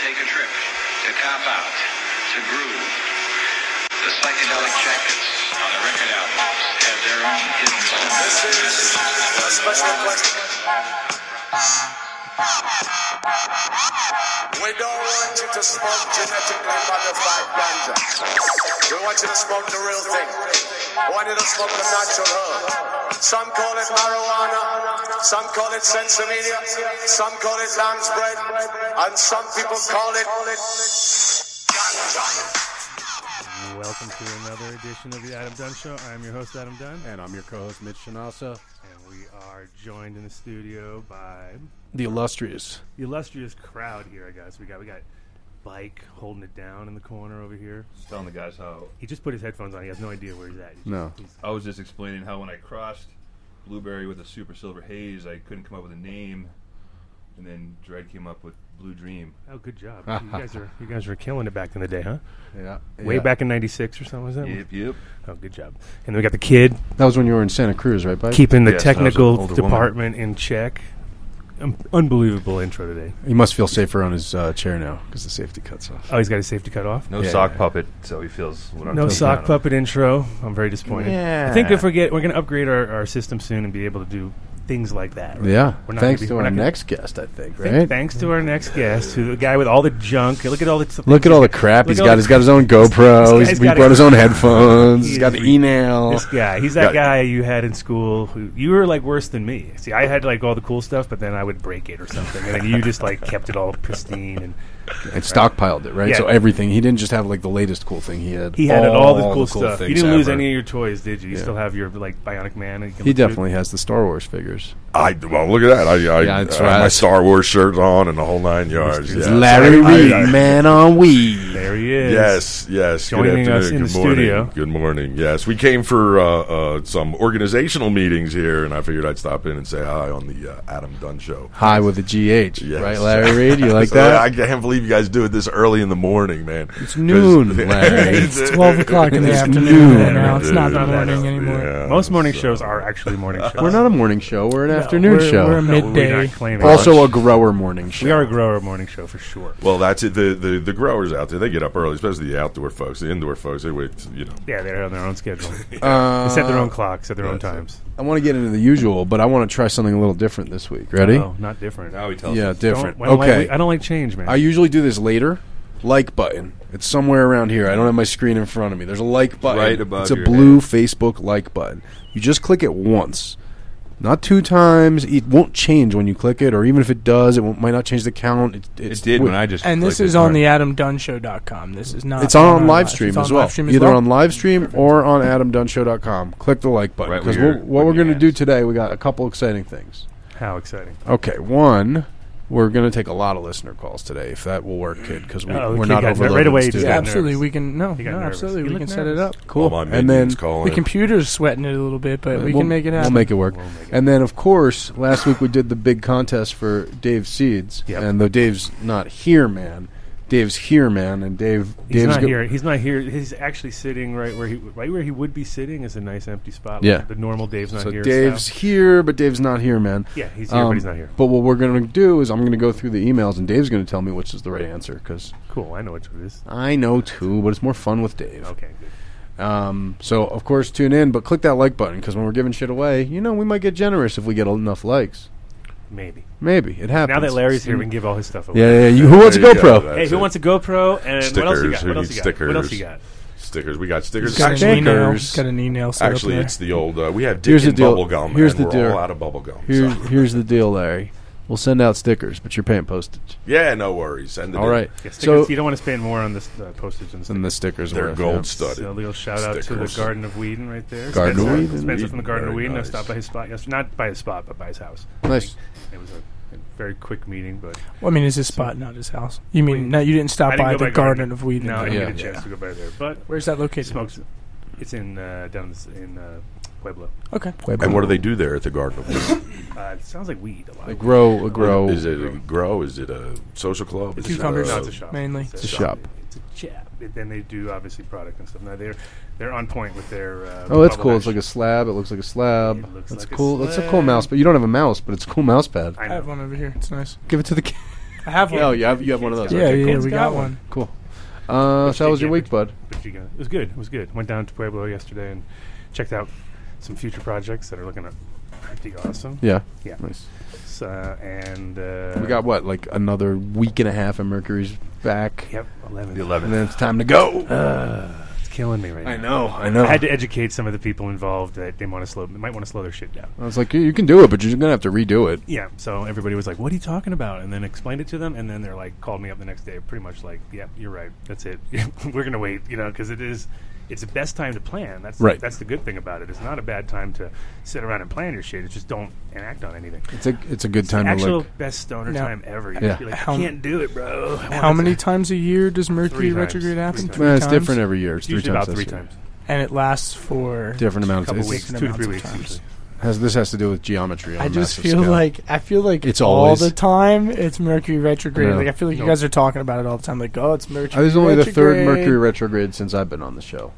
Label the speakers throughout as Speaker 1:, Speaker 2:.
Speaker 1: take a trip, to cop out, to groove. The psychedelic jackets on the record albums have their own hidden symbols.
Speaker 2: We don't want you to smoke genetically modified ganja. We want you to smoke the real thing. We want you to smoke the natural herb. Some call it marijuana, some call it sensimedia, some call it lamb's bread, and some people call it ganja.
Speaker 3: Welcome to another edition of the Adam Dunn Show. I am your host, Adam Dunn,
Speaker 4: And I'm your co-host Mitch Shinasa.
Speaker 3: and we are joined in the studio by
Speaker 4: The illustrious.
Speaker 3: the illustrious crowd here. I guess we got we got Bike holding it down in the corner over here.
Speaker 5: telling the guys how
Speaker 3: He just put his headphones on. He has no idea where he's at. He's
Speaker 4: No.
Speaker 3: he's-
Speaker 5: I was just explaining how when I crossed Blueberry with a Super Silver Haze, I couldn't come up with a name, and then Dread came up with Blue Dream.
Speaker 3: oh, good job! you guys are you guys were killing it back in the day, huh?
Speaker 4: Yeah.
Speaker 3: Way back in '96 or something was that?
Speaker 5: Yep, yep.
Speaker 3: Oh, good job. And then we got the kid
Speaker 4: That was when you were in Santa Cruz, right, Bud?
Speaker 3: keeping the
Speaker 5: Yes, that was an
Speaker 3: technical
Speaker 5: older woman.
Speaker 3: department in check. Um, unbelievable intro today.
Speaker 4: He must feel safer on his uh, chair now because the safety cuts off.
Speaker 3: Oh, he's got his safety cut off.
Speaker 5: No
Speaker 4: Yeah.
Speaker 5: sock puppet, so he feels what I'm
Speaker 3: No
Speaker 5: feeling
Speaker 3: sock
Speaker 5: now.
Speaker 3: puppet intro. I'm very disappointed. I think
Speaker 4: Yeah.
Speaker 3: if we get, we're going to upgrade our, our system soon and be able to do things like that. right?
Speaker 4: Yeah.
Speaker 3: We're not
Speaker 4: Thanks
Speaker 3: gonna be-
Speaker 4: to
Speaker 3: we're
Speaker 4: our
Speaker 3: not gonna-
Speaker 4: next guest, I think.
Speaker 3: Thank-
Speaker 4: Right.
Speaker 3: Thanks to our next guest, who the guy with all the junk. Look at all the
Speaker 4: Look at all the crap
Speaker 3: Look
Speaker 4: he's
Speaker 3: at all
Speaker 4: got.
Speaker 3: the
Speaker 4: He's got his own GoPro. He's,
Speaker 3: This guy's
Speaker 4: he
Speaker 3: got
Speaker 4: brought
Speaker 3: it.
Speaker 4: his own headphones.
Speaker 3: He
Speaker 4: He's
Speaker 3: is
Speaker 4: got the
Speaker 3: re-
Speaker 4: email.
Speaker 3: This guy, he's that
Speaker 4: Yeah.
Speaker 3: guy you had in school. Who, you were like worse than me. See, I had like all the cool stuff, but then I would break it or something, and then you just like kept it all pristine. And
Speaker 4: And stockpiled it, right?
Speaker 3: Yeah.
Speaker 4: So everything. He didn't just have like the latest cool thing. He had
Speaker 3: he had all, all the cool stuff.
Speaker 4: things
Speaker 3: You didn't lose
Speaker 4: ever.
Speaker 3: any of your toys, did you? You
Speaker 4: Yeah.
Speaker 3: still have your like Bionic Man. and you can
Speaker 4: He
Speaker 3: look through-
Speaker 4: definitely has the Star Wars figures.
Speaker 6: I well, look at that. I, I,
Speaker 4: Yeah, that's
Speaker 6: I
Speaker 4: right.
Speaker 6: have my Star Wars shirt on and the whole nine yards.
Speaker 4: It's
Speaker 6: Yeah.
Speaker 4: Larry
Speaker 6: I- I-
Speaker 4: Reed,
Speaker 6: I-
Speaker 4: man on weed.
Speaker 3: There he is.
Speaker 6: Yes, yes.
Speaker 3: Joining
Speaker 6: Good afternoon.
Speaker 3: us in
Speaker 6: Good
Speaker 3: the
Speaker 6: morning.
Speaker 3: studio.
Speaker 6: Good morning. Yes, we came for uh, uh, some organizational meetings here, and I figured I'd stop in and say hi on the uh, Adam Dunn Show.
Speaker 4: High with a GH,
Speaker 6: Yes.
Speaker 4: right, Larry Reed? You like
Speaker 6: So,
Speaker 4: that?
Speaker 6: I can't believe you guys do it this early in the morning, man.
Speaker 4: It's noon, Larry.
Speaker 7: It's 12 o'clock in the
Speaker 4: It's
Speaker 7: afternoon
Speaker 4: noon.
Speaker 7: now. It's not the
Speaker 6: Yeah.
Speaker 7: morning anymore.
Speaker 6: Yeah,
Speaker 3: Most morning
Speaker 6: so-
Speaker 3: shows are actually morning shows.
Speaker 4: We're not a morning show. We're an afternoon
Speaker 7: we're,
Speaker 4: show.
Speaker 7: We're a
Speaker 3: No, We're
Speaker 7: midday.
Speaker 3: not claiming
Speaker 4: also a grower morning show.
Speaker 3: We are a grower morning show for sure.
Speaker 6: Well, that's it. The, the the growers out there, they get up early, especially the outdoor folks. The indoor folks, they wait. You know,
Speaker 3: Yeah, they're on their own schedule.
Speaker 4: Uh,
Speaker 3: they set their own clocks, set their own
Speaker 6: that's it.
Speaker 3: times.
Speaker 4: I want to get into the usual, but I want to try something a little different this week. Ready?
Speaker 3: Oh, not different.
Speaker 5: Now he tells
Speaker 4: Yeah,
Speaker 5: us.
Speaker 4: different.
Speaker 3: Don't- I don't like-
Speaker 4: okay.
Speaker 3: I don't like change, man.
Speaker 4: I usually do this later. Like button. It's somewhere around here. I don't have my screen in front of me. There's a like button.
Speaker 5: Right above
Speaker 4: It's a
Speaker 5: your
Speaker 4: blue Facebook like button. You just click it once, not two times. It won't change when you click it, or even if it does, it won't, might not change the count. It, it's
Speaker 5: It did when I just.
Speaker 7: And this
Speaker 5: clicked
Speaker 7: is
Speaker 5: it.
Speaker 7: on the AdamDunnShow.com. This is not.
Speaker 4: It's on,
Speaker 7: our
Speaker 4: live
Speaker 7: Uh, It's
Speaker 4: stream
Speaker 7: on
Speaker 4: as well.
Speaker 7: live stream as
Speaker 4: Either
Speaker 7: well.
Speaker 4: on live stream or on adamdunshow.com. Click the like button
Speaker 5: Right
Speaker 4: because
Speaker 5: where you're
Speaker 4: what we're
Speaker 5: putting your
Speaker 4: going to do
Speaker 5: hands.
Speaker 4: today, we got a couple exciting things.
Speaker 3: How exciting!
Speaker 4: Okay, one, we're going to take a lot of listener calls today if that will work, kid, because we,
Speaker 3: Oh,
Speaker 4: we're
Speaker 3: kid
Speaker 4: not
Speaker 3: got
Speaker 4: overloaded.
Speaker 3: right away,
Speaker 4: in the
Speaker 3: just
Speaker 7: Yeah,
Speaker 3: got
Speaker 4: studio.
Speaker 7: absolutely.
Speaker 3: nervous.
Speaker 7: We can no,
Speaker 3: He got
Speaker 7: no,
Speaker 3: nervous.
Speaker 7: absolutely.
Speaker 3: He
Speaker 7: We can
Speaker 3: looked
Speaker 7: set it
Speaker 3: nervous.
Speaker 7: up.
Speaker 4: Cool.
Speaker 6: All my
Speaker 4: and then
Speaker 6: minions calling.
Speaker 7: The computer's sweating it a little bit, but we
Speaker 4: we'll,
Speaker 7: can make it happen.
Speaker 4: We'll make it work.
Speaker 3: We'll make it
Speaker 4: And then, of course, last week we did the big contest for Dave's seeds,
Speaker 3: Yep.
Speaker 4: and though Dave's not here, man, Dave's here, man, and Dave.
Speaker 3: He's
Speaker 4: Dave's
Speaker 3: not
Speaker 4: go-
Speaker 3: here. He's not here. He's actually sitting right where he right where he would be sitting is a nice empty spot.
Speaker 4: Yeah.
Speaker 3: Uh, the normal Dave's not
Speaker 4: So
Speaker 3: here.
Speaker 4: Dave's
Speaker 3: style.
Speaker 4: here, but Dave's not here, man.
Speaker 3: yeah, he's here, but
Speaker 4: Um,
Speaker 3: he's not here.
Speaker 4: But what we're going to do is I'm going to go through the emails, and Dave's going to tell me which is the right answer because
Speaker 3: Cool. I know what it is.
Speaker 4: I know too, but it's more fun with Dave.
Speaker 3: Okay, good.
Speaker 4: Um, so of course tune in, but click that like button because when we're giving shit away, you know we might get generous if we get enough likes.
Speaker 3: Maybe
Speaker 4: Maybe it happens.
Speaker 3: now that Larry's here, we can give all his stuff away.
Speaker 4: yeah, yeah, yeah. You, who wants a
Speaker 6: There you go.
Speaker 4: GoPro?
Speaker 6: That's
Speaker 3: Hey, who
Speaker 6: it.
Speaker 3: wants a GoPro? And what else you got?
Speaker 6: Stickers. Who
Speaker 3: What else you
Speaker 6: needs
Speaker 3: got? What else you
Speaker 6: stickers?
Speaker 3: got?
Speaker 6: stickers? We got stickers.
Speaker 7: He's got
Speaker 4: Actually,
Speaker 7: an email.
Speaker 4: there's-
Speaker 7: He's got an email set
Speaker 6: Actually,
Speaker 7: up there.
Speaker 6: it's the old. Uh, we have dick
Speaker 4: Here's the
Speaker 6: and
Speaker 4: deal.
Speaker 6: bubble gum,
Speaker 4: Here's
Speaker 6: and
Speaker 4: the
Speaker 6: we're
Speaker 4: deal.
Speaker 6: all out of bubble gum.
Speaker 4: Here's
Speaker 6: so-
Speaker 4: here's the deal, Larry. We'll send out stickers, but you're paying postage.
Speaker 6: yeah, no worries. Send it.
Speaker 4: All
Speaker 6: in.
Speaker 4: right.
Speaker 3: Yeah, stickers.
Speaker 4: so
Speaker 3: you don't want to spend more on this uh, postage and stuff.
Speaker 4: and the stickers
Speaker 6: They're
Speaker 4: were-
Speaker 6: gold
Speaker 4: yeah.
Speaker 6: studded.
Speaker 3: So a little shout out to the
Speaker 6: Stickers.
Speaker 3: Garden of Whedon right there.
Speaker 4: Garden of
Speaker 3: Spencer,
Speaker 4: Whedon.
Speaker 3: Spencer from the Garden of
Speaker 6: Very
Speaker 3: Whedon. I
Speaker 6: nice.
Speaker 3: stopped by his spot. Yes, not by his spot, but by his house.
Speaker 4: Nice.
Speaker 3: It was a very quick meeting, but
Speaker 7: Well, I mean, it's his spot, not his house. You mean no? You didn't stop
Speaker 3: I didn't
Speaker 7: by
Speaker 3: go
Speaker 7: the
Speaker 3: by
Speaker 7: Garden of Weed?
Speaker 3: no,
Speaker 4: Yeah.
Speaker 3: I didn't get a chance to go by there. But
Speaker 7: Where's that located?
Speaker 3: smokes. It's in uh, down this- in uh, Pueblo.
Speaker 7: Okay.
Speaker 6: And what do they do there at the Garden of Weed?
Speaker 3: Uh, it sounds like weed a lot.
Speaker 4: They grow, grow.
Speaker 6: Is it a grow? Is it a social club? Is it
Speaker 7: Cucumbers.
Speaker 3: no,
Speaker 6: a-
Speaker 3: it's a shop
Speaker 7: Mainly.
Speaker 3: It's
Speaker 4: a shop.
Speaker 3: It's a shop. It- Then they do obviously product and stuff. Now they're they're on point with their. Uh,
Speaker 4: Oh, that's
Speaker 3: bubble
Speaker 4: cool. It's
Speaker 3: hash.
Speaker 4: like a slab. It looks like a slab.
Speaker 3: It looks
Speaker 4: that's
Speaker 3: like a
Speaker 4: cool. that's a cool
Speaker 3: slab.
Speaker 4: mouse, but you don't have a mouse, but it's a cool mouse pad.
Speaker 3: I
Speaker 7: I have
Speaker 3: know.
Speaker 7: one over here. It's nice.
Speaker 4: Give it to the kid.
Speaker 7: I have one.
Speaker 4: Oh, you have you have one of those.
Speaker 7: yeah,
Speaker 4: okay,
Speaker 7: yeah,
Speaker 4: cool.
Speaker 7: we got one.
Speaker 4: Cool. Uh, so that was your week, bud.
Speaker 3: But you got it. was good. It was good. Went down to Pueblo yesterday and checked out some future projects that are looking pretty awesome.
Speaker 4: Yeah.
Speaker 3: Yeah.
Speaker 4: Nice.
Speaker 3: So, and uh,
Speaker 4: We got what, like another week and a half, and Mercury's back,
Speaker 3: Yep, eleven. Uh,
Speaker 5: The
Speaker 4: and
Speaker 5: 11th.
Speaker 4: then it's time to go.
Speaker 3: It's killing me right now.
Speaker 4: know. I know.
Speaker 3: I had to educate some of the people involved that they want to slow, might want to slow their shit down.
Speaker 4: I was like, "Yeah, you can do it, but you're gonna have to redo it.
Speaker 3: Yeah, so everybody was like, "What are you talking about?" And then explained it to them, and then they're like, called me up the next day, pretty much like, "Yep, you're right. That's it. We're gonna wait," you know, because it is, it's the best time to plan. That's
Speaker 4: Right.
Speaker 3: That's the good thing about it. It's not a bad time to sit around and plan your shit. It's just don't enact on anything.
Speaker 4: It's a it's a good time to
Speaker 3: Actual
Speaker 4: look.
Speaker 3: best stoner
Speaker 7: Now-
Speaker 3: time ever. You
Speaker 4: Yeah.
Speaker 3: just be like,
Speaker 7: How
Speaker 3: I
Speaker 7: m-
Speaker 3: can't do it, bro. I
Speaker 7: How
Speaker 3: wanna-
Speaker 7: many times a year does Mercury
Speaker 3: Three times.
Speaker 7: retrograde happen?
Speaker 3: Three
Speaker 4: Well, it's
Speaker 7: times?
Speaker 4: different every year. It's three
Speaker 3: Usually
Speaker 4: times.
Speaker 3: about
Speaker 4: this
Speaker 3: three
Speaker 4: year.
Speaker 3: times,
Speaker 7: and it lasts for.
Speaker 4: Different amounts.
Speaker 3: couple
Speaker 4: It's-
Speaker 3: weeks,
Speaker 7: different
Speaker 3: two
Speaker 7: amounts
Speaker 3: to three
Speaker 7: of
Speaker 3: weeks.
Speaker 7: times.
Speaker 3: Usually.
Speaker 4: Has this has to do with geometry? On
Speaker 7: I
Speaker 4: a
Speaker 7: just
Speaker 4: massive
Speaker 7: feel
Speaker 4: scale.
Speaker 7: like I feel like
Speaker 4: It's
Speaker 7: all
Speaker 4: always-
Speaker 7: the time it's Mercury retrograde.
Speaker 4: No.
Speaker 7: Like I feel like
Speaker 3: No.
Speaker 7: you guys are talking about it all the time. Like oh, it's Mercury.
Speaker 4: Uh, This is only the third
Speaker 7: retrograde.
Speaker 4: Mercury retrograde since I've been on the show.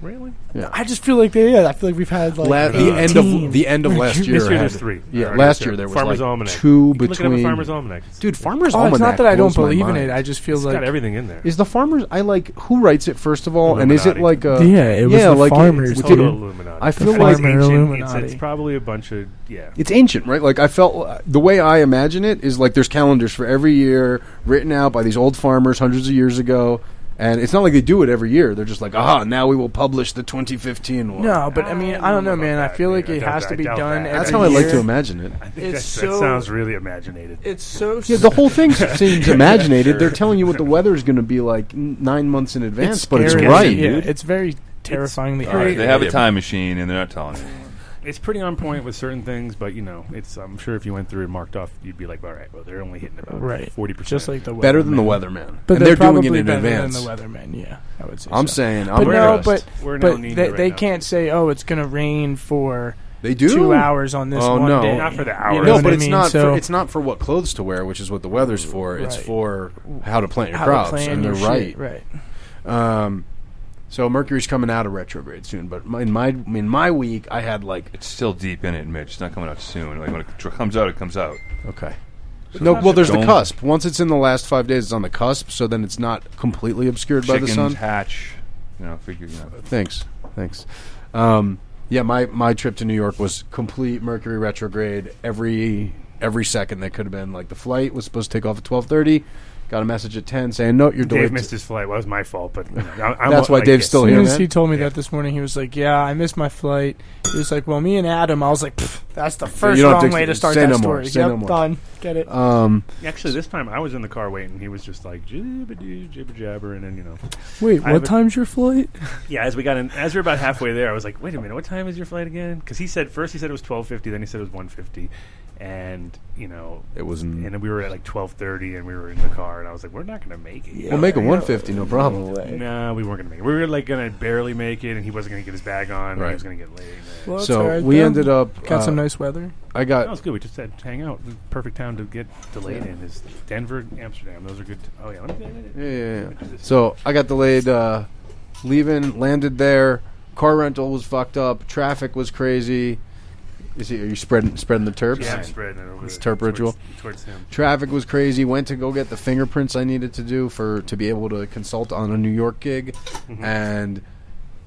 Speaker 3: Really?
Speaker 7: I just feel like they, yeah. I feel like we've had like
Speaker 4: La- the end
Speaker 7: 18.
Speaker 4: of the end of last year.
Speaker 3: This year
Speaker 4: had-
Speaker 3: there's three. I
Speaker 4: Yeah,
Speaker 3: already
Speaker 4: last
Speaker 3: said
Speaker 4: year
Speaker 3: it.
Speaker 4: there was
Speaker 3: Farmer's
Speaker 4: like
Speaker 3: Almanac.
Speaker 4: two
Speaker 3: You can Look
Speaker 4: between.
Speaker 3: at a farmer's almanac, It's-
Speaker 4: Dude, Farmer's
Speaker 7: Oh,
Speaker 4: Almanac.
Speaker 7: it's not that I don't
Speaker 4: blows my
Speaker 7: believe in it.
Speaker 4: mind.
Speaker 7: I just feel
Speaker 3: it's
Speaker 7: like
Speaker 3: got everything in there.
Speaker 4: Is the farmers? I like who writes it first of all, and is it like
Speaker 3: Illuminati.
Speaker 4: a
Speaker 7: Yeah, it was the farmers,
Speaker 4: It's,
Speaker 7: dude.
Speaker 3: total Illuminati.
Speaker 4: I feel
Speaker 3: It's
Speaker 4: like-
Speaker 3: ancient. It's,
Speaker 7: Illuminati.
Speaker 3: it's probably a bunch of yeah.
Speaker 4: it's ancient, right? Like I felt uh, the way I imagine it is like there's calendars for every year written out by these old farmers hundreds of years ago, and it's not like they do it every year. They're just like, ah, now we will publish the 2015 one.
Speaker 7: No, but I mean, I don't know, man. I
Speaker 3: that,
Speaker 7: feel
Speaker 3: dude.
Speaker 7: like
Speaker 3: I
Speaker 7: it
Speaker 3: doubt
Speaker 7: has
Speaker 3: that.
Speaker 7: to
Speaker 3: I
Speaker 7: be
Speaker 3: doubt
Speaker 7: done.
Speaker 3: that.
Speaker 4: that's
Speaker 7: every
Speaker 4: how I like
Speaker 7: year.
Speaker 4: to imagine it.
Speaker 3: I think
Speaker 7: It's
Speaker 3: that's- that
Speaker 7: so-
Speaker 3: sounds really imaginated.
Speaker 7: It's so
Speaker 4: Yeah, the whole thing seems imaginated. They're telling you what the weather is going to be like n- nine months in advance, but it's
Speaker 7: scary.
Speaker 4: right.
Speaker 7: Yeah,
Speaker 4: dude.
Speaker 7: it's very terrifyingly
Speaker 5: All right,
Speaker 7: accurate.
Speaker 5: they have a
Speaker 6: Yeah.
Speaker 5: time machine, and they're not telling you.
Speaker 3: It's pretty on point with certain things, but you know, it's. I'm sure if you went through and marked off, you'd be like, all right, well, they're only hitting about
Speaker 7: Right.
Speaker 3: forty percent.
Speaker 7: Just like the
Speaker 4: better
Speaker 7: weatherman.
Speaker 4: than the weatherman,
Speaker 7: but
Speaker 4: and
Speaker 7: they're,
Speaker 4: they're doing it
Speaker 7: probably
Speaker 4: in
Speaker 7: better
Speaker 4: advance.
Speaker 7: Than the weatherman, yeah, I would say.
Speaker 4: I'm
Speaker 7: so.
Speaker 4: saying, I'm
Speaker 7: but no,
Speaker 4: impressed.
Speaker 7: but
Speaker 3: We're in El
Speaker 7: but
Speaker 3: Niño
Speaker 7: they,
Speaker 3: right
Speaker 7: they
Speaker 3: now.
Speaker 7: can't say, oh, it's going to rain for
Speaker 4: they do
Speaker 7: two hours on this
Speaker 4: Oh,
Speaker 7: one
Speaker 4: no.
Speaker 7: day.
Speaker 3: Not for the
Speaker 7: You
Speaker 3: hours.
Speaker 7: know
Speaker 4: No,
Speaker 7: what
Speaker 4: but
Speaker 7: I
Speaker 4: it's
Speaker 7: mean?
Speaker 4: not.
Speaker 7: So
Speaker 4: for, it's not for what clothes to wear, which is what the weather's for. It's
Speaker 7: Right.
Speaker 4: for how to plant your
Speaker 7: how to
Speaker 4: crops,
Speaker 7: plan
Speaker 4: and
Speaker 7: your
Speaker 4: you're
Speaker 7: shit,
Speaker 4: right.
Speaker 7: right?
Speaker 4: Um, so Mercury's coming out of retrograde soon, but my, in my in my week, I had like
Speaker 5: It's still deep in it, Mitch. It's not coming out soon. Like when it tr- comes out, it comes out.
Speaker 4: okay. no, well, there's the
Speaker 5: Don't-
Speaker 4: cusp. Once it's in the last five days, it's on the cusp, so then it's not completely obscured by the
Speaker 5: Chickens
Speaker 4: sun.
Speaker 5: hatch. You know, figure. You know.
Speaker 4: Thanks, thanks. Um, yeah, my my trip to New York was complete Mercury retrograde. Every every second that could have been like the flight was supposed to take off at twelve thirty. Got a message at ten saying, "No, you're
Speaker 3: Dave
Speaker 4: delayed."
Speaker 3: missed
Speaker 4: to-"
Speaker 3: his flight. Well, it was my fault, but you know, I, I'm
Speaker 4: That's why
Speaker 3: like
Speaker 4: Dave's
Speaker 3: this.
Speaker 4: still
Speaker 7: As
Speaker 4: here.
Speaker 7: soon
Speaker 4: Yeah,
Speaker 7: as
Speaker 4: man.
Speaker 7: he told me that this morning, he was like, "Yeah, I missed my flight." He was like, "Well, me and Adam." I was like, "Pff, "That's the first
Speaker 4: don't have
Speaker 7: wrong
Speaker 4: to
Speaker 7: way
Speaker 4: ex-
Speaker 7: to start
Speaker 4: say
Speaker 7: that
Speaker 4: no more,
Speaker 7: story."
Speaker 4: say
Speaker 7: yep,
Speaker 4: no more.
Speaker 7: done. Get it?
Speaker 4: Um,
Speaker 3: Actually, this time I was in the car waiting. He was just like jibber jibber jabber, and then you know.
Speaker 7: Wait,
Speaker 3: I what have
Speaker 7: what
Speaker 3: a-
Speaker 7: time's your flight?
Speaker 3: Yeah, as we got in, as we were about halfway there, I was like, "Wait a minute, what time is your flight again?" Because he said first he said it was twelve fifty, then he said it was one fifty, and you know,
Speaker 4: it was.
Speaker 3: and
Speaker 4: n-
Speaker 3: then we were at like twelve thirty, and we were in the car, and I was like, "We're not going to make it."
Speaker 4: We'll make it one fifty, no problem.
Speaker 3: No, we weren't going to make it. We were like going to barely make it, and he wasn't going to get his bag on. And
Speaker 4: Right.
Speaker 3: he was going to get late.
Speaker 7: Well, it's all
Speaker 4: so
Speaker 7: right
Speaker 4: we
Speaker 7: then.
Speaker 4: ended up.
Speaker 7: Got some
Speaker 4: uh,
Speaker 7: nice weather.
Speaker 4: I
Speaker 3: that
Speaker 4: got
Speaker 3: was good. We just had to Oh, hang out. The Perfect time to get delayed in is Denver, Amsterdam. Those are good. T- oh yeah, let me.
Speaker 4: yeah, yeah, yeah. So I got delayed uh, leaving, landed there. Car rental was fucked up. Traffic was crazy. Is he, are you spreading spreading the terps?
Speaker 3: Yeah, I'm spreading it over
Speaker 4: It's
Speaker 3: there
Speaker 4: Terp
Speaker 3: towards-
Speaker 4: ritual.
Speaker 3: towards him.
Speaker 4: Traffic was crazy. Went to go get the fingerprints I needed to do for to be able to consult on a New York gig,
Speaker 3: Mm-hmm.
Speaker 4: and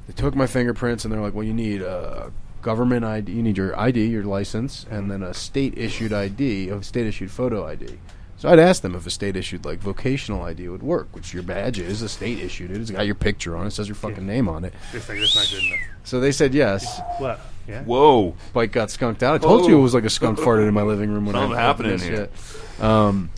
Speaker 4: they took my fingerprints and they're like, "Well, you need a government ID. You need your ID, your license,
Speaker 3: Mm-hmm.
Speaker 4: and then a state issued ID, a state issued photo ID." So I'd asked them if a state issued like vocational ID would work, which your badge is a state issued. It's got your picture on it, says your fucking name on it.
Speaker 3: This thing, that's not good enough.
Speaker 4: So they said yes.
Speaker 3: What? Yeah.
Speaker 5: Whoa!
Speaker 4: Bike got skunked out. I told you it was like a skunk farted in my living room when
Speaker 5: Something
Speaker 4: I
Speaker 5: happening
Speaker 4: opened
Speaker 5: here.
Speaker 4: this shit. Um,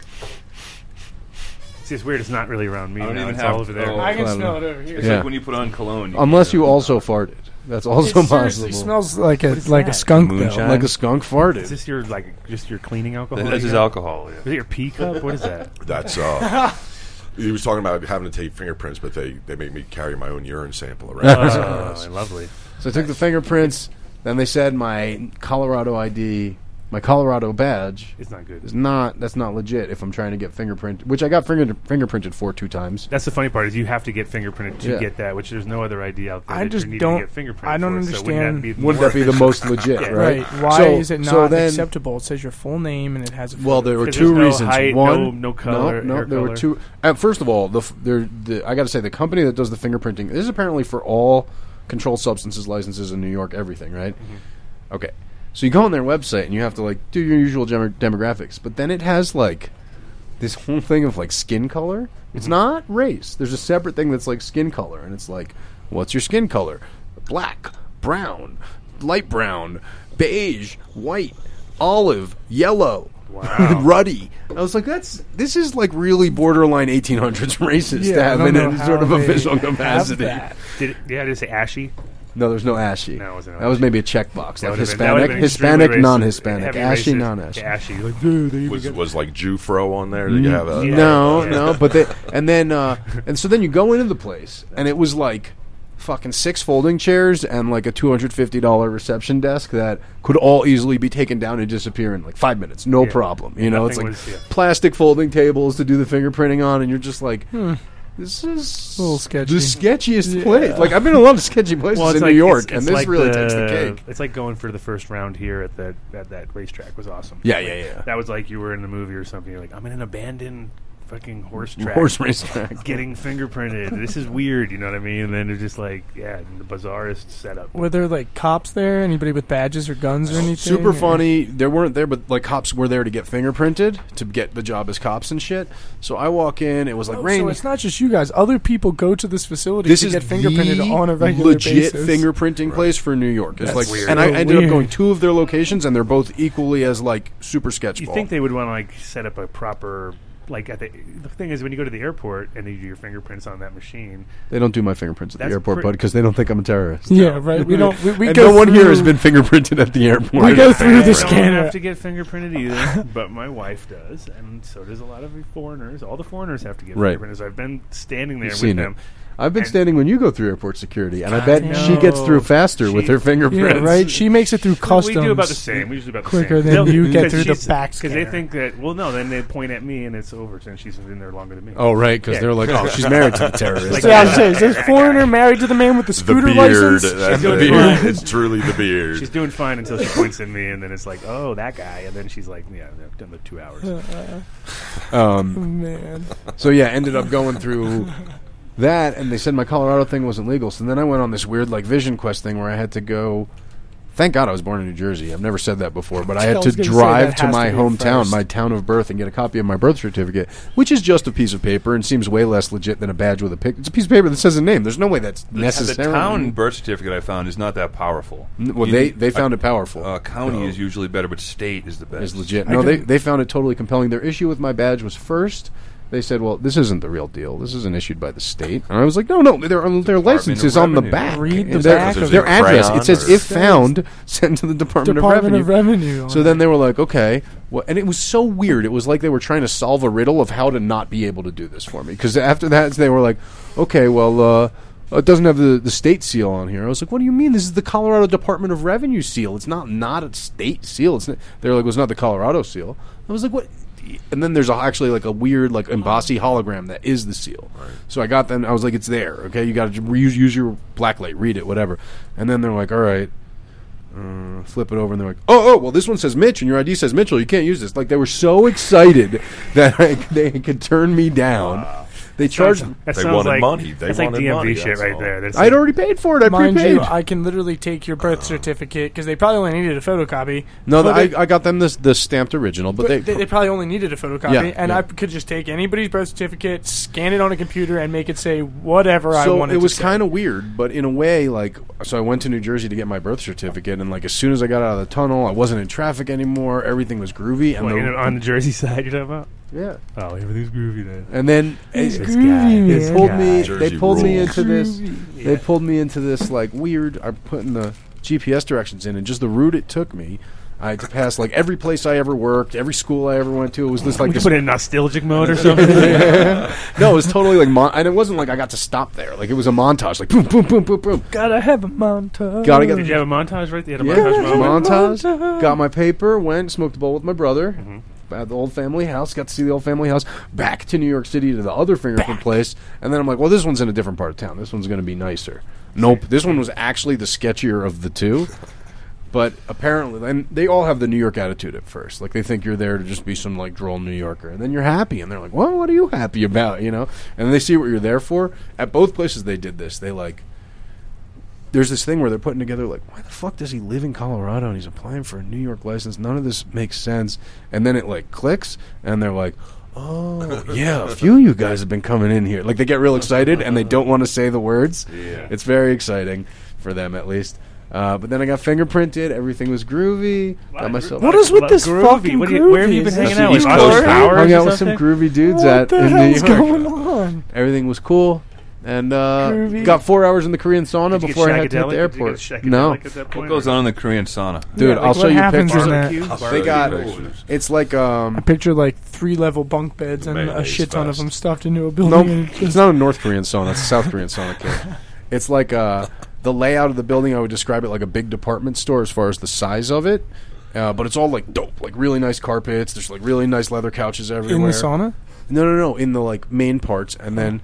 Speaker 3: See, it's weird. It's not really around me.
Speaker 5: I don't
Speaker 3: now.
Speaker 5: even
Speaker 3: it's
Speaker 5: have-
Speaker 3: all over there.
Speaker 5: oh. I
Speaker 4: can smell it
Speaker 7: over here.
Speaker 5: It's
Speaker 4: Yeah.
Speaker 5: like when you put on cologne. You
Speaker 4: Unless you also farted. That's
Speaker 7: It
Speaker 4: also
Speaker 7: seriously
Speaker 4: possible.
Speaker 7: smells like a
Speaker 3: is
Speaker 7: like
Speaker 3: that?
Speaker 7: a skunk
Speaker 5: Moonshine?
Speaker 7: though.
Speaker 4: like a skunk
Speaker 3: Is
Speaker 4: farted.
Speaker 3: this your like just your cleaning alcohol?
Speaker 5: This
Speaker 3: you
Speaker 5: is
Speaker 3: got?
Speaker 5: alcohol.
Speaker 3: Is it your pee cup? What is that?
Speaker 6: That's uh, he was talking about having to take fingerprints, but they they made me carry my own urine sample around. uh,
Speaker 3: Oh, lovely.
Speaker 4: So I took the fingerprints. Then they said my Colorado ID my Colorado badge
Speaker 3: It's not good.
Speaker 4: is not that's not legit if I'm trying to get fingerprint, which I got finger, fingerprinted for two times.
Speaker 3: That's the funny part is you have to get fingerprinted to
Speaker 4: Yeah.
Speaker 3: get that, which there's no other ID out there.
Speaker 7: I
Speaker 3: that
Speaker 7: just
Speaker 3: you're needing
Speaker 7: don't-
Speaker 3: To get fingerprinted
Speaker 7: I don't
Speaker 3: for, So wouldn't that
Speaker 7: understand-
Speaker 3: be the
Speaker 4: Wouldn't that be the most
Speaker 3: worst?
Speaker 4: legit,
Speaker 3: Yeah.
Speaker 4: right?
Speaker 7: Why
Speaker 4: So-
Speaker 7: is it not
Speaker 4: so then-
Speaker 7: acceptable? It says your full name and it has a
Speaker 4: Well, there were
Speaker 3: 'Cause
Speaker 4: two
Speaker 3: there's no
Speaker 4: reasons.
Speaker 3: height,
Speaker 4: One,
Speaker 3: no- no color,
Speaker 4: No, no
Speaker 3: hair
Speaker 4: there were
Speaker 3: color.
Speaker 4: two. Uh, first of all, the f- there, the I got to say the company that does the fingerprinting this is apparently for all controlled substances licenses in New York, everything, right? Okay, so you go on their website and you have to like do your usual gem- demographics, but then it has like this whole thing of like skin color.
Speaker 7: Mm-hmm.
Speaker 4: It's not race. There's a separate thing that's like skin color, and it's like, what's your skin color? Black, brown, light brown, beige, white, olive, yellow,
Speaker 3: Wow.
Speaker 4: ruddy. I was like, that's this is like really borderline 1800s racist
Speaker 7: Yeah,
Speaker 4: to
Speaker 7: I
Speaker 4: have
Speaker 7: don't
Speaker 4: in
Speaker 7: know
Speaker 4: any
Speaker 7: how
Speaker 4: sort of
Speaker 7: they
Speaker 4: official
Speaker 7: have
Speaker 4: capacity.
Speaker 7: that.
Speaker 3: Did it, yeah, did it say ashy?
Speaker 4: No, there's no ashy.
Speaker 3: No, it wasn't
Speaker 4: that was
Speaker 3: ashy.
Speaker 4: maybe a checkbox,
Speaker 3: That
Speaker 4: like
Speaker 3: would've been- that
Speaker 4: Hispanic,
Speaker 3: would've been
Speaker 4: Hispanic,
Speaker 3: extremely racist.
Speaker 4: non-Hispanic,
Speaker 3: Heavy
Speaker 4: ashy,
Speaker 3: racist.
Speaker 4: non-ashy.
Speaker 3: Ashy. You're like, dude, they even
Speaker 6: Was
Speaker 3: got-
Speaker 6: was like Jew fro on there? Did you have a,
Speaker 4: no,
Speaker 3: Mm. Yeah.
Speaker 4: no. But they and then uh, and so then you go into the place, and it was like fucking six folding chairs and like a two hundred fifty dollar reception desk that could all easily be taken down and disappear in like five minutes, no
Speaker 3: Yeah.
Speaker 4: problem. You know,
Speaker 3: Nothing
Speaker 4: it's like
Speaker 3: was- yeah.
Speaker 4: plastic folding tables to do the fingerprinting on, and you're just like. This is
Speaker 7: Hmm. A little sketchy.
Speaker 4: the sketchiest place. Like I've been in a lot of sketchy places
Speaker 3: Well,
Speaker 4: in
Speaker 3: it's
Speaker 4: New
Speaker 3: like-
Speaker 4: York,
Speaker 3: it's-
Speaker 4: and
Speaker 3: it's
Speaker 4: this
Speaker 3: like
Speaker 4: really takes the cake.
Speaker 3: It's like going for the first round here at that at that racetrack was awesome.
Speaker 4: Yeah,
Speaker 3: Like,
Speaker 4: yeah, yeah.
Speaker 3: That was like you were in a movie or something. You're like, I'm in an abandoned fucking horse track,
Speaker 4: Horse racetrack.
Speaker 3: getting fingerprinted. this is weird. You know what I mean? And then it's just like, yeah, the bizarrest setup.
Speaker 7: Were there like cops there? Anybody with badges or guns or anything?
Speaker 4: Super
Speaker 7: Or-
Speaker 4: funny. They weren't there, but like cops were there to get fingerprinted to get the job as cops and shit. So I walk in. It was like
Speaker 7: Oh,
Speaker 4: rain.
Speaker 7: so it's not just you guys. Other people go to this facility
Speaker 4: this
Speaker 7: to
Speaker 4: is
Speaker 7: get fingerprinted
Speaker 4: the
Speaker 7: on a regular
Speaker 4: legit
Speaker 7: basis.
Speaker 4: fingerprinting place for New York. It's
Speaker 7: That's
Speaker 4: like,
Speaker 7: weird.
Speaker 4: and I
Speaker 7: So
Speaker 4: ended up
Speaker 7: weird.
Speaker 4: going two of their locations, and they're both equally as like super sketchball.
Speaker 3: you think they would want to like set up a proper like at the the thing is when you go to the airport and you do your fingerprints on that machine.
Speaker 4: They don't do my fingerprints at the
Speaker 3: That's
Speaker 4: airport,
Speaker 3: pre-
Speaker 4: bud, because they don't think I'm a terrorist.
Speaker 7: Yeah, right. We don't. We, we
Speaker 4: and
Speaker 7: go
Speaker 4: no one here
Speaker 7: through-
Speaker 4: has been fingerprinted at the airport.
Speaker 7: We go through the
Speaker 3: I don't
Speaker 7: scanner.
Speaker 3: have to get fingerprinted either, but my wife does, and so does a lot of foreigners. All the foreigners have to get
Speaker 4: Right.
Speaker 3: fingerprinted. So I've been standing there
Speaker 4: You've
Speaker 3: with
Speaker 4: seen it.
Speaker 3: them.
Speaker 4: I've been
Speaker 3: And-
Speaker 4: standing when you go through airport security, and I bet
Speaker 7: I
Speaker 4: she gets
Speaker 3: know.
Speaker 4: through faster with
Speaker 3: She-
Speaker 4: her fingerprints.
Speaker 7: Yeah, right. She makes it through customs.
Speaker 3: We do about the same. We usually about the
Speaker 7: quicker
Speaker 3: same.
Speaker 7: than you get through the back
Speaker 3: because they
Speaker 7: scanner.
Speaker 3: think that. Well, no, then they point at me and it's over. Since she's been there longer than me.
Speaker 4: Oh, right, because
Speaker 3: Yeah.
Speaker 4: they're like, oh, she's married to the terrorist.
Speaker 3: Like,
Speaker 7: So yeah, I was saying, is this foreigner married to the man with the
Speaker 6: the
Speaker 7: scooter
Speaker 6: beard?
Speaker 7: license?
Speaker 6: That's
Speaker 3: doing
Speaker 6: it.
Speaker 3: fine.
Speaker 6: It's truly the beard.
Speaker 3: She's doing fine until she points at me, and then it's like, oh, that guy, and then she's like, yeah, I've done the two hours.
Speaker 7: Oh, Man,
Speaker 4: Um, So yeah, ended up going through that, and they said my Colorado thing wasn't legal. So then I went on this weird like vision quest thing where I had to go. Thank God I was born in New Jersey. I've never said that before, but I
Speaker 7: I
Speaker 4: had to
Speaker 7: was gonna say,
Speaker 4: drive
Speaker 7: that
Speaker 4: to
Speaker 7: has
Speaker 4: my
Speaker 7: to be
Speaker 4: hometown,
Speaker 7: first.
Speaker 4: my town of birth, and get a copy of my birth certificate, which is just a piece of paper and seems way less legit than a badge with a pic. It's a piece of paper that says a name. There's no way that's
Speaker 5: The
Speaker 4: necessary.
Speaker 5: town birth certificate I found is not that powerful.
Speaker 4: Well,
Speaker 5: You
Speaker 4: they
Speaker 5: need-
Speaker 4: they found it powerful.
Speaker 5: uh, county
Speaker 4: So-
Speaker 5: is usually better, but state is the best.
Speaker 4: is legit. No, they, they found it totally compelling. Their issue with my badge was first. They said, "Well, this isn't the real deal. This isn't issued by the state." And I was like, "No, no, their their license is on the
Speaker 5: Revenue.
Speaker 4: back.
Speaker 7: Read the
Speaker 4: their,
Speaker 7: back of
Speaker 4: their
Speaker 6: it.
Speaker 4: address. It says,
Speaker 6: Crayon
Speaker 4: if found, send to the Department,
Speaker 7: Department
Speaker 4: of
Speaker 7: of
Speaker 4: Revenue."
Speaker 7: Revenue.
Speaker 4: So then they were like, "Okay," well, and it was so weird. It was like they were trying to solve a riddle of how to not be able to do this for me. Because after that, they were like, "Okay, well." uh it doesn't have the, the state seal on here. I was like, "What do you mean? This is the Colorado Department of Revenue seal. It's not not a state seal. It's not, they're like, well, it's not the Colorado seal." I was like, "What?" And then there's a, actually like a weird like embossy hologram that is the seal. So I got them. I was like, "It's there. Okay, you got to use use your blacklight, read it, whatever." And then they're like, "All right, Uh, flip it over and they're like, "Oh, oh, well, this one says Mitch and your ID says Mitchell. You can't use this." Like they were so excited that I, they could turn me down. They charged.
Speaker 3: That
Speaker 6: They
Speaker 3: sounds
Speaker 6: wanted
Speaker 3: like,
Speaker 6: money. They
Speaker 3: that's like
Speaker 6: wanted
Speaker 3: DMV
Speaker 6: money,
Speaker 3: shit
Speaker 6: that's
Speaker 3: right
Speaker 6: all.
Speaker 3: there. That's
Speaker 4: I had already paid for it. I
Speaker 7: mind
Speaker 4: prepaid.
Speaker 7: you, I can literally take your birth certificate because they probably only needed a photocopy.
Speaker 4: no,
Speaker 7: Put
Speaker 4: I,
Speaker 7: it-
Speaker 4: I got them this the stamped original, but,
Speaker 7: but
Speaker 4: they,
Speaker 7: they, they probably only needed a photocopy,
Speaker 4: Yeah,
Speaker 7: and
Speaker 4: yeah.
Speaker 7: I could just take anybody's birth certificate, scan it on a computer, and make it say whatever I
Speaker 4: so
Speaker 7: wanted.
Speaker 4: it was
Speaker 7: to
Speaker 4: kind of weird, but in a way, like, so I went to New Jersey to get my birth certificate, and like as soon as I got out of the tunnel, I wasn't in traffic anymore. Everything was groovy, and
Speaker 3: What,
Speaker 4: the-
Speaker 3: you know, on the Jersey side, you're talking about?
Speaker 4: yeah,
Speaker 3: Oh, everything's groovy then.
Speaker 4: and then
Speaker 3: This guy.
Speaker 7: groovy,
Speaker 4: They
Speaker 3: This
Speaker 7: man.
Speaker 4: pulled
Speaker 3: guy.
Speaker 4: me.
Speaker 6: Jersey
Speaker 4: they pulled me
Speaker 6: rules.
Speaker 4: into this. They
Speaker 3: Yeah.
Speaker 4: pulled me into this like weird. I'm putting the GPS directions in, and just the route it took me. I had to pass like every place I ever worked, every school I ever went to. It was this like
Speaker 3: We
Speaker 4: this
Speaker 3: put it in nostalgic mode or something.
Speaker 4: no, it was totally like mon- and it wasn't like I got to stop there. Like it was a montage, like boom, boom, boom, boom, boom.
Speaker 7: Gotta have a montage.
Speaker 4: Gotta get
Speaker 3: Did you
Speaker 4: the
Speaker 3: have a montage right? They had a
Speaker 4: yeah,
Speaker 3: montage moment.
Speaker 4: montage.
Speaker 7: Montage.
Speaker 4: Got my paper. Went smoked a bowl with my brother.
Speaker 3: Mm-hmm.
Speaker 4: At the old family house, got to see the old family house. Back to New York City to the other fingerprint place, and then I'm like, well, this one's in a different part of town. This one's going to be nicer. Nope, this one was actually the sketchier of the two. But apparently, and they all have the New York attitude at first. Like they think you're there to just be some like droll New Yorker, and then you're happy, and they're like, "Well, what are you happy about?" You know. And then they see what you're there for. At both places, they did this. They like there's this thing where they're putting together like why the fuck does he live in colorado and he's applying for a new york license none of this makes sense and then it like clicks and they're like oh yeah a few of you guys have been coming in here like they get real excited and they don't want to say the words
Speaker 5: Yeah.
Speaker 4: it's very exciting for them at least uh, but then i got fingerprinted everything was groovy got myself
Speaker 7: What is with this
Speaker 3: Groovy.
Speaker 7: fucking
Speaker 3: What do you- where have you
Speaker 7: groovy?
Speaker 3: been
Speaker 7: Is this
Speaker 3: hanging out
Speaker 7: the
Speaker 3: with?
Speaker 7: East
Speaker 3: Austin
Speaker 7: Coast?
Speaker 3: Powers
Speaker 4: hung
Speaker 3: or
Speaker 4: out with some
Speaker 3: something?
Speaker 4: groovy dudes
Speaker 7: What
Speaker 4: at
Speaker 7: the
Speaker 4: in new
Speaker 7: hell's
Speaker 4: york
Speaker 7: going on?
Speaker 4: everything was cool and uh,
Speaker 7: Groovy.
Speaker 4: got four hours in the korean sauna
Speaker 3: Did you get
Speaker 4: before i had to hit the
Speaker 3: shagadelic? Did you get
Speaker 4: airport
Speaker 3: shagadelic
Speaker 4: no
Speaker 3: at that
Speaker 5: What
Speaker 3: point?
Speaker 5: goes on in the Korean sauna?
Speaker 4: Dude,
Speaker 7: like,
Speaker 4: I'll show
Speaker 7: what
Speaker 4: you
Speaker 7: happens
Speaker 4: pictures.
Speaker 7: is that-
Speaker 3: Barbecue?
Speaker 4: They got
Speaker 5: Pictures.
Speaker 4: it's like
Speaker 7: I
Speaker 4: um.
Speaker 7: picture like three level bunk beds and a
Speaker 6: Mayonnaise
Speaker 7: shit ton of
Speaker 6: fest.
Speaker 7: them stuffed into a building.
Speaker 4: No,
Speaker 7: and
Speaker 4: it's not a North Korean sauna. It's a South Korean sauna. Kid. It's like uh, the layout of the building. I would describe it like a big department store as far as the size of it. Uh, but it's all like dope, like really nice carpets. There's like really nice leather couches everywhere.
Speaker 7: in the sauna. Oh.
Speaker 4: No, no, no. In the like main parts, and then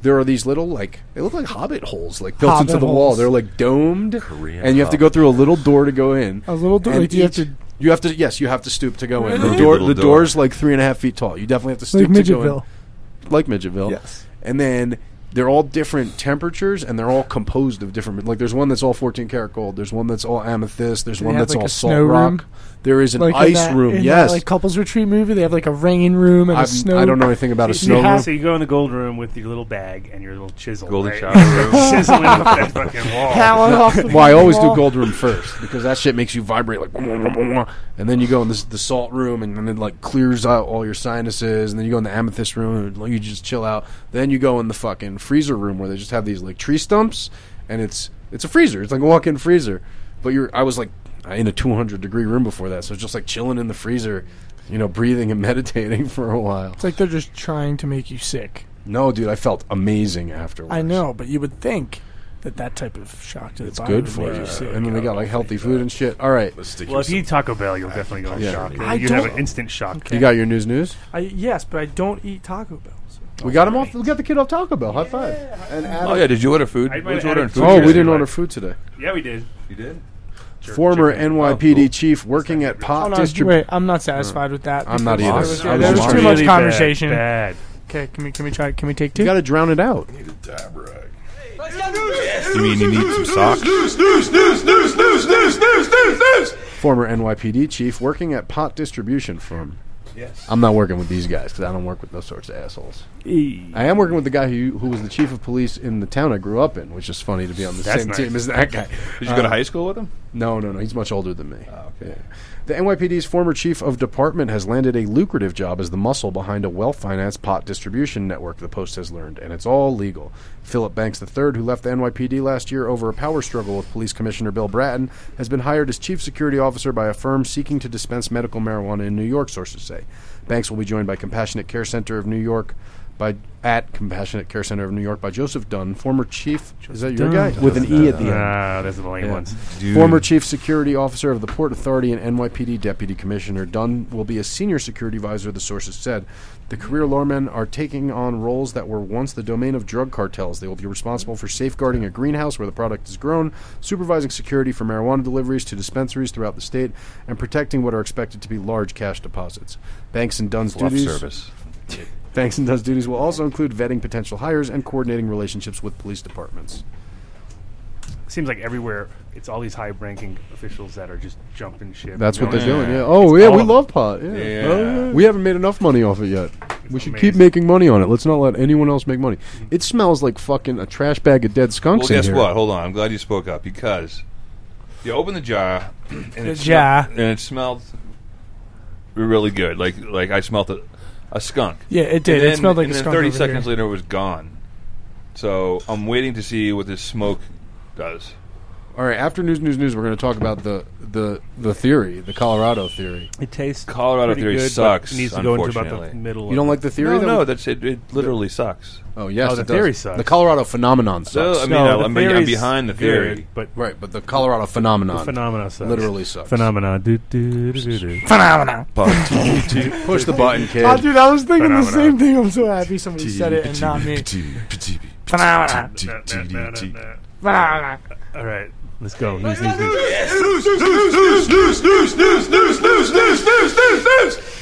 Speaker 4: there are these little like they look like hobbit holes, like built
Speaker 7: Hobbit
Speaker 4: into the wall.
Speaker 7: holes.
Speaker 4: They're like domed,
Speaker 6: Korean
Speaker 4: and you have to go through a little door to go in.
Speaker 7: A little door.
Speaker 4: And
Speaker 7: Like, do you have
Speaker 4: each-
Speaker 7: to
Speaker 4: You have to. Yes, you have to stoop to go in. The
Speaker 6: Really?
Speaker 4: door.
Speaker 6: Little
Speaker 4: The
Speaker 6: door.
Speaker 4: door's like three and a half feet tall. You definitely have to
Speaker 7: like
Speaker 4: stoop to go in
Speaker 7: Midgetville.
Speaker 4: like Midgetville.
Speaker 7: Yes.
Speaker 4: And then they're all different temperatures, and they're all composed of different. Like there's one that's all 14 karat gold. There's one that's all amethyst. There's
Speaker 7: Do they
Speaker 4: one
Speaker 7: have,
Speaker 4: that's
Speaker 7: like,
Speaker 4: all
Speaker 7: a
Speaker 4: salt
Speaker 7: snow
Speaker 4: rock.
Speaker 7: room?
Speaker 4: There is an
Speaker 7: Like in
Speaker 4: ice
Speaker 7: that-
Speaker 4: room.
Speaker 7: in
Speaker 4: yes.
Speaker 7: that, like couples retreat movie. They have like a rain room and a
Speaker 4: I've-
Speaker 7: snow.
Speaker 4: I don't know anything about a
Speaker 3: So you,
Speaker 4: snow
Speaker 3: have-
Speaker 4: room.
Speaker 3: so you go in the gold room with your little bag and your little chisel.
Speaker 5: Golden
Speaker 3: right?
Speaker 5: shower room.
Speaker 3: Chiseling off that fucking wall.
Speaker 7: Pallet off the
Speaker 4: Well, I always do
Speaker 7: wall.
Speaker 4: gold room first because that shit makes you vibrate like, and then you go in this, the salt room and then it like clears out all your sinuses, and then you go in the amethyst room and like, you just chill out. Then you go in the fucking freezer room where they just have these like tree stumps, and it's it's a freezer. It's like a walk-in freezer, but you're I was like in a 200 degree room before that, so it's just like chilling in the freezer, you know, breathing and meditating for a while.
Speaker 7: It's like they're just trying to make you sick.
Speaker 4: No, dude, I felt amazing afterwards.
Speaker 7: I know, but you would think that that type of shock to the
Speaker 4: It's
Speaker 7: body
Speaker 4: good
Speaker 7: would
Speaker 4: for
Speaker 7: make you.
Speaker 4: you.
Speaker 7: sick.
Speaker 4: And then they got like healthy food and shit. All right.
Speaker 6: Let's stick
Speaker 3: Well,
Speaker 6: you
Speaker 3: if you eat
Speaker 6: some-
Speaker 3: Taco Bell, you'll definitely go in
Speaker 6: Yeah.
Speaker 3: shock.
Speaker 7: I
Speaker 3: You'd have
Speaker 7: don't-
Speaker 3: an instant shock.
Speaker 4: You got your news news?
Speaker 7: I, yes, but I don't eat Taco Bell. So.
Speaker 4: We got him off. We got the kid off Taco Bell. High five. And Adam,
Speaker 5: Oh yeah, did you order food?
Speaker 3: I might
Speaker 5: What was
Speaker 3: have
Speaker 5: ordering
Speaker 3: added
Speaker 5: food?
Speaker 3: food
Speaker 4: Oh, we
Speaker 3: Yeah.
Speaker 4: didn't order food today.
Speaker 3: Yeah, we did.
Speaker 5: You did?
Speaker 3: Jerk
Speaker 5: Oh,
Speaker 4: Former
Speaker 3: chicken.
Speaker 4: NYPD chief working at
Speaker 7: Oh,
Speaker 4: pot
Speaker 7: no,
Speaker 4: distribution.
Speaker 7: wait, I'm not satisfied with that.
Speaker 4: I'm not
Speaker 7: because
Speaker 4: either.
Speaker 7: There was, there
Speaker 4: I was
Speaker 7: was
Speaker 4: just
Speaker 7: too
Speaker 4: really
Speaker 7: much conversation.
Speaker 3: Bad.
Speaker 7: Okay, can we can we try? Can we take two?
Speaker 4: You got to drown it out.
Speaker 6: Need a dab rag.
Speaker 5: You mean you need some socks?
Speaker 4: Former NYPD chief working at pot distribution firm.
Speaker 5: Yes.
Speaker 4: I'm not working with these guys because I don't work with those sorts of assholes.
Speaker 3: E-
Speaker 4: I am working with the guy who who was the chief of police in the town I grew up in, which is funny to be on the
Speaker 3: That's
Speaker 4: same
Speaker 3: nice.
Speaker 4: team as that guy. Uh,
Speaker 5: Did you go to high school with him? Ah,
Speaker 4: No, no, no. He's much older than me. Yeah. The NYPD's former chief of department has landed a lucrative job as the muscle behind a well financed pot distribution network, the Post has learned, and it's all legal. Philip Banks III, who left the NYPD last year over a power struggle with Police Commissioner Bill Bratton, has been hired as chief security officer by a firm seeking to dispense medical marijuana in New York, sources say. Banks will be joined by Compassionate Care Center of New York. By at Compassionate Care Center of New York by Joseph Dunn, former chief. is that your guy with an E at the end?
Speaker 3: Ah, those are the lame
Speaker 4: Yeah.
Speaker 3: ones.
Speaker 4: Former Chief Security Officer of the Port Authority and NYPD Deputy Commissioner Dunn will be a senior security advisor, the sources said. The career lawmen are taking on roles that were once the domain of drug cartels. They will be responsible for safeguarding a greenhouse where the product is grown, supervising security for marijuana deliveries to dispensaries throughout the state, and protecting what are expected to be large cash deposits. Banks and Dunn's
Speaker 5: Love
Speaker 4: duties.
Speaker 5: service.
Speaker 4: Banks and Dunn's duties will also include vetting potential hires and coordinating relationships with police departments.
Speaker 3: Seems like everywhere it's all these high-ranking officials that are just jumping ship.
Speaker 4: That's what
Speaker 3: You
Speaker 4: they're
Speaker 3: know?
Speaker 4: doing. Yeah. Oh, yeah.
Speaker 3: all
Speaker 4: We
Speaker 3: of
Speaker 4: love pot. Yeah.
Speaker 5: Yeah.
Speaker 4: Oh, yeah. We haven't made enough money off it yet. we should keep
Speaker 3: amazing.
Speaker 4: making money on it. Let's not let anyone else make money. It smells like fucking a trash bag of dead
Speaker 5: Well,
Speaker 4: skunks in
Speaker 5: guess
Speaker 4: here.
Speaker 5: what? Hold on. I'm glad you spoke up because you open the jar and
Speaker 7: The
Speaker 5: it smel-
Speaker 7: jar.
Speaker 5: and it smelled really good. Like like I smelt a, a skunk.
Speaker 7: Yeah, it did.
Speaker 5: And then-
Speaker 7: it smelled like
Speaker 5: and
Speaker 7: a
Speaker 5: then
Speaker 7: skunk.
Speaker 5: Thirty
Speaker 7: over
Speaker 5: seconds
Speaker 7: here.
Speaker 5: later, it was gone. So I'm waiting to see what this smoke does.
Speaker 4: All right, after news, news, news, we're going to talk about the the the theory, the Colorado theory.
Speaker 3: It tastes
Speaker 5: Colorado
Speaker 3: pretty
Speaker 5: theory
Speaker 3: good, but
Speaker 5: sucks,
Speaker 3: It needs to go into about the
Speaker 5: unfortunately.
Speaker 3: middle.
Speaker 4: You don't like the theory?
Speaker 5: no,
Speaker 4: that
Speaker 5: no,
Speaker 4: we-
Speaker 5: that's it. It literally sucks.
Speaker 4: oh yes,
Speaker 3: Oh, the
Speaker 4: it does.
Speaker 3: theory sucks.
Speaker 4: The Colorado phenomenon
Speaker 5: So,
Speaker 4: sucks.
Speaker 5: I mean,
Speaker 3: No,
Speaker 5: I'll-
Speaker 3: the
Speaker 5: I'm, be- I'm
Speaker 3: theory's
Speaker 5: behind the theory.
Speaker 3: good, but
Speaker 4: right, but the Colorado phenomenon.
Speaker 3: phenomena sucks.
Speaker 4: Literally sucks.
Speaker 3: Phenomena. Do, do, do, do, do.
Speaker 7: Phenomenal.
Speaker 4: Push the button, kid.
Speaker 7: Oh, dude, I was thinking the
Speaker 3: Phenomenal.
Speaker 7: same thing. I'm so happy somebody said it and not me. Phenomenal. Phenomenal.
Speaker 3: All right, let's go. News, news, news.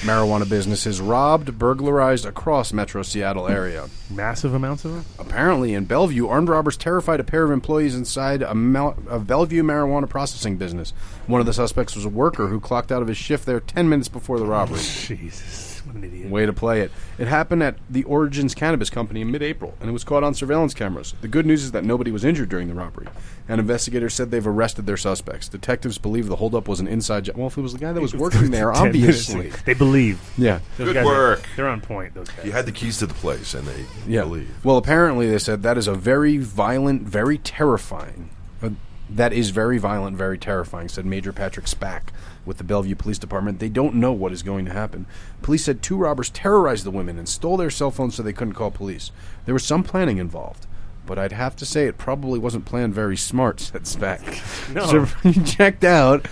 Speaker 4: Marijuana business is robbed, burglarized across Metro Seattle area.
Speaker 3: Massive amounts of them.
Speaker 4: Apparently, in Bellevue, armed robbers terrified a pair of employees inside a, Mel- a Bellevue marijuana processing business. One of the suspects was a worker who clocked out of his shift there 10 minutes before the robbery.
Speaker 3: Jesus, what an idiot.
Speaker 4: Way to play it. It happened at the Origins Cannabis Company in mid April, and it was caught on surveillance cameras. The good news is that nobody was injured during the robbery, and investigators said they've arrested their suspects. Detectives believe the holdup was an inside job. Well, if it was the guy that was working there,
Speaker 3: Ten minutes.
Speaker 4: obviously.
Speaker 3: they believe.
Speaker 4: Yeah.
Speaker 3: Those
Speaker 6: Good
Speaker 3: guys are-
Speaker 6: work.
Speaker 3: they're on point. Those guys.
Speaker 6: You had the keys to the place, and they
Speaker 4: Yeah.
Speaker 6: believe.
Speaker 4: Well, apparently they said that is a very violent, very terrifying. Uh, that is very violent, very terrifying, said Major Patrick Spack with the Bellevue Police Department. They don't know what is going to happen. Police said two robbers terrorized the women and stole their cell phones so they couldn't call police. There was some planning involved. But I'd have to say it probably wasn't planned very smart, said Spack.
Speaker 3: No.
Speaker 4: So he checked out,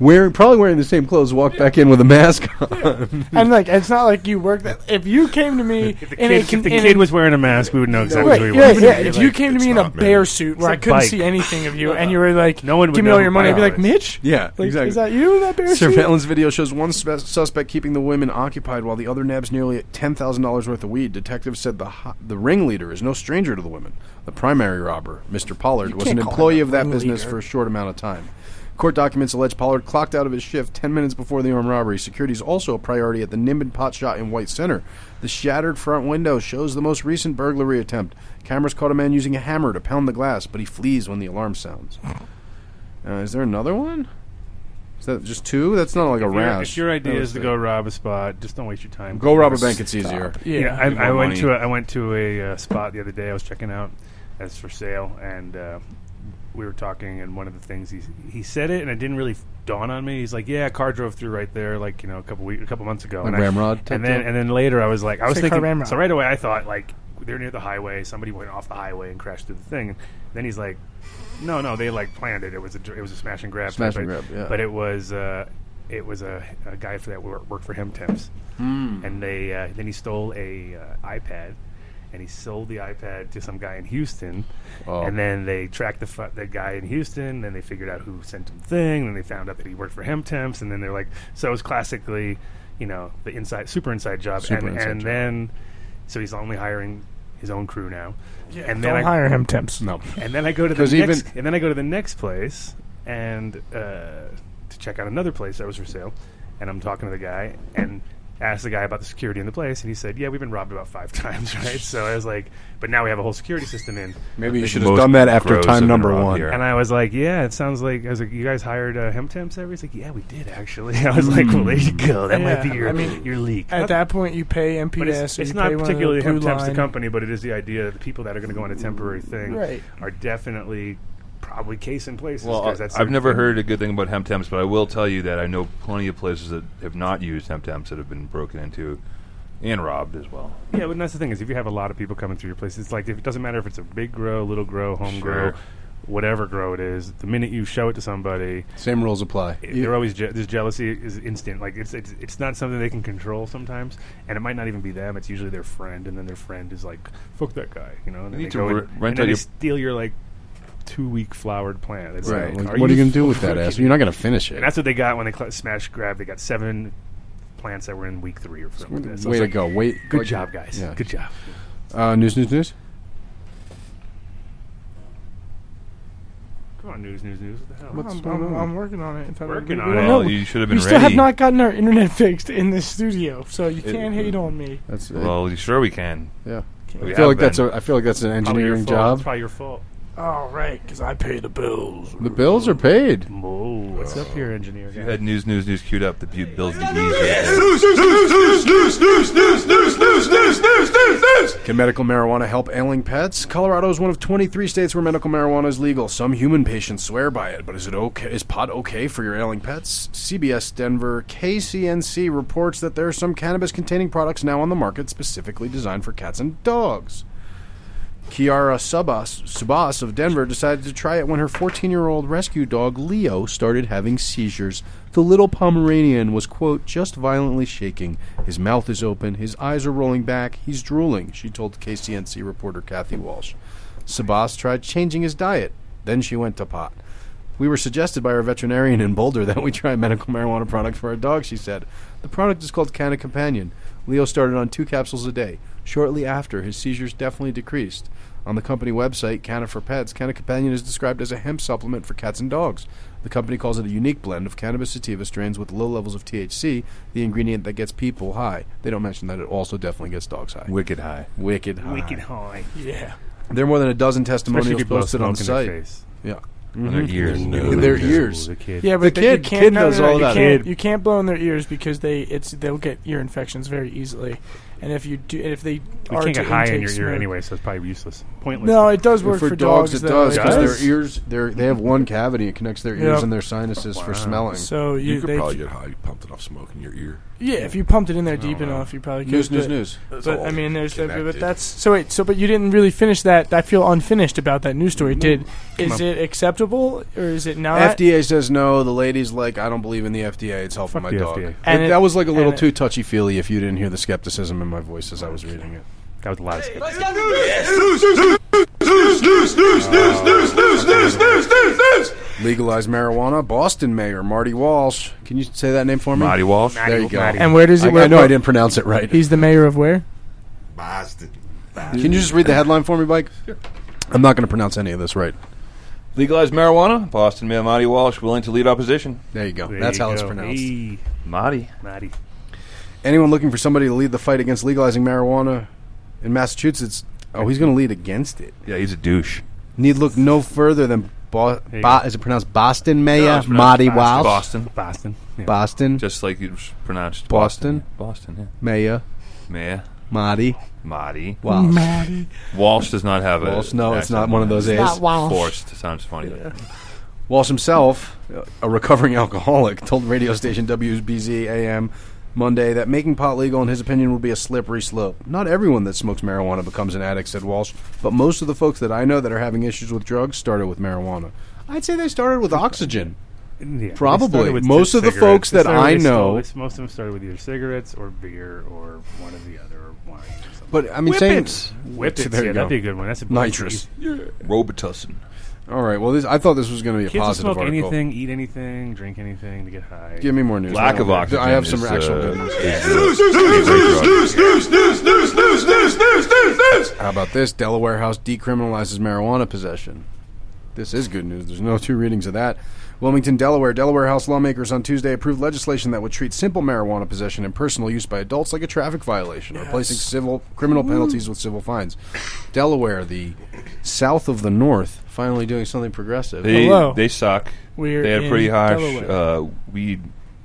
Speaker 4: wearing probably wearing the same clothes, walked back in with a mask on.
Speaker 7: And like, it's not like you work that. If you came to me,
Speaker 3: If the
Speaker 7: in
Speaker 3: kid,
Speaker 7: a
Speaker 3: if
Speaker 7: con-
Speaker 3: the
Speaker 7: in
Speaker 3: kid
Speaker 7: a-
Speaker 3: was wearing a mask, we would know exactly
Speaker 7: Right,
Speaker 3: who he
Speaker 7: yeah,
Speaker 3: was.
Speaker 7: yeah. If you
Speaker 6: like,
Speaker 7: came to me
Speaker 6: it's
Speaker 7: in a
Speaker 6: not
Speaker 7: bear
Speaker 6: me.
Speaker 7: suit where
Speaker 3: a
Speaker 7: I couldn't
Speaker 3: bike.
Speaker 7: see anything of you, and you were like,
Speaker 3: No one would
Speaker 7: give me
Speaker 3: know
Speaker 7: all
Speaker 3: who
Speaker 7: your money," I'd be
Speaker 3: Bio
Speaker 7: like,
Speaker 3: is.
Speaker 7: "Mitch,
Speaker 4: Yeah,
Speaker 7: like,
Speaker 4: exactly.
Speaker 7: Is that you in that bear suit?"
Speaker 4: Surveillance video shows one spe- suspect keeping the women occupied while the other nabs nearly $10,000 worth of weed. Detectives said the ho- the ringleader is no stranger to the women. The primary robber, Mr. Pollard, was an
Speaker 7: can't call
Speaker 4: employee
Speaker 7: him a
Speaker 4: of that business
Speaker 7: ringleader.
Speaker 4: for a short amount of time. Court documents allege Pollard clocked out of his shift 10 minutes before the armed robbery. Security is also a priority at the Nimbin Pot Shot in White Center. The shattered front window shows the most recent burglary attempt. Cameras caught a man using a hammer to pound the glass, but he flees when the alarm sounds. Uh, is there another one? Is that just two? That's not like a
Speaker 3: If your-
Speaker 4: round.
Speaker 3: If your idea is to go rob a spot, just don't waste your time.
Speaker 4: go rob a bank, it's easier.
Speaker 3: Yeah,
Speaker 5: give
Speaker 3: I, I
Speaker 5: more
Speaker 3: went
Speaker 5: money.
Speaker 3: to a, I went to a uh, spot the other day. I was checking out that's for sale, and uh, we were talking. And one of the things he he said it, and it didn't really dawn on me. He's like, "Yeah, a car drove through right there, like you know, a couple week, a couple months ago."
Speaker 4: Like
Speaker 3: and I-
Speaker 4: Ramrod type
Speaker 3: and then
Speaker 4: deal?
Speaker 3: and then later, I was like, I was
Speaker 7: like
Speaker 3: thinking.
Speaker 7: car Ramrod.
Speaker 3: So right away, I thought like they're near the highway. Somebody went off the highway and crashed through the thing. And then he's like, "No, no, they like planned it. It was a dr- it was a smash and grab.
Speaker 4: Smash
Speaker 3: type,
Speaker 4: and
Speaker 3: but-
Speaker 4: grab, yeah.
Speaker 3: But it was uh, it was a, a guy for that wor- worked for him, Temps
Speaker 4: Hmm.
Speaker 3: and they uh, then he stole a uh, iPad, and he sold the iPad to some guy in Houston,
Speaker 4: Oh.
Speaker 3: and then they tracked the fu- the guy in Houston, then they figured out who sent him the thing, then they found out that he worked for Hemtemps, and then they're like, so it was classically, you know, the inside super inside job,
Speaker 4: Super
Speaker 3: and
Speaker 4: inside
Speaker 3: and
Speaker 4: job.
Speaker 3: then so he's only hiring his own crew now, yeah, and
Speaker 7: Don't
Speaker 3: I,
Speaker 7: hire him, temps.
Speaker 4: No.
Speaker 3: and then I go to the
Speaker 4: 'Cause
Speaker 3: next,
Speaker 4: even-
Speaker 3: and then I go to the next place and uh, to check out another place that was for sale. And I'm talking to the guy and asked the guy about the security in the place, and he said, "Yeah, we've been robbed about five times, right?" So I was like, "But now we have a whole security system in."
Speaker 4: Maybe you should have
Speaker 5: most
Speaker 4: done that after
Speaker 5: grows have
Speaker 4: time
Speaker 5: been
Speaker 4: number
Speaker 5: robbed
Speaker 4: one.
Speaker 5: here.
Speaker 3: And I was like, "Yeah, it sounds like." I was like, "You guys hired uh, Hemtemps there?" He's like, "Yeah, we did actually." I was like, "Well, there you go. That might
Speaker 7: Yeah,
Speaker 3: be your
Speaker 7: I mean,
Speaker 3: your leak."
Speaker 7: At that point, you pay MPS.
Speaker 3: But it's,
Speaker 7: or
Speaker 3: it's
Speaker 7: you
Speaker 3: not
Speaker 7: pay one of
Speaker 3: particularly
Speaker 7: the blue
Speaker 3: Hemtemps the
Speaker 7: line.
Speaker 3: company, but it is the idea that the people that are going to go on a temporary thing
Speaker 7: Right.
Speaker 3: are definitely probably case in places.
Speaker 5: Well,
Speaker 3: 'cause that's
Speaker 5: I've
Speaker 3: their
Speaker 5: never
Speaker 3: thing.
Speaker 5: heard a good thing about hemp temps, but I will tell you that I know plenty of places that have not used hemp temps that have been broken into and robbed as well.
Speaker 3: Yeah, but that's the thing is if you have a lot of people coming through your place, it's like if it doesn't matter if it's a big grow, little grow, home grow,
Speaker 5: Sure.
Speaker 3: whatever grow it is. The minute you show it to somebody,
Speaker 4: Same rules apply.
Speaker 3: it- they're always je- this jealousy is instant. Like it's it's it's not something they can control sometimes, and it might not even be them. It's usually their friend, and then their friend is like, "Fuck that guy," you know. And then
Speaker 5: need
Speaker 3: they
Speaker 5: to
Speaker 3: go
Speaker 5: re-
Speaker 3: and,
Speaker 5: rent
Speaker 3: and
Speaker 5: out
Speaker 3: then they
Speaker 5: your-
Speaker 3: steal your like two week flowered plant. It's
Speaker 4: Right.
Speaker 3: like,
Speaker 4: like, what are you going to do with that
Speaker 3: fucking-
Speaker 4: ass? You're not going to finish it.
Speaker 3: And that's what they got when they cl- smash grab. They got seven plants that were in week three or something. Like that. So
Speaker 4: Way
Speaker 3: it's
Speaker 4: to
Speaker 3: like,
Speaker 4: go. Wait.
Speaker 3: Good
Speaker 4: like-
Speaker 3: job, guys.
Speaker 4: Yeah.
Speaker 3: Good job.
Speaker 4: Uh, news, news, news.
Speaker 3: Come on, news, news, news. What the hell?
Speaker 4: What's-
Speaker 7: I'm, I'm- I'm working on it. I thought
Speaker 3: Working
Speaker 7: we-
Speaker 3: on
Speaker 7: we
Speaker 3: it.
Speaker 7: don't
Speaker 5: Well,
Speaker 7: know.
Speaker 5: you should have
Speaker 7: We
Speaker 5: been
Speaker 7: still have
Speaker 5: ready.
Speaker 7: not gotten our internet fixed in this studio, so you can't hate on me.
Speaker 4: That's it.
Speaker 5: Well, you sure we can.
Speaker 4: yeah.
Speaker 5: We
Speaker 4: I feel
Speaker 5: have
Speaker 4: like that's
Speaker 5: been.
Speaker 4: a. I feel like that's an
Speaker 3: Probably your
Speaker 4: engineering
Speaker 3: fault. It's
Speaker 4: job.
Speaker 3: probably your fault.
Speaker 7: All right, because I pay the bills.
Speaker 4: The bills are paid.
Speaker 3: Whoa, what's up here, engineer?
Speaker 5: You
Speaker 3: Guy?
Speaker 5: had news, news, news queued up. The Butte Bills did easy.
Speaker 6: news, news, news, news, news, news, news, news, news, news, news, news.
Speaker 4: Can medical marijuana help ailing pets? Colorado is one of 23 states where medical marijuana is legal. Some human patients swear by it, but is it okay? Is pot okay for your ailing pets? CBS Denver KCNC reports that there are some cannabis-containing products now on the market specifically designed for cats and dogs. Kiara Subas, Subas of Denver decided to try it when her 14 year old rescue dog Leo started having seizures. The little Pomeranian was, quote, just violently shaking. His mouth is open, his eyes are rolling back, he's drooling, she told KCNC reporter Kathy Walsh. Sabas tried changing his diet. Then she went to pot. We were suggested by our veterinarian in Boulder that we try a medical marijuana product for our dog, she said. The product is called Canna Companion. Leo started on two capsules a day. Shortly after, his seizures definitely decreased. On the company website, Canna for Pets, Canna Companion is described as a hemp supplement for cats and dogs. The company calls it a unique blend of cannabis sativa strains with low levels of THC, the ingredient that gets people high. They don't mention that it also definitely gets dogs high.
Speaker 5: Wicked high.
Speaker 4: Wicked high.
Speaker 3: Wicked high.
Speaker 7: Yeah.
Speaker 4: There are more than a dozen
Speaker 3: Especially
Speaker 4: testimonials
Speaker 3: if you blow
Speaker 4: posted on
Speaker 3: smoke in
Speaker 4: site.
Speaker 3: their face.
Speaker 4: Yeah.
Speaker 5: On their
Speaker 6: Mm-hmm.
Speaker 5: ears.
Speaker 4: In their ears.
Speaker 3: Ooh, the kid.
Speaker 7: Yeah, but
Speaker 4: The
Speaker 7: th-
Speaker 4: kid-
Speaker 7: you can't,
Speaker 4: kid
Speaker 7: no, no,
Speaker 4: does
Speaker 7: no,
Speaker 4: all
Speaker 7: you
Speaker 4: that.
Speaker 7: Can't,
Speaker 4: Kid.
Speaker 7: you can't blow in their ears because they it's they'll get ear infections very easily, and if you do, and if they
Speaker 3: You
Speaker 7: are
Speaker 3: can't
Speaker 7: to
Speaker 3: get high in
Speaker 7: intake
Speaker 3: your ear
Speaker 7: smoke-
Speaker 3: anyway, so it's probably useless. Pointless.
Speaker 7: No, it does work
Speaker 4: for, dogs, it
Speaker 7: though.
Speaker 4: does because
Speaker 3: It
Speaker 4: their
Speaker 3: does?
Speaker 4: ears they're, they have one cavity it connects their ears
Speaker 7: Yeah.
Speaker 4: and their sinuses for smelling
Speaker 7: So you,
Speaker 6: You could
Speaker 7: they,
Speaker 6: probably get high pumped enough smoke in your ear.
Speaker 7: yeah, if you pumped it in there deep
Speaker 6: don't know.
Speaker 7: enough, you probably could.
Speaker 4: news news
Speaker 7: but-
Speaker 4: news
Speaker 7: But I mean, there's that, but
Speaker 6: connected.
Speaker 7: that's so wait. So but you didn't really finish that. I feel unfinished about that news
Speaker 3: Mm-hmm.
Speaker 7: story. Did is it acceptable or is it not?
Speaker 4: fda says no the lady's like i don't believe in the fda it's helping
Speaker 3: Fuck
Speaker 4: my
Speaker 3: the
Speaker 4: dog
Speaker 3: FDA.
Speaker 7: And
Speaker 4: It-
Speaker 7: it-
Speaker 4: that was like a little
Speaker 7: and it-
Speaker 4: too touchy-feely if you didn't hear the skepticism in my voice as i was reading it
Speaker 3: That was the last.
Speaker 4: legalize marijuana boston mayor marty walsh can you say that name for me
Speaker 6: Marty Walsh.
Speaker 4: there you go
Speaker 3: Marty.
Speaker 7: And where does
Speaker 4: I,
Speaker 7: it? where,
Speaker 4: I know i didn't pronounce it right
Speaker 7: He's the mayor of where?
Speaker 4: can you just read the headline for me mike i'm not going to pronounce any of this right
Speaker 5: Legalized marijuana. Boston Mayor Monty Walsh willing to lead opposition.
Speaker 4: there you go
Speaker 3: There
Speaker 4: that's
Speaker 3: you
Speaker 4: how it's
Speaker 3: go.
Speaker 4: pronounced
Speaker 3: Hey,
Speaker 5: Marty.
Speaker 3: Marty.
Speaker 4: Anyone looking for somebody to lead the fight against legalizing marijuana in Massachusetts? Oh, he's going to lead against it.
Speaker 5: Yeah, he's a douche.
Speaker 4: Need look no further than Bo-
Speaker 3: Hey.
Speaker 4: Bo- is it pronounced Boston Mayor
Speaker 5: it's pronounced
Speaker 4: Marty Walsh?
Speaker 5: Boston.
Speaker 3: Boston. Yeah.
Speaker 4: Boston
Speaker 5: Just like you was pronounced
Speaker 4: Boston?
Speaker 5: Boston, yeah.
Speaker 4: Mayor
Speaker 5: Mayor
Speaker 4: Marty
Speaker 5: Marty.
Speaker 4: Walsh.
Speaker 5: Walsh does not have a.
Speaker 4: Walsh, no, it's
Speaker 5: accent.
Speaker 4: not one of those A's.
Speaker 5: Forced. Sounds funny.
Speaker 4: Walsh himself, a recovering alcoholic, told radio station WBZ AM Monday that making pot legal, in his opinion, would be a slippery slope. Not everyone that smokes marijuana becomes an addict, said Walsh, but most of the folks that I know that are having issues with drugs started with marijuana. I'd say they started with oxygen.
Speaker 3: Yeah, they
Speaker 4: Probably.
Speaker 3: started with
Speaker 4: Most
Speaker 3: just
Speaker 4: of the
Speaker 3: cigarettes.
Speaker 4: folks
Speaker 3: They
Speaker 4: that
Speaker 3: started
Speaker 4: I
Speaker 3: with-
Speaker 4: know-
Speaker 3: most of them started with either cigarettes or beer or one or the other or wine. Or something.
Speaker 4: But I mean,
Speaker 5: Whippets.
Speaker 4: saying
Speaker 3: Whippets,
Speaker 4: There
Speaker 3: yeah,
Speaker 4: you go.
Speaker 3: that'd be a good one. That's a
Speaker 4: nitrous.
Speaker 5: Robitussin.
Speaker 4: All right. Well, this, I thought this was going to be a
Speaker 3: Kids will
Speaker 4: positive
Speaker 3: smoke
Speaker 4: article.
Speaker 3: anything, eat anything, drink anything to get high.
Speaker 4: Give me more news.
Speaker 5: Lack
Speaker 4: I
Speaker 5: of
Speaker 4: don't-
Speaker 5: oxygen.
Speaker 4: I have some
Speaker 5: is,
Speaker 4: actual
Speaker 5: uh,
Speaker 4: good news.
Speaker 5: is, uh, news, news, news, news, news, news, news, news, news.
Speaker 4: How about this? Delaware House decriminalizes marijuana possession. This is good news. There's no two readings of that. Wilmington, Delaware. Delaware House lawmakers on Tuesday approved legislation that would treat simple marijuana possession and personal use by adults like a traffic violation, replacing civil criminal penalties with civil fines. Delaware, the south of the north, finally doing something progressive.
Speaker 5: They,
Speaker 7: Hello.
Speaker 5: they suck.
Speaker 7: We're
Speaker 5: they had
Speaker 7: in
Speaker 5: pretty harsh
Speaker 7: Delaware.
Speaker 5: uh, weed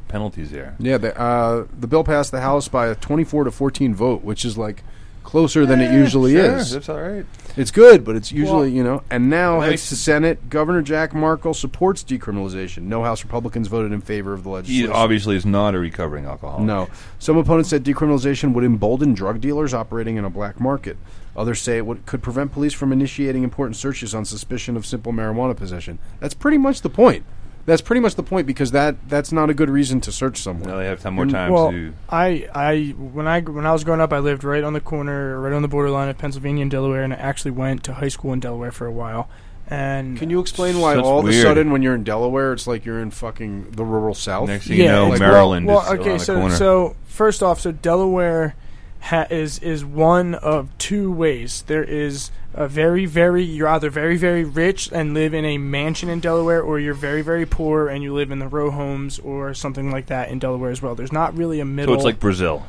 Speaker 5: penalties there.
Speaker 4: Yeah, the, uh, the bill passed the House by a 24 to 14 vote, which is like closer than it usually
Speaker 5: Sure,
Speaker 4: is.
Speaker 5: That's all right.
Speaker 4: It's good, but it's usually, you know. And now
Speaker 5: Let me-
Speaker 4: heads to Senate. Governor Jack Markle supports decriminalization. No House Republicans voted in favor of the
Speaker 5: He
Speaker 4: legislation.
Speaker 5: obviously is not a recovering alcoholic.
Speaker 4: no. Some opponents said decriminalization would embolden drug dealers operating in a black market. Others say it would, could prevent police from initiating important searches on suspicion of simple marijuana possession. That's pretty much the point. That's pretty much the point because that that's not a good reason to search someone.
Speaker 5: Now they have time more time
Speaker 7: Well,
Speaker 5: to.
Speaker 7: I, I when I when I was growing up, I lived right on the corner, right on the borderline of Pennsylvania and Delaware, and I actually went to high school in Delaware for a while. And
Speaker 4: Can you explain why
Speaker 5: That's
Speaker 4: all of a
Speaker 5: weird.
Speaker 4: sudden when you're in Delaware, it's like you're in fucking the rural south?
Speaker 5: Next thing you know,
Speaker 7: it's-
Speaker 5: Maryland
Speaker 7: well,
Speaker 5: is
Speaker 7: well, okay,
Speaker 5: around the
Speaker 7: so,
Speaker 5: corner.
Speaker 7: So first off, so Delaware ha- is is one of two ways. There is a very very you're either very very rich and live in a mansion in Delaware, or you're very very poor and you live in the row homes or something like that in Delaware as well. There's not really a
Speaker 5: so
Speaker 7: middle.
Speaker 5: it's like Brazil.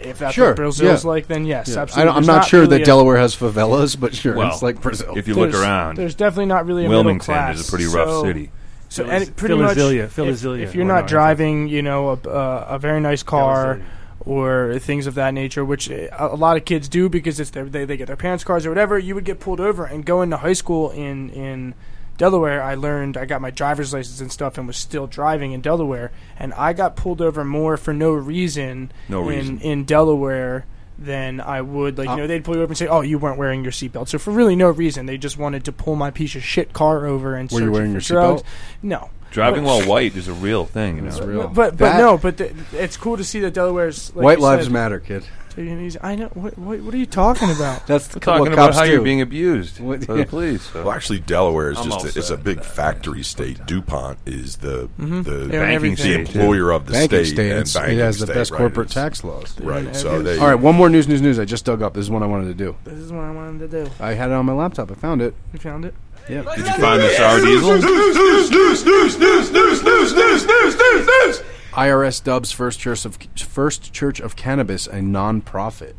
Speaker 7: if that's
Speaker 4: Sure,
Speaker 7: what Brazil's
Speaker 4: yeah.
Speaker 7: like, then yes,
Speaker 4: Yeah.
Speaker 7: absolutely.
Speaker 4: I am
Speaker 7: There's
Speaker 4: not, sure
Speaker 7: really
Speaker 4: that
Speaker 7: a-
Speaker 4: Delaware has favelas, but sure,
Speaker 5: Well,
Speaker 4: it's like Brazil.
Speaker 5: If you look
Speaker 7: there's-
Speaker 5: around,
Speaker 7: There's definitely not really a middle
Speaker 5: Wilmington
Speaker 7: class.
Speaker 5: is a pretty rough
Speaker 7: so-
Speaker 5: city.
Speaker 7: So
Speaker 3: Phil-
Speaker 7: and it pretty much,
Speaker 3: Philasilia,
Speaker 7: if,
Speaker 3: Philasilia,
Speaker 7: if you're
Speaker 3: or
Speaker 7: not
Speaker 3: no,
Speaker 7: driving, you know, a, uh, a very nice car
Speaker 3: Philasilia.
Speaker 7: or things of that nature, which uh, a a lot of kids do because it's their, they they get their parents' cars or whatever. You would get pulled over and go into high school in in Delaware. I learned I got my driver's license and stuff and was still driving in Delaware, and I got pulled over more for no reason
Speaker 5: No
Speaker 7: in
Speaker 5: reason.
Speaker 7: in Delaware. Than I would
Speaker 3: Uh,
Speaker 7: like, you know, they'd pull you over and say, "Oh, you weren't wearing your seatbelt." So for really no reason, they just wanted to pull my piece of shit car over and
Speaker 4: Were you
Speaker 7: search it
Speaker 4: wearing
Speaker 7: for
Speaker 4: your
Speaker 7: drugs.
Speaker 4: seatbelt?
Speaker 7: No,
Speaker 5: Driving while white is a real thing. You know?
Speaker 4: It's real.
Speaker 7: but but
Speaker 4: That-
Speaker 7: no, but the, it's cool to see that Delaware's like
Speaker 4: White
Speaker 7: you
Speaker 4: lives
Speaker 7: said,
Speaker 4: matter, kid.
Speaker 7: taking it easy. I know. What, what, what are you talking about?
Speaker 4: That's the
Speaker 5: We're talking
Speaker 4: what
Speaker 5: about
Speaker 4: cops
Speaker 5: how
Speaker 4: do.
Speaker 5: you're being abused
Speaker 4: What-
Speaker 5: by
Speaker 4: yeah.
Speaker 5: the police. so.
Speaker 6: Well, actually, Delaware is
Speaker 5: I'm all
Speaker 6: just a, it's a
Speaker 5: set.
Speaker 6: big factory state. DuPont is the
Speaker 4: Mm-hmm.
Speaker 6: the,
Speaker 7: They're
Speaker 5: Banking
Speaker 7: in
Speaker 6: the
Speaker 7: everything.
Speaker 5: state.
Speaker 6: employer of the
Speaker 4: banking
Speaker 6: state,
Speaker 4: state.
Speaker 6: and
Speaker 4: it's-
Speaker 6: banking
Speaker 4: it has the
Speaker 6: state,
Speaker 4: best
Speaker 6: right?
Speaker 4: corporate
Speaker 6: It's-
Speaker 4: tax laws.
Speaker 6: Right.
Speaker 7: in
Speaker 6: So
Speaker 7: everything.
Speaker 6: they,
Speaker 4: All right, one more news, news, news. I just dug up. This is one I wanted to do.
Speaker 7: This is what I wanted to do.
Speaker 4: I had it on my laptop. I found it.
Speaker 7: You found it.
Speaker 4: Yeah.
Speaker 5: Did you find the sour diesel?
Speaker 4: IRS dubs First Church of First Church of Cannabis a nonprofit.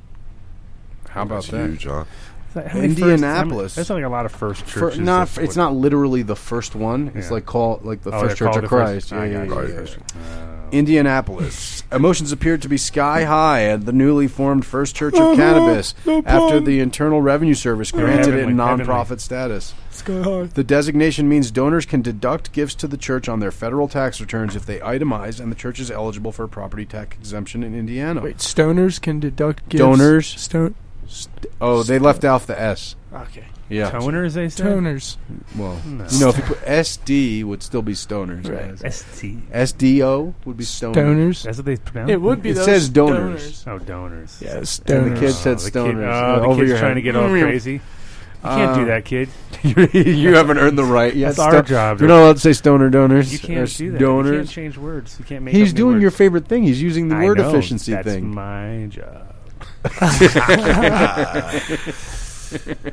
Speaker 4: How about
Speaker 6: That's
Speaker 4: that?
Speaker 6: huge, huh?
Speaker 3: It's like, how many firsts- how many-
Speaker 4: Indianapolis.
Speaker 3: That's not like a lot of first
Speaker 4: For,
Speaker 3: churches.
Speaker 4: not,
Speaker 3: that
Speaker 4: it's
Speaker 3: would-
Speaker 4: not literally the first one. It's
Speaker 3: Yeah.
Speaker 4: like call like the
Speaker 3: Oh,
Speaker 4: First Church
Speaker 3: they're called
Speaker 4: of
Speaker 3: the
Speaker 4: Christ.
Speaker 3: First-
Speaker 4: Yeah,
Speaker 3: I
Speaker 4: yeah,
Speaker 3: got
Speaker 4: yeah,
Speaker 3: you.
Speaker 4: yeah.
Speaker 6: Christ.
Speaker 4: Indianapolis. Emotions appeared to be sky high at the newly formed First Church
Speaker 3: Uh-huh.
Speaker 4: of Cannabis after the Internal Revenue Service granted it
Speaker 3: heavenly,
Speaker 4: nonprofit
Speaker 3: heavenly.
Speaker 4: status.
Speaker 7: Sky high.
Speaker 4: The designation means donors can deduct gifts to the church on their federal tax returns if they itemize, and the church is eligible for property tax exemption in Indiana.
Speaker 7: Wait, stoners can deduct gifts.
Speaker 4: Donors.
Speaker 7: Stone.
Speaker 4: Oh, they left off the S.
Speaker 7: Okay.
Speaker 4: Yeah.
Speaker 3: Toners, they say? Hmm.
Speaker 7: Stoners.
Speaker 4: Well, you know, if you put SD, would still be stoners.
Speaker 7: Right.
Speaker 3: ST.
Speaker 4: SDO would be stoners.
Speaker 7: Donors.
Speaker 3: That's what they pronounce
Speaker 7: It would be.
Speaker 4: It
Speaker 7: those
Speaker 4: says donors.
Speaker 3: Oh, donors.
Speaker 7: Yeah,
Speaker 4: And the
Speaker 7: stoners.
Speaker 4: kid said
Speaker 3: the kid-
Speaker 4: stoners.
Speaker 3: oh, the
Speaker 4: over
Speaker 3: kid's
Speaker 4: your
Speaker 3: trying to
Speaker 4: head. Uh,
Speaker 3: get all crazy. You can't do that, kid.
Speaker 4: you haven't earned the right. Yeah,
Speaker 3: That's our job.
Speaker 4: You're not allowed to say stoner donors.
Speaker 3: You can't
Speaker 4: or
Speaker 3: do that. You can't
Speaker 4: Donors.
Speaker 3: change words. You can't make.
Speaker 4: He's
Speaker 3: up new
Speaker 4: doing
Speaker 3: words.
Speaker 4: your favorite thing. He's using the
Speaker 3: I
Speaker 4: word
Speaker 3: know,
Speaker 4: efficiency
Speaker 3: that's
Speaker 4: thing.
Speaker 3: my job.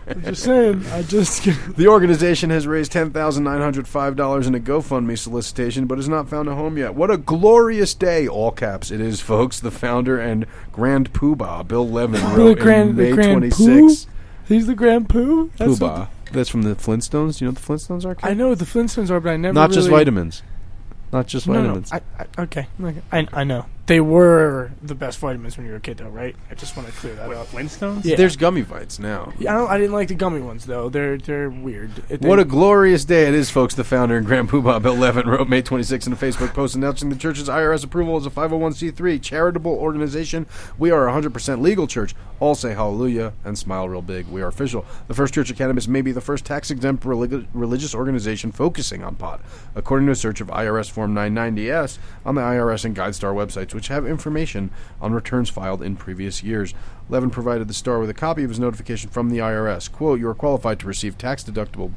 Speaker 7: I'm just saying. I just.
Speaker 4: The organization has raised $10,905 in a GoFundMe solicitation, but has not found a home yet. What a glorious day, all caps, it is, folks. The founder and grand poobah, Bill Levin, wrote in
Speaker 7: grand- the
Speaker 4: May
Speaker 7: grand
Speaker 4: 26.
Speaker 7: He's the grand poo. That's what
Speaker 4: Poobah. That's from the Flintstones. You know what the Flintstones are?
Speaker 7: the- I know what the Flintstones are, but I never.
Speaker 4: Not just
Speaker 7: really-
Speaker 4: vitamins. Not just
Speaker 7: No, no.
Speaker 4: vitamins.
Speaker 7: I, I, okay. okay. I, I know they were the best vitamins when you were a kid, though, right? I just want to clear that up.
Speaker 3: Flintstones.
Speaker 7: Yeah.
Speaker 4: There's gummy bites now.
Speaker 7: Yeah, I don't. I didn't like the gummy ones though. They're they're weird. It-
Speaker 4: What
Speaker 7: they-
Speaker 4: a glorious day it is, folks. The founder and Grand Poobah Bill Levin wrote May 26 in a Facebook post announcing the church's IRS approval as a 501c3 charitable organization. We are a 100% legal church. All say hallelujah and smile real big. We are official. The First Church of Cannabis may be the first tax exempt relig- religious organization focusing on pot, according to a search of IRS Form 990S on the IRS and GuideStar websites, which have information on returns filed in previous years. Levin provided the star with a copy of his notification from the IRS. Quote, you are qualified to receive tax deductible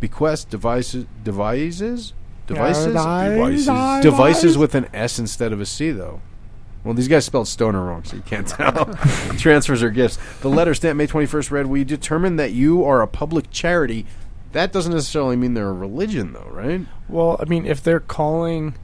Speaker 4: bequest devices devices devices
Speaker 6: Devices.
Speaker 4: devices with an S instead of a C though. Well, these guys spelled stoner wrong, so you can't tell. Transfers or gifts. The letter stamped May 21st read, We determine that you are a public charity. That doesn't necessarily mean they're a religion, though, right?
Speaker 7: Well, I mean, if they're calling,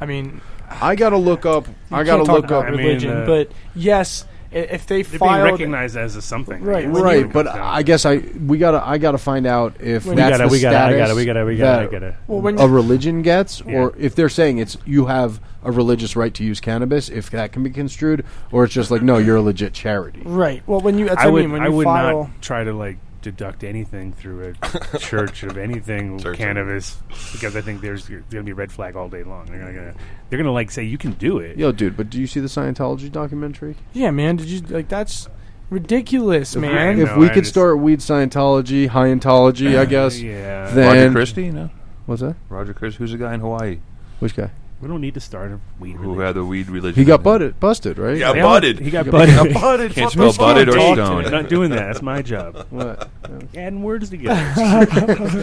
Speaker 7: I mean,
Speaker 4: I got to look up. I
Speaker 7: you
Speaker 4: got to
Speaker 7: can't talk
Speaker 4: look
Speaker 7: about
Speaker 4: up.
Speaker 3: I mean,
Speaker 7: religion,
Speaker 3: uh,
Speaker 7: but yes, i- if they
Speaker 3: They're being
Speaker 7: filed,
Speaker 3: recognized as a something.
Speaker 7: Right, when
Speaker 4: Right,
Speaker 7: you-
Speaker 4: but I guess I we gotta I gotta find out if
Speaker 7: When you-
Speaker 4: that's
Speaker 3: gotta-
Speaker 4: the
Speaker 3: we gotta- I
Speaker 4: status
Speaker 3: gotta- we gotta- we
Speaker 4: that
Speaker 3: gotta- I gotta.
Speaker 7: Well, when
Speaker 4: a
Speaker 7: you-
Speaker 4: religion gets,
Speaker 3: Yeah.
Speaker 4: or if they're saying it's you have a religious right to use cannabis, if that can be construed, or it's just like no, you're a legit charity.
Speaker 7: right? Well, when you, that's
Speaker 3: I
Speaker 7: what I
Speaker 3: would.
Speaker 7: mean, when
Speaker 3: I
Speaker 7: you
Speaker 3: would
Speaker 7: file,
Speaker 3: not try to like deduct anything through a church of anything
Speaker 6: Church of-
Speaker 3: cannabis because I think there's going to be a red flag all day long. They're going to they're going to like say you can do it.
Speaker 4: Yo, dude, but do you see the Scientology documentary?
Speaker 7: yeah, man, did you like that's ridiculous, man?
Speaker 3: No,
Speaker 4: if we
Speaker 3: I
Speaker 4: could
Speaker 3: understand.
Speaker 4: start weed Scientology, Highontology, I guess.
Speaker 3: Yeah.
Speaker 5: Roger
Speaker 4: Then
Speaker 5: Christie? No.
Speaker 4: what's that?
Speaker 5: Roger Christie, who's the guy in Hawaii
Speaker 4: Which guy?
Speaker 3: we don't need to start a weed.
Speaker 5: who
Speaker 3: religion.
Speaker 5: had the weed religion?
Speaker 4: He got butted, busted, right?
Speaker 6: Yeah,
Speaker 3: They all-
Speaker 6: butted.
Speaker 3: He got butted.
Speaker 6: butted.
Speaker 5: Can't
Speaker 6: fuck
Speaker 5: spell
Speaker 6: the
Speaker 5: butted or
Speaker 6: fuck.
Speaker 3: Talk to me.
Speaker 5: stoned.
Speaker 3: I'm not doing that. That's my job.
Speaker 4: What?
Speaker 3: Adding words together.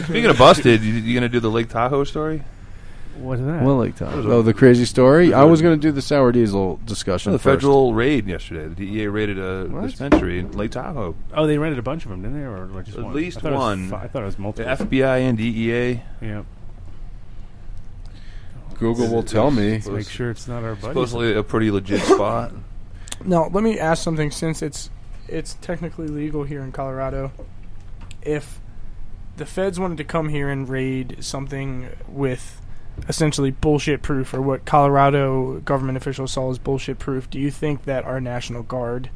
Speaker 5: Speaking of busted, you, you gonna do the Lake Tahoe story?
Speaker 3: What's that?
Speaker 4: Well, like Tom. Oh, the crazy story. I was going to do the sour diesel discussion.
Speaker 5: Oh, The
Speaker 4: first.
Speaker 5: federal raid yesterday. The DEA raided a
Speaker 4: What?
Speaker 5: dispensary in Lake Tahoe.
Speaker 3: oh, they rented a bunch of them, didn't they? Or, or just
Speaker 5: At
Speaker 3: one?
Speaker 5: least
Speaker 3: I thought it was
Speaker 5: one.
Speaker 3: fi- I thought it was
Speaker 5: The
Speaker 3: multiple.
Speaker 5: FBI and E DEA.
Speaker 3: yeah.
Speaker 4: Google will tell me.
Speaker 3: Make sure it's not our buddies.
Speaker 5: Supposedly a pretty legit spot.
Speaker 7: Now, let me ask something since it's it's technically legal here in Colorado. If the feds wanted to come here and raid something with essentially bullshit proof, or what Colorado government officials saw as bullshit proof, do you think that our National Guard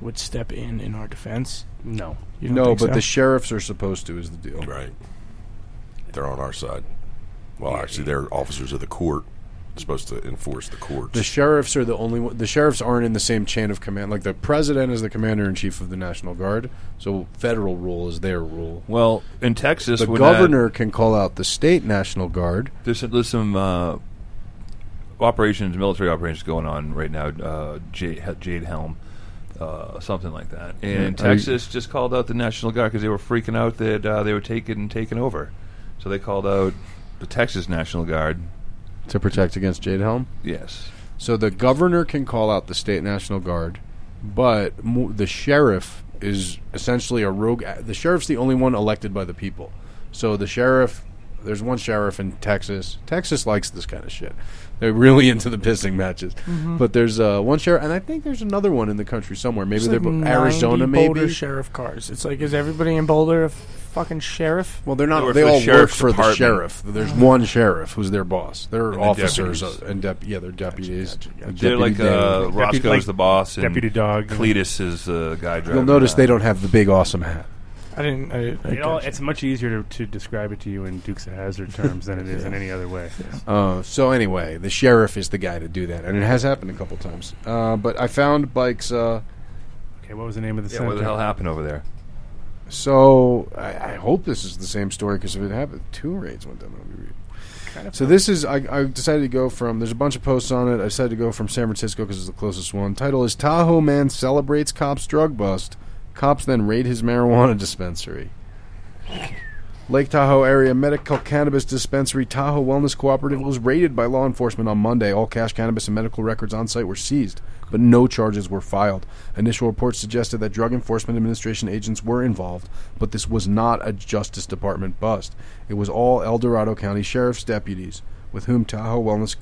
Speaker 7: would step in in our defense?
Speaker 3: No.
Speaker 7: You don't
Speaker 4: No,
Speaker 7: think
Speaker 4: but
Speaker 7: so?
Speaker 4: the sheriffs are supposed to is the deal.
Speaker 6: Right. They're on our side. Well, actually, they're officers of the court. Supposed to enforce the courts.
Speaker 4: The sheriffs are the only one, the sheriffs aren't in the same chain of command. Like the president is the commander in chief of the National Guard, so federal rule is their rule.
Speaker 5: Well, in Texas,
Speaker 4: The
Speaker 5: when, uh,
Speaker 4: governor can call out the state National Guard.
Speaker 5: there's some, there's some uh, operations, military operations going on right now. Uh, Jade, Jade Helm, uh, something like that. And
Speaker 4: Are you-
Speaker 5: Texas just called out the National Guard because they were freaking out that uh, they were taken taken over. So they called out the Texas National Guard.
Speaker 4: to protect against Jade Helm.
Speaker 5: Yes.
Speaker 4: So the governor can call out the state national guard, but mo- the sheriff is essentially a rogue. a- The sheriff's the only one elected by the people. So the sheriff, there's one sheriff in Texas. Texas likes this kind of shit. They're really into the pissing matches. But there's uh, one sheriff, and I think there's another one in the country somewhere. Maybe
Speaker 7: It's
Speaker 4: they're
Speaker 7: like
Speaker 4: bo-
Speaker 7: 90
Speaker 4: Arizona,
Speaker 7: Boulder
Speaker 4: maybe.
Speaker 7: sheriff cars. It's like, is everybody in Boulder a f- fucking sheriff?
Speaker 4: well, they're
Speaker 5: They
Speaker 4: not.
Speaker 5: work
Speaker 4: They
Speaker 5: for the
Speaker 4: all work
Speaker 5: sheriff's
Speaker 4: for the
Speaker 5: department.
Speaker 4: sheriff. There's one sheriff who's their boss. They're
Speaker 5: the
Speaker 4: officers
Speaker 5: deputies.
Speaker 4: uh, and dep- yeah, they're deputies.
Speaker 5: They're like
Speaker 4: Deputy Dan.
Speaker 5: uh, Roscoe's
Speaker 3: like
Speaker 5: the boss, and
Speaker 3: Deputy Dog.
Speaker 5: Cletus is the guy driving.
Speaker 4: You'll notice
Speaker 5: that.
Speaker 4: they don't have the big awesome hat.
Speaker 7: I didn't. I, I
Speaker 3: It all,
Speaker 7: gotcha.
Speaker 3: it's much easier to, to describe it to you in Dukes of Hazard terms than it is in any other way.
Speaker 4: Uh, so anyway, the sheriff is the guy to do that, and it has happened a couple times. Uh, but I found bikes. Uh,
Speaker 3: Okay, what was the name of the
Speaker 5: Yeah,
Speaker 3: center?
Speaker 5: what the hell happened over there?
Speaker 4: so I, I hope this is the same story because if it happened, two raids went down. That would be weird. So this is I, I decided to go from. There's a bunch of posts on it. I decided to go from San Francisco because it's the closest one. Title is Tahoe Man celebrates cops drug bust. Cops then raid his marijuana dispensary. Lake Tahoe area medical cannabis dispensary Tahoe Wellness Cooperative was raided by law enforcement on Monday. All cash, cannabis, and medical records on site were seized, but no charges were filed. Initial reports suggested that Drug Enforcement Administration agents were involved, but this was not a Justice Department bust. It was all El Dorado County Sheriff's deputies, with whom Tahoe Wellness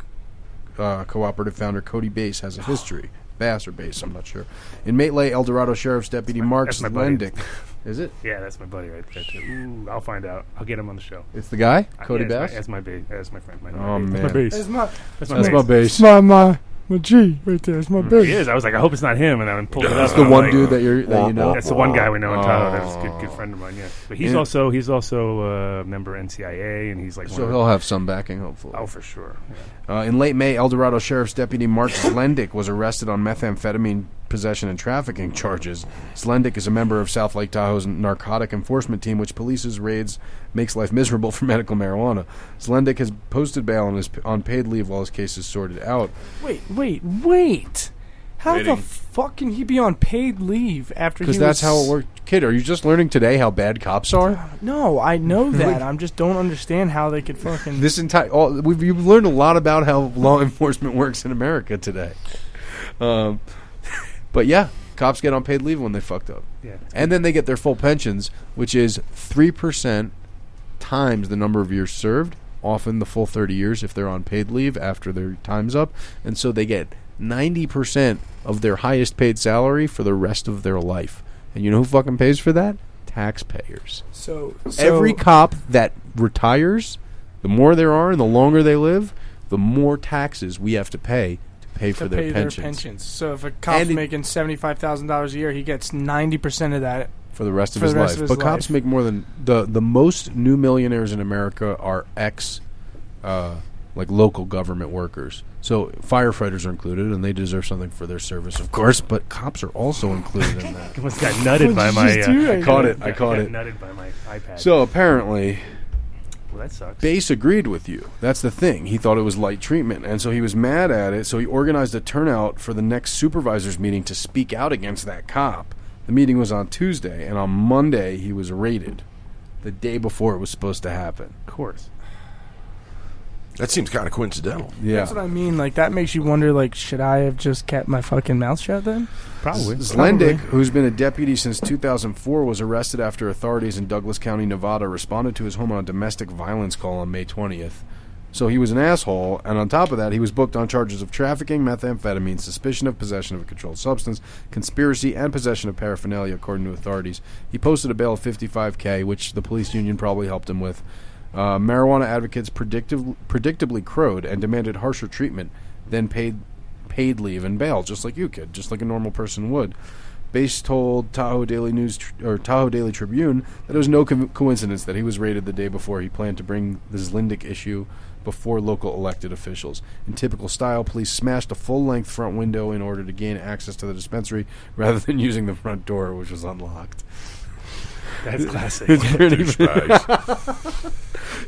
Speaker 4: uh, cooperative founder Cody Bass has a history. Bass or Bass, I'm not sure. In Matlay, El Dorado Sheriff's Deputy Mark
Speaker 3: that's my buddy.
Speaker 4: Lendick. Is it?
Speaker 3: Yeah, that's my buddy right there. Too. Ooh, I'll find out. I'll get him on the show.
Speaker 4: It's the guy?
Speaker 3: Uh,
Speaker 4: Cody
Speaker 3: yeah,
Speaker 4: Bass?
Speaker 3: That's my, that's my ba- That's my friend. My,
Speaker 4: Oh,
Speaker 3: my
Speaker 4: man.
Speaker 7: It's my,
Speaker 3: That's my
Speaker 4: That's
Speaker 3: bass.
Speaker 4: my Bass.
Speaker 7: it's my, my, my G right there. It's my baby.
Speaker 5: Oh,
Speaker 3: He is. I was like, I hope it's not him, and I pulled it up.
Speaker 4: That's
Speaker 3: and
Speaker 4: the
Speaker 3: I'm
Speaker 4: one
Speaker 3: like,
Speaker 4: dude that, you're, that you know.
Speaker 3: That's the one guy we know in Tahoe. That's a
Speaker 4: Oh.
Speaker 3: good, good friend of mine. Yeah, but he's
Speaker 4: And-
Speaker 3: also he's also a member of NCIA, and he's like
Speaker 4: So
Speaker 3: one
Speaker 4: he'll
Speaker 3: of,
Speaker 4: have some backing, hopefully.
Speaker 3: oh for sure.
Speaker 4: Uh, in late May, El Dorado Sheriff's Deputy Mark Slendick was arrested on methamphetamine possession and trafficking charges. Slendick is a member of South Lake Tahoe's narcotic enforcement team, which polices raids makes life miserable for medical marijuana. Slendick has posted bail and is p- on paid leave while his case is sorted out.
Speaker 7: Wait, wait, wait. How
Speaker 5: Waiting.
Speaker 7: the fuck can he be on paid leave after?
Speaker 4: Because
Speaker 7: he
Speaker 4: that's
Speaker 7: was-
Speaker 4: how it worked. Kid, are you just learning today how bad cops are?
Speaker 7: No, I know that. I'm just don't understand how they could fucking.
Speaker 4: This entire all, we've you've learned a lot about how law enforcement works in America today. Um, but yeah, cops get on paid leave when they fucked up.
Speaker 3: Yeah,
Speaker 4: And then they get their full pensions, which is 3% times the number of years served, often the full 30 years if they're on paid leave after their time's up. And so they get 90% of their highest paid salary for the rest of their life. And you know who fucking pays for that? Taxpayers.
Speaker 7: so, so
Speaker 4: Every cop that retires, the more there are and the longer they live, the more taxes we have to pay to pay for
Speaker 7: to
Speaker 4: their
Speaker 7: pay
Speaker 4: pensions
Speaker 7: their pensions. So if a cop's
Speaker 4: And it-
Speaker 7: making seventy five thousand dollars a year, he gets ninety percent of that.
Speaker 4: for the rest of
Speaker 7: For
Speaker 4: his
Speaker 7: the rest
Speaker 4: life.
Speaker 7: of his
Speaker 4: but cops
Speaker 7: life.
Speaker 4: make more than the the most new millionaires in America are ex, uh, like local government workers. So firefighters are included, and they deserve something for their service, of course. But cops are also included in that.
Speaker 3: almost got nutted by
Speaker 7: you
Speaker 3: my.
Speaker 7: just do
Speaker 3: Uh,
Speaker 7: right I caught
Speaker 4: there? it, I caught
Speaker 3: got
Speaker 4: it.
Speaker 3: Nutted by my iPad.
Speaker 4: So apparently,
Speaker 3: well, that sucks.
Speaker 4: Bass agreed with you. That's the thing. He thought it was light treatment, and so he was mad at it. So he organized a turnout for the next supervisors meeting to speak out against that cop. The meeting was on Tuesday, and on Monday he was raided. The day before it was supposed to happen.
Speaker 3: of course.
Speaker 6: that seems kind of coincidental.
Speaker 4: Yeah.
Speaker 7: That's what I mean. Like that makes you wonder. Like, should I have just kept my fucking mouth shut then?
Speaker 3: Probably.
Speaker 4: Zlendick, who's been a deputy since 2004, was arrested after authorities in Douglas County, Nevada, responded to his home on a domestic violence call on May 20th. So he was an asshole, and on top of that, he was booked on charges of trafficking, methamphetamine, suspicion of possession of a controlled substance, conspiracy, and possession of paraphernalia, according to authorities. He posted a bail of 55K, which the police union probably helped him with. Uh, marijuana advocates predictive, predictably crowed and demanded harsher treatment than paid paid leave and bail, just like you could, just like a normal person would. Base told Tahoe Daily News tr- or Tahoe Daily Tribune that it was no co- coincidence that he was raided the day before he planned to bring this Lindic issue before local elected officials. In typical style, police smashed a full-length front window in order to gain access to the dispensary rather than using the front door, which was unlocked.
Speaker 3: That's classic.
Speaker 4: It's pretty
Speaker 6: Douchebags.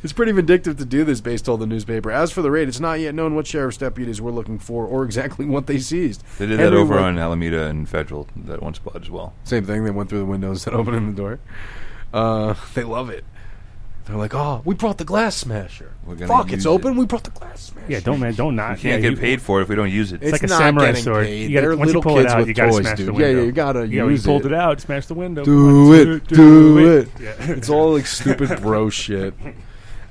Speaker 4: It's pretty vindictive to do this based on the newspaper. As for the raid, it's not yet known what sheriff's deputies were looking for or exactly what they seized.
Speaker 5: They did that
Speaker 4: Henry
Speaker 5: over
Speaker 4: Wa-
Speaker 5: on Alameda and Federal, that one spot as well.
Speaker 4: Same thing. They went through the windows and opened the door. Uh, they love it. They're like, oh, we brought the glass smasher.
Speaker 5: We're gonna
Speaker 4: Fuck, it's
Speaker 5: use
Speaker 4: open.
Speaker 5: it."
Speaker 4: We brought the glass smasher.
Speaker 3: yeah, don't man, don't not.
Speaker 5: You can't
Speaker 3: yeah,
Speaker 5: get paid for it if we don't use it.
Speaker 4: It's
Speaker 3: It's like a
Speaker 4: not
Speaker 3: samurai
Speaker 4: getting
Speaker 3: sword.
Speaker 4: paid.
Speaker 3: You gotta,
Speaker 4: They're
Speaker 3: once
Speaker 4: little
Speaker 3: you pull it
Speaker 4: kids
Speaker 3: out,
Speaker 4: with
Speaker 3: you gotta
Speaker 4: toys,
Speaker 3: smash the
Speaker 4: dude. Yeah,
Speaker 3: window.
Speaker 4: yeah, you gotta
Speaker 3: yeah,
Speaker 4: use
Speaker 3: we pulled
Speaker 4: it.
Speaker 3: it. out, smash the window.
Speaker 4: Do
Speaker 3: Let's
Speaker 4: it, do it.
Speaker 3: Yeah.
Speaker 4: It's all like stupid bro shit.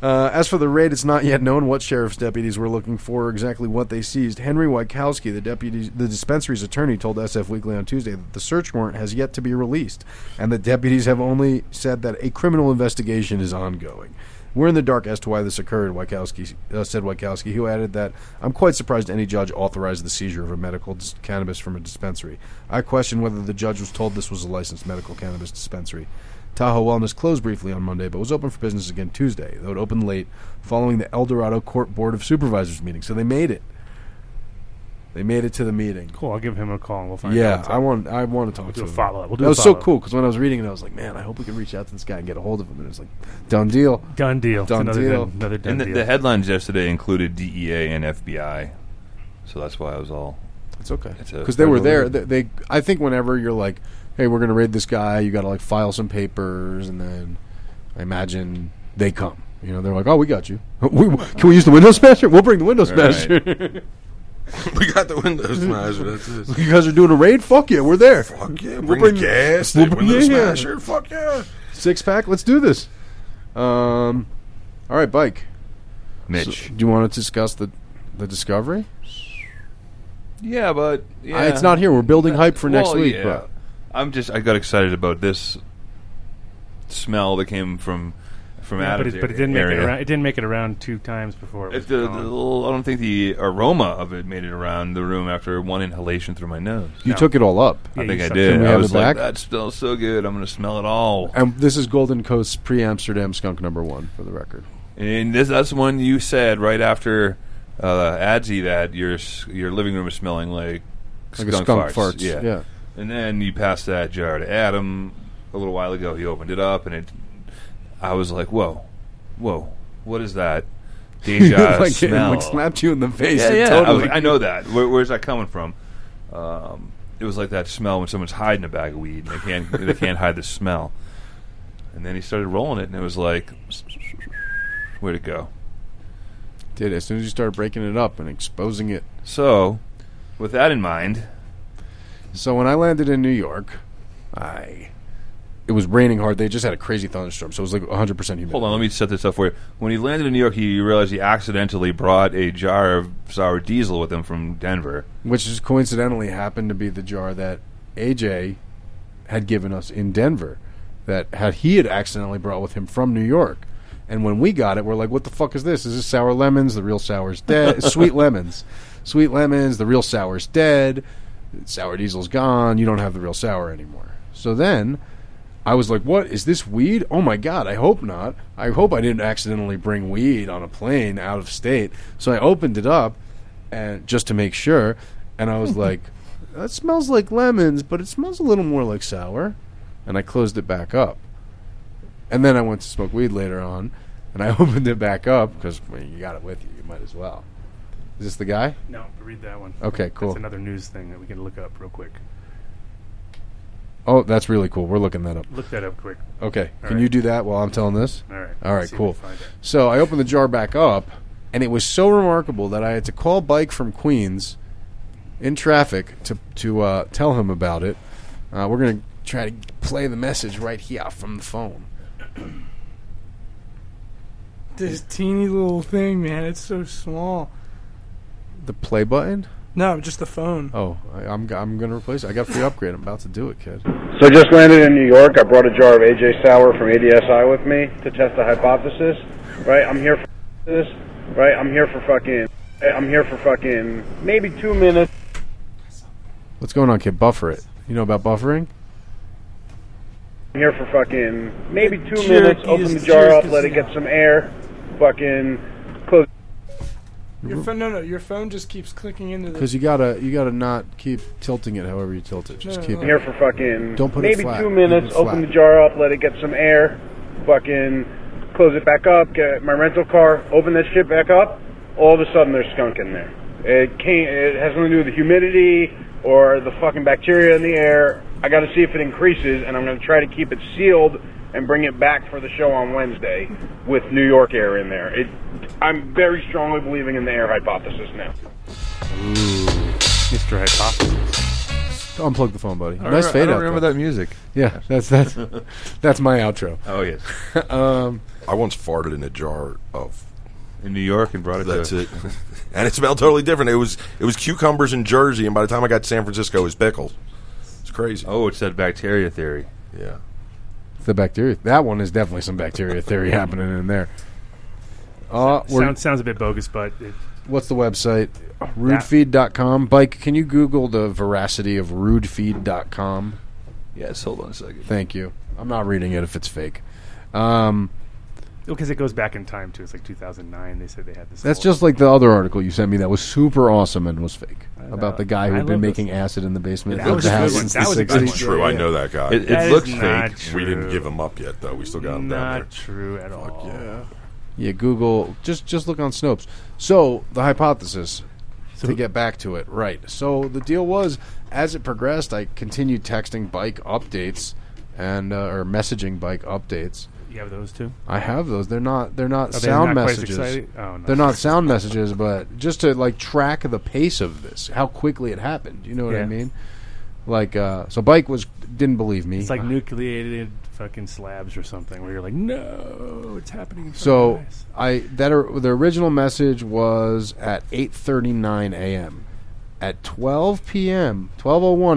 Speaker 4: Uh, as for the raid, it's not yet known what sheriff's deputies were looking for or exactly what they seized. Henry Wykowski, the deputy, the dispensary's attorney, told SF Weekly on Tuesday that the search warrant has yet to be released, and the deputies have only said that a criminal investigation is ongoing. We're in the dark as to why this occurred, Wykowski uh, said. Wykowski, who added that I'm quite surprised any judge authorized the seizure of a medical dis- cannabis from a dispensary. I question whether the judge was told this was a licensed medical cannabis dispensary. Tahoe Wellness closed briefly on Monday, but was open for business again Tuesday, though it opened late following the El Dorado Court Board of Supervisors meeting. So they made it. They made it to the meeting.
Speaker 3: Cool. I'll give him a call and we'll find out.
Speaker 4: Yeah,
Speaker 3: what's
Speaker 4: I
Speaker 3: up.
Speaker 4: want. I want to talk
Speaker 3: do
Speaker 4: to
Speaker 3: a
Speaker 4: him.
Speaker 3: follow-up. We'll do
Speaker 4: that
Speaker 3: a
Speaker 4: was so
Speaker 3: follow-up.
Speaker 4: cool because when I was reading it, I was like, "Man, I hope we can reach out to this guy and get a hold of him." And it was like, "Done deal."
Speaker 3: Done deal. It's
Speaker 4: Done
Speaker 3: another
Speaker 4: deal.
Speaker 3: Done, another done
Speaker 5: And the,
Speaker 3: deal.
Speaker 5: the headlines yesterday included DEA and FBI, so that's why I was all.
Speaker 4: It's okay
Speaker 5: It's a
Speaker 4: because they were there. They,
Speaker 5: federal-
Speaker 4: they, I think, whenever you're like, "Hey, we're gonna raid this guy," you got to like file some papers, and then I imagine they come. You know, they're like, "Oh, we got you. We, can we use the window smasher? We'll bring the window
Speaker 5: Right.
Speaker 4: smasher."
Speaker 6: we got the window smasher. That's it.
Speaker 4: You guys are doing a raid? Fuck yeah, we're there.
Speaker 6: Fuck yeah!
Speaker 4: We'll
Speaker 6: Bring,
Speaker 4: bring-
Speaker 6: the gas.
Speaker 4: we'll
Speaker 6: the
Speaker 4: bring-
Speaker 6: window
Speaker 4: yeah.
Speaker 6: smasher. Fuck yeah!
Speaker 4: Six pack, let's do this. Um, all right, bike. So,
Speaker 5: Mitch.
Speaker 4: do you want to discuss the the discovery?
Speaker 5: yeah, but yeah.
Speaker 4: Uh, it's not here. We're building hype for next
Speaker 5: Well,
Speaker 4: week.
Speaker 5: yeah.
Speaker 4: But
Speaker 5: I'm just I got excited about this smell that came from from
Speaker 3: Yeah, but,
Speaker 5: Adam's
Speaker 3: it, but it
Speaker 5: area-
Speaker 3: didn't make it
Speaker 5: area.
Speaker 3: around. It didn't make it around two times before. It was
Speaker 5: If the, the
Speaker 3: gone.
Speaker 5: little, I don't think the aroma of it made it around the room after one inhalation through my nose.
Speaker 4: you
Speaker 3: No.
Speaker 4: took it all up.
Speaker 3: Yeah,
Speaker 5: I
Speaker 3: you
Speaker 5: think I
Speaker 3: sucked
Speaker 5: did.
Speaker 4: Can we
Speaker 5: I
Speaker 4: have
Speaker 5: was
Speaker 4: it
Speaker 5: like,
Speaker 4: back?
Speaker 5: that smells so good. I'm going to smell it all.
Speaker 4: And this is Golden Coast's pre-Amsterdam skunk number one, for the record.
Speaker 5: And this, that's one you said right after uh, Adzi that your s- your living room is smelling like
Speaker 4: Like
Speaker 5: skunk,
Speaker 4: a skunk
Speaker 5: farts.
Speaker 4: farts.
Speaker 5: Yeah. And then you passed that jar to Adam a little while ago. He opened it up, and it. I was like, whoa, whoa, what is that? Deja
Speaker 4: like, it,
Speaker 5: smell.
Speaker 4: like slapped you in the face.
Speaker 5: yeah,
Speaker 4: It
Speaker 5: yeah. I, was
Speaker 4: Totally.
Speaker 5: like, I know that. Where, where's that coming from? Um, it was like that smell when someone's hiding a bag of weed and they can't they can't hide the smell. And then he started rolling it, and it was like, where'd it go?
Speaker 4: Did as soon as you started breaking it up and exposing it.
Speaker 5: So, with that in mind,
Speaker 4: So when I landed in New York, I it was raining hard. They just had a crazy thunderstorm, so it was like 100 percent humid.
Speaker 5: hold on, let me set this up for you. When he landed in New York, he realized he accidentally brought a jar of sour diesel with him from Denver.
Speaker 4: which is coincidentally happened to be the jar that AJ had given us in Denver that had he had accidentally brought with him from New York. And when we got it, we're like, "What the fuck is this? Is this sour lemons? The real sour's dead. Sweet lemons, sweet lemons. The real sour's dead. Sour diesel's gone. You don't have the real sour anymore." So then, I was like, "What is this weed? Oh my god! I hope not. I hope I didn't accidentally bring weed on a plane out of state." So I opened it up, and just to make sure. And I was like, that smells like lemons, but it smells a little more like sour. And I closed it back up. And then I went to smoke weed later on, and I opened it back up because you got it with you. You might as well. Is this the guy?
Speaker 3: No, read that one.
Speaker 4: Okay, cool.
Speaker 3: That's another news thing that we can look up real quick.
Speaker 4: oh, that's really cool. We're looking that up.
Speaker 3: Look that up quick.
Speaker 4: Okay,
Speaker 3: All
Speaker 4: can
Speaker 3: right.
Speaker 4: you do that while I'm telling this?
Speaker 3: All right.
Speaker 4: All right,
Speaker 3: Let's see if we
Speaker 4: cool.
Speaker 3: can find it.
Speaker 4: So I opened the jar back up, and it was so remarkable that I had to call Bike from Queens in traffic to to uh, tell him about it. Uh, we're gonna try to play the message right here from the phone.
Speaker 7: This teeny little thing, man. It's so small.
Speaker 4: The play button.
Speaker 7: No, just the phone.
Speaker 4: Oh, I, I'm g- I'm gonna replace it. I got a free upgrade. I'm about to do it, kid.
Speaker 8: So just landed in New York. I brought a jar of AJ Sour from ADSI with me to test the hypothesis. Right, I'm here for this. Right, I'm here for fucking. I'm here for fucking maybe two minutes.
Speaker 4: What's going on, kid? Buffer it. You know about buffering?
Speaker 8: I'm here for fucking maybe two
Speaker 7: Jerk
Speaker 8: minutes. Open
Speaker 7: is
Speaker 8: the jar
Speaker 7: jerk
Speaker 8: up, let
Speaker 7: is-
Speaker 8: it get some air. Fucking close.
Speaker 7: Your phone, no, no, your phone just keeps clicking into the.
Speaker 4: Because you gotta you gotta not keep tilting it. However you tilt it, just
Speaker 7: No,
Speaker 4: keep
Speaker 7: no,
Speaker 4: it.
Speaker 8: I'm here for fucking
Speaker 4: Don't put it
Speaker 8: maybe
Speaker 4: flat.
Speaker 8: two
Speaker 4: Leave
Speaker 8: minutes.
Speaker 4: it
Speaker 8: Open
Speaker 4: flat.
Speaker 8: the jar up, let it get some air. Fucking close it back up. Get my rental car. Open that shit back up. All of a sudden, there's skunk in there. It can't. It has nothing to do with the humidity or the fucking bacteria in the air. I got to see if it increases, and I'm going to try to keep it sealed and bring it back for the show on Wednesday with New York air in there. It, I'm very strongly believing in the air hypothesis now.
Speaker 3: Mr. Hypothesis.
Speaker 4: Unplug the phone, buddy. Nice
Speaker 5: I
Speaker 4: fade
Speaker 5: don't
Speaker 4: out.
Speaker 5: remember
Speaker 4: though.
Speaker 5: that music.
Speaker 4: Yeah, that's that's that's my outro.
Speaker 5: Oh yes,
Speaker 3: Um,
Speaker 6: I once farted in a jar of.
Speaker 5: in New York and brought it.
Speaker 6: That's
Speaker 5: to,
Speaker 6: it, and it smelled totally different. It was it was cucumbers in Jersey, and by the time I got to San Francisco, it was pickles. It's crazy.
Speaker 5: Oh, it's that bacteria theory.
Speaker 6: yeah.
Speaker 4: The bacteria. That one is definitely some bacteria theory happening in there. Uh, we're,
Speaker 3: Sounds sounds a bit bogus, but it,
Speaker 4: what's the website? Rudefeed.com. Bike, can you Google the veracity of rudefeed.com?
Speaker 5: Yes, hold on a second.
Speaker 4: Thank you. I'm not reading it if it's fake. Um,
Speaker 3: because it goes back in time too. It's like 2009. They said they had this.
Speaker 4: that's
Speaker 3: whole-
Speaker 4: just like the other article you sent me that was super awesome and was fake about the guy who
Speaker 3: I
Speaker 4: had been
Speaker 3: love
Speaker 4: making
Speaker 3: those.
Speaker 4: acid in the basement
Speaker 3: That
Speaker 4: of
Speaker 3: was
Speaker 4: the
Speaker 3: a good
Speaker 4: house
Speaker 3: one.
Speaker 4: since
Speaker 3: That was
Speaker 4: the
Speaker 3: a good
Speaker 4: 60s.
Speaker 3: one.
Speaker 6: True, I know that guy.
Speaker 5: It,
Speaker 3: That
Speaker 5: it
Speaker 3: is
Speaker 5: looks
Speaker 3: not
Speaker 5: fake.
Speaker 3: true.
Speaker 6: we didn't give him up yet, though. We still got him down there.
Speaker 3: Not true at all.
Speaker 6: Yeah.
Speaker 4: Yeah, Google. Just just look on Snopes. So the hypothesis to get back to it, right? So the deal was, as it progressed, I continued texting bike updates and uh, or messaging bike updates.
Speaker 3: You have those too.
Speaker 4: I have those. They're not they're not
Speaker 3: Are they
Speaker 4: sound
Speaker 3: not quite as
Speaker 4: messages.
Speaker 3: exciting? Oh, no.
Speaker 4: They're not sound messages, but just to like track the pace of this, how quickly it happened. You know what I
Speaker 3: Yeah.
Speaker 4: mean? Like uh, so, bike was didn't believe me.
Speaker 3: It's like nucleated fucking slabs or something where you're like, no, it's happening. In front of
Speaker 4: So
Speaker 3: my eyes."
Speaker 4: I that or, the original message was at 8:39 a.m. At 12 p.m. 12:01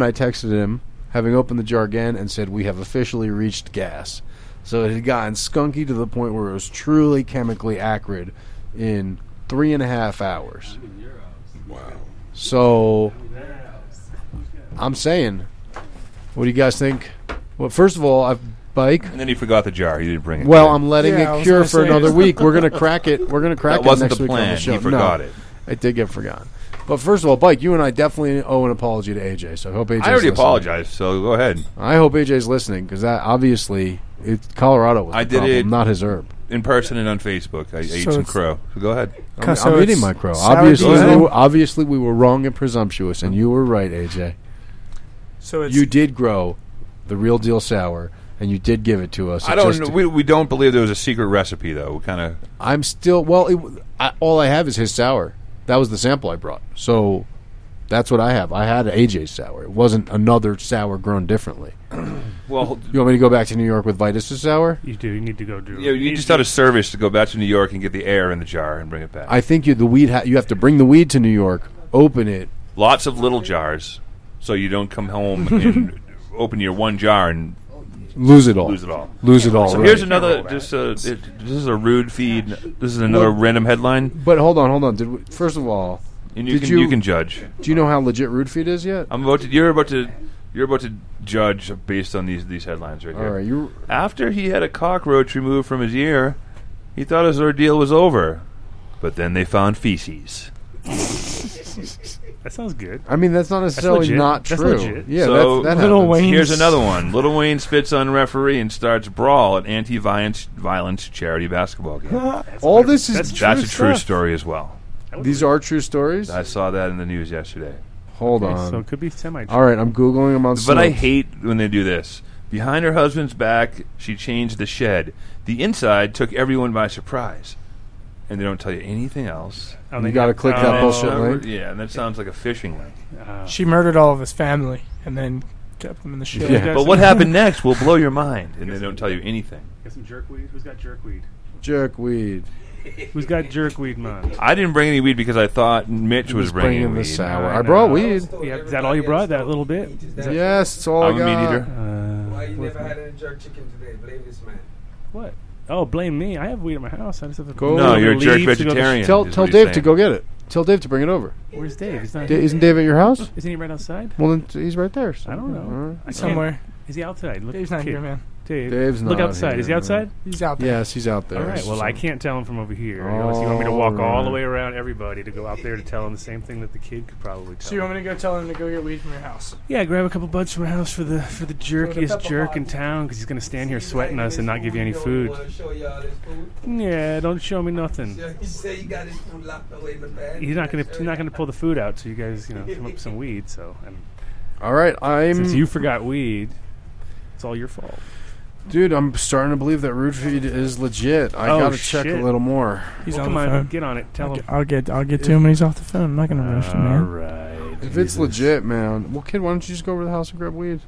Speaker 4: I texted him having opened the jar again and said we have officially reached gas. So it had gotten skunky to the point where it was truly chemically acrid in three and a half hours.
Speaker 6: Wow.
Speaker 4: So I'm saying, what do you guys think? Well, first of all, I've bike.
Speaker 5: And then he forgot the jar. He didn't bring it.
Speaker 4: Well,
Speaker 5: today.
Speaker 4: I'm letting
Speaker 7: Yeah, I
Speaker 4: it
Speaker 7: was
Speaker 4: cure
Speaker 7: gonna
Speaker 4: for
Speaker 7: say-
Speaker 4: another week. We're gonna crack it. We're gonna crack
Speaker 5: That
Speaker 4: it
Speaker 5: wasn't
Speaker 4: next
Speaker 5: the
Speaker 4: week on
Speaker 5: plan.
Speaker 4: the show.
Speaker 5: He forgot
Speaker 4: No,
Speaker 5: it.
Speaker 4: It did get forgotten. But first of all, Mike, you and I definitely owe an apology to AJ. So I hope AJ.
Speaker 5: I already apologized, so go ahead.
Speaker 4: I hope AJ's listening because that obviously it, Colorado was
Speaker 5: I
Speaker 4: the
Speaker 5: did
Speaker 4: problem,
Speaker 5: it-
Speaker 4: not his herb.
Speaker 5: In person and on Facebook, I ate
Speaker 7: So
Speaker 5: some
Speaker 7: it's-
Speaker 5: crow. So go ahead.
Speaker 4: I'm, I'm
Speaker 7: so
Speaker 4: eating
Speaker 7: it's
Speaker 4: my crow.
Speaker 7: sour
Speaker 4: Obviously,
Speaker 7: diesel?
Speaker 4: we were, obviously we were wrong and presumptuous, and you were right, AJ.
Speaker 7: So it's
Speaker 4: You did grow the real deal sour, and you did give it to us.
Speaker 5: I
Speaker 4: It
Speaker 5: don't.
Speaker 4: just-
Speaker 5: know- We, we don't believe there was a secret recipe though. We kind of
Speaker 4: I'm still well. It, I, all I have is his sour. That was the sample I brought, so that's what I have. I had AJ's sour. It wasn't another sour grown differently.
Speaker 5: well.
Speaker 4: You want me to go back to New York with Vitus's sour?
Speaker 3: you do. You need to go do.
Speaker 5: You, you just had a service to go back to New York and get the air in the jar and bring it back.
Speaker 4: I think you the weed. Ha- you have to bring the weed to New York, open it.
Speaker 5: Lots of little jars, so you don't come home and open your one jar and
Speaker 4: Lose it all.
Speaker 5: lose it all.
Speaker 4: Lose it all.
Speaker 5: So
Speaker 4: right.
Speaker 5: here's another. Just a, it, this is a rude feed. This is another random headline,
Speaker 4: but hold on, hold on. Did we, first of all,
Speaker 5: and you
Speaker 4: Did
Speaker 5: can
Speaker 4: you-
Speaker 5: you, can judge.
Speaker 4: do you know how legit Rude Feed is yet?
Speaker 5: I'm about to. You're about to. You're about to judge based on these these headlines right
Speaker 4: all
Speaker 5: here.
Speaker 4: right, you.
Speaker 5: After he had a cockroach removed from his ear, he thought his ordeal was over, but then they found feces.
Speaker 3: That sounds good.
Speaker 4: I mean, that's not necessarily
Speaker 3: legit.
Speaker 4: not
Speaker 3: That's
Speaker 4: true.
Speaker 3: legit.
Speaker 4: Yeah,
Speaker 5: So-
Speaker 4: that's, that
Speaker 7: Little
Speaker 4: happens.
Speaker 7: Wayne-
Speaker 5: Here's
Speaker 7: Wayne's-
Speaker 5: another one. Little Wayne spits on referee and starts brawl at anti-violence violence charity basketball game.
Speaker 4: All this is
Speaker 3: That's
Speaker 4: true.
Speaker 5: That's a true
Speaker 3: stuff.
Speaker 5: story as well.
Speaker 4: These are true stories.
Speaker 5: I saw that in the news yesterday.
Speaker 4: Hold on.
Speaker 3: So it could be semi.
Speaker 4: All right, I'm googling them on.
Speaker 5: But I
Speaker 4: Snopes.
Speaker 5: hate when they do this. Behind her husband's back, she changed the shed. The inside took everyone by surprise. And they don't tell you anything else.
Speaker 3: Oh,
Speaker 4: You
Speaker 3: they
Speaker 4: gotta
Speaker 3: have-
Speaker 4: click that
Speaker 3: oh,
Speaker 4: bullshit link.
Speaker 5: Yeah, and that sounds like a fishing link.
Speaker 3: Uh-huh.
Speaker 7: she murdered all of his family and then kept them in the shed.
Speaker 4: Yeah.
Speaker 5: But what happened next will blow your mind, and they don't tell you anything.
Speaker 3: Get some jerkweed. Who's got jerkweed?
Speaker 4: jerkweed.
Speaker 3: Who's got jerkweed mud?
Speaker 5: I didn't bring any weed because I thought Mitch was, bringing,
Speaker 4: bringing the
Speaker 5: weed.
Speaker 4: sour. I brought weed.
Speaker 3: Yeah, is that all you brought? That little bit?
Speaker 4: Yes, it's all
Speaker 5: I'm
Speaker 4: I
Speaker 5: a
Speaker 4: got.
Speaker 5: meat eater.
Speaker 3: Uh,
Speaker 9: Why you never had any jerk chicken today? Blame this man.
Speaker 3: what? Oh, blame me. I have weed at my house. I just have to
Speaker 4: Go-
Speaker 5: No,
Speaker 4: Little
Speaker 5: you're a jerk
Speaker 3: leaves to go to-
Speaker 5: vegetarian.
Speaker 4: Tell
Speaker 5: is
Speaker 4: tell
Speaker 5: what he's
Speaker 4: Dave to
Speaker 5: saying.
Speaker 4: go get it. Tell Dave to bring it over.
Speaker 3: Where's Dave? He's not
Speaker 4: D-
Speaker 3: here.
Speaker 4: isn't Dave at your house?
Speaker 3: Isn't he right outside?
Speaker 4: Well, then t- he's right there. so-
Speaker 3: I don't
Speaker 4: All
Speaker 3: know.
Speaker 4: right.
Speaker 3: I can't-
Speaker 7: somewhere.
Speaker 3: Is he outside? Look,
Speaker 7: Dave's not
Speaker 3: kid,
Speaker 7: here, man.
Speaker 3: Dave,
Speaker 4: Dave's
Speaker 3: look
Speaker 4: not
Speaker 3: outside. Is he
Speaker 4: here,
Speaker 3: outside?
Speaker 7: He's out there.
Speaker 4: Yes, he's out there.
Speaker 3: All right. Well, I can't tell him from over here. You know, so you want me to
Speaker 4: All
Speaker 3: walk all the
Speaker 4: right.
Speaker 3: way around everybody to go out there to tell him the same thing that the kid could probably tell.
Speaker 7: So you
Speaker 3: him.
Speaker 7: want me to go tell him to go get weed from your house?
Speaker 3: Yeah, grab a couple buds from my house for the for the jerkiest jerk in town because he's gonna stand here sweating us and not give you any food.
Speaker 9: Wanna show you all this food?
Speaker 3: Yeah, don't show me nothing.
Speaker 9: Yeah, He say you got his food locked away in the bag.
Speaker 3: He's not gonna he's not gonna pull the food out, so you guys you know come up with some weed. So and
Speaker 4: All right, I'm
Speaker 3: since you forgot weed, it's all your fault.
Speaker 4: dude. I'm starting to believe that root feed is legit. I
Speaker 3: Oh,
Speaker 4: gotta check
Speaker 3: shit.
Speaker 4: a little more.
Speaker 7: He's
Speaker 3: Well,
Speaker 7: on
Speaker 3: come
Speaker 7: the
Speaker 3: on,
Speaker 7: phone.
Speaker 3: get on it. Tell him.
Speaker 7: I'll get I'll get to him when he's off the phone. I'm not gonna rush him,
Speaker 3: All
Speaker 7: man.
Speaker 3: right.
Speaker 4: If it's legit, man. Well, kid, why don't you just go over to the house and grab weed?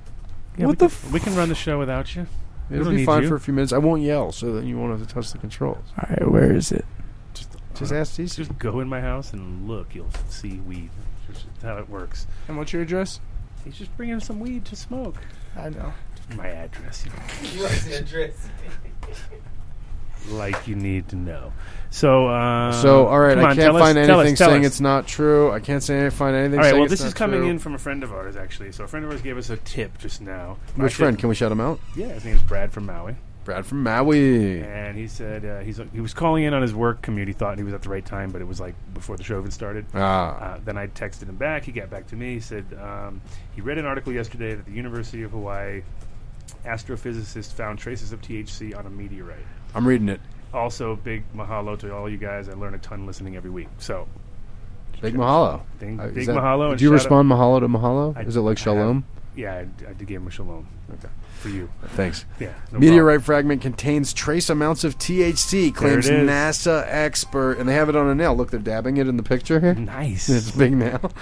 Speaker 3: Yeah,
Speaker 7: what
Speaker 3: we
Speaker 7: the?
Speaker 3: Can,
Speaker 7: F-
Speaker 3: we can run the show without you. We
Speaker 4: It'll
Speaker 3: don't
Speaker 4: be
Speaker 3: need
Speaker 4: fine
Speaker 3: you.
Speaker 4: for a few minutes. I won't yell, so that you won't have to touch the controls.
Speaker 7: all right, where is it?
Speaker 4: Just ask Cece.
Speaker 3: uh, Just go in my house and look. You'll see weed. That's just how it works.
Speaker 7: And what's your address?
Speaker 3: He's just bringing some weed to smoke.
Speaker 7: I know.
Speaker 3: My address. You know.
Speaker 9: You want the address?
Speaker 3: like you need to know. So, uh,
Speaker 4: So, all right,
Speaker 3: come
Speaker 4: I
Speaker 3: on,
Speaker 4: can't
Speaker 3: tell us-
Speaker 4: find
Speaker 3: tell us,
Speaker 4: anything
Speaker 3: tell
Speaker 4: saying
Speaker 3: us.
Speaker 4: it's not true. I can't say find anything.
Speaker 3: All right,
Speaker 4: saying
Speaker 3: well,
Speaker 4: it's
Speaker 3: this is
Speaker 4: not
Speaker 3: coming
Speaker 4: true.
Speaker 3: in from a friend of ours, actually. So, a friend of ours gave us a tip just now.
Speaker 4: Which
Speaker 3: Actually,
Speaker 4: friend? Can we shout him out?
Speaker 3: Yeah, his name's Brad from Maui,
Speaker 4: Brad from Maui.
Speaker 3: and he said uh, he's he was calling in on his work commute. He thought he was at the right time, but it was like before the show even started.
Speaker 4: Ah,
Speaker 3: Uh, then I texted him back. He got back to me. He said um, he read an article yesterday that the University of Hawaii astrophysicists found traces of THC on a meteorite.
Speaker 4: I'm reading it.
Speaker 3: Also, big mahalo to all you guys. I learn a ton listening every week. So,
Speaker 4: Big mahalo.
Speaker 3: Big-
Speaker 4: Uh, is
Speaker 3: big mahalo and
Speaker 4: Did you
Speaker 3: shout
Speaker 4: respond mahalo to mahalo?
Speaker 3: I-
Speaker 4: is it like
Speaker 3: I have-
Speaker 4: shalom?
Speaker 3: yeah, I, I did give him a shalom. Okay. For you.
Speaker 4: Thanks.
Speaker 3: Yeah. no
Speaker 4: Meteorite fragment contains trace amounts of THC, claims
Speaker 3: it is.
Speaker 4: NASA expert, and they have it on a nail. Look, they're dabbing it in the picture
Speaker 3: problem.
Speaker 4: here. It's
Speaker 3: Nice.
Speaker 4: a big nail.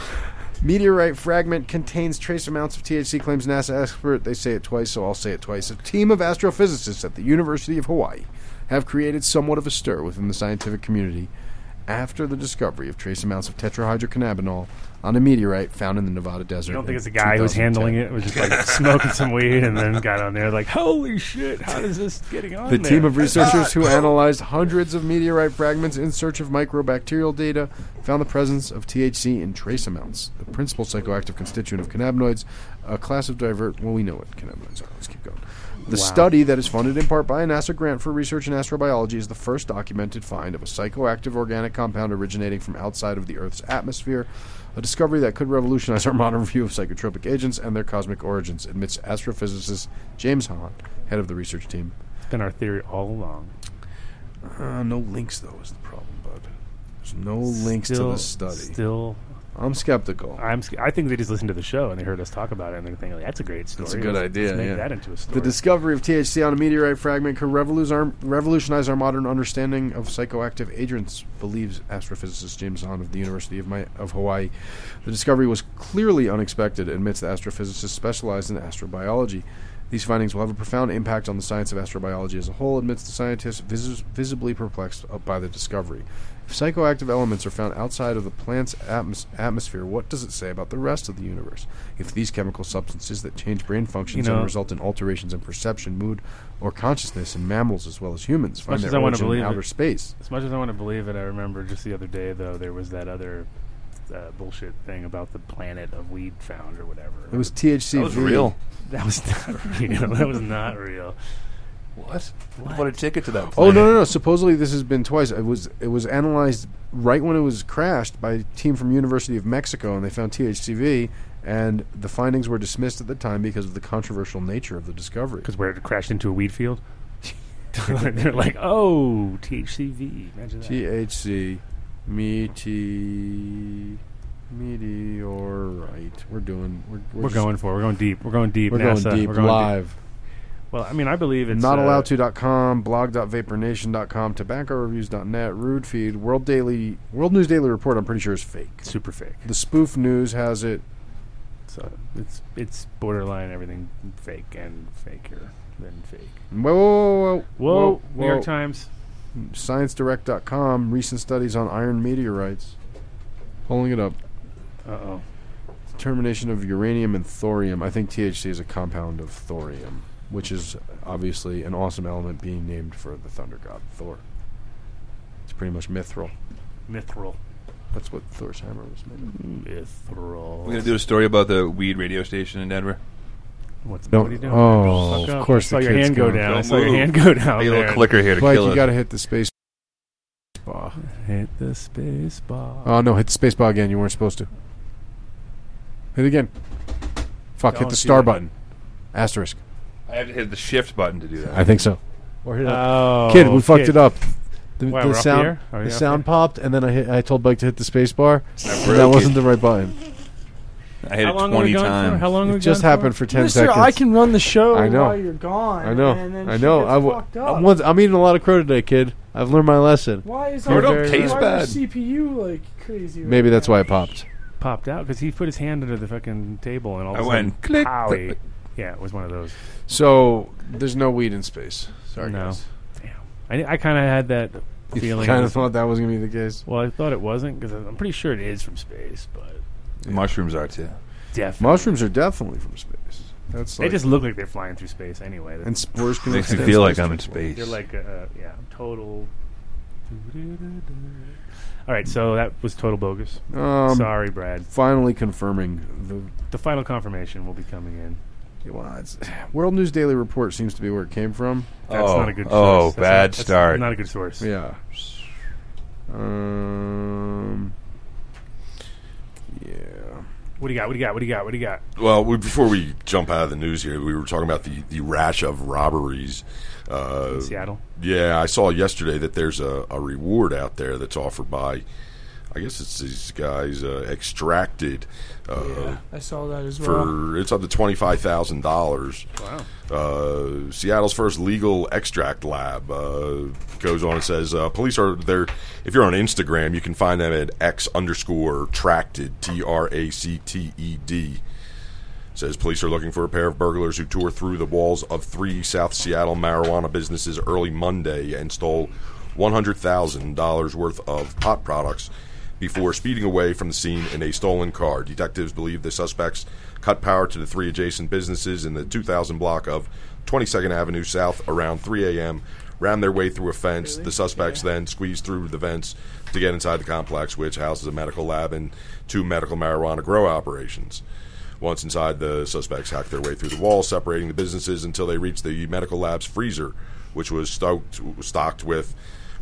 Speaker 4: Meteorite fragment contains trace amounts of THC, claims NASA expert. They say it twice, so I'll say it twice. A team of astrophysicists at the University of Hawaii have created somewhat of a stir within the scientific community after the discovery of trace amounts of tetrahydrocannabinol on a meteorite found in the Nevada desert.
Speaker 3: I don't think
Speaker 4: in
Speaker 3: it's the guy who's
Speaker 4: 2010.
Speaker 3: handling it. Was just like smoking some weed and then got on there like, holy shit! How is this getting on?
Speaker 4: The
Speaker 3: there? Ah.
Speaker 4: team of researchers who analyzed hundreds of meteorite fragments in search of microbacterial data found the presence of THC in trace amounts, the principal psychoactive constituent of cannabinoids, a class of divert. Well, we know what cannabinoids are. Let's keep going. The study that is funded in part by a NASA grant for research in astrobiology is the first documented find of a psychoactive organic compound originating from outside of the Earth's atmosphere. A discovery that could revolutionize our modern view of psychotropic agents and their cosmic origins, admits astrophysicist James Hahn, head of the research team
Speaker 3: It's been our theory all along.
Speaker 4: uh, no links though is the problem, bud. There's no links to
Speaker 3: Still-
Speaker 4: the study.
Speaker 3: Still,
Speaker 4: I'm skeptical.
Speaker 3: I'm. sc- I think they just listened to the show and they heard us talk about it and they're thinking like, that's a great story.
Speaker 4: a good
Speaker 3: Let's-
Speaker 4: idea,
Speaker 3: Let's make
Speaker 4: yeah.
Speaker 3: that into a story.
Speaker 4: The discovery of THC on a meteorite fragment could revolus- our- revolutionize our modern understanding of psychoactive agents, believes astrophysicist James Hahn of the University of, Mi- of Hawaii. The discovery was clearly unexpected, admits the astrophysicist specialized in astrobiology. These findings will have a profound impact on the science of astrobiology as a whole, admits the scientist, vis- visibly perplexed uh, by the discovery. If psychoactive elements are found outside of the plant's atmos- atmosphere, what does it say about the rest of the universe? If these chemical substances that change brain functions
Speaker 3: You know-
Speaker 4: and result in alterations in perception, mood, or consciousness in mammals as well as humans, find
Speaker 3: much
Speaker 4: their
Speaker 3: as I wanna
Speaker 4: origin in
Speaker 3: believe
Speaker 4: outer
Speaker 3: it-
Speaker 4: space.
Speaker 3: As much as I want to believe it, I remember just the other day though there was that other uh, bullshit thing about the planet of weed found or whatever.
Speaker 4: It was THC.
Speaker 5: That was real.
Speaker 3: that was not real. That was not real.
Speaker 5: What? What? a ticket to that.
Speaker 4: Oh
Speaker 5: planet.
Speaker 4: no no no! Supposedly this has been twice. It was it was analyzed right when it was crashed by a team from University of Mexico, and they found THCV, and the findings were dismissed at the time because of the controversial nature of the discovery.
Speaker 3: because where it crashed into a weed field. They're like, oh, THCV. Imagine that.
Speaker 4: THC, meaty, meteorite. We're doing. We're, we're,
Speaker 3: we're
Speaker 4: just-
Speaker 3: going for. it. We're going deep. We're going deep.
Speaker 4: We're
Speaker 3: NASA.
Speaker 4: going deep
Speaker 3: We're going
Speaker 4: live.
Speaker 3: deep. Well, I mean, I believe it's
Speaker 4: Not
Speaker 3: uh,
Speaker 4: allowed to.com, blog.vapornation.com, tobaccoreviews.net, Rude Feed, World Daily, World News Daily Report. I'm pretty sure is fake.
Speaker 3: Super fake.
Speaker 4: The spoof news has it.
Speaker 3: So it's it's borderline everything fake and faker than fake.
Speaker 4: Whoa, whoa, whoa, whoa,
Speaker 3: Whoa,
Speaker 4: whoa,
Speaker 3: New York
Speaker 4: whoa.
Speaker 3: Times.
Speaker 4: ScienceDirect.com. Recent studies on iron meteorites. Pulling it up.
Speaker 3: Uh oh.
Speaker 4: Determination of uranium and thorium. I think THC is a compound of thorium, which is obviously an awesome element being named for the thunder god Thor. It's pretty much mithril.
Speaker 3: Mithril.
Speaker 4: That's what Thor's hammer was made of.
Speaker 3: Mithril.
Speaker 5: We're gonna do a story about the weed radio station in Denver.
Speaker 3: What's
Speaker 4: No.
Speaker 3: what are you doing?
Speaker 4: Oh,
Speaker 3: Suck
Speaker 4: of
Speaker 3: up.
Speaker 4: course
Speaker 3: I saw
Speaker 4: the
Speaker 3: your
Speaker 4: kid's
Speaker 3: hand go
Speaker 4: going.
Speaker 3: down. I
Speaker 5: Don't
Speaker 3: saw your
Speaker 5: move.
Speaker 3: hand go down.
Speaker 5: Hey,
Speaker 3: there.
Speaker 5: little clicker here to
Speaker 4: Mike,
Speaker 5: kill
Speaker 4: you
Speaker 5: us.
Speaker 4: got to hit the space bar.
Speaker 3: Hit the space bar.
Speaker 4: Oh no, hit the space bar again. You weren't supposed to. Hit it again. Fuck, hit
Speaker 3: Don't
Speaker 4: the
Speaker 3: do
Speaker 4: star
Speaker 3: that.
Speaker 4: button. Asterisk.
Speaker 5: I have to hit the shift button to do that.
Speaker 4: I think so.
Speaker 10: Or hit up.
Speaker 5: Uh,
Speaker 3: Oh,
Speaker 4: kid, we fucked it up. The,
Speaker 3: Why,
Speaker 4: the
Speaker 3: we're off the
Speaker 4: sound,
Speaker 3: air? Are we
Speaker 4: the
Speaker 3: off
Speaker 4: sound popped, and then I hit, I told Mike to hit the space bar. and that
Speaker 5: broke
Speaker 4: wasn't
Speaker 5: it.
Speaker 4: the right button.
Speaker 5: I hit
Speaker 3: How
Speaker 5: it
Speaker 3: long are we
Speaker 5: twenty
Speaker 3: going for?
Speaker 5: times.
Speaker 3: How long are we
Speaker 4: It just
Speaker 3: going
Speaker 4: happened for ten
Speaker 7: Mister,
Speaker 4: seconds.
Speaker 7: I can run the show
Speaker 4: I know.
Speaker 7: while you're gone.
Speaker 4: I know.
Speaker 7: And then
Speaker 4: I
Speaker 7: she
Speaker 4: know.
Speaker 7: Gets
Speaker 4: I w-
Speaker 7: fucked up.
Speaker 4: I'm, once, I'm eating a lot of crow today, kid. I've learned my lesson.
Speaker 7: Why is
Speaker 4: Throw
Speaker 7: our
Speaker 4: it up,
Speaker 7: why
Speaker 4: taste
Speaker 7: is our
Speaker 5: bad.
Speaker 7: CPU like crazy? right
Speaker 4: Maybe that's
Speaker 7: now?
Speaker 4: why it popped.
Speaker 3: Popped out because he put his hand under the fucking table and all
Speaker 5: I
Speaker 3: of a sudden,
Speaker 5: went click.
Speaker 3: Howie. Yeah, it was one of those.
Speaker 4: So there's no weed in space. Sorry,
Speaker 3: No.
Speaker 4: guys.
Speaker 3: I, I kind of had that feeling.
Speaker 4: Kind of thought that was gonna be the case.
Speaker 3: well, I thought it wasn't because I'm pretty sure it is from space, but
Speaker 5: Mushrooms are too.
Speaker 3: definitely.
Speaker 4: Mushrooms are definitely from space. That's
Speaker 3: They
Speaker 4: like,
Speaker 3: just look like they're flying through space anyway.
Speaker 4: and spores can
Speaker 5: Makes me
Speaker 4: extend
Speaker 5: feel like
Speaker 4: space
Speaker 5: I'm in
Speaker 4: travel.
Speaker 5: space.
Speaker 3: They're like, uh, yeah, total. All right, so that was total bogus.
Speaker 4: Um,
Speaker 3: Sorry, Brad.
Speaker 4: Finally confirming the
Speaker 3: The final confirmation will be coming in.
Speaker 4: Well, it's, World News Daily Report seems to be where it came from.
Speaker 3: That's
Speaker 5: oh,
Speaker 3: not a good.
Speaker 5: oh,
Speaker 3: source. That's
Speaker 5: bad
Speaker 3: not- that's
Speaker 5: start.
Speaker 3: Not a good source.
Speaker 4: Yeah.
Speaker 5: Uh,
Speaker 4: Um. Yeah.
Speaker 3: What do you got? What do you got? What do you got? What do you got?
Speaker 6: Well, we, before we jump out of the news here, we were talking about the, the rash of robberies. Uh,
Speaker 3: Seattle.
Speaker 6: yeah, I saw yesterday that there's a, a reward out there that's offered by, I guess it's these guys, uh, Extracted, uh,
Speaker 7: Yeah, I saw that as well.
Speaker 6: for it's up to twenty five thousand dollars.
Speaker 3: Wow.
Speaker 6: Uh, Seattle's first legal extract lab uh, goes on and says uh, police are there. If you're on Instagram, you can find them at x underscore tracted t r a c t e d. Says police are looking for a pair of burglars who tore through the walls of three South Seattle marijuana businesses early Monday and stole $100,000 worth of pot products before speeding away from the scene in a stolen car. Detectives believe the suspects cut power to the three adjacent businesses in the 2000 block of 22nd Avenue South around 3 a.m., rammed their way through a fence. The suspects then squeezed through the vents to get inside the complex, which houses a medical lab and two medical marijuana grow operations. Once inside, the suspects hacked their way through the wall, separating the businesses until they reached the medical lab's freezer, which was stoked, stocked with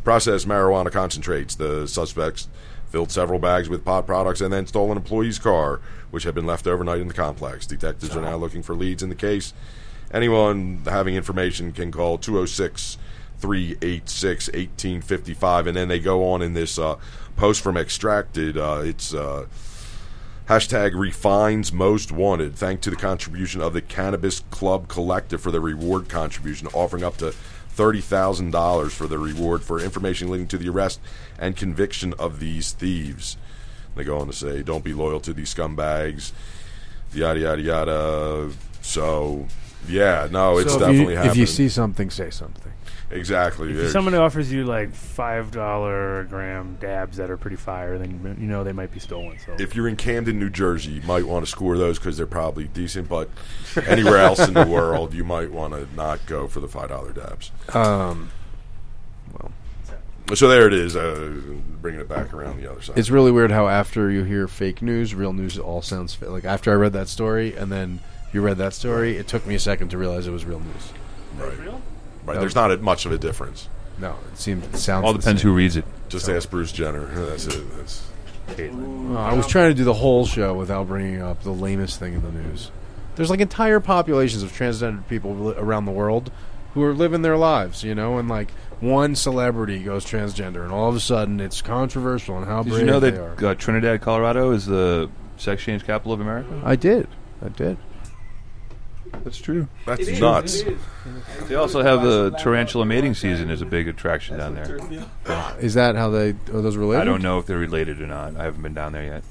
Speaker 6: processed marijuana concentrates. The suspects filled several bags with pot products and then stole an employee's car, which had been left overnight in the complex. Detectives are now looking for leads in the case. Anyone having information can call 206 386 1855. And then they go on in this uh, post from Extracted. Uh, it's. Uh, Hashtag refines most wanted. Thank to the contribution of the Cannabis Club Collective for their reward contribution, offering up to $30,000 for the reward for information leading to the arrest and conviction of these thieves. They go on to say, don't be loyal to these scumbags, yada, yada, yada. So, yeah, no, it's
Speaker 4: So if you-
Speaker 6: definitely happening.
Speaker 4: If you see something, say something.
Speaker 6: exactly.
Speaker 3: If
Speaker 6: There's-
Speaker 3: someone offers you like five dollar gram dabs that are pretty fire, then you know they might be stolen. So
Speaker 6: if you're in Camden, New Jersey, you might want to score those because they're probably decent. But anywhere else in the world, you might want to not go for the five dollar dabs.
Speaker 4: Um,
Speaker 6: So there it is, uh, bringing it back around the other side.
Speaker 4: it's really weird how after you hear fake news, real news all sounds fa- like. After I read that story, and then you read that story, it took me a second to realize it was real news.
Speaker 6: right. Right, there's not a- much of a difference.
Speaker 4: No, it seemed it sounds.
Speaker 5: All
Speaker 4: the
Speaker 5: depends
Speaker 4: same.
Speaker 5: who reads it.
Speaker 6: Just ask Bruce Jenner. That's it. That's
Speaker 4: Oh, I was trying to do the whole show without bringing up the lamest thing in the news. There's like entire populations of transgender people li- around the world who are living their lives, you know, and like one celebrity goes transgender, and all of a sudden it's controversial and how
Speaker 5: Did
Speaker 4: brave
Speaker 5: you know
Speaker 4: they
Speaker 5: that
Speaker 4: are.
Speaker 5: uh, Trinidad, Colorado, is the sex change capital of America?
Speaker 4: I did, I did.
Speaker 5: That's true.
Speaker 6: that's
Speaker 9: It is,
Speaker 6: nuts.
Speaker 9: it is.
Speaker 5: They also have the tarantula mating season is a big attraction down there.
Speaker 4: Ah, Is that how they are those related?
Speaker 5: I don't know if they're related or not. I haven't been down there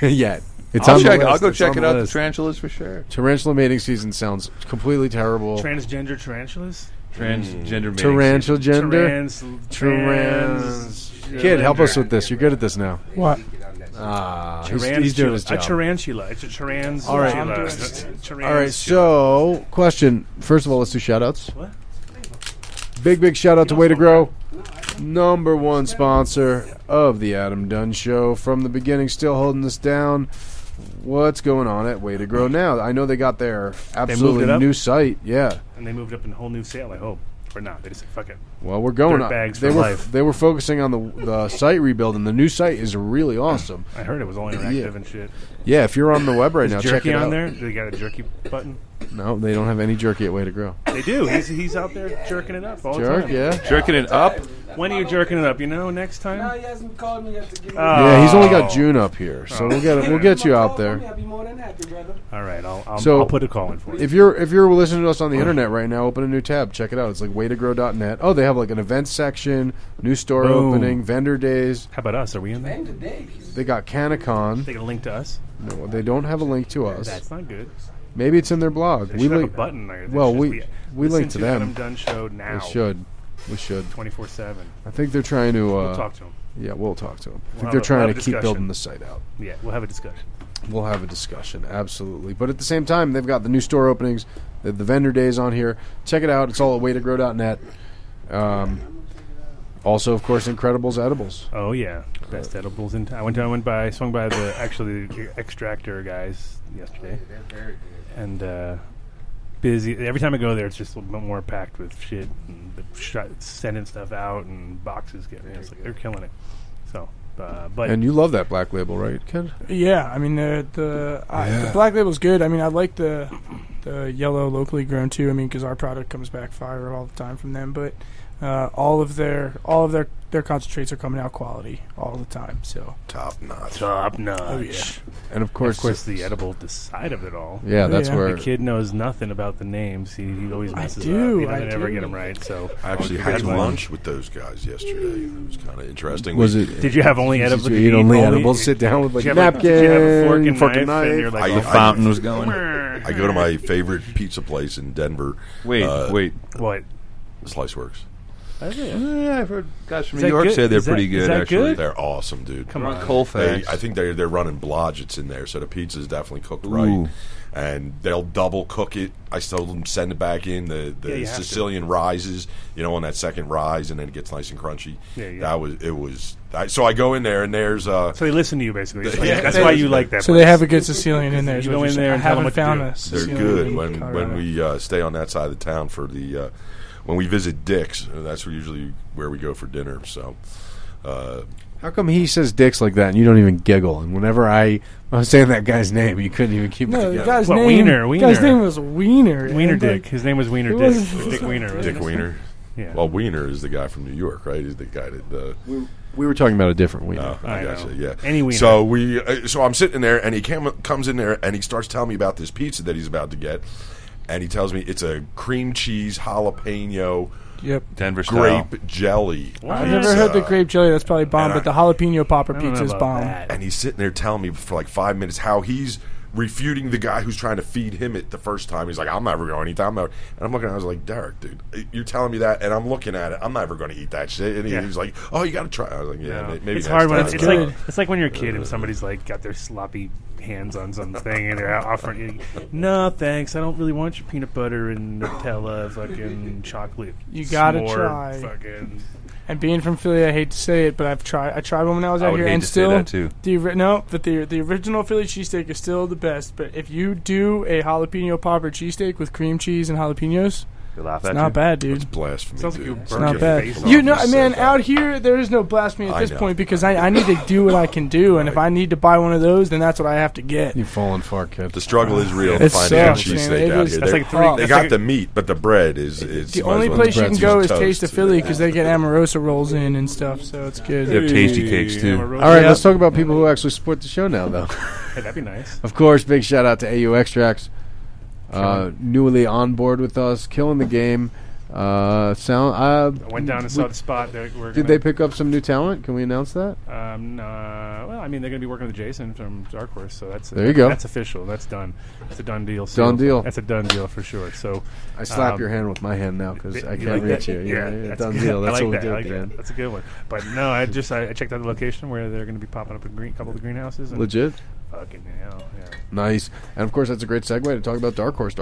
Speaker 5: yet.
Speaker 4: yet. It's
Speaker 5: I'll
Speaker 4: on the
Speaker 5: check. I'll
Speaker 4: list.
Speaker 5: go
Speaker 4: It's
Speaker 5: check
Speaker 4: on
Speaker 5: it
Speaker 4: the
Speaker 5: out. The
Speaker 4: list.
Speaker 5: tarantulas for sure.
Speaker 4: Tarantula mating season sounds completely terrible.
Speaker 3: transgender tarantulas.
Speaker 5: Transgender
Speaker 4: Tarantula gender.
Speaker 3: Trans,
Speaker 4: Trans. Kid, help us with this. You're good at this now.
Speaker 7: What?
Speaker 4: Ah, he's,
Speaker 3: Tarantula.
Speaker 4: he's doing his
Speaker 3: A
Speaker 4: job.
Speaker 3: tarantula. It's a trans.
Speaker 4: All right. Uh,
Speaker 3: tarantula.
Speaker 4: All right, so question. First of all, let's do shout outs.
Speaker 3: What?
Speaker 4: Big, big shout out to Way to Grow, number one sponsor of the Adam Dunn Show from the beginning, still holding this down. What's going on at Way to Grow now? I know they got their absolutely
Speaker 3: it up?
Speaker 4: new site. Yeah.
Speaker 3: and they moved up in a whole new sale. I hope, or not? They just said, "Fuck it."
Speaker 4: Well, we're going
Speaker 3: Dirt
Speaker 4: up.
Speaker 3: bags
Speaker 4: they
Speaker 3: for
Speaker 4: were
Speaker 3: life.
Speaker 4: they were focusing on the the site rebuild, and the new site is really awesome.
Speaker 3: I heard it was all interactive and shit.
Speaker 4: Yeah, if you're on the web right now, check
Speaker 3: jerky
Speaker 4: it
Speaker 3: on
Speaker 4: out.
Speaker 3: there? Do they got a jerky button?
Speaker 4: No, they don't have any jerky at Way to Grow.
Speaker 3: They do. He's, he's out there jerking it up all
Speaker 4: Jerk,
Speaker 3: the time.
Speaker 4: yeah.
Speaker 5: Jerking it up.
Speaker 3: When are you jerking it up? You know, next
Speaker 9: Now he
Speaker 3: time.
Speaker 9: hasn't called me yet to give me
Speaker 4: Yeah, he's only
Speaker 3: Oh.
Speaker 4: got June up here, so we'll get we'll get you out there.
Speaker 9: I'll be more than happy, brother.
Speaker 3: All right, I'll I'll,
Speaker 4: So-
Speaker 3: I'll put a call in for you.
Speaker 4: If you're if you're listening to us on the internet right now, open a new tab, check it out. It's like waytogrow.net. Oh, they have like an events section, new store
Speaker 3: Boom.
Speaker 4: opening, vendor days.
Speaker 3: How about us? Are we in there?
Speaker 9: And today, he's
Speaker 4: They got Canacon.
Speaker 3: They got a link to us.
Speaker 4: No, they don't have a link to us.
Speaker 3: That's not good.
Speaker 4: Maybe it's in their blog.
Speaker 3: They
Speaker 4: we
Speaker 3: should have
Speaker 4: link.
Speaker 3: a button there. that
Speaker 4: well,
Speaker 3: should
Speaker 4: we-
Speaker 3: be-
Speaker 4: we link
Speaker 3: listen
Speaker 4: to them.
Speaker 3: Adam Dunn show now.
Speaker 4: We should. We should.
Speaker 3: Twenty four seven.
Speaker 4: I think they're trying to. Uh,
Speaker 3: Talk to him.
Speaker 4: Yeah, we'll talk to them. I
Speaker 3: We'll
Speaker 4: think they're
Speaker 3: have a-
Speaker 4: trying to
Speaker 3: we'll have a
Speaker 4: keep
Speaker 3: discussion.
Speaker 4: building the site out.
Speaker 3: Yeah, we'll have a discussion.
Speaker 4: We'll have a discussion, absolutely. But at the same time, they've got the new store openings, the, the vendor days on here. Check it out. It's all at waytogrow.net. Um, also, of course, Incredibles Edibles.
Speaker 3: Oh yeah,
Speaker 4: Uh,
Speaker 3: best edibles in town. I went down, went by, swung by the actually the extractor guys yesterday, and uh, busy. Every time I go there, it's just a little bit more packed with shit and the sh- sending stuff out and boxes getting. It's like they're killing it. So, uh, but
Speaker 4: And you love that black label, right, kid?
Speaker 7: Yeah, I mean the the, I, the black label's good. I mean I like the the yellow locally grown too. I mean because our product comes back fire all the time from them, but uh, all of their all of their their concentrates are coming out quality all the time. So Oh,
Speaker 6: Top notch.
Speaker 3: top notch.
Speaker 4: Oh, And of course,
Speaker 3: Of course, the edible at the side of it all.
Speaker 4: yeah, that's
Speaker 7: Yeah.
Speaker 4: where
Speaker 3: The kid knows nothing about the names. He, he always messes up.
Speaker 7: do,
Speaker 3: He doesn't
Speaker 7: I
Speaker 3: ever
Speaker 7: do.
Speaker 3: get them right. So,
Speaker 6: I actually
Speaker 3: Oh,
Speaker 6: had
Speaker 3: good one.
Speaker 6: lunch with those guys yesterday. It was kind of interesting.
Speaker 4: was
Speaker 6: We-
Speaker 4: it.
Speaker 3: did you have only
Speaker 4: did
Speaker 3: edibles?
Speaker 4: you eat only edibles? Sit down with like
Speaker 3: Did you,
Speaker 4: a
Speaker 3: have a,
Speaker 4: napkin,
Speaker 3: did you have a fork and
Speaker 4: fork
Speaker 3: knife? And you're
Speaker 4: knife.
Speaker 3: like,
Speaker 6: I-
Speaker 5: The
Speaker 3: oh,
Speaker 5: fountain was going.
Speaker 6: I go to my favorite pizza place in Denver.
Speaker 5: Wait,
Speaker 6: uh,
Speaker 5: wait.
Speaker 3: what?
Speaker 6: Sliceworks.
Speaker 5: Yeah, I've heard guys from
Speaker 3: Is
Speaker 5: New
Speaker 3: that
Speaker 5: York
Speaker 3: good?
Speaker 5: say they're
Speaker 3: Is that-
Speaker 5: pretty
Speaker 3: is
Speaker 5: good.
Speaker 3: that
Speaker 5: actually,
Speaker 3: good?
Speaker 6: They're awesome, dude.
Speaker 5: Come on,
Speaker 6: They,
Speaker 5: Colfax.
Speaker 6: I think they're they're running blodgets in there, so the pizza is definitely cooked
Speaker 5: Ooh.
Speaker 6: right, and they'll double cook it. I still send it back in the
Speaker 3: Yeah,
Speaker 6: the
Speaker 3: you have to.
Speaker 6: Sicilian rises, you know, on that second rise, and then it gets nice and crunchy.
Speaker 3: Yeah, yeah.
Speaker 6: That was it was. I, so I go in there, and there's uh,
Speaker 3: So they listen to you basically. It's like-
Speaker 6: Yeah.
Speaker 3: that's why you like that.
Speaker 7: so
Speaker 3: place.
Speaker 7: they have a good Sicilian in there. is
Speaker 3: You
Speaker 7: what
Speaker 3: go
Speaker 7: you're
Speaker 3: in there
Speaker 7: saying. I
Speaker 3: and tell 'em
Speaker 7: haven't
Speaker 3: what to
Speaker 7: found
Speaker 3: do.
Speaker 7: a
Speaker 6: They're
Speaker 7: Sicilian
Speaker 6: good
Speaker 7: in
Speaker 6: when when
Speaker 7: Colorado.
Speaker 6: we uh, stay on that side of the town for the uh, when we visit Dick's. uh, That's usually where we go for dinner. So uh,
Speaker 4: How come he says dicks like that and you don't even giggle? And whenever I, I was saying that guy's name, you couldn't even keep it
Speaker 7: No,
Speaker 4: together.
Speaker 7: the guy's
Speaker 3: What,
Speaker 7: name.
Speaker 3: Wiener,
Speaker 7: the guy's
Speaker 3: Wiener.
Speaker 7: name was Wiener.
Speaker 3: Wiener
Speaker 7: and, like,
Speaker 3: Dick. His name was Wiener
Speaker 7: It
Speaker 3: Dick.
Speaker 7: was-
Speaker 3: Dick Wiener. wasn't
Speaker 6: Dick
Speaker 3: it?
Speaker 6: Wiener.
Speaker 3: Yeah.
Speaker 6: Well, Wiener is the guy from New York, right? He's the guy that the
Speaker 4: We were talking about a different week.
Speaker 6: Oh,
Speaker 3: I
Speaker 6: I gotcha.
Speaker 3: know.
Speaker 6: Yeah.
Speaker 3: Any wiener.
Speaker 6: So we, uh, so I'm sitting there, and he came, comes in there, and he starts telling me about this pizza that he's about to get, and he tells me it's a cream cheese jalapeno
Speaker 7: Yep.
Speaker 5: Denver style.
Speaker 6: grape jelly.
Speaker 7: I've never heard the grape jelly. That's probably bomb,
Speaker 6: and
Speaker 7: but the jalapeno popper
Speaker 3: I don't know
Speaker 7: pizza's
Speaker 3: about
Speaker 7: bomb.
Speaker 3: that.
Speaker 6: And he's sitting there telling me for like five minutes how he's refuting the guy who's trying to feed him it the first time. He's like, "I'm never going to eat that." I'm never. And I'm looking, at him, I was like, "Derek, dude, you're telling me that," and I'm looking at it. I'm never going to eat that shit. And he,
Speaker 3: Yeah.
Speaker 6: he's like, "Oh, you got to try." I was like, "Yeah,
Speaker 3: No.
Speaker 6: may- maybe." next
Speaker 3: it's hard when
Speaker 6: time."
Speaker 3: it's, it's like it's like when you're a kid and somebody's like got their sloppy hands on something and they're offering you, no thanks, I don't really want your peanut butter and Nutella, fucking chocolate.
Speaker 7: You gotta
Speaker 3: s'more,
Speaker 7: try.
Speaker 3: Fucking
Speaker 7: And being from Philly, I hate to say it, but I've tried. I tried one when I was
Speaker 5: I
Speaker 7: out
Speaker 5: would
Speaker 7: here,
Speaker 5: hate
Speaker 7: and
Speaker 5: to say
Speaker 7: still
Speaker 5: that, too.
Speaker 7: the ori- no, but the the original Philly cheesesteak is still the best. But if you do a jalapeno popper cheesesteack with cream cheese and jalapenos,
Speaker 5: They laugh
Speaker 7: it's
Speaker 5: at
Speaker 7: not
Speaker 5: you.
Speaker 7: bad, dude.
Speaker 6: It's blasphemy.
Speaker 3: Sounds like
Speaker 6: dude.
Speaker 3: you
Speaker 6: It's
Speaker 3: burned
Speaker 7: Not
Speaker 3: your
Speaker 7: bad.
Speaker 3: face off.
Speaker 7: You know,
Speaker 6: Just
Speaker 7: man,
Speaker 6: said that.
Speaker 7: out here there is no blasphemy at
Speaker 6: I
Speaker 7: this
Speaker 6: know.
Speaker 7: point because I, I need to do what I can do, and if I need to buy one of those, then that's what I have to get.
Speaker 4: You've fallen far, kid.
Speaker 6: The struggle is real.
Speaker 7: It
Speaker 6: to find out
Speaker 7: sucks, man.
Speaker 6: cheesesteak
Speaker 7: It
Speaker 6: out
Speaker 7: is-
Speaker 6: here.
Speaker 7: That's
Speaker 6: They-
Speaker 3: like three-
Speaker 6: They
Speaker 3: that's
Speaker 6: got
Speaker 3: like-
Speaker 6: the meat, but the bread is. is
Speaker 7: The
Speaker 6: might as
Speaker 7: only
Speaker 6: well
Speaker 7: place you can
Speaker 4: bread's
Speaker 7: go
Speaker 6: just
Speaker 7: is
Speaker 6: toast.
Speaker 7: Taste of Philly because they get Amorosa rolls in and stuff, so it's good.
Speaker 5: They have tasty cakes
Speaker 3: Yeah,
Speaker 5: too.
Speaker 4: All right,
Speaker 7: Yeah.
Speaker 4: let's talk about people who actually support the show now, though.
Speaker 3: Hey, that'd be nice.
Speaker 4: of course, big shout out to AU Extracts, uh, newly on board with us, killing the game. Uh, sound. Uh,
Speaker 3: I went down and saw the spot. That we're
Speaker 4: Did
Speaker 3: gonna-
Speaker 4: they pick up some new talent? Can we announce that?
Speaker 3: Um, uh, well, I mean, they're going to be working with Jason from Dark Horse, so that's
Speaker 4: There you go.
Speaker 3: That's official. That's done. It's a done deal. sealed.
Speaker 4: Done deal.
Speaker 3: That's a done deal for sure. So
Speaker 4: I slap
Speaker 3: um,
Speaker 4: your hand with my hand now because I
Speaker 3: you
Speaker 4: can't
Speaker 3: like
Speaker 4: reach
Speaker 3: that?
Speaker 4: you. Yeah, yeah
Speaker 3: that's
Speaker 4: done
Speaker 3: good.
Speaker 4: deal.
Speaker 3: I
Speaker 4: That's
Speaker 3: like
Speaker 4: what we
Speaker 3: that.
Speaker 4: do
Speaker 3: I
Speaker 4: at
Speaker 3: like
Speaker 4: the
Speaker 3: that.
Speaker 4: end.
Speaker 3: That's a good one. But no, I just I, I checked out the location where they're going to be popping up a green, couple of the greenhouses. And
Speaker 4: Legit.
Speaker 3: Fucking hell. Yeah.
Speaker 4: Nice. And of course, that's a great segue to talk about Dark Horse,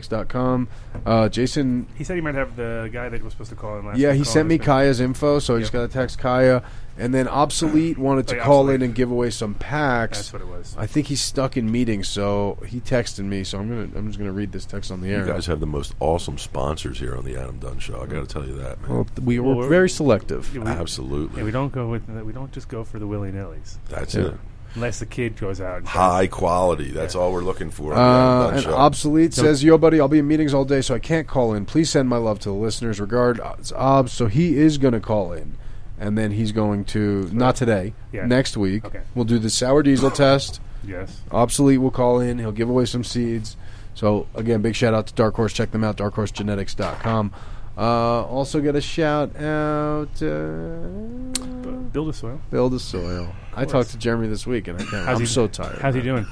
Speaker 4: darkhorsegenetics.com. Uh, Jason,
Speaker 3: He said he might have the guy that was supposed to call in last.
Speaker 4: yeah,
Speaker 3: week
Speaker 4: he
Speaker 3: call
Speaker 4: sent
Speaker 3: in.
Speaker 4: me
Speaker 3: It's been-
Speaker 4: Kaya's info, so I just got to text Kaya. And then Obsolete wanted to
Speaker 3: Oh, yeah,
Speaker 4: call in
Speaker 3: Obsolete.
Speaker 4: and give away some packs.
Speaker 3: That's what it was.
Speaker 4: I think he's stuck in meetings, so he texted me. So I'm gonna, I'm just gonna read this text on the
Speaker 6: You
Speaker 4: air.
Speaker 6: guys have the most awesome sponsors here on the Adam Dunn Show. I got to tell you that, man.
Speaker 4: well, we were
Speaker 3: Well,
Speaker 4: very selective.
Speaker 3: Yeah, we- yeah,
Speaker 6: Absolutely,
Speaker 3: we don't go with the, we don't just go for the willy nillys
Speaker 6: that's
Speaker 4: Yeah.
Speaker 6: it.
Speaker 3: unless the kid goes out. And
Speaker 6: High quality. That's all we're looking for. On
Speaker 4: Uh,
Speaker 6: the Adam Dunn
Speaker 4: and
Speaker 6: Show.
Speaker 4: obsolete says, "Yo, buddy, I'll be in meetings all day, so I can't call in. Please send my love to the listeners. Regard, uh, it's ob." So he is going to call in, and then he's going to not today,
Speaker 3: Yeah.
Speaker 4: next week.
Speaker 3: Okay.
Speaker 4: We'll do the sour diesel test.
Speaker 3: yes,
Speaker 4: Obsolete will call in. He'll give away some seeds. So again, big shout out to Dark Horse. Check them out, darkhorsegenetics.com. Uh, also, get a shout out. Uh,
Speaker 3: but build a soil.
Speaker 4: build a soil. I talked to Jeremy this week, and I can't, I'm
Speaker 3: he-
Speaker 4: so tired.
Speaker 3: How's he
Speaker 4: man.
Speaker 3: doing?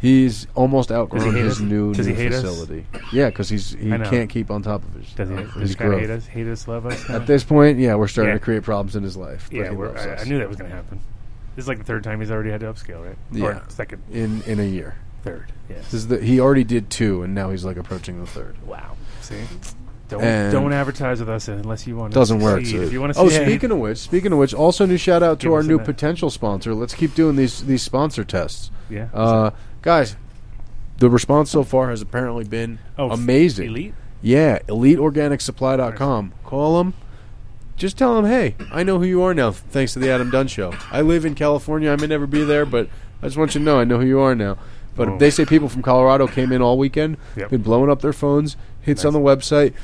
Speaker 4: He's almost outgrown
Speaker 3: hate
Speaker 4: his
Speaker 3: us?
Speaker 4: new,
Speaker 3: Does he
Speaker 4: new
Speaker 3: hate us?
Speaker 4: facility. Yeah, because he's he
Speaker 3: I know.
Speaker 4: can't keep on top of his,
Speaker 3: Does he,
Speaker 4: of
Speaker 3: does
Speaker 4: his
Speaker 3: he kind of
Speaker 4: growth.
Speaker 3: hate us? Hate us? Love us?
Speaker 4: At this point, yeah, we're starting
Speaker 3: Yeah.
Speaker 4: to create problems in his life. But
Speaker 3: yeah,
Speaker 4: he
Speaker 3: we're,
Speaker 4: loves
Speaker 3: I, I
Speaker 4: us.
Speaker 3: knew that was going to happen. This is like the third time he's already had to upscale, right?
Speaker 4: Yeah.
Speaker 3: Or second,
Speaker 4: in in a year.
Speaker 3: third. Yeah.
Speaker 4: This is the, he already did two, and now he's like approaching the third.
Speaker 3: Wow. See. Don't
Speaker 4: And-
Speaker 3: don't advertise with us unless you want. to
Speaker 4: Doesn't work.
Speaker 3: succeed. If you want to
Speaker 4: Oh,
Speaker 3: succeed,
Speaker 4: speaking of which, speaking of which, also new shout out to
Speaker 3: Give
Speaker 4: our
Speaker 3: us a
Speaker 4: new
Speaker 3: minute.
Speaker 4: potential sponsor. Let's keep doing these these sponsor tests.
Speaker 3: yeah.
Speaker 4: Uh, guys, the response so far has apparently been
Speaker 3: oh, f-
Speaker 4: amazing.
Speaker 3: Elite.
Speaker 4: Yeah, eliteorganicsupply.com. Call them. Just tell them, hey, I know who you are now, thanks to the Adam Dunn Show. I live in California. I may never be there, but I just want you to know I know who you are now. But
Speaker 3: Oh.
Speaker 4: they say people from Colorado came in all weekend,
Speaker 3: Yep.
Speaker 4: been blowing up their phones, hits on the website.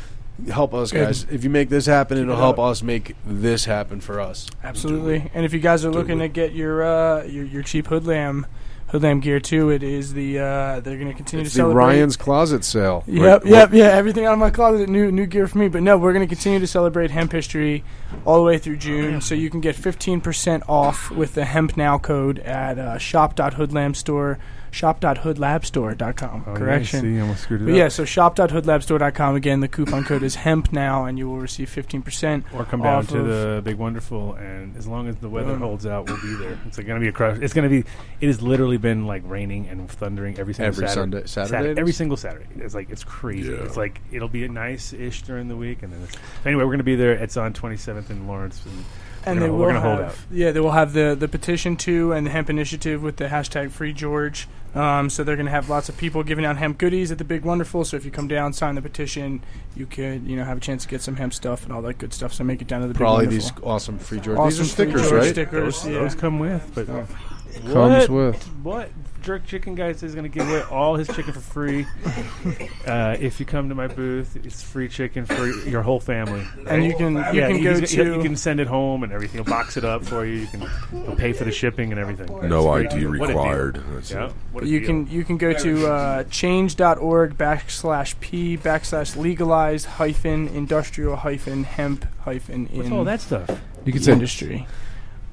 Speaker 4: Help us, guys. If you make this happen, it'll
Speaker 3: it
Speaker 4: help
Speaker 3: up.
Speaker 4: us make this happen for us.
Speaker 7: Absolutely. And if you guys are looking to get your uh, your, your cheap hoodlam hoodlam gear too, it is the uh, they're going to continue
Speaker 4: It's
Speaker 7: to
Speaker 4: the
Speaker 7: celebrate.
Speaker 4: Ryan's Closet sale.
Speaker 7: Yep,
Speaker 4: Right.
Speaker 7: yep, yeah. Everything out of my closet, new new gear for me. But no, we're going to continue to celebrate hemp history all the way
Speaker 3: Oh,
Speaker 7: through June. So you can get 15% off with the Hemp Now code at uh, shop.hoodlamstore, shop.hoodlabstore.com.
Speaker 3: Oh, yeah,
Speaker 7: Correction.
Speaker 3: see, I almost screwed it
Speaker 7: But
Speaker 3: up.
Speaker 7: yeah, so shop.hoodlabstore.com. Again, the coupon code is hemp now, and you will receive 15%.
Speaker 3: Or come down
Speaker 7: off
Speaker 3: to
Speaker 7: of-
Speaker 3: the big wonderful, and as long as the weather
Speaker 7: Mm.
Speaker 3: holds out, we'll be there. It's going to be a crush. It's going to be. It has literally been like raining and thundering every single
Speaker 4: Every Sunday-
Speaker 3: Saturday.
Speaker 4: Saturday it
Speaker 3: every
Speaker 4: is?
Speaker 3: single Saturday. It's like it's crazy.
Speaker 6: Yeah.
Speaker 3: It's like it'll be nice-ish during the week, and then it's, anyway, we're going to be there. It's on 27th in Lawrence, and,
Speaker 7: and
Speaker 3: we're
Speaker 7: they
Speaker 3: gonna-
Speaker 7: will
Speaker 3: we're gonna
Speaker 7: have,
Speaker 3: hold out.
Speaker 7: Yeah, they will have the the petition too and the hemp initiative with the hashtag Free George. Um, so they're going to have lots of people giving out hemp goodies at the Big Wonderful. So if you come down, sign the petition, you could you know have a chance to get some hemp stuff and all that good stuff. So make it down to the
Speaker 4: Probably
Speaker 7: Big
Speaker 4: these
Speaker 7: Wonderful.
Speaker 4: awesome free George.
Speaker 7: Awesome
Speaker 4: these are
Speaker 7: Free
Speaker 4: stickers,
Speaker 7: George
Speaker 4: right?
Speaker 7: Stickers,
Speaker 3: those,
Speaker 7: yeah.
Speaker 3: those come with, but uh,
Speaker 4: Comes
Speaker 3: What?
Speaker 4: with.
Speaker 3: What jerk chicken guy says he's going to give away all his chicken for free? uh, if you come to my booth, it's free chicken for your whole family.
Speaker 7: and you can you
Speaker 3: yeah,
Speaker 7: can
Speaker 3: he's
Speaker 7: go
Speaker 3: gonna-
Speaker 7: to
Speaker 3: you can send it home and everything. He'll box it up for you. You can he'll pay for the shipping and everything.
Speaker 6: no
Speaker 3: It's
Speaker 6: ID
Speaker 3: great. What a deal.
Speaker 6: required. That's
Speaker 3: Yeah,
Speaker 6: it.
Speaker 3: what a
Speaker 7: You
Speaker 3: deal.
Speaker 7: can you can go to uh, change.org backslash p backslash legalized hyphen industrial hyphen hemp hyphen
Speaker 3: What's
Speaker 7: in
Speaker 3: all that stuff?
Speaker 4: You can
Speaker 7: the
Speaker 4: send
Speaker 7: industry.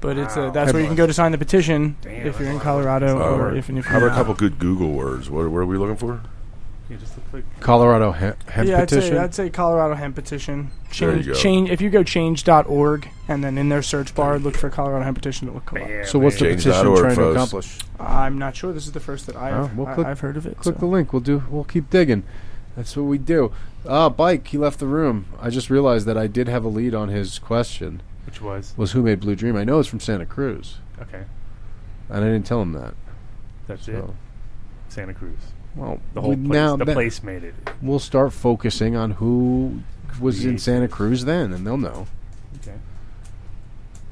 Speaker 7: But it's a,
Speaker 3: Wow.
Speaker 7: that's where you can go to sign the petition
Speaker 3: Damn,
Speaker 7: if you're in
Speaker 3: that's
Speaker 7: Colorado
Speaker 6: All
Speaker 7: or
Speaker 6: right.
Speaker 7: if, and if
Speaker 6: How
Speaker 7: you're
Speaker 6: about a couple good Google words? What, what are we looking for?
Speaker 3: You just look like
Speaker 4: Colorado hemp, hemp
Speaker 7: yeah, I'd
Speaker 4: petition.
Speaker 7: say, I'd say Colorado hemp petition.
Speaker 6: There
Speaker 7: Change,
Speaker 6: you go.
Speaker 7: change if you go change.org and then in their search bar look for Colorado hemp petition it will come up.
Speaker 3: man,
Speaker 4: So what's the
Speaker 3: man.
Speaker 6: Change
Speaker 4: petition
Speaker 6: dot org,
Speaker 4: trying to
Speaker 6: folks.
Speaker 4: accomplish?
Speaker 7: I'm not sure. This is the first that I've
Speaker 4: Oh, well,
Speaker 7: I,
Speaker 4: click-
Speaker 7: have heard of it.
Speaker 4: Click
Speaker 7: so.
Speaker 4: the link. We'll do. We'll keep digging. That's what we do. Ah, Bike. He left the room. I just realized that I did have a lead on his question.
Speaker 3: which was
Speaker 4: Was who made Blue Dream? I know it's from Santa Cruz,
Speaker 3: okay?
Speaker 4: and I didn't tell him that.
Speaker 3: That's it.
Speaker 4: So,
Speaker 3: Santa Cruz.
Speaker 4: well,
Speaker 3: The whole
Speaker 4: we-
Speaker 3: place.
Speaker 4: now
Speaker 3: the
Speaker 4: that-
Speaker 3: place made it.
Speaker 4: We'll start focusing on who was in
Speaker 3: Created.
Speaker 4: Santa Cruz then, and they'll know.
Speaker 3: Okay.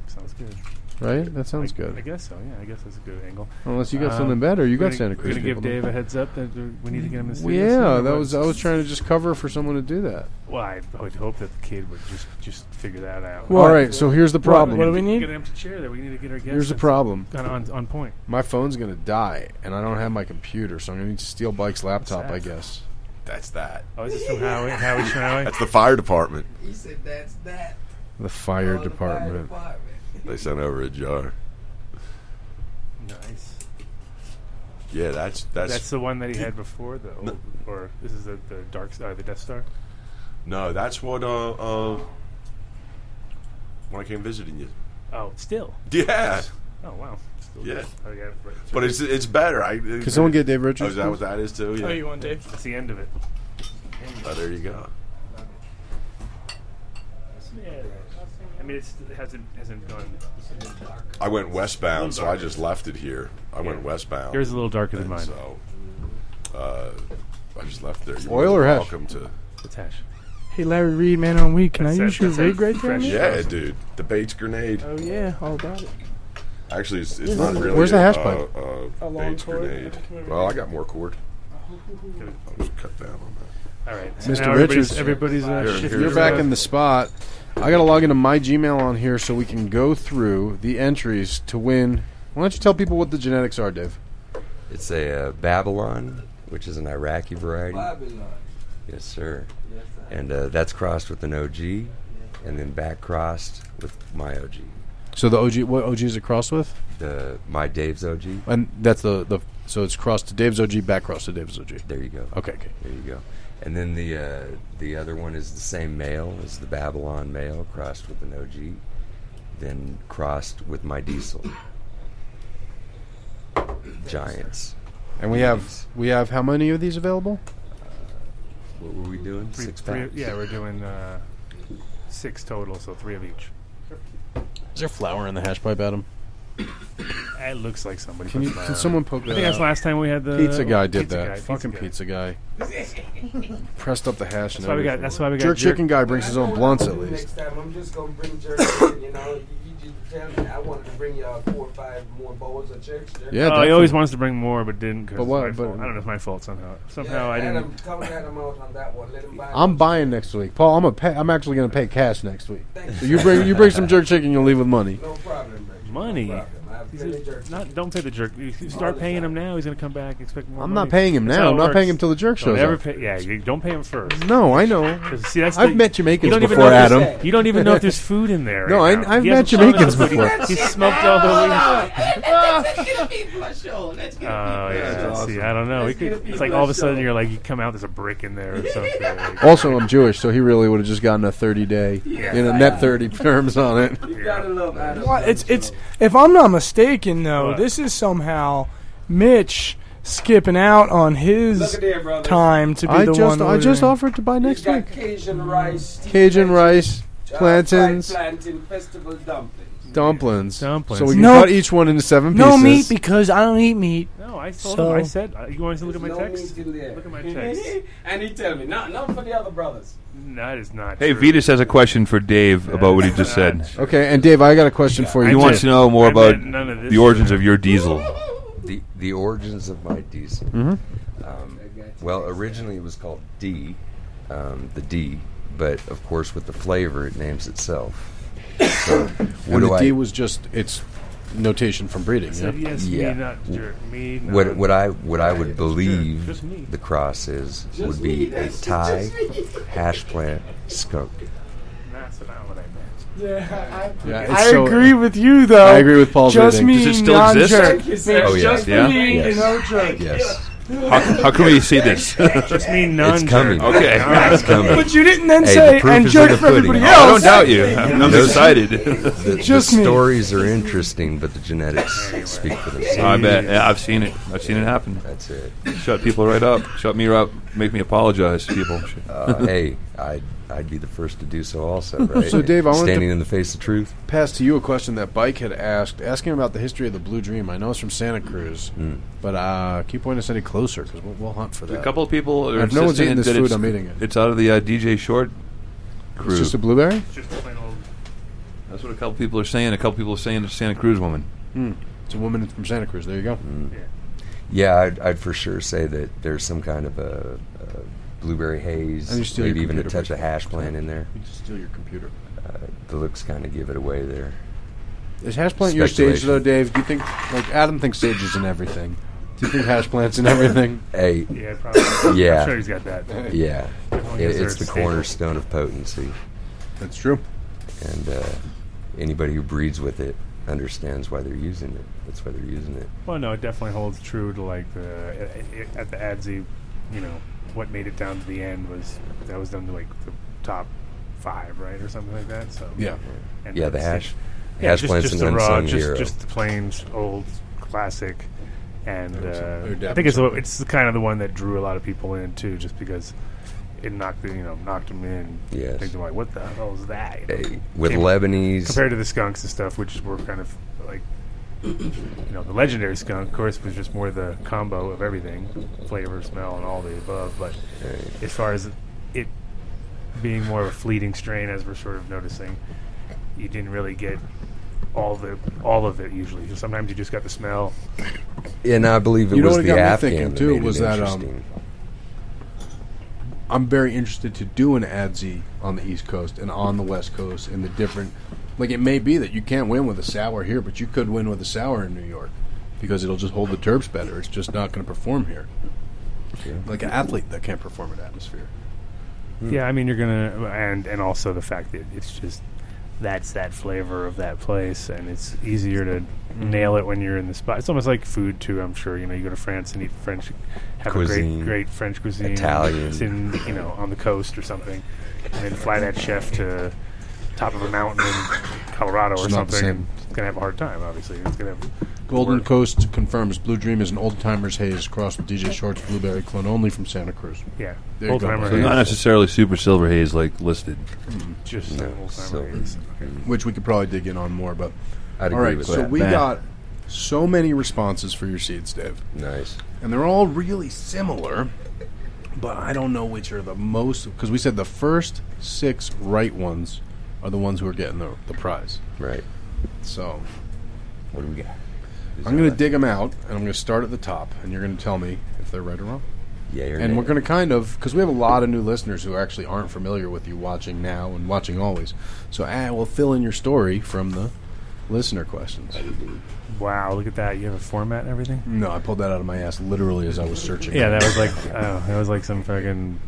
Speaker 3: Sounds good.
Speaker 4: Right? That sounds
Speaker 3: I, I
Speaker 4: good.
Speaker 3: guess so. Yeah, I guess that's a good angle.
Speaker 4: Unless you got
Speaker 3: Um,
Speaker 4: something better, you
Speaker 3: We're
Speaker 4: got
Speaker 3: gonna-
Speaker 4: Santa
Speaker 3: We're
Speaker 4: Cruz.
Speaker 3: gonna give
Speaker 4: people,
Speaker 3: Dave
Speaker 4: though.
Speaker 3: a heads up that there- we need to get him in the studio.
Speaker 4: yeah,
Speaker 3: soon,
Speaker 4: that
Speaker 3: but-
Speaker 4: was. I was trying to just cover for someone to do that.
Speaker 3: Well, I would hope that the kid would just just figure that out.
Speaker 4: All right. So here's the problem.
Speaker 7: What do we need?
Speaker 3: Get an empty chair there. We need to get our guests.
Speaker 4: Here's the problem.
Speaker 3: Kind of on on point.
Speaker 4: My phone's gonna die, and I don't have my computer, so I'm gonna need to steal Bike's laptop,
Speaker 3: that?
Speaker 4: I guess.
Speaker 6: That's that.
Speaker 3: Oh, is this from Howie? Howie Schnowie?
Speaker 6: That's the fire department.
Speaker 9: He said that's that.
Speaker 4: The fire
Speaker 9: Oh, the fire
Speaker 4: department.
Speaker 9: department.
Speaker 6: They sent over a jar.
Speaker 3: Nice.
Speaker 6: Yeah, that's that's,
Speaker 3: That's the one that he had before, though. Or this is the, the dark star, uh, the Death Star.
Speaker 6: no, that's what uh, uh when I came visiting you.
Speaker 3: Oh, still.
Speaker 6: Yeah,
Speaker 3: Oh wow. Still
Speaker 6: Yeah.
Speaker 3: good. I got it right.
Speaker 6: but it's it's better. I
Speaker 4: Can someone get Dave
Speaker 6: Oh,
Speaker 4: Richards?
Speaker 6: is that what that is too? Yeah.
Speaker 7: Oh, you want Dave?
Speaker 3: That's the end of it.
Speaker 6: Oh, there you go.
Speaker 3: Yeah. I mean, it's, it hasn't hasn't gone.
Speaker 6: I went westbound, so I just left it here. I went westbound.
Speaker 3: Yours is a little darker than mine.
Speaker 6: So uh, I just left there. You're
Speaker 4: Oil or hash?
Speaker 6: Welcome to.
Speaker 3: It's hash.
Speaker 7: Hey, Larry Reed, man on weed. Can
Speaker 3: That's
Speaker 7: I
Speaker 3: it,
Speaker 7: use your
Speaker 3: that's it,
Speaker 7: rig right there?
Speaker 3: fresh.
Speaker 7: man?
Speaker 6: Yeah, dude. The Bates grenade.
Speaker 7: Oh yeah, all about it.
Speaker 6: Actually, it's, it's not really.
Speaker 4: Where's the
Speaker 6: a,
Speaker 4: hash
Speaker 6: uh,
Speaker 4: pipe?
Speaker 6: Uh,
Speaker 7: A long
Speaker 6: Bates
Speaker 7: cord?
Speaker 6: grenade. Well, I got more cord. I'll just cut down on that.
Speaker 3: All right,
Speaker 4: Mr.
Speaker 3: now everybody's-
Speaker 4: Richards.
Speaker 3: Everybody's, uh,
Speaker 6: Here,
Speaker 3: shifting
Speaker 6: here.
Speaker 4: You're
Speaker 3: their-
Speaker 4: back in the spot. I got to log into my Gmail on here so we can go through the entries to win. Why don't you tell people what the genetics are, Dave?
Speaker 10: It's a uh, Babylon, which is an Iraqi variety.
Speaker 9: Babylon.
Speaker 10: Yes, sir. And uh, that's crossed with an OG, and then back crossed with my OG,
Speaker 4: So the OG, what OG is it crossed with?
Speaker 10: the my Dave's OG.
Speaker 4: And that's the the so it's crossed to Dave's OG, back crossed to Dave's OG.
Speaker 10: There you go.
Speaker 4: Okay, okay.
Speaker 10: There you go. And then the uh, the other one is the same male as the Babylon male, crossed with an OG, then crossed with my diesel. Giants.
Speaker 4: And we have we have how many of these available?
Speaker 10: What were we doing? Six
Speaker 3: Three-
Speaker 10: packs.
Speaker 3: yeah, we're doing uh, six total, so three of each.
Speaker 4: Is there flour in the hash pipe, Adam?
Speaker 3: It looks like somebody.
Speaker 4: Can you
Speaker 3: put flour
Speaker 4: can
Speaker 3: in it.
Speaker 4: someone poke
Speaker 3: I
Speaker 4: that?
Speaker 3: think that's
Speaker 4: out?
Speaker 3: last time we had the
Speaker 4: Pizza guy did that.
Speaker 3: guy,
Speaker 4: Fucking
Speaker 3: guy.
Speaker 4: pizza guy. Pressed up the hash.
Speaker 3: That's why we got. That's why we got
Speaker 4: jerk
Speaker 3: jerk-
Speaker 4: chicken guy brings his own blunts at least.
Speaker 9: Next time, I'm just gonna bring jerky. you know, you, you just tell me. I wanted to bring y'all four or five more bowls of jerky.
Speaker 4: Yeah,
Speaker 3: Oh, he
Speaker 4: definitely.
Speaker 3: always wants to bring more, but didn't. Cause
Speaker 4: But what-
Speaker 3: it's my fault.
Speaker 4: but-
Speaker 3: I don't know. It's my fault somehow. Somehow I
Speaker 9: Adam,
Speaker 3: didn't.
Speaker 9: come at him out on that one. Let him buy.
Speaker 4: I'm buying next week, Paul. I'm a pay, I'm actually going to pay cash next week. So you bring you bring some jerk chicken, you'll leave with money.
Speaker 9: No problem, man.
Speaker 3: Money.
Speaker 9: No problem. I've
Speaker 3: He's
Speaker 9: been a jerk.
Speaker 3: a, not, don't pay the jerk. You you start paying him now. He's gonna come back. Expect more.
Speaker 4: I'm
Speaker 3: money.
Speaker 4: not paying him
Speaker 3: That's
Speaker 4: now.
Speaker 3: how it
Speaker 4: I'm not paying
Speaker 3: works.
Speaker 4: him till the jerk
Speaker 3: Don't
Speaker 4: shows
Speaker 3: ever
Speaker 4: up.
Speaker 3: pay. Yeah, you don't pay him first.
Speaker 4: No, I know.
Speaker 3: 'Cause, See, that's
Speaker 4: I've
Speaker 3: the-
Speaker 4: met
Speaker 3: You
Speaker 4: Jamaicans
Speaker 3: don't even
Speaker 4: before,
Speaker 3: know if
Speaker 4: Adam.
Speaker 3: there's- You don't even know if there's food in there.
Speaker 4: No,
Speaker 3: right
Speaker 4: I-
Speaker 3: now.
Speaker 4: I've
Speaker 3: He
Speaker 4: met
Speaker 3: hasn't smelled
Speaker 4: Jamaicans
Speaker 3: all the food.
Speaker 4: before.
Speaker 3: He smoked all the weed. Ah.
Speaker 9: Let's get a people a show. Let's get
Speaker 3: Oh yeah.
Speaker 6: That's
Speaker 3: See, I don't know. We
Speaker 9: Let's
Speaker 3: could,
Speaker 9: get a
Speaker 3: it's like
Speaker 9: people
Speaker 3: all of a
Speaker 9: show.
Speaker 3: sudden you're like you come out there's a brick in there or something. Like,
Speaker 4: Also, I'm Jewish, so he really would have just gotten a 30 day, you know, net 30 terms on it.
Speaker 9: You gotta love Adam.
Speaker 7: Well, it's it's. If I'm not mistaken, though,
Speaker 3: What?
Speaker 7: this is somehow Mitch skipping out on his
Speaker 9: there, brother.
Speaker 7: time to be
Speaker 4: I
Speaker 7: the
Speaker 4: just
Speaker 7: one.
Speaker 4: I just
Speaker 7: ordering.
Speaker 4: offered to buy
Speaker 9: You
Speaker 4: next
Speaker 9: got
Speaker 4: week.
Speaker 9: Cajun rice, tea
Speaker 4: Cajun
Speaker 9: veggie,
Speaker 4: rice,
Speaker 9: uh,
Speaker 4: plantains,
Speaker 9: fried plantain festival dumplings.
Speaker 4: dumplings.
Speaker 3: Dumplings.
Speaker 4: So we can
Speaker 7: No.
Speaker 4: cut each one into seven pieces.
Speaker 7: no meat because I don't eat meat.
Speaker 3: no, I told
Speaker 7: So-
Speaker 3: him. I said uh, you want to look at my
Speaker 9: No
Speaker 3: text.
Speaker 9: meat in there.
Speaker 3: Look at my text.
Speaker 9: and he tell me, not not for the other brothers.
Speaker 3: That is not.
Speaker 5: Hey,
Speaker 3: true.
Speaker 5: Vetus has a question for Dave about what he just said.
Speaker 4: Okay, and Dave, I got a question for
Speaker 5: He
Speaker 4: you.
Speaker 5: wants to know more
Speaker 3: I
Speaker 5: about
Speaker 3: meant none of this
Speaker 5: the origins of your diesel.
Speaker 3: Mm.
Speaker 10: The the origins of my diesel.
Speaker 3: Mm-hmm.
Speaker 10: Um, well, originally it was called D, um, the D, but of course with the flavor it names itself. So what
Speaker 4: And
Speaker 10: do
Speaker 4: the
Speaker 10: I?
Speaker 4: D was just its notation from breeding.
Speaker 3: Said
Speaker 4: Yeah?
Speaker 3: yes,
Speaker 10: Yeah.
Speaker 3: me not jerk. Me not.
Speaker 10: what, what I what I would
Speaker 3: Just me.
Speaker 10: believe the cross is would be a Thai hash plant skunk.
Speaker 3: That's what I, what I meant.
Speaker 7: Yeah,
Speaker 4: Yeah,
Speaker 7: I,
Speaker 4: it's so-
Speaker 7: agree with you though.
Speaker 4: I agree with Paul's
Speaker 7: Just
Speaker 4: rating.
Speaker 7: me,
Speaker 5: Does it still exist?
Speaker 7: non-jerk.
Speaker 10: Oh, yeah.
Speaker 7: Just
Speaker 5: Yeah?
Speaker 7: me,
Speaker 10: Yes.
Speaker 7: no jerk.
Speaker 10: Yes,
Speaker 5: How, how can we see this?
Speaker 3: Just me non.
Speaker 10: it's coming.
Speaker 5: Okay.
Speaker 10: it's coming.
Speaker 7: But you didn't then
Speaker 10: Hey,
Speaker 7: say
Speaker 10: the proof
Speaker 7: and
Speaker 10: is in
Speaker 7: jerk
Speaker 10: the
Speaker 7: for everybody
Speaker 10: pudding. Oh,
Speaker 5: I don't
Speaker 7: else.
Speaker 5: doubt you. I'm I'm
Speaker 10: Those-
Speaker 5: excited.
Speaker 10: The, the
Speaker 7: Just me.
Speaker 10: stories are interesting, but the genetics speak for themselves.
Speaker 5: I bet. Yeah, I've seen it. I've seen it happen.
Speaker 10: That's it.
Speaker 5: Shut people right up. Shut me up. Make me apologize, people.
Speaker 10: Uh, hey, I'd, I'd be the first to do so also, right?
Speaker 4: So, Dave, I wanted
Speaker 10: Standing
Speaker 4: to-
Speaker 10: in the face of truth.
Speaker 4: Pass to you a question that Bike had asked, asking about the history of the Blue Dream. I know it's from Santa Cruz,
Speaker 10: Hmm.
Speaker 4: but uh, keep pointing us any closer because we'll, we'll hunt for that.
Speaker 5: A couple of people are
Speaker 4: If no one's
Speaker 5: insisting
Speaker 4: eating this
Speaker 5: that
Speaker 4: food,
Speaker 5: it's-
Speaker 4: I'm eating it.
Speaker 5: It's out of the uh, DJ Short crew.
Speaker 4: It's just a blueberry.
Speaker 3: Just plain old.
Speaker 5: That's what a couple people are saying. A couple people are saying it's a Santa Cruz woman.
Speaker 4: Hmm. It's a woman from Santa Cruz. There you go.
Speaker 10: Hmm. Yeah, I'd, I'd for sure say that there's some kind of a, a blueberry haze,
Speaker 4: And you steal
Speaker 10: maybe
Speaker 4: your
Speaker 10: even a
Speaker 4: computer
Speaker 10: touch of
Speaker 4: break.
Speaker 10: hash plant in there. Uh,
Speaker 4: You just steal your computer.
Speaker 10: The looks kind of give it away there.
Speaker 4: Is hash plant your stage
Speaker 10: Speculation.
Speaker 4: though, Dave? Do you think like Adam thinks sage is in everything? Do you think hash plants and everything?
Speaker 10: Hey,
Speaker 3: Yeah, probably.
Speaker 10: Yeah.
Speaker 3: I'm sure he's got that.
Speaker 10: yeah,
Speaker 3: Definitely
Speaker 10: It- it's
Speaker 3: is their
Speaker 10: the
Speaker 3: staple.
Speaker 10: cornerstone of potency,
Speaker 4: That's true.
Speaker 10: and uh, anybody who breeds with it understands why they're using it. That's why they're using it.
Speaker 3: Well, no, it definitely holds true to like the it, it, at the Adzi, you know, what made it down to the end was that was done to like the top five, right, or something like that. So
Speaker 4: Yeah.
Speaker 3: and
Speaker 10: Yeah, the
Speaker 3: it's-
Speaker 10: hash,
Speaker 3: yeah,
Speaker 10: hash
Speaker 3: just,
Speaker 10: plant's
Speaker 3: just
Speaker 10: an
Speaker 3: the raw,
Speaker 10: unsung
Speaker 3: just
Speaker 10: hero.
Speaker 3: just the plain old classic, and uh,
Speaker 4: Or dab
Speaker 3: I think it's the,
Speaker 4: something.
Speaker 3: it's the kind of the one that drew a lot of people in too, just because. It knocked, the- you know, knocked them in.
Speaker 10: Yes.
Speaker 3: I think they're like, "What the hell is that?" You know?
Speaker 10: Hey, with
Speaker 3: Came-
Speaker 10: Lebanese,
Speaker 3: compared to the skunks and stuff, which were kind of like you know the legendary skunk, of course, was just more the combo of everything, flavor, smell, and all the above. But as far as it being more of a fleeting strain, as we're sort of noticing, you didn't really get all the all of it usually. Sometimes you just got the smell.
Speaker 10: and I believe it
Speaker 4: You know
Speaker 10: was
Speaker 4: what
Speaker 10: the
Speaker 4: it got me
Speaker 10: Afghan
Speaker 4: thinking,
Speaker 10: that
Speaker 4: too,
Speaker 10: made
Speaker 4: was
Speaker 10: it
Speaker 4: that, um,
Speaker 10: interesting.
Speaker 4: I'm very interested to do an adzi on the East Coast and on the West Coast and the different. Like it may be that you can't win with a sour here, but you could win with a sour in New York because it'll just hold the terps better. It's just not going to perform here. Like an athlete that can't perform at atmosphere. Hmm.
Speaker 3: Yeah, I mean you're gonna and and also the fact that it's just that's that flavor of that place, and it's easier to
Speaker 4: Hmm.
Speaker 3: nail it when you're in the spot. It's almost like food too. I'm sure you know you go to France and eat French, have a
Speaker 10: Cuisine.
Speaker 3: great great French cuisine,
Speaker 10: Italian.
Speaker 3: It's in you know on the coast or something, and then fly that chef to top of a mountain in Colorado or
Speaker 4: It's not the
Speaker 3: something.
Speaker 4: same.
Speaker 3: and It's gonna have a hard time, obviously. It's gonna have
Speaker 4: Golden Coast confirms Blue Dream is an old timers haze crossed with DJ Short's blueberry clone only from Santa Cruz.
Speaker 3: yeah,
Speaker 4: There you
Speaker 3: old
Speaker 4: go.
Speaker 3: timer.
Speaker 4: So
Speaker 5: Not necessarily super silver haze like listed.
Speaker 3: just
Speaker 10: No,
Speaker 3: old
Speaker 10: so- mm.
Speaker 3: timer.
Speaker 4: which we could probably dig in on more. But
Speaker 10: I'd
Speaker 4: all
Speaker 10: agree
Speaker 4: right,
Speaker 10: with
Speaker 4: so
Speaker 10: that.
Speaker 4: we
Speaker 5: Nah.
Speaker 4: got so many responses for your seeds, Dave,
Speaker 10: nice.
Speaker 4: and they're all really similar. But I don't know which are the most because we said the first six right ones are the ones who are getting the, the prize.
Speaker 10: Right.
Speaker 4: So
Speaker 10: What do we got?
Speaker 4: I'm going to dig them out, and I'm going to start at the top, and you're going to tell me if they're right or wrong.
Speaker 10: Yeah, you're
Speaker 4: And we're going to kind of because we have a lot of new listeners who actually aren't familiar with you watching now and watching always. So I will fill in your story from the listener questions.
Speaker 3: Wow, look at that! You have a format and everything.
Speaker 4: No, I pulled that out of my ass literally as I was searching.
Speaker 3: Yeah, that was like oh, that was like some fucking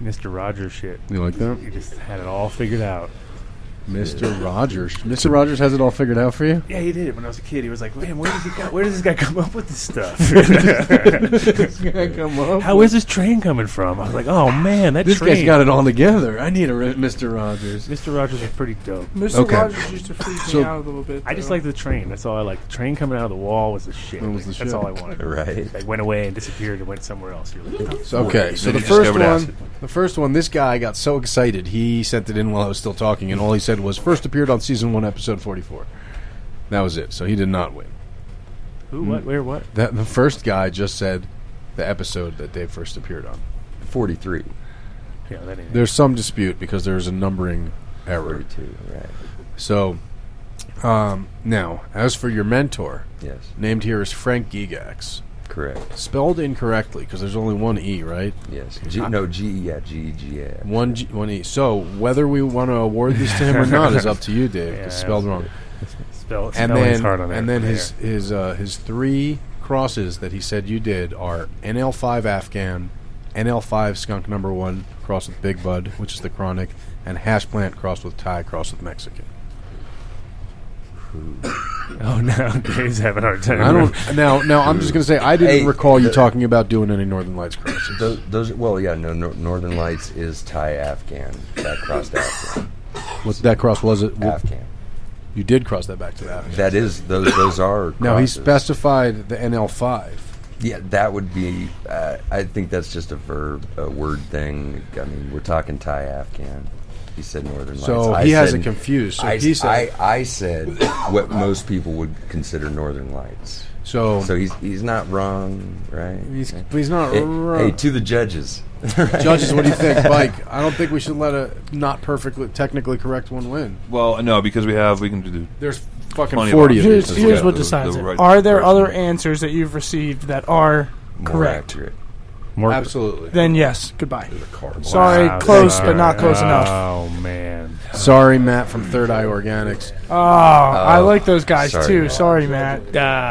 Speaker 3: Mr. Rogers shit.
Speaker 4: You like that?
Speaker 3: He just had it all figured out.
Speaker 4: Mr. Rogers. Mr. Rogers has it all figured out for you?
Speaker 3: Yeah, he did it when I was a kid. He was like, "Man, where does he got, where does this guy come up with this stuff?
Speaker 4: Come on.
Speaker 3: How is this train coming from?" I was like, "Oh man, that
Speaker 4: This
Speaker 3: train."
Speaker 4: guy's got it all together. I need a re- Mr. Rogers.
Speaker 3: Mr. Rogers was pretty dope.
Speaker 7: Mr.
Speaker 4: Okay.
Speaker 7: Rogers used to freak
Speaker 4: So-
Speaker 7: me out a little bit.
Speaker 3: I just
Speaker 7: though.
Speaker 3: like the train. That's all I like. The train coming out of the wall was the shit.
Speaker 4: That was the
Speaker 3: That's
Speaker 4: shit.
Speaker 3: all I wanted.
Speaker 10: Right.
Speaker 3: It went away and disappeared and went somewhere else. You're like,
Speaker 4: So, okay, so
Speaker 5: Then
Speaker 4: the
Speaker 5: he
Speaker 4: first
Speaker 5: discovered
Speaker 4: one,
Speaker 5: acid.
Speaker 4: the first one, this guy got so excited he sent it in while I was still talking, and all he said was first appeared on season one, episode forty-four. That was it. So he did not win.
Speaker 3: Who?
Speaker 4: Mm.
Speaker 3: What? Where? What?
Speaker 4: That the first guy just said the episode that they first appeared on.
Speaker 10: 43.
Speaker 3: Yeah, that ain't. it.
Speaker 4: There's some dispute because there's a numbering error.
Speaker 10: 42, right.
Speaker 4: So, um, now as for your mentor,
Speaker 10: Yes,
Speaker 4: named here is Frank Gigax,
Speaker 10: correct.
Speaker 4: spelled incorrectly because there's only one e, right?
Speaker 10: Yes. G, no, G, yeah, G, E G, yeah.
Speaker 4: One G, one e. So whether we want to award this to him or not is up to you, Dave. 'cause
Speaker 3: Yeah,
Speaker 4: it's spelled wrong.
Speaker 3: Spell,
Speaker 4: And
Speaker 3: spelling's
Speaker 4: then,
Speaker 3: hard on
Speaker 4: and then
Speaker 3: there.
Speaker 4: his his uh, his three crosses that he said you did are NL5 Afghan, NL5 Skunk Number One crossed with Big Bud, which is the chronic, and Hash Plant crossed with Thai crossed with Mexican.
Speaker 3: Oh no, Dave's having a hard time.
Speaker 4: I don't now. Now I'm just gonna say I didn't
Speaker 10: Hey,
Speaker 4: recall you
Speaker 10: the-
Speaker 4: talking about doing any Northern Lights crosses.
Speaker 10: Those, those, well, yeah, no, nor, Northern Lights is Thai Afghan. That crossed Afghan.
Speaker 4: What that cross was it? Well,
Speaker 10: Afghan.
Speaker 4: You did cross that back to the Afghan.
Speaker 10: That is, those those are.
Speaker 4: Now he
Speaker 10: crosses.
Speaker 4: specified the NL5.
Speaker 10: Yeah, that would be, uh, I think that's just a verb, a word thing. I mean, we're talking Thai Afghan. He said Northern Lights.
Speaker 4: So
Speaker 10: I
Speaker 4: he has
Speaker 10: said-
Speaker 4: it confused. So
Speaker 10: I,
Speaker 4: he said
Speaker 10: I, I said what most people would consider Northern Lights.
Speaker 4: so.
Speaker 10: So he's he's not wrong, right?
Speaker 4: He's, but he's not
Speaker 10: Hey,
Speaker 4: wrong.
Speaker 10: hey, to the judges.
Speaker 4: Judges, what do you think, Mike? I don't think we should let a not perfectly technically correct one win.
Speaker 5: Well, no, because we have we can do.
Speaker 4: There's fucking
Speaker 5: Plenty of
Speaker 4: forty of
Speaker 5: options.
Speaker 7: Here's,
Speaker 4: these.
Speaker 5: Just
Speaker 7: here's
Speaker 5: get
Speaker 7: what
Speaker 5: the-
Speaker 7: decides
Speaker 5: the
Speaker 7: it.
Speaker 5: right
Speaker 7: Are there
Speaker 5: person.
Speaker 7: other answers that you've received that are
Speaker 10: More
Speaker 7: correct?
Speaker 10: accurate.
Speaker 3: More-
Speaker 4: Absolutely.
Speaker 7: Then yes, goodbye.
Speaker 10: The cardboard.
Speaker 7: Sorry,
Speaker 3: Wow,
Speaker 7: close
Speaker 3: thank
Speaker 7: but
Speaker 5: Uh,
Speaker 3: you.
Speaker 7: not close enough.
Speaker 3: Oh man,
Speaker 4: Sorry, Matt from Third Eye Organics.
Speaker 7: Oh, I
Speaker 5: uh,
Speaker 7: like those guys
Speaker 10: sorry,
Speaker 7: too.
Speaker 10: Matt.
Speaker 7: Sorry, Matt.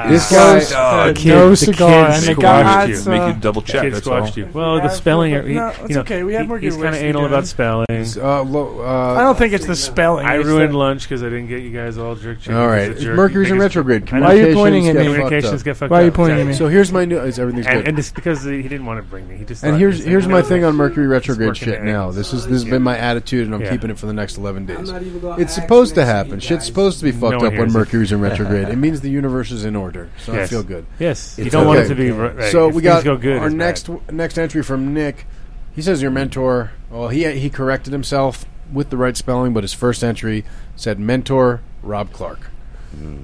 Speaker 4: This guy,
Speaker 7: Those-
Speaker 5: Oh,
Speaker 7: the
Speaker 5: the
Speaker 7: no
Speaker 3: kids- the
Speaker 7: cigar
Speaker 3: kids
Speaker 7: and the
Speaker 3: squashed
Speaker 7: guys.
Speaker 3: you.
Speaker 5: Make
Speaker 7: uh,
Speaker 5: you double check.
Speaker 3: Kids
Speaker 5: that's
Speaker 3: squashed
Speaker 5: all.
Speaker 3: you. Well,
Speaker 7: Yeah,
Speaker 3: the spelling.
Speaker 7: but
Speaker 3: he-
Speaker 7: no,
Speaker 3: you
Speaker 7: it's
Speaker 3: know,
Speaker 7: okay. We have
Speaker 3: he-
Speaker 7: more good
Speaker 3: He's
Speaker 7: ways
Speaker 3: kind of
Speaker 7: to
Speaker 3: anal
Speaker 7: do
Speaker 3: about
Speaker 7: it.
Speaker 3: spelling.
Speaker 4: uh, lo- uh,
Speaker 7: I don't think it's the spelling.
Speaker 3: I
Speaker 7: it's
Speaker 3: ruined
Speaker 7: the,
Speaker 3: lunch because I didn't get you guys all jerk chicken.
Speaker 4: All right,
Speaker 3: It's a jerk-
Speaker 4: Mercury's
Speaker 3: you
Speaker 4: in
Speaker 3: think it's-
Speaker 4: retrograde.
Speaker 3: I know. Why are you
Speaker 7: pointing at
Speaker 4: Communications
Speaker 7: me?
Speaker 4: get fucked up.
Speaker 3: Communications get fucked
Speaker 7: Why are
Speaker 3: up.
Speaker 7: you pointing at me?
Speaker 4: So here's my new. Is everything's
Speaker 3: And,
Speaker 4: good?
Speaker 3: and it's because he didn't want to bring me. He just
Speaker 4: And
Speaker 3: thought-
Speaker 4: here's
Speaker 3: he's like,
Speaker 4: here's
Speaker 3: "No,
Speaker 4: my
Speaker 3: it's-
Speaker 4: thing on Mercury retrograde
Speaker 3: working
Speaker 4: shit
Speaker 3: out.
Speaker 4: now. This is this has been my attitude, and I'm
Speaker 3: Yeah.
Speaker 4: keeping it for the next 11 days.
Speaker 9: not even gonna
Speaker 4: It's
Speaker 9: ask
Speaker 4: supposed to
Speaker 9: next
Speaker 4: happen.
Speaker 9: week,
Speaker 4: Shit's
Speaker 9: guys.
Speaker 4: supposed to be fucked
Speaker 3: one
Speaker 4: up when
Speaker 3: hears it.
Speaker 4: Mercury's in retrograde. it means the universe is in order, so I
Speaker 3: Yes.
Speaker 4: feel good.
Speaker 3: Yes, you
Speaker 10: It's
Speaker 3: don't want it
Speaker 4: okay.
Speaker 3: to be. ri- Right.
Speaker 4: So
Speaker 3: If
Speaker 4: we
Speaker 3: things
Speaker 4: got
Speaker 3: go good,
Speaker 4: our
Speaker 3: it's bad.
Speaker 4: next next entry from Nick. He says your mentor. Well, he he corrected himself with the right spelling, but his first entry said mentor Rob Clark.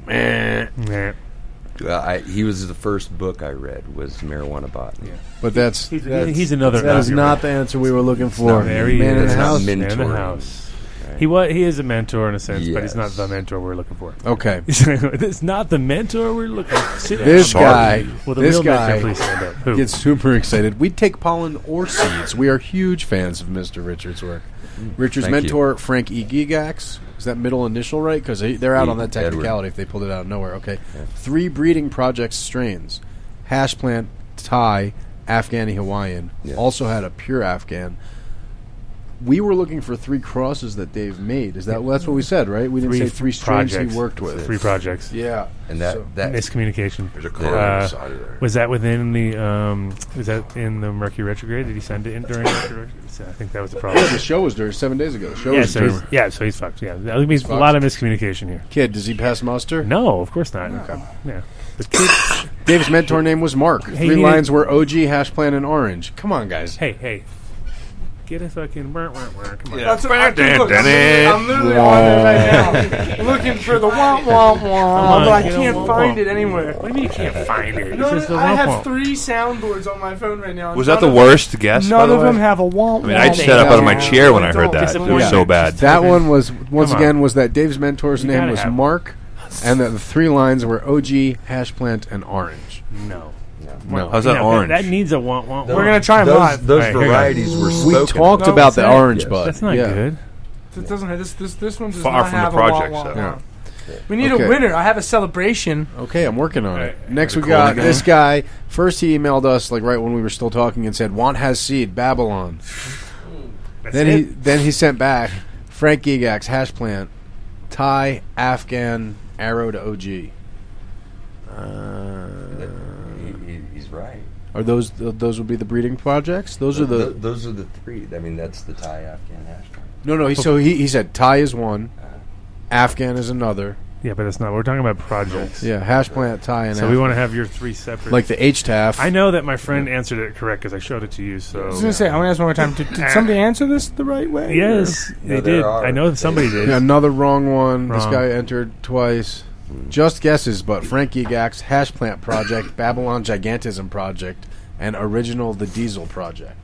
Speaker 3: Yeah.
Speaker 10: Uh, I, he was the first book I read was Marijuana Botany.
Speaker 4: But that's
Speaker 3: He's,
Speaker 4: that's-
Speaker 3: he's another.
Speaker 4: that is not the answer we were looking for.
Speaker 3: There he
Speaker 4: Man in
Speaker 10: It's
Speaker 4: the
Speaker 3: is.
Speaker 10: not
Speaker 4: house.
Speaker 10: men-
Speaker 3: Man in the
Speaker 10: Mentor.
Speaker 3: house. He was. He is a mentor in a sense, but he's not
Speaker 10: Yes.
Speaker 3: the mentor we're looking for.
Speaker 4: Okay.
Speaker 3: it's not the mentor we're looking for. Sit down.
Speaker 4: This guy,
Speaker 3: Will the
Speaker 4: this
Speaker 3: real
Speaker 4: guy
Speaker 3: mentor please stand up? Who?
Speaker 4: gets super excited. We take pollen or seeds. We are huge fans of Mr. Richards' work. Richards'
Speaker 10: Mm, thank you.
Speaker 4: mentor, Frank E. Gigax. Is that middle initial right? Because they're out
Speaker 10: E.
Speaker 4: on that
Speaker 10: Edward.
Speaker 4: technicality if they pulled it out of nowhere. Okay. Three breeding project strains hash plant, Thai, Afghani, Hawaiian.
Speaker 10: Yeah.
Speaker 4: Also had a pure Afghan. We were looking for three crosses that Dave made. Is that well, that's what we said, right? We didn't say three strains
Speaker 3: projects.
Speaker 4: he worked with.
Speaker 3: Three projects.
Speaker 4: Yeah,
Speaker 10: And that
Speaker 4: So-
Speaker 10: that
Speaker 3: Miscommunication.
Speaker 6: There's a card on the
Speaker 3: Uh,
Speaker 6: side of there.
Speaker 3: Was that within the um, was that in the Mercury retrograde? Did he send it in during Mercury retrograde? So I think that was the problem.
Speaker 4: the show was during seven days ago. The show
Speaker 3: yeah,
Speaker 4: was
Speaker 3: so
Speaker 4: during-
Speaker 3: he's, yeah, so he's fucked. Yeah, that means a lot of miscommunication here.
Speaker 4: Kid, does he pass muster?
Speaker 3: No, of course not.
Speaker 4: Okay.
Speaker 3: Yeah, the kid,
Speaker 4: Dave's mentor name was Mark.
Speaker 3: he
Speaker 4: Three
Speaker 3: didn't-
Speaker 4: lines were OG, hash plan, and orange. Come on, guys.
Speaker 3: hey, hey, get a fucking burnt, burnt, burnt. Come on.
Speaker 7: That's what I do. Look, I'm literally- I'm literally on there right now, looking for the womp womp womp, but I
Speaker 3: get a
Speaker 7: can't
Speaker 3: womp
Speaker 7: find
Speaker 3: womp.
Speaker 7: it anywhere.
Speaker 3: What do you mean you can't find it?
Speaker 7: No,
Speaker 3: This is the
Speaker 7: no, I
Speaker 3: womp
Speaker 7: have
Speaker 3: womp.
Speaker 7: three soundboards on my phone right now. and
Speaker 5: Was
Speaker 7: none
Speaker 5: that the
Speaker 7: of
Speaker 5: worst guess? by
Speaker 7: None
Speaker 5: the
Speaker 7: of
Speaker 5: way?
Speaker 7: them have a womp.
Speaker 5: I mean, I
Speaker 7: womp.
Speaker 5: sat up out of my
Speaker 4: No,
Speaker 5: chair when
Speaker 7: they
Speaker 5: I heard
Speaker 7: don't.
Speaker 5: that. It was
Speaker 3: Disappointing.
Speaker 5: so bad.
Speaker 4: That one was once
Speaker 3: Come on.
Speaker 4: again was that Dave's mentor's
Speaker 3: You
Speaker 4: name
Speaker 3: gotta
Speaker 4: was
Speaker 3: have-
Speaker 4: Mark, and that the three lines were OG, hash plant, and orange.
Speaker 3: No,
Speaker 4: No.
Speaker 5: How's that
Speaker 3: No,
Speaker 5: orange?
Speaker 3: That, that needs a womp womp.
Speaker 7: We're gonna try them
Speaker 10: those,
Speaker 7: live.
Speaker 10: Those
Speaker 3: All right, here we go.
Speaker 10: varieties were
Speaker 4: we
Speaker 10: spoken.
Speaker 4: talked
Speaker 7: No,
Speaker 4: about the
Speaker 7: that's-
Speaker 4: orange
Speaker 10: yes.
Speaker 4: bud.
Speaker 3: That's not
Speaker 4: Yeah.
Speaker 3: good.
Speaker 7: This doesn't have this. This this one does
Speaker 5: Far
Speaker 7: not
Speaker 5: from the
Speaker 7: have
Speaker 5: project,
Speaker 7: a womp, womp,
Speaker 5: so.
Speaker 7: womp. We need
Speaker 4: Okay.
Speaker 7: a winner. I have a celebration.
Speaker 4: Okay, I'm working on it.
Speaker 3: Alright.
Speaker 4: Next, we
Speaker 5: Gotta call
Speaker 4: got
Speaker 5: the
Speaker 4: this guy. First, he emailed us like right when we were still talking and said, "Want has seed Babylon." then he then he sent back Frank Gigax hash plant, Thai Afghan arrow to OG.
Speaker 10: That-
Speaker 4: Uh,
Speaker 10: he- he- he's right.
Speaker 4: are those th- those would be the breeding projects? Those are
Speaker 10: Th-
Speaker 4: the
Speaker 10: those are the three. I mean, that's the Thai Afghan hash. brown.
Speaker 4: no no. He, so he he said Thai is one, Afghan is another.
Speaker 3: Yeah, but that's not. We're talking about projects.
Speaker 4: Yeah, hash plant Thai and
Speaker 3: So
Speaker 4: Afghan.
Speaker 3: we want to have your three separate.
Speaker 4: like the H taf.
Speaker 3: I know that my friend answered it correct because I showed it to you. So Eh.
Speaker 7: I was gonna say. I want to ask one more time. Did, did somebody answer this the right way?
Speaker 3: yes,
Speaker 10: there
Speaker 3: they did.
Speaker 10: are.
Speaker 3: I know that somebody did.
Speaker 4: Yeah, another wrong one. This
Speaker 3: Wrong.
Speaker 4: guy entered twice. Just guesses, but Frank Gigax, Hash Plant Project, Babylon Gigantism Project, and Original the Diesel Project.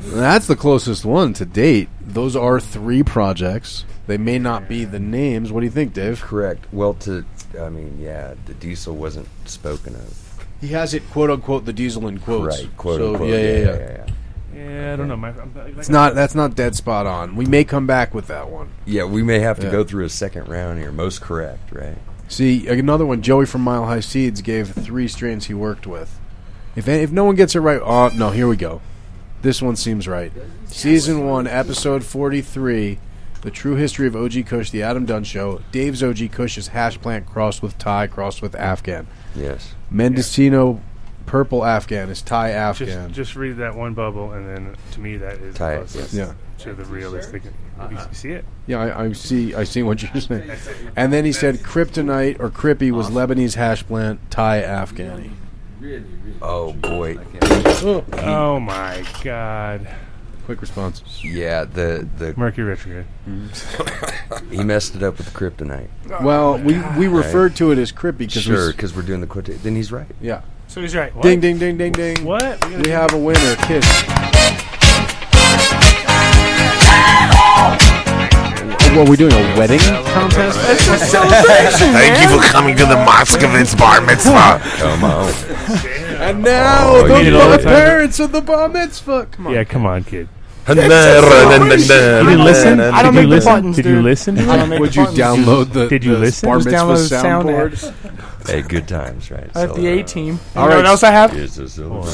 Speaker 4: That's the closest one to date. Those are three projects. They may not be the names. What do you think, Dave?
Speaker 10: Correct. Well, to I mean, yeah, the diesel wasn't spoken of.
Speaker 4: He has it quote unquote the diesel in quotes.
Speaker 10: Right. Quote
Speaker 4: So,
Speaker 10: unquote.
Speaker 4: Yeah, yeah, yeah.
Speaker 10: yeah.
Speaker 3: Yeah, I don't know. My, I'm, like,
Speaker 4: It's not that's not dead spot on. We may come back with that one.
Speaker 10: Yeah, we may have to
Speaker 4: Yeah.
Speaker 10: go through a second round here. Most correct, right?
Speaker 4: See, another one. Joey from Mile High Seeds gave three strains he worked with. If if no one gets it right, oh no, here we go. This one seems right. Season one, episode forty-three, the true history of OG Kush, the Adam Dunn Show. Dave's OG Kush is hash plant crossed with Thai, crossed with Afghan.
Speaker 10: Yes.
Speaker 4: Mendocino purple Afghan is Thai
Speaker 3: just
Speaker 4: Afghan.
Speaker 3: just read that one bubble, and then to me that is
Speaker 10: Tie it,
Speaker 3: closest
Speaker 4: yes.
Speaker 3: to the realistic. You, you see it?
Speaker 4: yeah, I, I see. I see what you're saying. And then he said kryptonite or crippy was Lebanese hash plant, Thai Afghani.
Speaker 9: Really, really.
Speaker 10: Oh boy.
Speaker 3: Oh my God!
Speaker 4: Quick response.
Speaker 10: Yeah. The the
Speaker 3: Mercury retrograde.
Speaker 10: he messed it up with kryptonite.
Speaker 4: Well, we, we referred to it as crippy because
Speaker 10: Sure, because we're doing the quotation. Then he's right.
Speaker 4: yeah.
Speaker 7: So he's right.
Speaker 4: Ding ding ding ding ding.
Speaker 3: What?
Speaker 4: We have a winner. Kiss. What are we doing? A wedding contest?
Speaker 6: Thank you for coming to the Moscovitz Bar Mitzvah.
Speaker 10: Come on.
Speaker 4: And now
Speaker 10: Oh,
Speaker 4: the,
Speaker 10: you
Speaker 3: know
Speaker 4: the
Speaker 7: Oh,
Speaker 3: that-
Speaker 4: parents of the bar mitzvah. Come on.
Speaker 3: Yeah, come on, kid.
Speaker 7: You didn't listen? I don't
Speaker 3: Did
Speaker 7: make
Speaker 3: you
Speaker 7: the
Speaker 3: listen?
Speaker 7: buttons,
Speaker 3: Did
Speaker 7: dude.
Speaker 3: you listen?
Speaker 7: I don't make
Speaker 4: Would
Speaker 7: the
Speaker 4: you
Speaker 7: buttons.
Speaker 4: download the,
Speaker 3: Did you
Speaker 4: the
Speaker 3: listen?
Speaker 4: bar
Speaker 7: Just
Speaker 4: mitzvah
Speaker 7: download the sound
Speaker 4: soundboard?
Speaker 10: Hey, good times, right?
Speaker 7: I have the A team. You
Speaker 4: All
Speaker 7: know
Speaker 4: right.
Speaker 7: what else I have?
Speaker 10: What?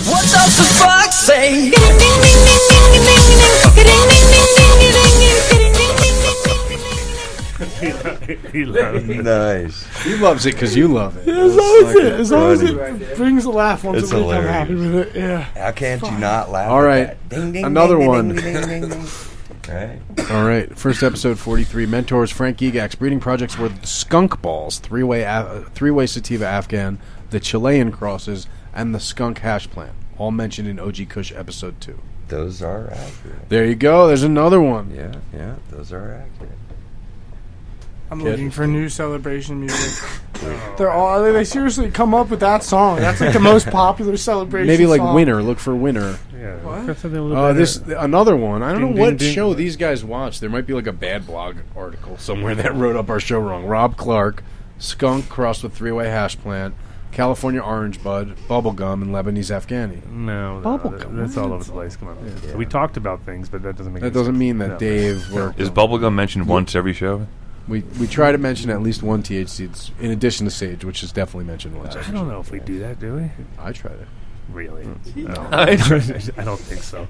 Speaker 3: he loves it.
Speaker 10: Nice.
Speaker 4: He loves it because you love it.
Speaker 7: As long as it, as long as
Speaker 10: funny.
Speaker 7: it brings a laugh once
Speaker 10: It's
Speaker 7: a week, I'm happy with
Speaker 10: hilarious.
Speaker 7: it. Yeah.
Speaker 10: How can't you not laugh?
Speaker 4: All
Speaker 10: at
Speaker 4: right.
Speaker 10: that? Ding, ding,
Speaker 4: Another
Speaker 10: ding,
Speaker 4: one.
Speaker 10: Ding, ding, ding, ding, ding. Right.
Speaker 4: All right, first episode forty-three. Mentors Frank Gigax. Breeding projects were the skunk balls, three-way a- three-way sativa Afghan, the Chilean crosses, and the skunk hash plant. All mentioned in OG Kush episode two.
Speaker 10: Those are accurate.
Speaker 4: There you go. There's another one.
Speaker 10: Yeah, yeah, those are accurate.
Speaker 7: I'm
Speaker 4: Kid.
Speaker 7: looking for new celebration music. They're all they, they seriously come up with that song. Oh, That's like the most popular celebration.
Speaker 4: Maybe like
Speaker 7: song.
Speaker 4: winner. Look for winner.
Speaker 3: Yeah.
Speaker 7: What?
Speaker 3: Got something a little
Speaker 4: Uh,
Speaker 3: better.
Speaker 4: this another one. I don't
Speaker 3: Ding,
Speaker 4: know what
Speaker 3: ding, ding.
Speaker 4: show these guys watch. There might be like a bad blog article somewhere that wrote up our show wrong. Rob Clark, skunk crossed with three-way hash plant, California orange bud, bubblegum, and Lebanese Afghani.
Speaker 3: No, no,
Speaker 4: Bubble
Speaker 3: that-
Speaker 4: gum.
Speaker 3: that's all over the place. Come on, we talked about things, but that doesn't make.
Speaker 4: That
Speaker 3: any
Speaker 4: doesn't
Speaker 3: sense.
Speaker 4: mean that
Speaker 3: No.
Speaker 4: Dave worked.
Speaker 5: Is bubblegum mentioned once every show?
Speaker 4: we we try to mention at least one THC that's in addition to Sage, which is definitely mentioned once.
Speaker 3: I don't know if we do that, do we?
Speaker 4: I tried it. Mm.
Speaker 3: Really? No. I don't think so.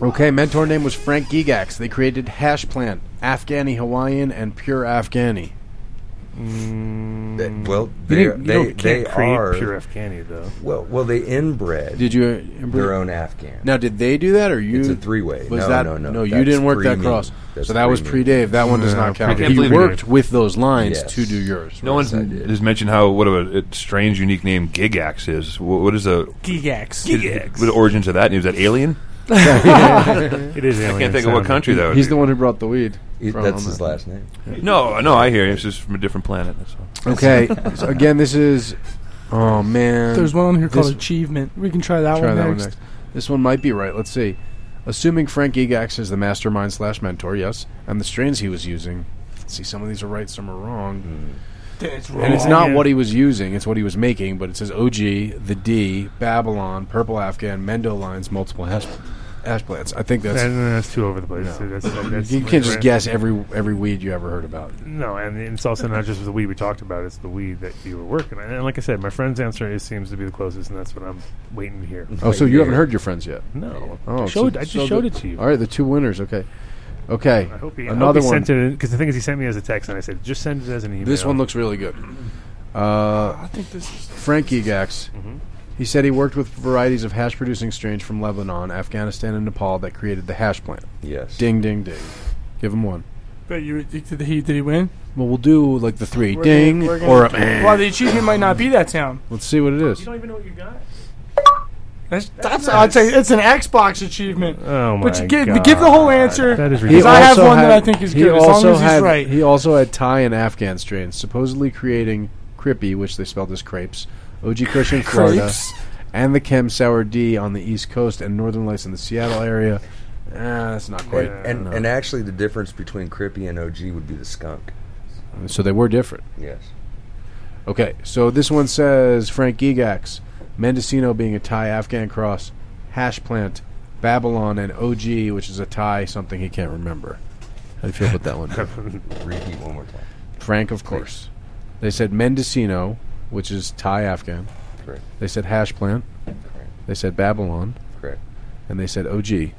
Speaker 4: Okay, mentor name was Frank Gigax. They created Hash Plant, Afghani Hawaiian, and Pure Afghani.
Speaker 10: They- well,
Speaker 3: Mm. You,
Speaker 10: they
Speaker 3: didn't- you
Speaker 10: they
Speaker 3: don't, can't
Speaker 10: they
Speaker 3: create
Speaker 10: are
Speaker 3: pure Afghani though.
Speaker 10: well well they inbred
Speaker 4: Did you
Speaker 10: their own Afghan.
Speaker 4: Now, did they do that, or you?
Speaker 10: It's a three-way.
Speaker 4: Was
Speaker 10: No,
Speaker 4: that,
Speaker 10: no, no.
Speaker 4: you
Speaker 10: That's
Speaker 4: didn't work that
Speaker 10: pre-me.
Speaker 4: cross.
Speaker 10: That's
Speaker 4: so that was
Speaker 10: pre-me.
Speaker 4: pre-Dave. That one does
Speaker 3: No,
Speaker 4: not count.
Speaker 3: pre-Dave.
Speaker 4: He
Speaker 5: Can't believe
Speaker 4: worked with those lines
Speaker 10: Yes.
Speaker 4: to do yours.
Speaker 5: No one's
Speaker 10: I did.
Speaker 5: has mentioned how what a, a strange, unique name Gigax is. Wh- What is the
Speaker 7: Gigax.
Speaker 5: what the origins of that name? Is that alien?
Speaker 3: It is.
Speaker 5: I can't think of what country though.
Speaker 4: He's the one who brought the weed.
Speaker 10: It-
Speaker 4: from-
Speaker 10: that's his last name.
Speaker 5: No, no, I hear you. It's just from a different planet. That's all.
Speaker 4: Okay. so again, this is. Oh man.
Speaker 7: There's one on here called
Speaker 4: This-
Speaker 7: Achievement. We can try that,
Speaker 4: Try
Speaker 7: one,
Speaker 4: that one
Speaker 7: next.
Speaker 4: next. This one might be right. Let's see. Assuming Frank Gigax is the mastermind slash mentor, yes, and the strains he was using. See, some of these are right, some are wrong.
Speaker 3: Hmm.
Speaker 4: And it's not
Speaker 3: Yeah.
Speaker 4: what he was using, it's what he was making, but it says OG, the D, Babylon, Purple Afghan, Mendo lines, multiple ash, ash plants. I think that's.
Speaker 3: That's, uh, that's too over the place. That's, that's
Speaker 4: you can't just
Speaker 3: right.
Speaker 4: guess every every weed you ever heard about.
Speaker 3: No, and it's also not just the weed we talked about; it's the weed that you were working on. And like I said, my friend's answer is, seems to be the closest, and that's what I'm waiting to hear.
Speaker 4: Oh, so you haven't heard your friends yet?
Speaker 3: No,
Speaker 4: Oh,
Speaker 3: showed,
Speaker 4: so-
Speaker 3: I just
Speaker 4: so
Speaker 3: showed
Speaker 4: the-
Speaker 3: it to you.
Speaker 4: All right, the two winners. Okay, okay.
Speaker 3: I hope he,
Speaker 4: Another
Speaker 3: I hope he
Speaker 4: one.
Speaker 3: sent it because the thing is, he sent me as a text, and I said, just send it as an email.
Speaker 4: This one looks really good. Uh,
Speaker 7: I think this is
Speaker 4: Frank Gigax.
Speaker 3: Mm-hmm.
Speaker 4: He said he worked with varieties of hash producing strains from Lebanon, Afghanistan, and Nepal that created the hash plant.
Speaker 10: Yes.
Speaker 4: Ding, ding, ding. Give him one.
Speaker 7: but you did he did he win?
Speaker 4: Well, we'll do like the 3
Speaker 7: We're
Speaker 4: ding
Speaker 7: gonna- we're gonna-
Speaker 4: or a eh.
Speaker 7: Well, the achievement might not be that sound.
Speaker 4: Let's see what it is.
Speaker 3: You don't even know what you got.
Speaker 7: That's that's, I'd say it's an Xbox achievement.
Speaker 3: Oh my
Speaker 7: But you give,
Speaker 3: god!
Speaker 7: give the whole answer.
Speaker 3: That is
Speaker 4: He
Speaker 3: ridiculous.
Speaker 7: Because I have
Speaker 4: also
Speaker 7: one that
Speaker 4: had-
Speaker 7: I think is
Speaker 4: he
Speaker 7: good, as long
Speaker 4: also
Speaker 7: as he's
Speaker 4: had-
Speaker 7: right.
Speaker 4: He also had Thai and Afghan strains, supposedly creating Crippy, which they spelled as crepes, OG Kush in Florida,
Speaker 7: Crepes.
Speaker 4: and the Chem Sour D on the East Coast and Northern Lights in the Seattle area. Ah, that's not quite.
Speaker 10: And and, and actually, the difference between Crippy and OG would be the skunk.
Speaker 4: So they were different.
Speaker 10: Yes.
Speaker 4: Okay, so this one says Frank Gigax, Mendocino being a Thai Afghan cross, hash plant, Babylon, and OG, which is a Thai something he can't remember. How do you feel about that one?
Speaker 10: Repeat one more time.
Speaker 4: Frank, of course. They said Mendocino, which is Thai Afghan.
Speaker 10: Correct.
Speaker 4: They said hash plant. They said Babylon,
Speaker 10: Correct.
Speaker 4: and they said OG.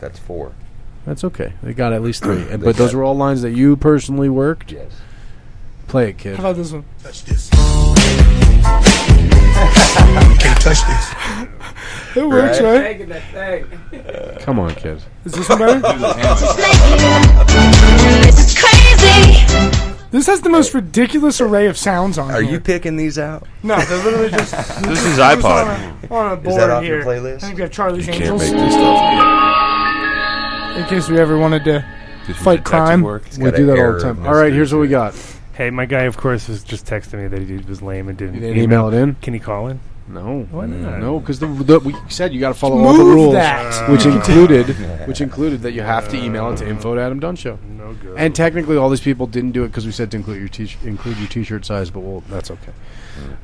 Speaker 10: That's four.
Speaker 4: That's okay. They got at least three. And,
Speaker 10: They
Speaker 4: but those
Speaker 10: got-
Speaker 4: were all lines that you personally worked.
Speaker 10: Yes.
Speaker 4: Play it, kid.
Speaker 7: How about this one? It works, right?
Speaker 9: Taking that thing.
Speaker 4: Come on, kid.
Speaker 7: Is this one better? this has the most ridiculous array of sounds on
Speaker 10: Are
Speaker 7: here.
Speaker 10: you picking these out?
Speaker 7: No, they're literally just
Speaker 5: This is
Speaker 7: just
Speaker 5: iPod.
Speaker 7: on a, on a
Speaker 10: Is
Speaker 7: board
Speaker 10: that off
Speaker 7: here.
Speaker 10: your
Speaker 7: I
Speaker 10: playlist?
Speaker 7: think we have Charlie's
Speaker 5: Can't
Speaker 7: Angels
Speaker 5: make this stuff.
Speaker 7: in case we ever wanted to.
Speaker 5: Just with
Speaker 7: Fight
Speaker 5: detective
Speaker 7: crime.
Speaker 5: work.
Speaker 10: It's
Speaker 4: We
Speaker 10: got
Speaker 4: do
Speaker 10: an
Speaker 4: that all
Speaker 10: air
Speaker 4: the
Speaker 10: of
Speaker 4: time. All right,
Speaker 10: mystery
Speaker 4: here's what we
Speaker 10: to it.
Speaker 4: got.
Speaker 3: hey, my guy, of course, was just texting me that he was lame and didn't,
Speaker 4: You didn't email it in?
Speaker 3: Can he call in?
Speaker 4: No,
Speaker 3: Why not?
Speaker 4: No, because the, the, we said you got to follow all the
Speaker 7: Move
Speaker 4: rules,
Speaker 7: that.
Speaker 3: Uh,
Speaker 4: which included which included that you have to email it to info at Adam Dunn Show.
Speaker 3: No good.
Speaker 4: And technically, all these people didn't do it because we said to include your t- include your T-shirt size, but well, that's okay.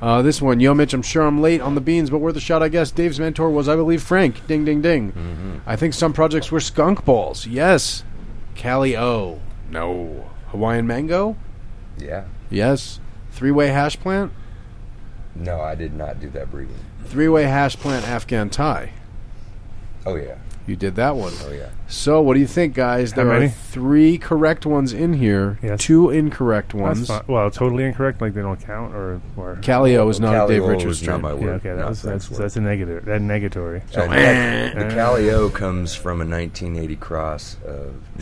Speaker 4: Uh, this one, yo, Mitch, I'm sure I'm late on the beans, but worth a shot, I guess. Dave's mentor was, I believe, Frank. Ding, ding, ding. I think some projects were skunk balls. Yes. Cali O. No. Hawaiian mango.
Speaker 10: Yeah.
Speaker 4: Yes. Three way hash plant.
Speaker 10: No, I did not do that breeding.
Speaker 4: Three way hash plant Afghan tie.
Speaker 10: Oh yeah.
Speaker 4: You did that one.
Speaker 10: Oh yeah.
Speaker 4: So, what do you think, guys?
Speaker 3: How
Speaker 4: There are
Speaker 3: many?
Speaker 4: three correct ones in here,
Speaker 3: Yes.
Speaker 4: two incorrect
Speaker 3: That's
Speaker 4: ones.
Speaker 3: fine. Well, totally incorrect. Like they don't count, or or
Speaker 4: Calio is not
Speaker 10: Cali
Speaker 4: a Dave
Speaker 10: O was
Speaker 4: Richards
Speaker 10: not
Speaker 4: strain.
Speaker 10: my
Speaker 3: yeah,
Speaker 10: word.
Speaker 3: okay, that
Speaker 10: not
Speaker 3: was,
Speaker 10: Frank's
Speaker 3: that's
Speaker 10: word.
Speaker 3: that's a negative. That negatory.
Speaker 4: Oh,
Speaker 10: Uh, the
Speaker 3: eh.
Speaker 10: Calio comes from a 1980 cross of.
Speaker 3: So you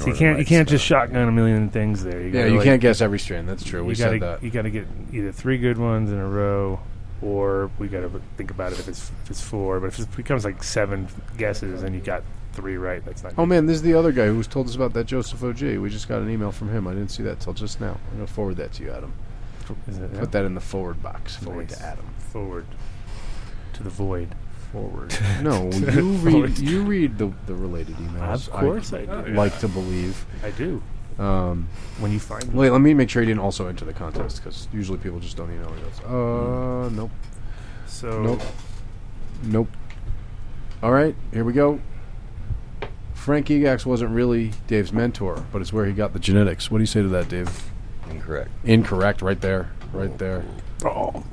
Speaker 10: Northern
Speaker 3: can't you
Speaker 10: Lights
Speaker 3: can't just
Speaker 10: style.
Speaker 3: shotgun a million things there. You
Speaker 4: Yeah,
Speaker 3: gotta,
Speaker 4: you
Speaker 3: like,
Speaker 4: can't guess every strain. That's true. We
Speaker 3: you gotta
Speaker 4: said that.
Speaker 3: you gotta get either three good ones in a row, or we gotta think about it if it's if it's four. But if it becomes like seven guesses and you got three right, that's not.
Speaker 4: Oh man, this is the other guy who was told us about that Joseph OG. We just got an email from him. I didn't see that till just now. I'm gonna forward that to you, Adam.
Speaker 3: is it,
Speaker 4: Put that in the forward box. Forward
Speaker 3: Nice.
Speaker 4: to Adam.
Speaker 3: forward to the void. Forward.
Speaker 4: No, you read
Speaker 3: Forward.
Speaker 4: you read the, the related emails.
Speaker 3: Of course I,
Speaker 4: I
Speaker 3: do.
Speaker 4: like to believe.
Speaker 3: I do.
Speaker 4: Um,
Speaker 3: When you find me.
Speaker 4: Wait, let me make sure you didn't also enter the contest because usually people just don't email us. Uh, nope,
Speaker 3: Hmm. So
Speaker 4: nope, nope. All right, here we go. Frank Egax wasn't really Dave's mentor, but it's where he got the genetics. What do you say to that, Dave?
Speaker 10: Incorrect.
Speaker 4: Incorrect, right there, right there.
Speaker 3: Oh.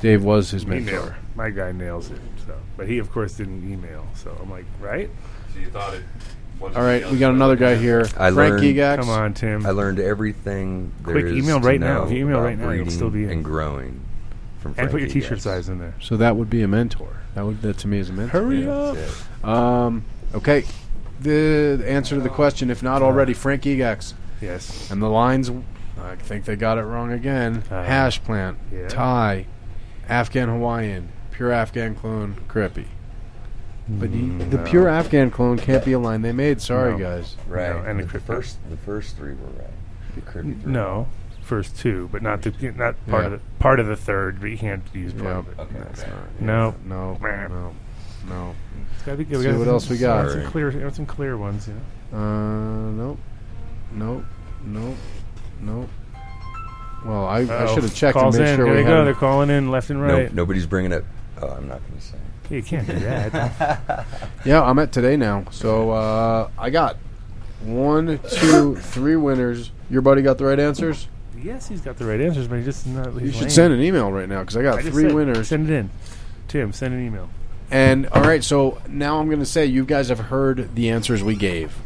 Speaker 4: Dave was his
Speaker 3: he nailed-
Speaker 4: mentor.
Speaker 3: My guy nails it. So, but he of course didn't email. So I'm like, right?
Speaker 5: So you thought it.
Speaker 4: All right, we got another guy here.
Speaker 10: I
Speaker 4: Frank
Speaker 10: learned-
Speaker 4: Egax.
Speaker 3: Come on, Tim.
Speaker 10: I learned everything. there
Speaker 3: Quick,
Speaker 10: is
Speaker 3: email
Speaker 10: to
Speaker 3: right now.
Speaker 10: know
Speaker 3: If you email
Speaker 10: about
Speaker 3: right now, it'll
Speaker 10: breeding
Speaker 3: still be in.
Speaker 10: and growing. From
Speaker 3: and put your
Speaker 10: Frankie
Speaker 3: T-shirt
Speaker 10: Gass.
Speaker 3: size in there.
Speaker 4: So that would be a mentor. That would that to me is a mentor.
Speaker 3: Hurry
Speaker 10: Yeah,
Speaker 3: up!
Speaker 10: that's it.
Speaker 4: Um, okay. The answer to the question, if not already, Frank Egax.
Speaker 3: Yes.
Speaker 4: And the lines, I think they got it wrong again.
Speaker 3: Uh,
Speaker 4: Hash plant,
Speaker 3: yeah.
Speaker 4: Thai, Afghan Hawaiian, pure Afghan clone, Creppy. But you,
Speaker 7: Mm,
Speaker 4: the
Speaker 3: Mm, no.
Speaker 4: pure Afghan clone can't be a line they made. Sorry,
Speaker 3: No.
Speaker 4: guys.
Speaker 10: Right.
Speaker 3: No, and
Speaker 10: and
Speaker 3: the
Speaker 10: the,
Speaker 3: crypt-
Speaker 10: first, the first three were right. The Kirby three.
Speaker 3: No, first two, but not the not part of
Speaker 4: Yeah.
Speaker 3: the part of the third. But you can't use part
Speaker 4: Yeah.
Speaker 3: of it.
Speaker 10: Okay. okay.
Speaker 3: No,
Speaker 4: No,
Speaker 3: Meh.
Speaker 4: no, no.
Speaker 3: it's gotta be good.
Speaker 4: See
Speaker 3: gotta
Speaker 4: what
Speaker 3: some-
Speaker 4: else we got.
Speaker 3: Some clear, some clear ones. You know?
Speaker 4: Uh, nope. Nope. Nope. Nope. Well, I, I should have checked to
Speaker 3: Calls
Speaker 4: make
Speaker 3: in.
Speaker 4: sure
Speaker 3: Here
Speaker 4: we
Speaker 3: we go.
Speaker 4: had
Speaker 3: They're calling in left and
Speaker 10: No,
Speaker 3: right.
Speaker 10: nobody's bringing up. Oh, I'm not going to say.
Speaker 3: You can't do that.
Speaker 4: Yeah, I'm at today now. So uh, I got one, two, three winners. Your buddy got the right answers.
Speaker 3: yes, he's got the right answers, but he just not.
Speaker 4: You should send an email right now because I got three winners.
Speaker 3: Send it in. Tim, send an email.
Speaker 4: And all right, so now I'm going to say you guys have heard the answers we gave.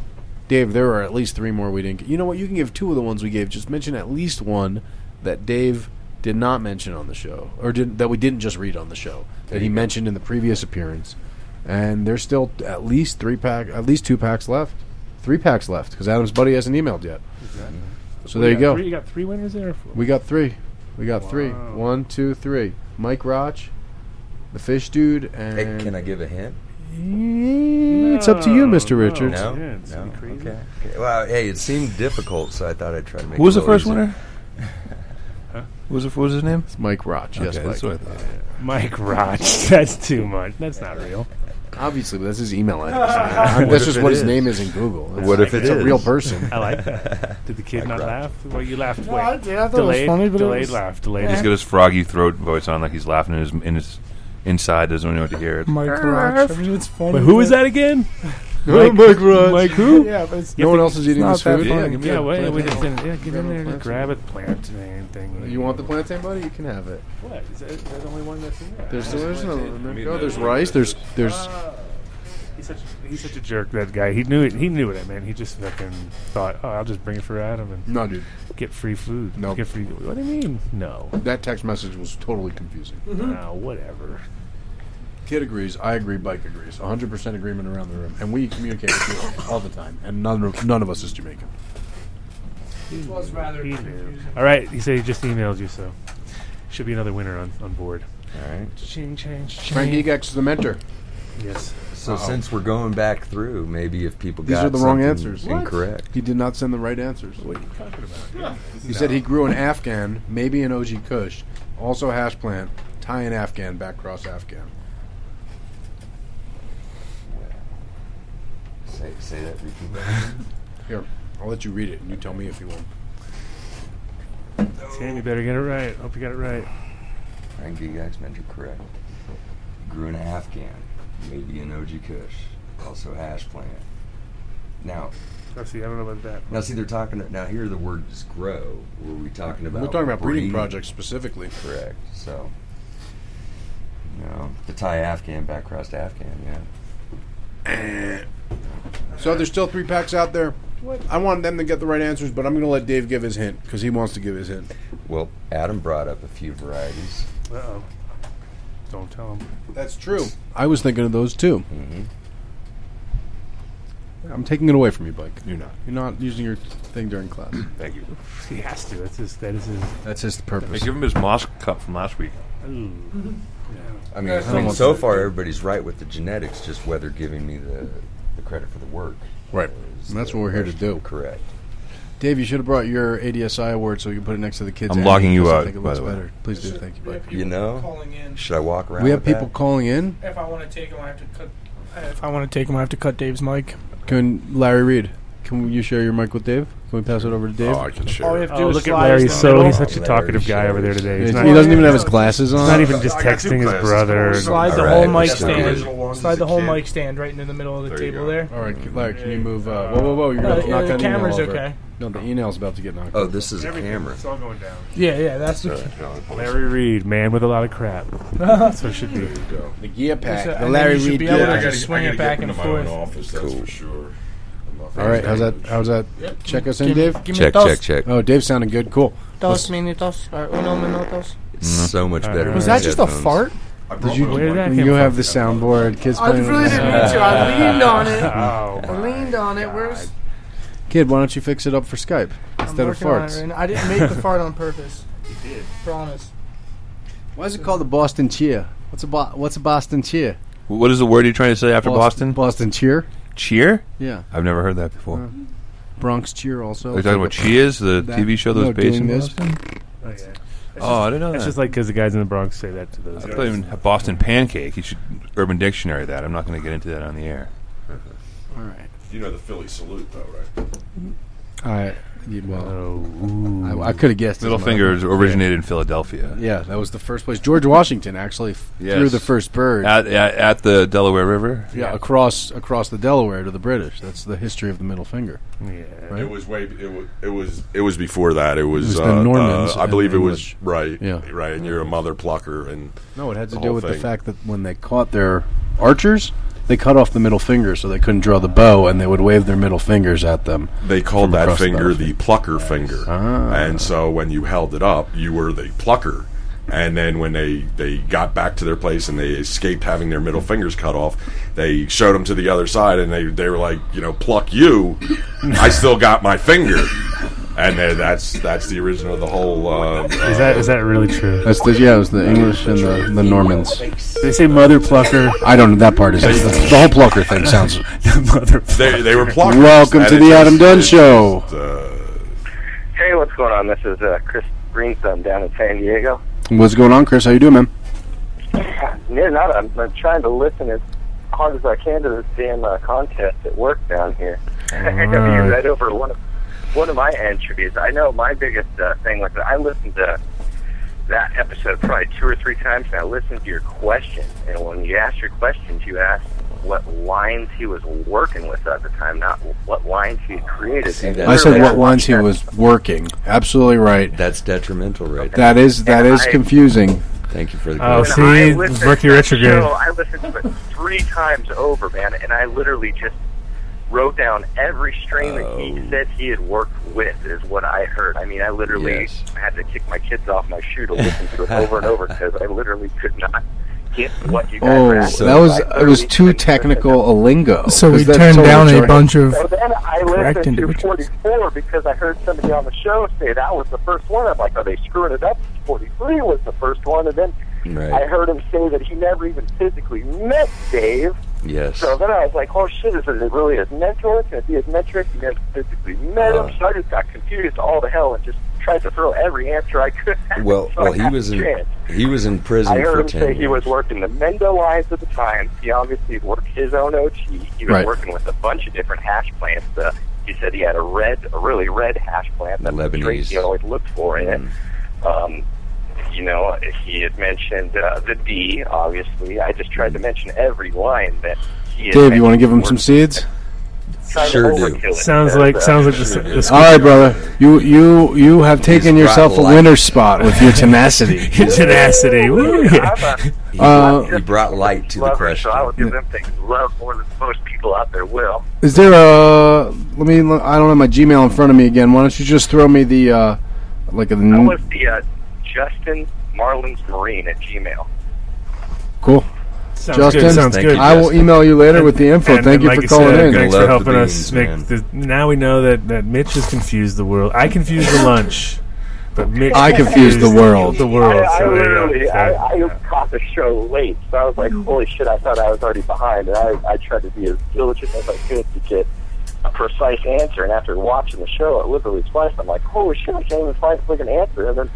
Speaker 4: Dave, there are at least three more we didn't. Get. You know what? You can give two of the ones we gave. Just mention at least one that Dave did not mention on the show, or did that we didn't just read on the show that he mentioned in the previous appearance. And there's still at least three pack, at least two packs left, three packs left because Adam's buddy hasn't emailed yet. So there
Speaker 3: We
Speaker 4: you
Speaker 3: got
Speaker 4: go.
Speaker 3: Three, you got three winners there. or four?
Speaker 4: We got three. We got three.
Speaker 3: Wow.
Speaker 4: One, two, three. Mike Roch, the fish dude, and
Speaker 10: Hey, can I give a hint?
Speaker 7: Mm,
Speaker 4: it's up to you,
Speaker 3: No,
Speaker 4: Mr.
Speaker 3: no.
Speaker 4: Richards.
Speaker 10: No.
Speaker 3: Yeah, it's
Speaker 10: no.
Speaker 3: gonna be crazy.
Speaker 10: Okay. okay. Well, hey, it seemed difficult, so I thought I'd try to make.
Speaker 5: Who was
Speaker 10: it
Speaker 5: the
Speaker 10: a little
Speaker 5: first
Speaker 10: easier.
Speaker 5: winner? What was, it, what was his name?
Speaker 4: It's Mike Roch.
Speaker 5: okay,
Speaker 4: Yes, Mike.
Speaker 5: that's what I thought.
Speaker 3: Mike Roch. That's too much. That's not real.
Speaker 4: Obviously, but that's his email address. that's just
Speaker 5: it
Speaker 4: what his
Speaker 5: is?
Speaker 4: name is in Google. That's
Speaker 5: What if it
Speaker 4: it's a
Speaker 5: is?
Speaker 4: real person?
Speaker 3: I like that. Did the kid not
Speaker 10: Roch.
Speaker 3: laugh? Well, you laughed.
Speaker 7: No,
Speaker 3: Wait.
Speaker 7: I did. I thought it was
Speaker 3: delayed,
Speaker 7: funny, but it
Speaker 3: delayed
Speaker 7: was-
Speaker 3: laugh. Delayed.
Speaker 5: He's got his froggy throat voice on, like he's laughing in his, in his inside, doesn't know what to hear.
Speaker 7: Mike Rock. I mean, it's funny.
Speaker 3: Wait, who is that again?
Speaker 4: Mike, Roch.
Speaker 3: Mike who?
Speaker 7: Yeah, but it's
Speaker 4: No one else is eating
Speaker 7: not
Speaker 4: this
Speaker 7: that
Speaker 4: food.
Speaker 7: funny. Yeah,
Speaker 4: give me
Speaker 3: Yeah,
Speaker 4: that
Speaker 3: wait, we
Speaker 4: plantain.
Speaker 3: just didn't. Yeah, get in there
Speaker 4: Grab a
Speaker 3: and grab a plant and thing.
Speaker 4: You want the plantain, buddy? You can have it.
Speaker 3: What? Is that, is that the only one that's in there?
Speaker 4: There's, there's, no, there you go.
Speaker 5: no,
Speaker 4: there's
Speaker 5: no,
Speaker 4: rice. There's there's
Speaker 3: Uh, He's such, he's such a jerk, that guy. He knew it. He knew it, man. He just fucking thought, oh, I'll just bring it for Adam and
Speaker 4: no, dude.
Speaker 3: get free food.
Speaker 4: No.
Speaker 3: Get free. What do you mean? No.
Speaker 4: That text message was totally confusing.
Speaker 3: No, whatever.
Speaker 4: Kid agrees. I agree. Bike agrees. 100% agreement around the room. And we communicate with you all the time. And none, of- none of us is Jamaican.
Speaker 9: was rather
Speaker 3: He knew.
Speaker 9: confusing.
Speaker 3: All right. He said he just emailed you, so should be another winner on, on board.
Speaker 10: All right.
Speaker 3: Ching, ching, ching.
Speaker 4: Frank Egax is the mentor.
Speaker 3: Yes.
Speaker 10: So since we're going back through, maybe if people
Speaker 4: These
Speaker 10: got
Speaker 4: are the wrong
Speaker 10: something
Speaker 4: answers. What?
Speaker 10: incorrect.
Speaker 4: He did not send the right answers. What are you talking about? He said he grew an Afghan, maybe an OG Kush, Also hash plant. Tie an Afghan back cross Afghan.
Speaker 10: Say, say that. Repeat that.
Speaker 4: Here, I'll let you read it, and you tell me if you want.
Speaker 3: Tim, you better get it right. Hope you got it right.
Speaker 10: Frank Gygax meant to correct. Grew an Afghan, maybe an OG Kush, also hash plant. Now,
Speaker 3: I see. I don't know about that.
Speaker 10: now see, they're talking. Now here the word is grow. Were we talking about?
Speaker 4: We're talking about breeding
Speaker 10: breed?
Speaker 4: projects specifically.
Speaker 10: Correct. So, you know, the Thai Afghan back crossed Afghan. Yeah.
Speaker 4: So there's still three packs out there. I want them to get the right answers, but I'm going to let Dave give his hint because he wants to give his hint.
Speaker 10: Well, Adam brought up a few varieties.
Speaker 3: Uh oh. Don't tell him.
Speaker 4: That's true. I was thinking of those too. I'm taking it away from you, Mike. You're not. You're not using your thing during class.
Speaker 5: Thank you.
Speaker 3: He has to. That's his. That is his.
Speaker 4: That's his
Speaker 5: Hey,
Speaker 4: purpose.
Speaker 5: give him his Moscow cup from last week.
Speaker 3: Ooh.
Speaker 10: I mean, I mean so far everybody's right with the genetics, just whether giving me the, the credit for the work.
Speaker 4: Right.
Speaker 10: is
Speaker 4: And that's
Speaker 10: the
Speaker 4: what we're here to
Speaker 10: question.
Speaker 4: do.
Speaker 10: Correct.
Speaker 4: Dave, you should have brought your ADSI award so we can put it next to the kids.
Speaker 5: I'm
Speaker 4: Annie,
Speaker 5: logging you
Speaker 4: because I
Speaker 5: out,
Speaker 4: think it
Speaker 5: by
Speaker 4: looks
Speaker 5: the way.
Speaker 4: better. Please do. Thank you, Mike.
Speaker 10: You know,
Speaker 7: Calling in.
Speaker 10: should I walk around?
Speaker 4: We have
Speaker 10: with
Speaker 4: people
Speaker 10: that?
Speaker 4: calling in.
Speaker 7: If I want to take him, I have to cut. If I want to take him, I have to cut Dave's mic.
Speaker 4: Can Larry Reed? Can you share your mic with Dave? Can we pass it over to Dave?
Speaker 6: Oh, I can
Speaker 7: All
Speaker 6: share.
Speaker 7: we
Speaker 6: it.
Speaker 7: have to
Speaker 3: Oh,
Speaker 7: do is
Speaker 3: look at
Speaker 7: slide
Speaker 3: Larry.
Speaker 7: his
Speaker 3: So
Speaker 7: middle-
Speaker 3: he's such a talkative guy over there today. He's not,
Speaker 4: he doesn't even have his glasses on.
Speaker 3: he's not even just
Speaker 6: I got two
Speaker 3: texting his
Speaker 6: glasses.
Speaker 3: brother.
Speaker 7: Slide the
Speaker 10: All
Speaker 7: whole
Speaker 10: right,
Speaker 7: mic
Speaker 10: that's not
Speaker 7: stand.
Speaker 10: original
Speaker 7: Slide the whole mic stand right into the middle of the
Speaker 6: There you
Speaker 7: table
Speaker 6: go.
Speaker 7: there.
Speaker 4: All right, Larry, can you move? Uh, whoa, whoa, whoa! You're
Speaker 7: Uh,
Speaker 4: going to knock
Speaker 7: the
Speaker 4: on
Speaker 7: camera's
Speaker 4: email over.
Speaker 7: okay.
Speaker 4: No, the email's about to get knocked.
Speaker 10: Oh, this is a camera.
Speaker 3: It's all going down.
Speaker 7: Yeah, yeah, that's the.
Speaker 3: Larry Reed, man with a lot of crap. That's what it should be.
Speaker 4: The gear
Speaker 7: It's a-
Speaker 4: pack.
Speaker 7: I
Speaker 4: The
Speaker 7: think
Speaker 4: Larry
Speaker 7: you should
Speaker 4: Reed
Speaker 7: be able
Speaker 4: gear.
Speaker 7: to
Speaker 4: pack.
Speaker 7: just swing it back and forth.
Speaker 6: office, that's for sure.
Speaker 4: All right, how's that? How's that? Check us in,
Speaker 7: Give me-
Speaker 4: Dave.
Speaker 7: give me
Speaker 10: Check,
Speaker 7: dos-
Speaker 10: check, check.
Speaker 4: Oh, Dave sounded good. Cool.
Speaker 7: Dos
Speaker 5: Mm,
Speaker 7: minutos or uno minutos.
Speaker 10: It's so much better.
Speaker 7: Was
Speaker 10: with
Speaker 7: that just a
Speaker 10: headphones.
Speaker 7: fart?
Speaker 4: Did you?
Speaker 3: Where did that
Speaker 4: You
Speaker 3: come
Speaker 4: have
Speaker 3: from?
Speaker 4: the soundboard. Kids playing. with the sound.
Speaker 7: mean to. I leaned on it.
Speaker 3: Oh, my
Speaker 7: on it.
Speaker 3: God.
Speaker 4: Kid, why don't you fix it up for Skype instead of farts?
Speaker 7: I didn't make the fart on purpose. You did. Promise.
Speaker 4: Why is it called the Boston cheer? What's a bo- What's a Boston cheer?
Speaker 5: What is the word you're trying to say after Boston?
Speaker 4: Boston cheer.
Speaker 5: Cheer?
Speaker 4: Yeah,
Speaker 5: I've never heard that before.
Speaker 4: Bronx cheer also.
Speaker 5: Are you talking about Cheers, the
Speaker 4: That-
Speaker 5: TV show that was
Speaker 4: no,
Speaker 5: based
Speaker 4: doing
Speaker 5: in
Speaker 4: this.
Speaker 5: Boston?
Speaker 3: Oh, yeah.
Speaker 5: Oh, I didn't know
Speaker 3: That's
Speaker 5: that.
Speaker 3: just like because the guys in the Bronx say that to those
Speaker 5: I
Speaker 3: guys.
Speaker 5: thought even Boston pancake. You should Urban Dictionary that. I'm not going to get into that on the air.
Speaker 4: All right.
Speaker 6: You know the Philly salute, though, right?
Speaker 4: All right. Yeah, Well,
Speaker 3: Oh, ooh.
Speaker 4: I, I could have guessed.
Speaker 5: Middle
Speaker 4: as much.
Speaker 5: fingers originated in Philadelphia.
Speaker 4: Yeah, that was the first place. George Washington actually f-
Speaker 5: Yes.
Speaker 4: threw the first bird.
Speaker 5: At, at, at the Delaware River.
Speaker 4: yeah, across across the Delaware to the British. That's the history of the middle finger.
Speaker 3: yeah.
Speaker 4: Right.
Speaker 6: It was way. It was. It was. It was before that. It was.
Speaker 4: was the
Speaker 6: uh, uh,
Speaker 4: Normans
Speaker 6: I
Speaker 4: and
Speaker 6: believe it was
Speaker 4: English.
Speaker 6: right.
Speaker 4: Yeah.
Speaker 6: Right. And you're a mother plucker, and
Speaker 4: No, it had to
Speaker 6: The
Speaker 4: do
Speaker 6: whole
Speaker 4: with the
Speaker 6: thing.
Speaker 4: fact that when they caught their archers, they cut off the middle finger so they couldn't draw the bow, and they would wave their middle fingers at them.
Speaker 6: they called
Speaker 4: From
Speaker 6: that
Speaker 4: across the
Speaker 6: finger the
Speaker 4: battlefield.
Speaker 6: plucker finger.
Speaker 4: Ah.
Speaker 6: And so when you held it up, you were the plucker. And then when they, they got back to their place and they escaped having their middle fingers cut off, they showed them to the other side and they, they were like, you know, pluck you. I still got my finger. And then that's that's the origin of the whole. Uh,
Speaker 3: Is that is that really true?
Speaker 4: That's the yeah, it was the English and the, the Normans.
Speaker 3: They say mother plucker.
Speaker 4: I don't know that part is the whole plucker thing sounds.
Speaker 3: mother.
Speaker 6: they, they were pluckers.
Speaker 4: Welcome
Speaker 6: And
Speaker 4: to
Speaker 6: it
Speaker 4: the
Speaker 6: just-
Speaker 4: Adam Dunn
Speaker 6: it
Speaker 4: Show.
Speaker 6: just, uh,
Speaker 11: Hey, what's going on? This is uh, Chris Greenthumb down in San Diego.
Speaker 4: What's going on, Chris? How you doing, man?
Speaker 11: Yeah, not. I'm, I'm trying to listen as hard as I can to this damn uh, contest at work down here. I know you read over one of one of my entries. I know my biggest uh, thing was that I listened to that episode probably two or three times, and I listened to your question. And when you asked your questions, you asked what lines he was working with at the time, not what lines he had created.
Speaker 10: See,
Speaker 11: And
Speaker 10: that-
Speaker 4: I said
Speaker 11: clearly
Speaker 4: what
Speaker 11: watched
Speaker 4: lines he
Speaker 11: that-
Speaker 4: was working. Absolutely right.
Speaker 10: That's detrimental, right?
Speaker 4: That is that is
Speaker 11: I-
Speaker 4: confusing.
Speaker 10: there. Thank you for the.
Speaker 3: Oh,
Speaker 10: correction.
Speaker 3: see,
Speaker 11: I listened
Speaker 3: Mercury
Speaker 11: to that
Speaker 3: retrograde.
Speaker 11: show- I listened to it three times over, man, and I literally just wrote down every strain that he said he had worked with is what I heard. I mean, I literally
Speaker 10: Yes.
Speaker 11: had to kick my kids off my shoe to listen to it over and over because I literally could not get what you guys were
Speaker 4: Oh,
Speaker 11: asking.
Speaker 4: that was
Speaker 11: I
Speaker 4: it was
Speaker 11: literally
Speaker 4: too
Speaker 11: couldn't listen to
Speaker 4: technical a lingo.
Speaker 7: So we
Speaker 4: 'Cause that's
Speaker 7: turned
Speaker 4: totally
Speaker 7: down a
Speaker 4: jargon.
Speaker 7: bunch of.
Speaker 11: So then I
Speaker 7: Correct
Speaker 11: listened to
Speaker 7: individuals.
Speaker 11: 44 because I heard somebody on the show say that was the first one. I'm like, are they screwing it up? 43 was the first one, and then
Speaker 10: Right.
Speaker 11: I heard him say that he never even physically met Dave.
Speaker 10: Yes.
Speaker 11: So then I was like, oh shit, is it
Speaker 10: Uh.
Speaker 11: really his mentor? Can it be his mentor? if He never physically met him. So I just got confused all the hell and just tried to throw every answer I could. at
Speaker 10: Well,
Speaker 11: him, so
Speaker 10: well,
Speaker 11: I
Speaker 10: he
Speaker 11: had a
Speaker 10: was in
Speaker 11: chance.
Speaker 10: he was in prison
Speaker 11: I heard
Speaker 10: for
Speaker 11: him
Speaker 10: ten.
Speaker 11: say he
Speaker 10: years.
Speaker 11: was working the Mendo lines at the time. He obviously worked his own OT. He was
Speaker 10: Right.
Speaker 11: working with a bunch of different hash plants. Uh, he said he had a red, a really red hash plant. That's the trait
Speaker 10: Lebanese. Mm.
Speaker 11: he always looked for in it. Um, you know, he had mentioned uh, the D, obviously. I just tried to
Speaker 10: Mm.
Speaker 11: mention every line that he had
Speaker 4: Dave, you
Speaker 11: mentioned
Speaker 4: want to give him
Speaker 11: worked
Speaker 4: some seeds?
Speaker 11: Trying to
Speaker 10: Sure do.
Speaker 11: overkill it.
Speaker 3: Sounds
Speaker 11: Uh,
Speaker 3: like sounds like
Speaker 11: sure
Speaker 3: the,
Speaker 11: do.
Speaker 3: the
Speaker 4: All right, brother. You you you have taken
Speaker 10: brought
Speaker 4: yourself a
Speaker 10: life.
Speaker 4: winner spot with your tenacity.
Speaker 3: tenacity. Woo.
Speaker 11: I'm a-
Speaker 10: He,
Speaker 4: Uh,
Speaker 10: he brought light to the
Speaker 11: lover,
Speaker 10: question.
Speaker 11: So I would give them things love more than most people out there will.
Speaker 4: Is there a? Let me. I don't have my Gmail in front of me again. Why don't you just throw me the uh, like a
Speaker 11: I was the uh, Justin Marlins Marine at Gmail.
Speaker 4: cool.
Speaker 3: Sounds
Speaker 4: Justin,
Speaker 3: good. Sounds
Speaker 10: thank
Speaker 3: good.
Speaker 10: you.
Speaker 4: I will
Speaker 10: Justin.
Speaker 4: email you later with the info.
Speaker 3: And-
Speaker 4: Thank
Speaker 3: and
Speaker 4: you
Speaker 3: like
Speaker 4: for calling
Speaker 3: said,
Speaker 4: in.
Speaker 3: Thanks
Speaker 10: Love
Speaker 3: for
Speaker 10: the
Speaker 3: helping us
Speaker 10: beans,
Speaker 3: make
Speaker 10: man.
Speaker 3: the. Now we know that, that Mitch has confused the world. I confused the lunch, but Mitch
Speaker 4: I confused the world.
Speaker 3: The world.
Speaker 11: I, I
Speaker 3: so there you go.
Speaker 11: literally,
Speaker 3: So,
Speaker 11: I, I caught the show late, so I was like,
Speaker 3: Mm.
Speaker 11: holy shit, I thought I was already behind. And I, I tried to be as diligent as I could to get a precise answer. And after watching the show literally twice, I'm like, holy shit, I can't even find a freaking answer. And then,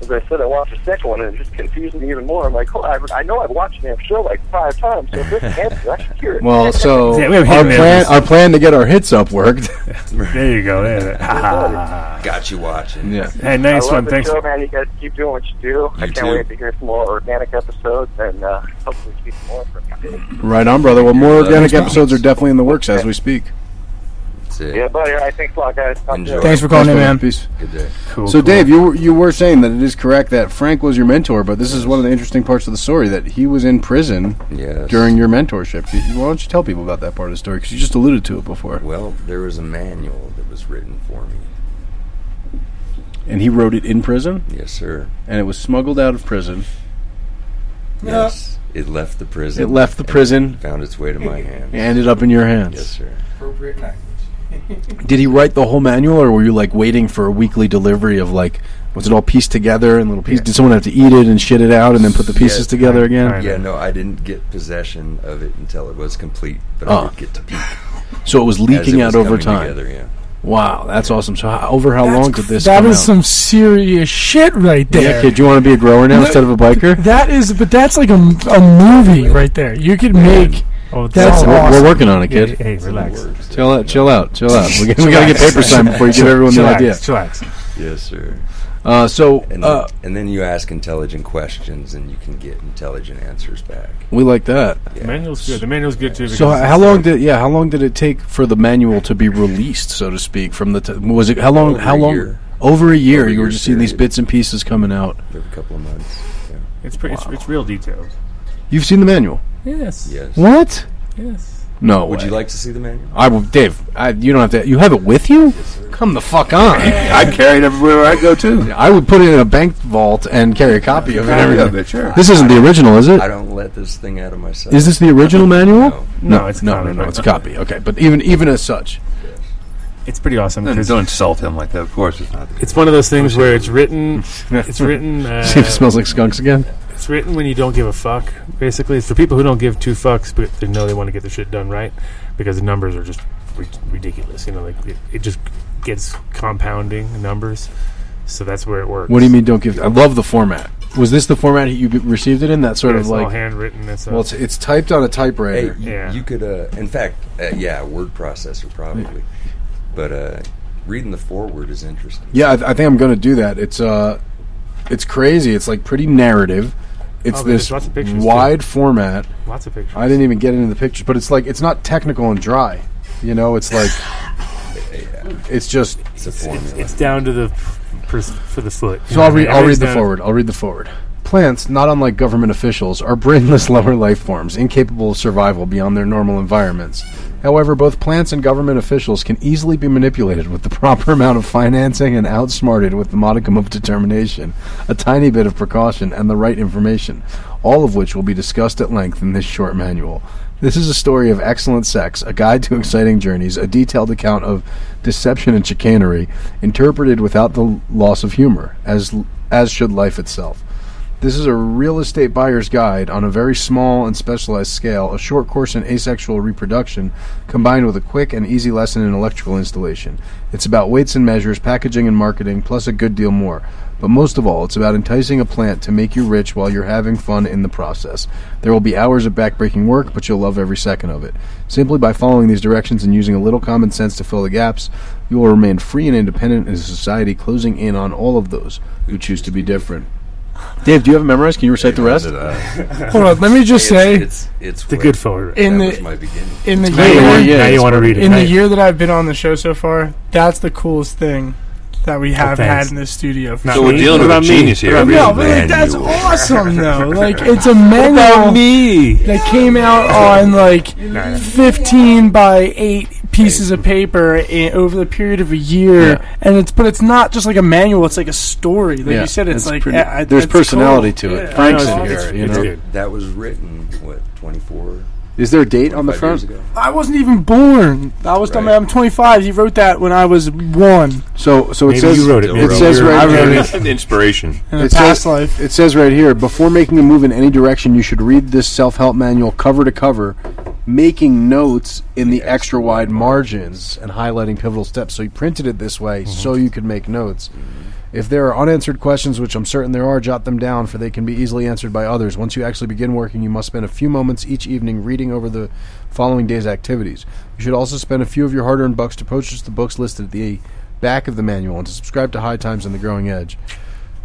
Speaker 11: as I said, I watched the second one, and it just confused me even more. I'm like, oh, I, I know I've watched the show like five times, so if there's an answer, I should hear it.
Speaker 4: Well, so
Speaker 3: Yeah, we have
Speaker 4: our
Speaker 3: hit
Speaker 4: plan
Speaker 3: mailers.
Speaker 4: our plan to get our hits up worked.
Speaker 3: there you go. There. Ha, ha, ha, ha.
Speaker 10: Got you watching.
Speaker 4: yeah.
Speaker 3: Hey,
Speaker 11: I
Speaker 3: nice
Speaker 11: love
Speaker 3: one.
Speaker 11: the
Speaker 3: Thanks.
Speaker 11: show, man. You guys keep doing what you do. I
Speaker 10: You
Speaker 11: can't
Speaker 10: too.
Speaker 11: wait to hear some more organic episodes and uh, hopefully see some more from you.
Speaker 4: Right on, brother. Well, more organic
Speaker 10: Thanks,
Speaker 4: episodes are definitely in the works as we speak.
Speaker 10: That's it.
Speaker 11: Yeah, buddy. All right, thanks a lot, guys. Talk to you
Speaker 10: Enjoy.
Speaker 11: later.
Speaker 7: Thanks for calling in, man.
Speaker 4: Peace.
Speaker 10: Good day.
Speaker 3: Cool,
Speaker 4: So,
Speaker 3: cool.
Speaker 4: Dave, you were, you were saying that it is correct that Frank was your mentor, but this is one of the interesting parts of the story that he was in prison
Speaker 10: Yes.
Speaker 4: during your mentorship. Why don't you tell people about that part of the story? Because you just alluded to it before,
Speaker 10: well, there was a manual that was written for me.
Speaker 4: and he wrote it in prison,
Speaker 10: Yes, sir.
Speaker 4: and it was smuggled out of prison.
Speaker 10: Yes. It left the prison.
Speaker 4: It left the prison.
Speaker 10: Found its way to my hands.
Speaker 4: It ended up in your hands.
Speaker 10: Yes, sir.
Speaker 9: Appropriate language.
Speaker 4: Did he write the whole manual, or were you like waiting for a weekly delivery of like? Was it all pieced together and little pieces? Did someone have to eat it and shit it out and then put the pieces
Speaker 10: Yeah,
Speaker 4: together
Speaker 3: kind-
Speaker 4: again?
Speaker 3: kind
Speaker 10: Yeah, no, I didn't get possession of it until it was complete, but
Speaker 4: Oh.
Speaker 10: I did get to peek.
Speaker 4: So it was
Speaker 10: as it
Speaker 4: leaking
Speaker 10: was
Speaker 4: out over
Speaker 10: coming
Speaker 4: time.
Speaker 10: Together, yeah.
Speaker 4: Wow, that's awesome. So how, over how long did this?
Speaker 7: That
Speaker 4: come
Speaker 7: is
Speaker 4: out?
Speaker 7: some serious shit right there.
Speaker 4: Yeah, kid, you want to be a grower now
Speaker 7: No.
Speaker 4: instead of a biker?
Speaker 7: That is, but that's like a, a movie right there. You could make.
Speaker 3: Oh, it's
Speaker 7: That's
Speaker 3: all-
Speaker 4: we're,
Speaker 7: awesome.
Speaker 4: we're working on it, kid.
Speaker 3: Hey, hey, relax.
Speaker 4: Chill out, chill out, chill out. We, we gotta get paper signed before you give everyone the
Speaker 3: Chillax,
Speaker 4: idea.
Speaker 3: chillax.
Speaker 10: Yes, sir.
Speaker 4: Uh, so
Speaker 10: And,
Speaker 4: uh,
Speaker 10: and then you ask intelligent questions, and you can get intelligent answers back.
Speaker 4: we like that.
Speaker 10: Yeah.
Speaker 3: The manual's good. The manual's good too.
Speaker 4: So
Speaker 3: because uh,
Speaker 4: how long did yeah? How long did it take for the manual to be released, so to speak? From the t- was it how long?
Speaker 10: Over
Speaker 4: how
Speaker 10: a
Speaker 4: long?
Speaker 10: year.
Speaker 4: Over a year.
Speaker 10: Over a
Speaker 4: you were
Speaker 10: year
Speaker 4: just seeing these
Speaker 10: period.
Speaker 4: bits and pieces coming out.
Speaker 10: For a couple of months. Yeah.
Speaker 3: it's pretty? It's, it's real detailed.
Speaker 4: You've seen the manual.
Speaker 3: Yes.
Speaker 10: Yes.
Speaker 4: What?
Speaker 3: Yes.
Speaker 4: No.
Speaker 10: Would
Speaker 4: way.
Speaker 10: you like to see the manual?
Speaker 4: I will, Dave. I, you don't have to. You have it with you. Come the fuck on. I carry it everywhere I go to. I would put it in a bank vault and carry a copy of it everywhere.
Speaker 6: sure.
Speaker 4: This isn't the original, is it?
Speaker 10: I don't let this thing out of my sight.
Speaker 4: Is this the original manual?
Speaker 10: No.
Speaker 3: No, it's
Speaker 4: no,
Speaker 3: not.
Speaker 4: no, no. It's a copy. Okay, but even even as such,
Speaker 3: It's pretty awesome. 'cause
Speaker 5: insult him like that. Of course, it's not.
Speaker 3: It's one of those things where it's written. It's written.
Speaker 4: see if it
Speaker 3: Uh,
Speaker 4: smells like skunks again.
Speaker 3: It's written when you don't give a fuck. Basically, it's for people who don't give two fucks, but they know they want to get the shit done right because the numbers are just ri- ridiculous. You know, like it, it just gets compounding numbers. So that's where it works.
Speaker 4: What do you mean? Don't give? I love the format. Was this the format you b- received it in? That sort of
Speaker 3: Yeah, it's all
Speaker 4: like.
Speaker 3: handwritten. It's a,
Speaker 4: Well, it's, it's typed on a
Speaker 10: Hey,
Speaker 4: typewriter.
Speaker 10: you,
Speaker 3: Yeah.
Speaker 10: you could, uh, in fact, uh, yeah, word processor probably. But uh, reading the foreword is interesting.
Speaker 4: Yeah, I, th- I think I'm going to do that. It's uh, it's crazy. It's like pretty narrative. It's
Speaker 3: Oh, there's
Speaker 4: this
Speaker 3: lots of pictures, too.
Speaker 4: wide format.
Speaker 3: lots of pictures.
Speaker 4: I didn't even get into the pictures, but it's like it's not technical and dry. You know, it's like it's just.
Speaker 10: It's a formula.
Speaker 3: It's down to the pers- for the foot. You
Speaker 4: So
Speaker 3: know
Speaker 4: I'll
Speaker 3: what I
Speaker 4: read.
Speaker 3: mean?
Speaker 4: I'll read
Speaker 3: Everything's
Speaker 4: the
Speaker 3: down-
Speaker 4: forward. I'll read the forward. Plants, not unlike government officials, are brainless lower life forms, incapable of survival beyond their normal environments. However, both plants and government officials can easily be manipulated with the proper amount of financing and outsmarted with the modicum of determination, a tiny bit of precaution, and the right information, all of which will be discussed at length in this short manual. This is a story of excellent sex, a guide to exciting journeys, a detailed account of deception and chicanery, interpreted without the loss of humor, as as should life itself. This is a real estate buyer's guide on a very small and specialized scale, a short course in asexual reproduction combined with a quick and easy lesson in electrical installation. It's about weights and measures, packaging and marketing, plus a good deal more. But most of all, it's about enticing a plant to make you rich while you're having fun in the process. There will be hours of backbreaking work, but you'll love every second of it. Simply by following these directions and using a little common sense to fill the gaps, you will remain free and independent in society, closing in on all of those who choose to be different. Dave, do you have it memorized? Can you recite the rest?
Speaker 7: Hold on, let me just say
Speaker 10: uh, it's it's
Speaker 3: The
Speaker 10: what-
Speaker 3: good forward.
Speaker 7: in
Speaker 10: that was
Speaker 7: the
Speaker 10: my beginning.
Speaker 7: in the
Speaker 4: Now you
Speaker 7: year
Speaker 4: wanna- yeah,
Speaker 3: now you
Speaker 4: it's
Speaker 3: want to read it.
Speaker 7: in the
Speaker 3: right?
Speaker 7: year that I've been on the show so far, that's the coolest thing that we have had
Speaker 3: thanks.
Speaker 7: in this studio. For
Speaker 3: Not
Speaker 5: So
Speaker 7: sure.
Speaker 5: we're
Speaker 3: me.
Speaker 5: dealing
Speaker 3: What
Speaker 5: with a
Speaker 3: about me?
Speaker 5: genius here.
Speaker 3: What about me?
Speaker 7: no, but like, that's awesome though. Like it's a manual
Speaker 3: me.
Speaker 7: that came out on like 15 by 8 pieces of paper i over the period of a year
Speaker 4: Yeah.
Speaker 7: and it's but it's not just like a manual it's like a story like you said it's, like
Speaker 4: pretty-
Speaker 7: I- I-
Speaker 4: there's
Speaker 7: it's
Speaker 4: personality
Speaker 7: cool.
Speaker 4: to it.
Speaker 3: Yeah,
Speaker 4: Frank's
Speaker 3: I know,
Speaker 4: in
Speaker 3: it's-
Speaker 4: here. You
Speaker 3: it's
Speaker 4: know,
Speaker 3: good.
Speaker 10: That was written what 24
Speaker 4: is there a date on the
Speaker 10: 25 years
Speaker 4: front?
Speaker 10: ago.
Speaker 7: I wasn't even born I was
Speaker 10: Right.
Speaker 7: I'm 25 he wrote that when I was 1
Speaker 4: So, so it
Speaker 3: Maybe
Speaker 4: says
Speaker 3: you wrote it.
Speaker 4: It
Speaker 3: Maybe
Speaker 4: says
Speaker 3: you wrote
Speaker 4: right
Speaker 3: it.
Speaker 4: here.
Speaker 5: Inspiration.
Speaker 7: in a
Speaker 4: It says-
Speaker 7: past life
Speaker 4: It says right here before making a move in any direction, you should read this self help manual cover to cover, making notes in the extra wide margins and highlighting pivotal steps. So he printed it this way
Speaker 7: Mm-hmm.
Speaker 4: so you could make notes. If there are unanswered questions, which I'm certain there are, jot them down, for they can be easily answered by others. Once you actually begin working, you must spend a few moments each evening reading over the following day's activities. You should also spend a few of your hard earned bucks to purchase the books listed at the back of the manual and to subscribe to High Times and The Growing Edge.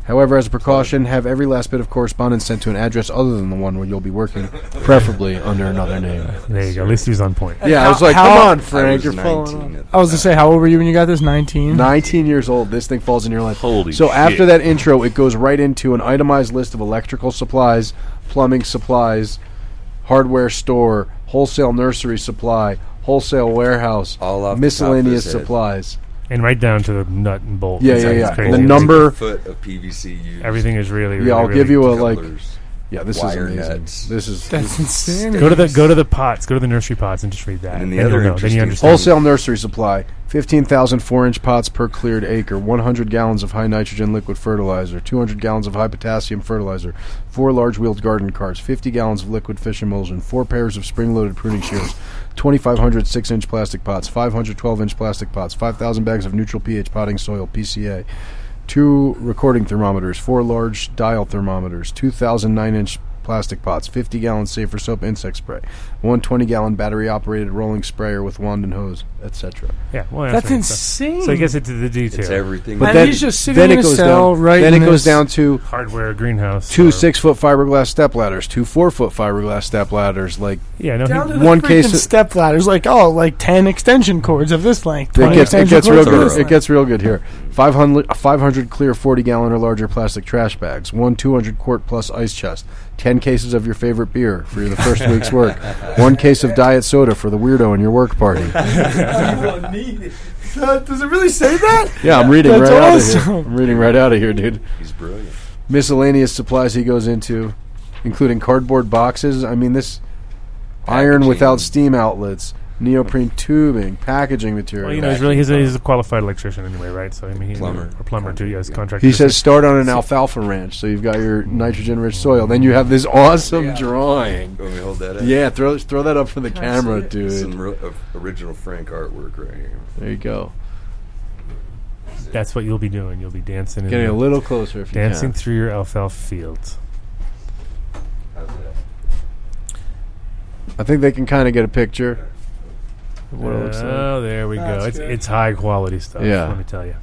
Speaker 4: However, as a precaution, have every last bit of correspondence sent to an address other than the one where you'll be working, preferably under another name.
Speaker 3: There you go. At least he was on point.
Speaker 4: Yeah, I was like,
Speaker 7: How-
Speaker 4: come
Speaker 7: how-
Speaker 4: on,
Speaker 10: I
Speaker 4: Frank,
Speaker 10: was
Speaker 4: you're following.
Speaker 10: 19 at
Speaker 7: I was gonna say how old were you when you got this 19
Speaker 4: 19 years old, this thing falls in your lap.
Speaker 5: Holy
Speaker 4: so
Speaker 5: shit.
Speaker 4: after that intro, it goes right into an itemized list of electrical supplies, plumbing supplies, hardware store, wholesale nursery supply, wholesale warehouse,
Speaker 10: All off the top of
Speaker 4: miscellaneous
Speaker 10: his head.
Speaker 4: supplies.
Speaker 3: And right down to the nut and bolt.
Speaker 4: Yeah,
Speaker 3: It's
Speaker 4: yeah,
Speaker 3: like-
Speaker 4: yeah.
Speaker 3: It's crazy.
Speaker 4: The number-
Speaker 10: foot of PVC used,
Speaker 3: Everything is really. really
Speaker 4: yeah, I'll
Speaker 3: really
Speaker 4: give you a like.
Speaker 10: colors.
Speaker 4: Yeah, this is
Speaker 10: wire
Speaker 4: amazing.
Speaker 10: nuts.
Speaker 4: This is
Speaker 7: that's insane
Speaker 3: Go to the go to the pots. Go to the nursery pots and just read that.
Speaker 10: And the
Speaker 3: Then
Speaker 10: other
Speaker 3: you'll know. Then
Speaker 10: interesting-
Speaker 3: you understand.
Speaker 4: Wholesale nursery supply, 15,000 four inch pots per cleared acre, 100 gallons of high nitrogen liquid fertilizer, 200 gallons of high potassium fertilizer, four large wheeled garden carts, 50 gallons of liquid fish emulsion, four pairs of spring loaded pruning shears, 2,500 6 inch plastic pots, 512 inch plastic pots, 5,000 bags of neutral pH potting soil, PCA, two recording thermometers, four large dial thermometers, 2,009 inch plastic pots, 50 gallon safer soap insect spray, one 20 gallon battery operated rolling sprayer with wand and hose, etc.
Speaker 3: Yeah, well,
Speaker 7: that's
Speaker 3: right. So-
Speaker 7: insane
Speaker 3: So I guess it's the detail.
Speaker 10: It's everything.
Speaker 7: But
Speaker 10: But
Speaker 7: And he's just sitting in a cell
Speaker 4: down,
Speaker 7: writing
Speaker 4: Then it goes
Speaker 7: this-
Speaker 4: down to
Speaker 3: hardware greenhouse.
Speaker 4: two
Speaker 3: or-
Speaker 4: six foot fiberglass step ladders, two four foot fiberglass step ladders, like
Speaker 3: Yeah, no,
Speaker 7: down
Speaker 3: he,
Speaker 7: to the
Speaker 4: one
Speaker 7: one
Speaker 4: case
Speaker 7: case
Speaker 4: of-
Speaker 7: step ladders like oh like 10 extension cords of this length
Speaker 4: It
Speaker 7: 20
Speaker 4: gets, it
Speaker 7: extension
Speaker 4: gets real
Speaker 7: cords of
Speaker 4: good.
Speaker 7: this
Speaker 4: It gets real good here. 500, 500 clear 40 gallon or larger plastic trash bags, one 200 quart plus ice chest, 10 cases of your favorite beer for the first week's work, one case of diet soda for the weirdo in your work party.
Speaker 7: length. Uh, does it really say that
Speaker 4: Yeah, I'm reading
Speaker 7: That's
Speaker 4: right out of
Speaker 7: awesome.
Speaker 4: here. I'm reading right out of here, dude.
Speaker 10: he's brilliant.
Speaker 4: Miscellaneous supplies he goes into, including cardboard boxes. I mean, this iron
Speaker 10: Packaging.
Speaker 4: without steam outlets, neoprene tubing, packaging material.
Speaker 3: well, you know, he's really he's a, he's a qualified electrician anyway, right? So I mean, he,
Speaker 10: Plumber.
Speaker 3: or plumber too. Yeah, his contractor.
Speaker 4: He says start on an alfalfa ranch, so you've got your nitrogen-rich soil. Then you have this awesome drawing.
Speaker 10: Let me hold that up.
Speaker 4: Yeah, throw throw that up for the camera,
Speaker 10: Some
Speaker 4: dude.
Speaker 10: real, uh, original Frank artwork right here.
Speaker 4: There you go.
Speaker 3: that's what you'll be doing. You'll be dancing, in
Speaker 4: Getting
Speaker 3: the-
Speaker 4: a little closer if you
Speaker 3: dancing
Speaker 4: can.
Speaker 3: through your alfalfa fields.
Speaker 10: How's that?
Speaker 4: I think they can kind of get a picture. of What it looks like.
Speaker 3: Oh, there we go. It's it's high quality stuff.
Speaker 4: Yeah.
Speaker 3: let me tell you.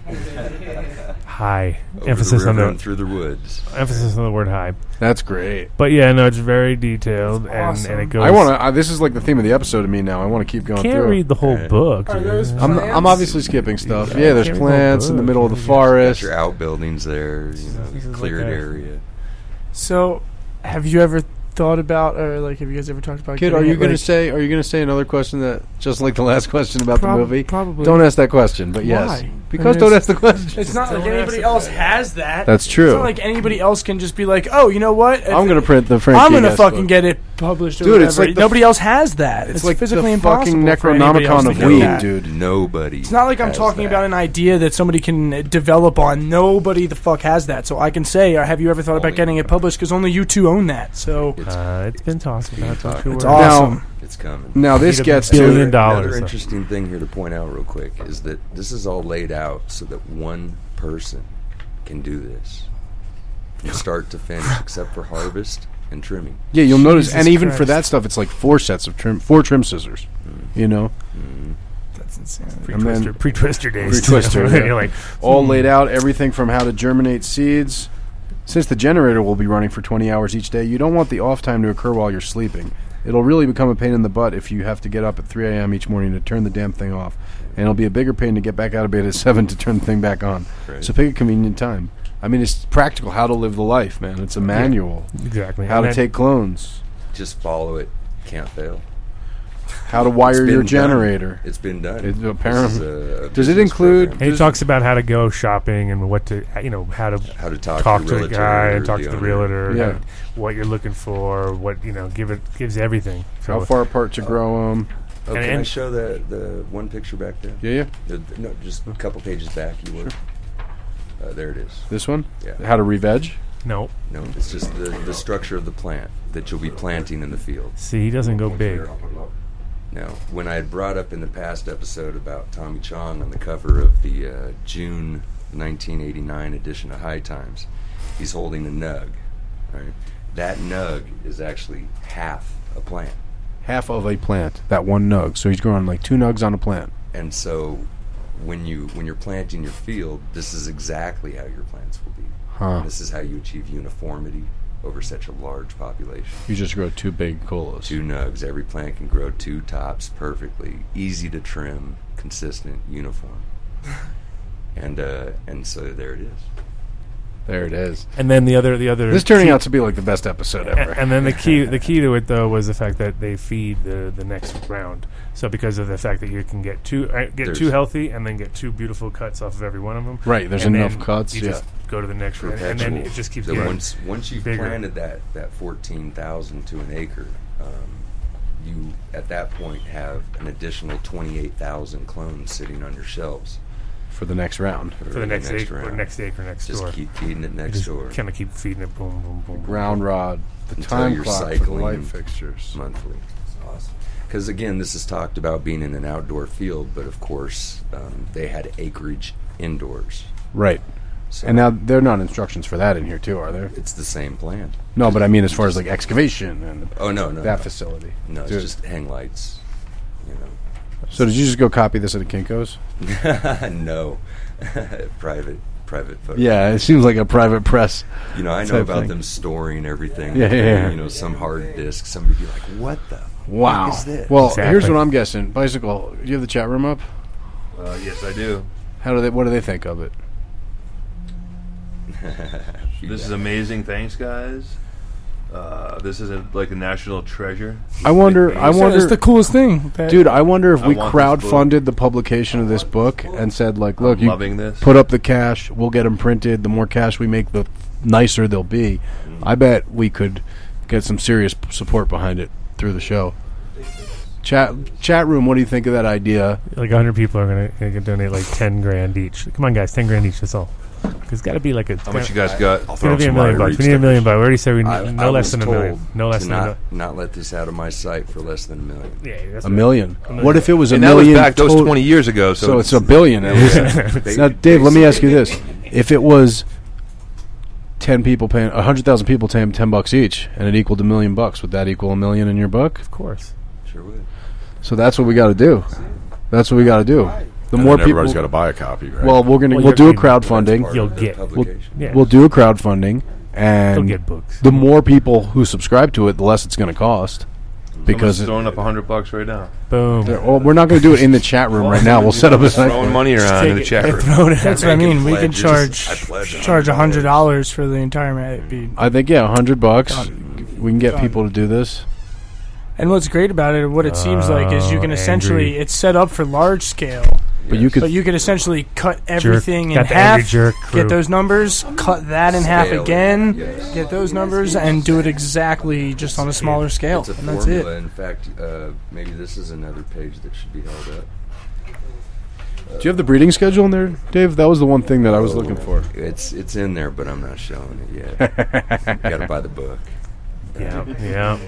Speaker 3: High
Speaker 10: Over
Speaker 3: emphasis
Speaker 10: the river
Speaker 3: on
Speaker 10: and
Speaker 3: the
Speaker 10: through the woods.
Speaker 3: emphasis on the word high.
Speaker 4: That's great.
Speaker 3: But yeah, no, it's very detailed, and,
Speaker 7: awesome.
Speaker 3: and it goes.
Speaker 4: I want to. This is like the theme of the episode to me now. I want to keep going
Speaker 3: Can't
Speaker 4: through.
Speaker 3: read the whole
Speaker 10: Alright.
Speaker 3: book.
Speaker 7: Are
Speaker 3: dude.
Speaker 7: those
Speaker 4: I'm,
Speaker 7: plants?
Speaker 4: I'm obviously skipping stuff. Yeah, there's
Speaker 3: Can't read the whole
Speaker 4: plants in the
Speaker 3: book.
Speaker 4: middle of the
Speaker 10: Got
Speaker 4: forest.
Speaker 10: your outbuildings there. You know,
Speaker 3: This is
Speaker 10: cleared
Speaker 3: like a-
Speaker 10: area.
Speaker 7: so have you ever thought about or like have you guys ever talked about
Speaker 4: Kid,
Speaker 7: getting
Speaker 4: are you
Speaker 7: it,
Speaker 4: gonna
Speaker 7: like-
Speaker 4: say? Are you gonna say another question that just like the last question about
Speaker 7: Prob-
Speaker 4: the movie?
Speaker 7: probably
Speaker 4: Don't ask that question. But yes,
Speaker 7: Why?
Speaker 4: Because don't ask the question.
Speaker 7: It's not like anybody else has that.
Speaker 4: That's true.
Speaker 7: It's not like anybody else can just be like, oh, you know what?
Speaker 4: I'm
Speaker 7: If-
Speaker 4: gonna print the Frankie
Speaker 7: I'm gonna
Speaker 4: Guest
Speaker 7: fucking
Speaker 4: book.
Speaker 7: get it published. Or
Speaker 4: Dude,
Speaker 7: whatever.
Speaker 4: it's like the
Speaker 7: nobody
Speaker 4: f-
Speaker 7: else has that. It's,
Speaker 4: it's like the
Speaker 7: physically
Speaker 4: fucking
Speaker 7: impossible for anybody else
Speaker 4: Necronomicon
Speaker 7: to
Speaker 4: of
Speaker 7: get
Speaker 4: weed,
Speaker 7: that.
Speaker 4: dude.
Speaker 10: Nobody.
Speaker 7: It's not like I'm talking about an idea that somebody can uh, develop on. Nobody the fuck has that. So I can say, or have you ever thought about getting it published? Because only you two own that. So
Speaker 3: Uh, it's been talked about. Don't you
Speaker 7: it's
Speaker 3: worry.
Speaker 7: awesome.
Speaker 10: It's coming.
Speaker 4: Now this
Speaker 3: Need a
Speaker 4: gets
Speaker 3: billion
Speaker 4: to
Speaker 3: dollars.
Speaker 10: Another interesting thing here to point out real quick is that this is all laid out so that one person can do this from start to finish, except for harvest and trimming.
Speaker 4: yeah. You'll notice, and
Speaker 7: Jesus
Speaker 4: even for
Speaker 7: Christ.
Speaker 4: that stuff, it's like four sets of trim, four trim scissors. You know,
Speaker 7: Mm. That's insanity.
Speaker 4: and
Speaker 3: Mm. Pre-twister,
Speaker 4: then
Speaker 3: pre-twister days.
Speaker 4: Pre-twister, yeah.
Speaker 3: You're like, hmm.
Speaker 4: all laid out everything from how to germinate seeds. Since the generator will be running for 20 hours each day, you don't want the off time to occur while you're sleeping. It'll really become a pain in the butt if you have to get up at 3 a.m. each morning to turn the damn thing off. And it'll be a bigger pain to get back out of bed at 7 to turn the thing back on. So pick a convenient time. I mean, it's practical how to live the life, man. It's a manual.
Speaker 3: exactly.
Speaker 4: How
Speaker 3: And
Speaker 4: to
Speaker 3: then-
Speaker 4: take clones.
Speaker 10: Just follow it. Can't fail.
Speaker 4: How to
Speaker 10: It's
Speaker 4: wire
Speaker 10: been
Speaker 4: your
Speaker 10: done.
Speaker 4: generator.
Speaker 10: It's been done.
Speaker 4: It-
Speaker 10: This is
Speaker 4: apparently-
Speaker 10: a- a
Speaker 4: Does it
Speaker 10: business
Speaker 4: include-
Speaker 10: program.
Speaker 3: And he talks about how to go shopping and what to, you know, how to
Speaker 10: how to talk,
Speaker 3: talk, to
Speaker 10: the
Speaker 3: the guy and talk to the
Speaker 10: owner.
Speaker 3: realtor,
Speaker 4: Yeah.
Speaker 3: and what you're looking for, what you know, give it gives everything. So
Speaker 4: How far apart to grow them.
Speaker 10: Oh,
Speaker 3: And-
Speaker 10: can I
Speaker 3: and-
Speaker 10: show the the one picture back there?
Speaker 4: Yeah, yeah.
Speaker 10: The- no, just a couple pages back. You were. Uh, there it is.
Speaker 4: This one?
Speaker 10: Yeah.
Speaker 4: How to re-veg.
Speaker 3: No,
Speaker 10: No, it's just the, the structure of the plant that you'll be planting in the field.
Speaker 3: see, he doesn't go big.
Speaker 10: Now, when I had brought up in the past episode about Tommy Chong on the cover of the uh, June 1989 edition of High Times, he's holding a nug. Right? That nug is actually half a plant.
Speaker 4: Half of a plant, that one nug. So he's growing like two nugs on a plant.
Speaker 10: And so when you when you're planting your field, this is exactly how your plants will be.
Speaker 4: Huh.
Speaker 10: This is how you achieve uniformity over such a large population.
Speaker 4: You just grow two big colas.
Speaker 10: two nugs. Every plant can grow two tops perfectly, easy to trim, consistent, uniform. and uh, and so there it is.
Speaker 4: There it is.
Speaker 3: And then the other, the other,
Speaker 4: This is turning out to be like the best episode
Speaker 3: A-
Speaker 4: ever.
Speaker 3: and then the key the key to it though was the fact that they feed the the next round. So because of the fact that you can get two uh, get
Speaker 10: There's-
Speaker 3: two healthy and then get two beautiful cuts off of every one of them.
Speaker 4: Right, there's
Speaker 3: and
Speaker 4: enough
Speaker 3: then
Speaker 4: cuts,
Speaker 3: You
Speaker 4: yeah.
Speaker 3: just go to the next round, and then
Speaker 10: Perpetual.
Speaker 3: it just keeps
Speaker 10: So
Speaker 3: getting.
Speaker 10: once once you've
Speaker 3: bigger.
Speaker 10: planted that that fourteen thousand to an acre, um, you at that point have an additional twenty eight thousand clones sitting on your shelves
Speaker 4: for the next round.
Speaker 3: for the next, acre,
Speaker 10: round.
Speaker 3: or next acre, next
Speaker 10: Just
Speaker 3: door.
Speaker 10: keep feeding it next
Speaker 3: just
Speaker 10: door
Speaker 3: kind of keep feeding it. Boom, boom, boom.
Speaker 4: Ground rod, the
Speaker 10: Until
Speaker 4: time
Speaker 10: you're
Speaker 4: clock, for the
Speaker 10: cycling.
Speaker 4: light fixtures.
Speaker 10: monthly. Because again, this is talked about being in an outdoor field, but of course, um, they had acreage indoors.
Speaker 4: Right.
Speaker 10: So
Speaker 4: And now there are not instructions for that in here too, are there?
Speaker 10: it's the same plant.
Speaker 4: No, but I mean as far as like excavation and
Speaker 10: Oh no, no,
Speaker 4: that
Speaker 10: no.
Speaker 4: facility.
Speaker 10: no it's
Speaker 4: Dude.
Speaker 10: just hang lights. You know,
Speaker 4: so did you just go copy this at a Kinko's?
Speaker 10: no, private, private photo.
Speaker 4: Yeah, it seems like a private press.
Speaker 10: you know, I know
Speaker 4: type
Speaker 10: about
Speaker 4: thing.
Speaker 10: them storing everything.
Speaker 4: Yeah, yeah, yeah.
Speaker 10: You know, some hard disk. Somebody be like, "What the?
Speaker 4: Wow.
Speaker 10: Fuck is this?
Speaker 4: Well, here's
Speaker 3: Exactly.
Speaker 4: what I'm guessing. Bicycle, you have the chat room up?
Speaker 5: Uh, yes, I do.
Speaker 4: How do they what do they think of it?
Speaker 5: This is amazing. Thanks, guys. Uh, this is a, like a national treasure.
Speaker 4: I wonder I
Speaker 7: So it's
Speaker 4: wonder
Speaker 7: the coolest thing. that-
Speaker 4: Dude, I wonder if
Speaker 5: I
Speaker 4: we
Speaker 5: want this book.
Speaker 4: crowdfunded the publication of this book and said, like, look,
Speaker 5: I'm
Speaker 4: you
Speaker 5: loving this.
Speaker 4: put up the cash, we'll get them printed. The more cash we make, the nicer they'll be.
Speaker 5: Mm.
Speaker 4: I bet we could get some serious p- support behind it through the show. Chat chat room, what do you think of that idea?
Speaker 3: Like hundred people are gonna, gonna donate like ten grand each. Come on, guys, ten grand each. That's all. 'Cause It's got to be like a.
Speaker 5: How much you guys got?
Speaker 6: I'll
Speaker 3: It's
Speaker 6: throw
Speaker 3: gonna be a
Speaker 6: some
Speaker 3: million
Speaker 6: Ryan Reed
Speaker 3: bucks. We need a
Speaker 6: stickers.
Speaker 3: million bucks. We already said we
Speaker 10: I-
Speaker 3: need no
Speaker 10: I
Speaker 3: less
Speaker 10: was
Speaker 3: than a million.
Speaker 10: told
Speaker 3: No less
Speaker 10: to
Speaker 3: than a
Speaker 10: not
Speaker 3: mil-
Speaker 10: not let this out of my sight for less than a million.
Speaker 3: Yeah, that's
Speaker 4: A
Speaker 3: right.
Speaker 4: million. What if it was a
Speaker 5: And that was
Speaker 4: million?
Speaker 5: back those
Speaker 4: tot-
Speaker 5: twenty years ago. So,
Speaker 4: so it's a billion at least.
Speaker 10: They-
Speaker 4: Now, Dave, let me ask you this: If it was ten people paying hundred thousand people paying ten bucks each, and it equaled a million bucks, would that equal a million in your book?
Speaker 3: Of course.
Speaker 10: Sure would.
Speaker 4: So that's what we got to do. That's what we got to do. The
Speaker 6: And
Speaker 4: more
Speaker 6: then everybody's got
Speaker 4: people,
Speaker 6: to buy a copy, right?
Speaker 4: well, we're gonna we'll
Speaker 3: Well, you're
Speaker 4: do a
Speaker 3: gonna-
Speaker 4: crowdfunding.
Speaker 10: Part
Speaker 3: You'll
Speaker 10: of the
Speaker 3: get- we'll-
Speaker 10: publication.
Speaker 3: Yeah.
Speaker 4: We'll do a crowdfunding,
Speaker 3: They'll
Speaker 4: and
Speaker 3: get books.
Speaker 4: the more people who subscribe to it, the less it's going to cost. Because
Speaker 5: Someone's
Speaker 4: it,
Speaker 5: throwing up hundred bucks right now.
Speaker 3: Boom.
Speaker 4: well, we're not going to do it in the chat room right now. We'll set up a
Speaker 5: throwing
Speaker 4: site.
Speaker 5: money around in the chat room.
Speaker 7: That's what I mean. We could
Speaker 10: pledges.
Speaker 7: charge
Speaker 10: I pledge a
Speaker 7: charge
Speaker 10: hundred
Speaker 7: hundred dollars for the entire ma- it'd be-
Speaker 4: I think yeah, hundred bucks. We can get
Speaker 7: Done.
Speaker 4: people to do this.
Speaker 7: And what's great about it, what it seems like, is you can
Speaker 3: Oh,
Speaker 7: essentially
Speaker 3: angry.
Speaker 7: it's set up for large scale.
Speaker 4: But you could
Speaker 7: But you could essentially cut everything in
Speaker 3: Got the
Speaker 7: half,
Speaker 3: Angry Jerk crew.
Speaker 7: get those numbers, cut that in half
Speaker 10: Scale it,
Speaker 7: again,
Speaker 10: yes.
Speaker 7: get those numbers, and do it exactly just on a smaller scale,
Speaker 10: It's a
Speaker 7: and that's it.
Speaker 10: formula. In fact, uh, maybe this is another page that should be held up.
Speaker 4: Do you have the breeding schedule in there, Dave? That was the one thing that I
Speaker 5: Oh.
Speaker 4: was looking for.
Speaker 10: It's it's in there, but I'm not showing it yet. Got to buy the book.
Speaker 3: Yeah, yeah.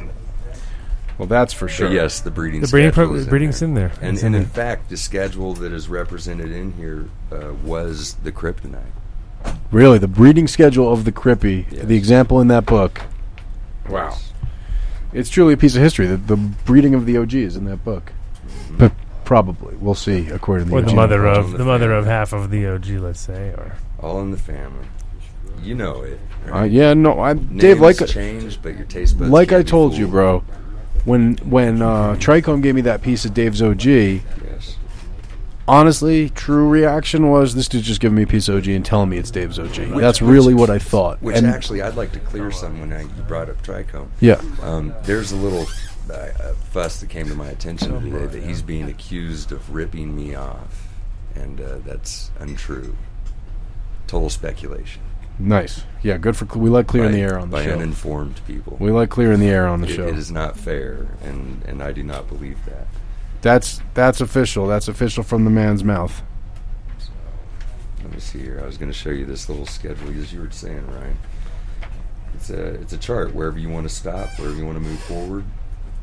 Speaker 4: Well, that's for sure.
Speaker 10: But yes, the breeding.
Speaker 3: The breeding
Speaker 10: schedule
Speaker 3: pro-
Speaker 10: is
Speaker 3: breeding's
Speaker 10: in
Speaker 3: in there.
Speaker 10: there. And,
Speaker 3: It's in
Speaker 10: and in
Speaker 3: there.
Speaker 10: fact, the schedule that is represented in here uh, was the kryptonite.
Speaker 4: Really, the breeding schedule of the Crippy,
Speaker 10: Yes.
Speaker 4: the example in that book. Wow. It's truly a piece of history. The, the breeding of the OG is in that book.
Speaker 5: Mm-hmm.
Speaker 4: But probably. We'll see, according to
Speaker 3: Or the
Speaker 4: OG.
Speaker 3: mother
Speaker 10: on
Speaker 3: of
Speaker 10: the
Speaker 3: the mother
Speaker 10: fan.
Speaker 3: of half of the OG, let's say, or
Speaker 10: All in the family. You know it.
Speaker 4: Uh, yeah, no, I, Dave, like,
Speaker 10: change, but your taste buds.
Speaker 4: like
Speaker 10: can't
Speaker 4: I
Speaker 10: be
Speaker 4: told you,
Speaker 10: fooled.
Speaker 4: bro, when, when uh, Tricone gave me that piece of Dave's OG,
Speaker 10: Yes.
Speaker 4: honestly, true reaction was this dude's just giving me a piece of OG and telling me it's Dave's OG. That's really what I thought.
Speaker 10: Which
Speaker 4: And-
Speaker 10: actually, I'd like to clear some when I, you brought up Tricone.
Speaker 4: yeah.
Speaker 10: Um, there's a little uh, uh, fuss that came to my attention today that he's being accused of ripping me off, and uh, that's untrue. Total speculation.
Speaker 4: Nice. Yeah, good for cl- we like clearing
Speaker 10: by,
Speaker 4: the air on the
Speaker 10: by
Speaker 4: show.
Speaker 10: uninformed people.
Speaker 4: we like clearing the air on the
Speaker 10: It-
Speaker 4: show.
Speaker 10: it is not fair, and, and I do not believe that.
Speaker 4: That's that's official. That's official from the man's mouth.
Speaker 10: Let me see here. I was going to show you this little schedule, as you were saying, Ryan. It's a it's a chart. Wherever you want to stop, wherever you want to move forward,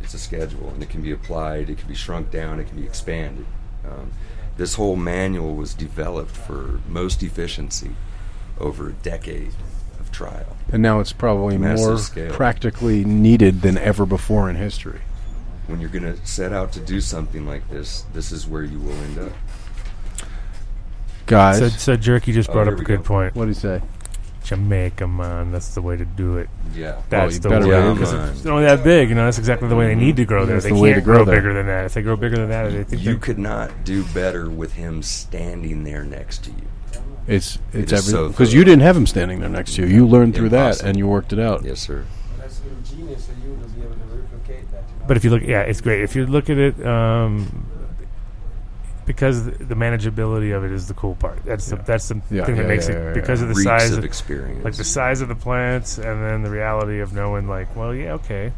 Speaker 10: it's a schedule, and it can be applied. It can be shrunk down. It can be expanded. Um, this whole manual was developed for most efficiency over a decade of trial.
Speaker 4: And now it's probably
Speaker 10: Massive
Speaker 4: more
Speaker 10: scale.
Speaker 4: practically needed than ever before in history.
Speaker 10: When you're going to set out to do something like this, this is where you will end up.
Speaker 4: Guys,
Speaker 3: so so Jerky just
Speaker 10: Oh,
Speaker 3: brought
Speaker 10: here
Speaker 3: up a
Speaker 10: we
Speaker 3: good
Speaker 10: go.
Speaker 3: point.
Speaker 4: what do you say?
Speaker 3: Jamaica, man, that's the way to do it.
Speaker 10: Yeah.
Speaker 4: Oh, you
Speaker 3: That's the
Speaker 4: better
Speaker 3: way.
Speaker 4: believe it.
Speaker 3: 'cause It's only that big, you know. That's exactly the way they need to grow there.
Speaker 4: That's
Speaker 3: They
Speaker 4: the
Speaker 3: can't
Speaker 4: way to grow
Speaker 3: grow,
Speaker 4: there.
Speaker 3: bigger than that. If they grow bigger than that, they think
Speaker 10: You
Speaker 3: they're-
Speaker 10: could not do better with him standing there next to you.
Speaker 4: It's it's
Speaker 10: It is
Speaker 4: everything
Speaker 10: so
Speaker 4: because you
Speaker 10: thorough.
Speaker 4: didn't have him standing there next to you. You learned through that
Speaker 10: Impossible.
Speaker 4: and you worked it out.
Speaker 10: Yes, sir.
Speaker 9: That's ingenious of you to be able to replicate that. You know?
Speaker 3: But if you look, yeah, it's great. If you look at it, um, because the the manageability of it is the cool part. That's the that's the
Speaker 4: Yeah,
Speaker 3: thing
Speaker 4: yeah,
Speaker 3: that makes
Speaker 4: yeah,
Speaker 3: it
Speaker 4: yeah, yeah.
Speaker 3: because of the
Speaker 10: Reeks
Speaker 3: size,
Speaker 10: of
Speaker 3: of,
Speaker 10: experience.
Speaker 3: like the size of the plants, and then the reality of knowing, like, well, yeah, okay.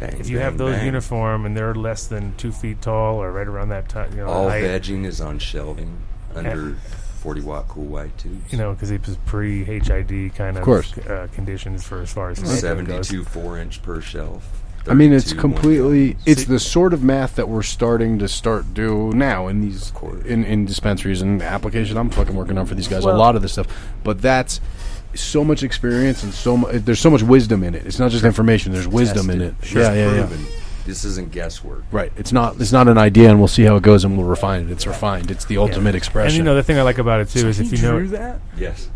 Speaker 10: Bang,
Speaker 3: If you
Speaker 10: bang,
Speaker 3: have those
Speaker 10: bang.
Speaker 3: uniform and they're less than two feet tall or right around that time, you know,
Speaker 10: All
Speaker 3: height,
Speaker 10: vegging is on shelving under 40 watt cool white tubes.
Speaker 3: you know, because it was pre HID kind of,
Speaker 4: course.
Speaker 3: Uh, conditions for as far as planting goes.
Speaker 10: 72 four inch per shelf.
Speaker 4: I mean, it's
Speaker 10: 32 one
Speaker 4: completely
Speaker 10: gallon.
Speaker 4: it's the sort of math that we're starting to start do now in these in, in dispensaries and the application I'm fucking working on for these guys. a
Speaker 3: Well-
Speaker 4: lot of this stuff, but that's so much experience and so mu- there's so much wisdom in it. It's not just information. There's wisdom in it.
Speaker 10: Tested.
Speaker 4: Yeah, yeah, yeah.
Speaker 10: Proven. This isn't guesswork.
Speaker 4: Right. It's not it's not an idea, and we'll see how it goes, and we'll refine it. It's refined. It's the ultimate expression.
Speaker 3: And you know, the thing I like about it too is if you know
Speaker 7: drew that?
Speaker 10: Yes.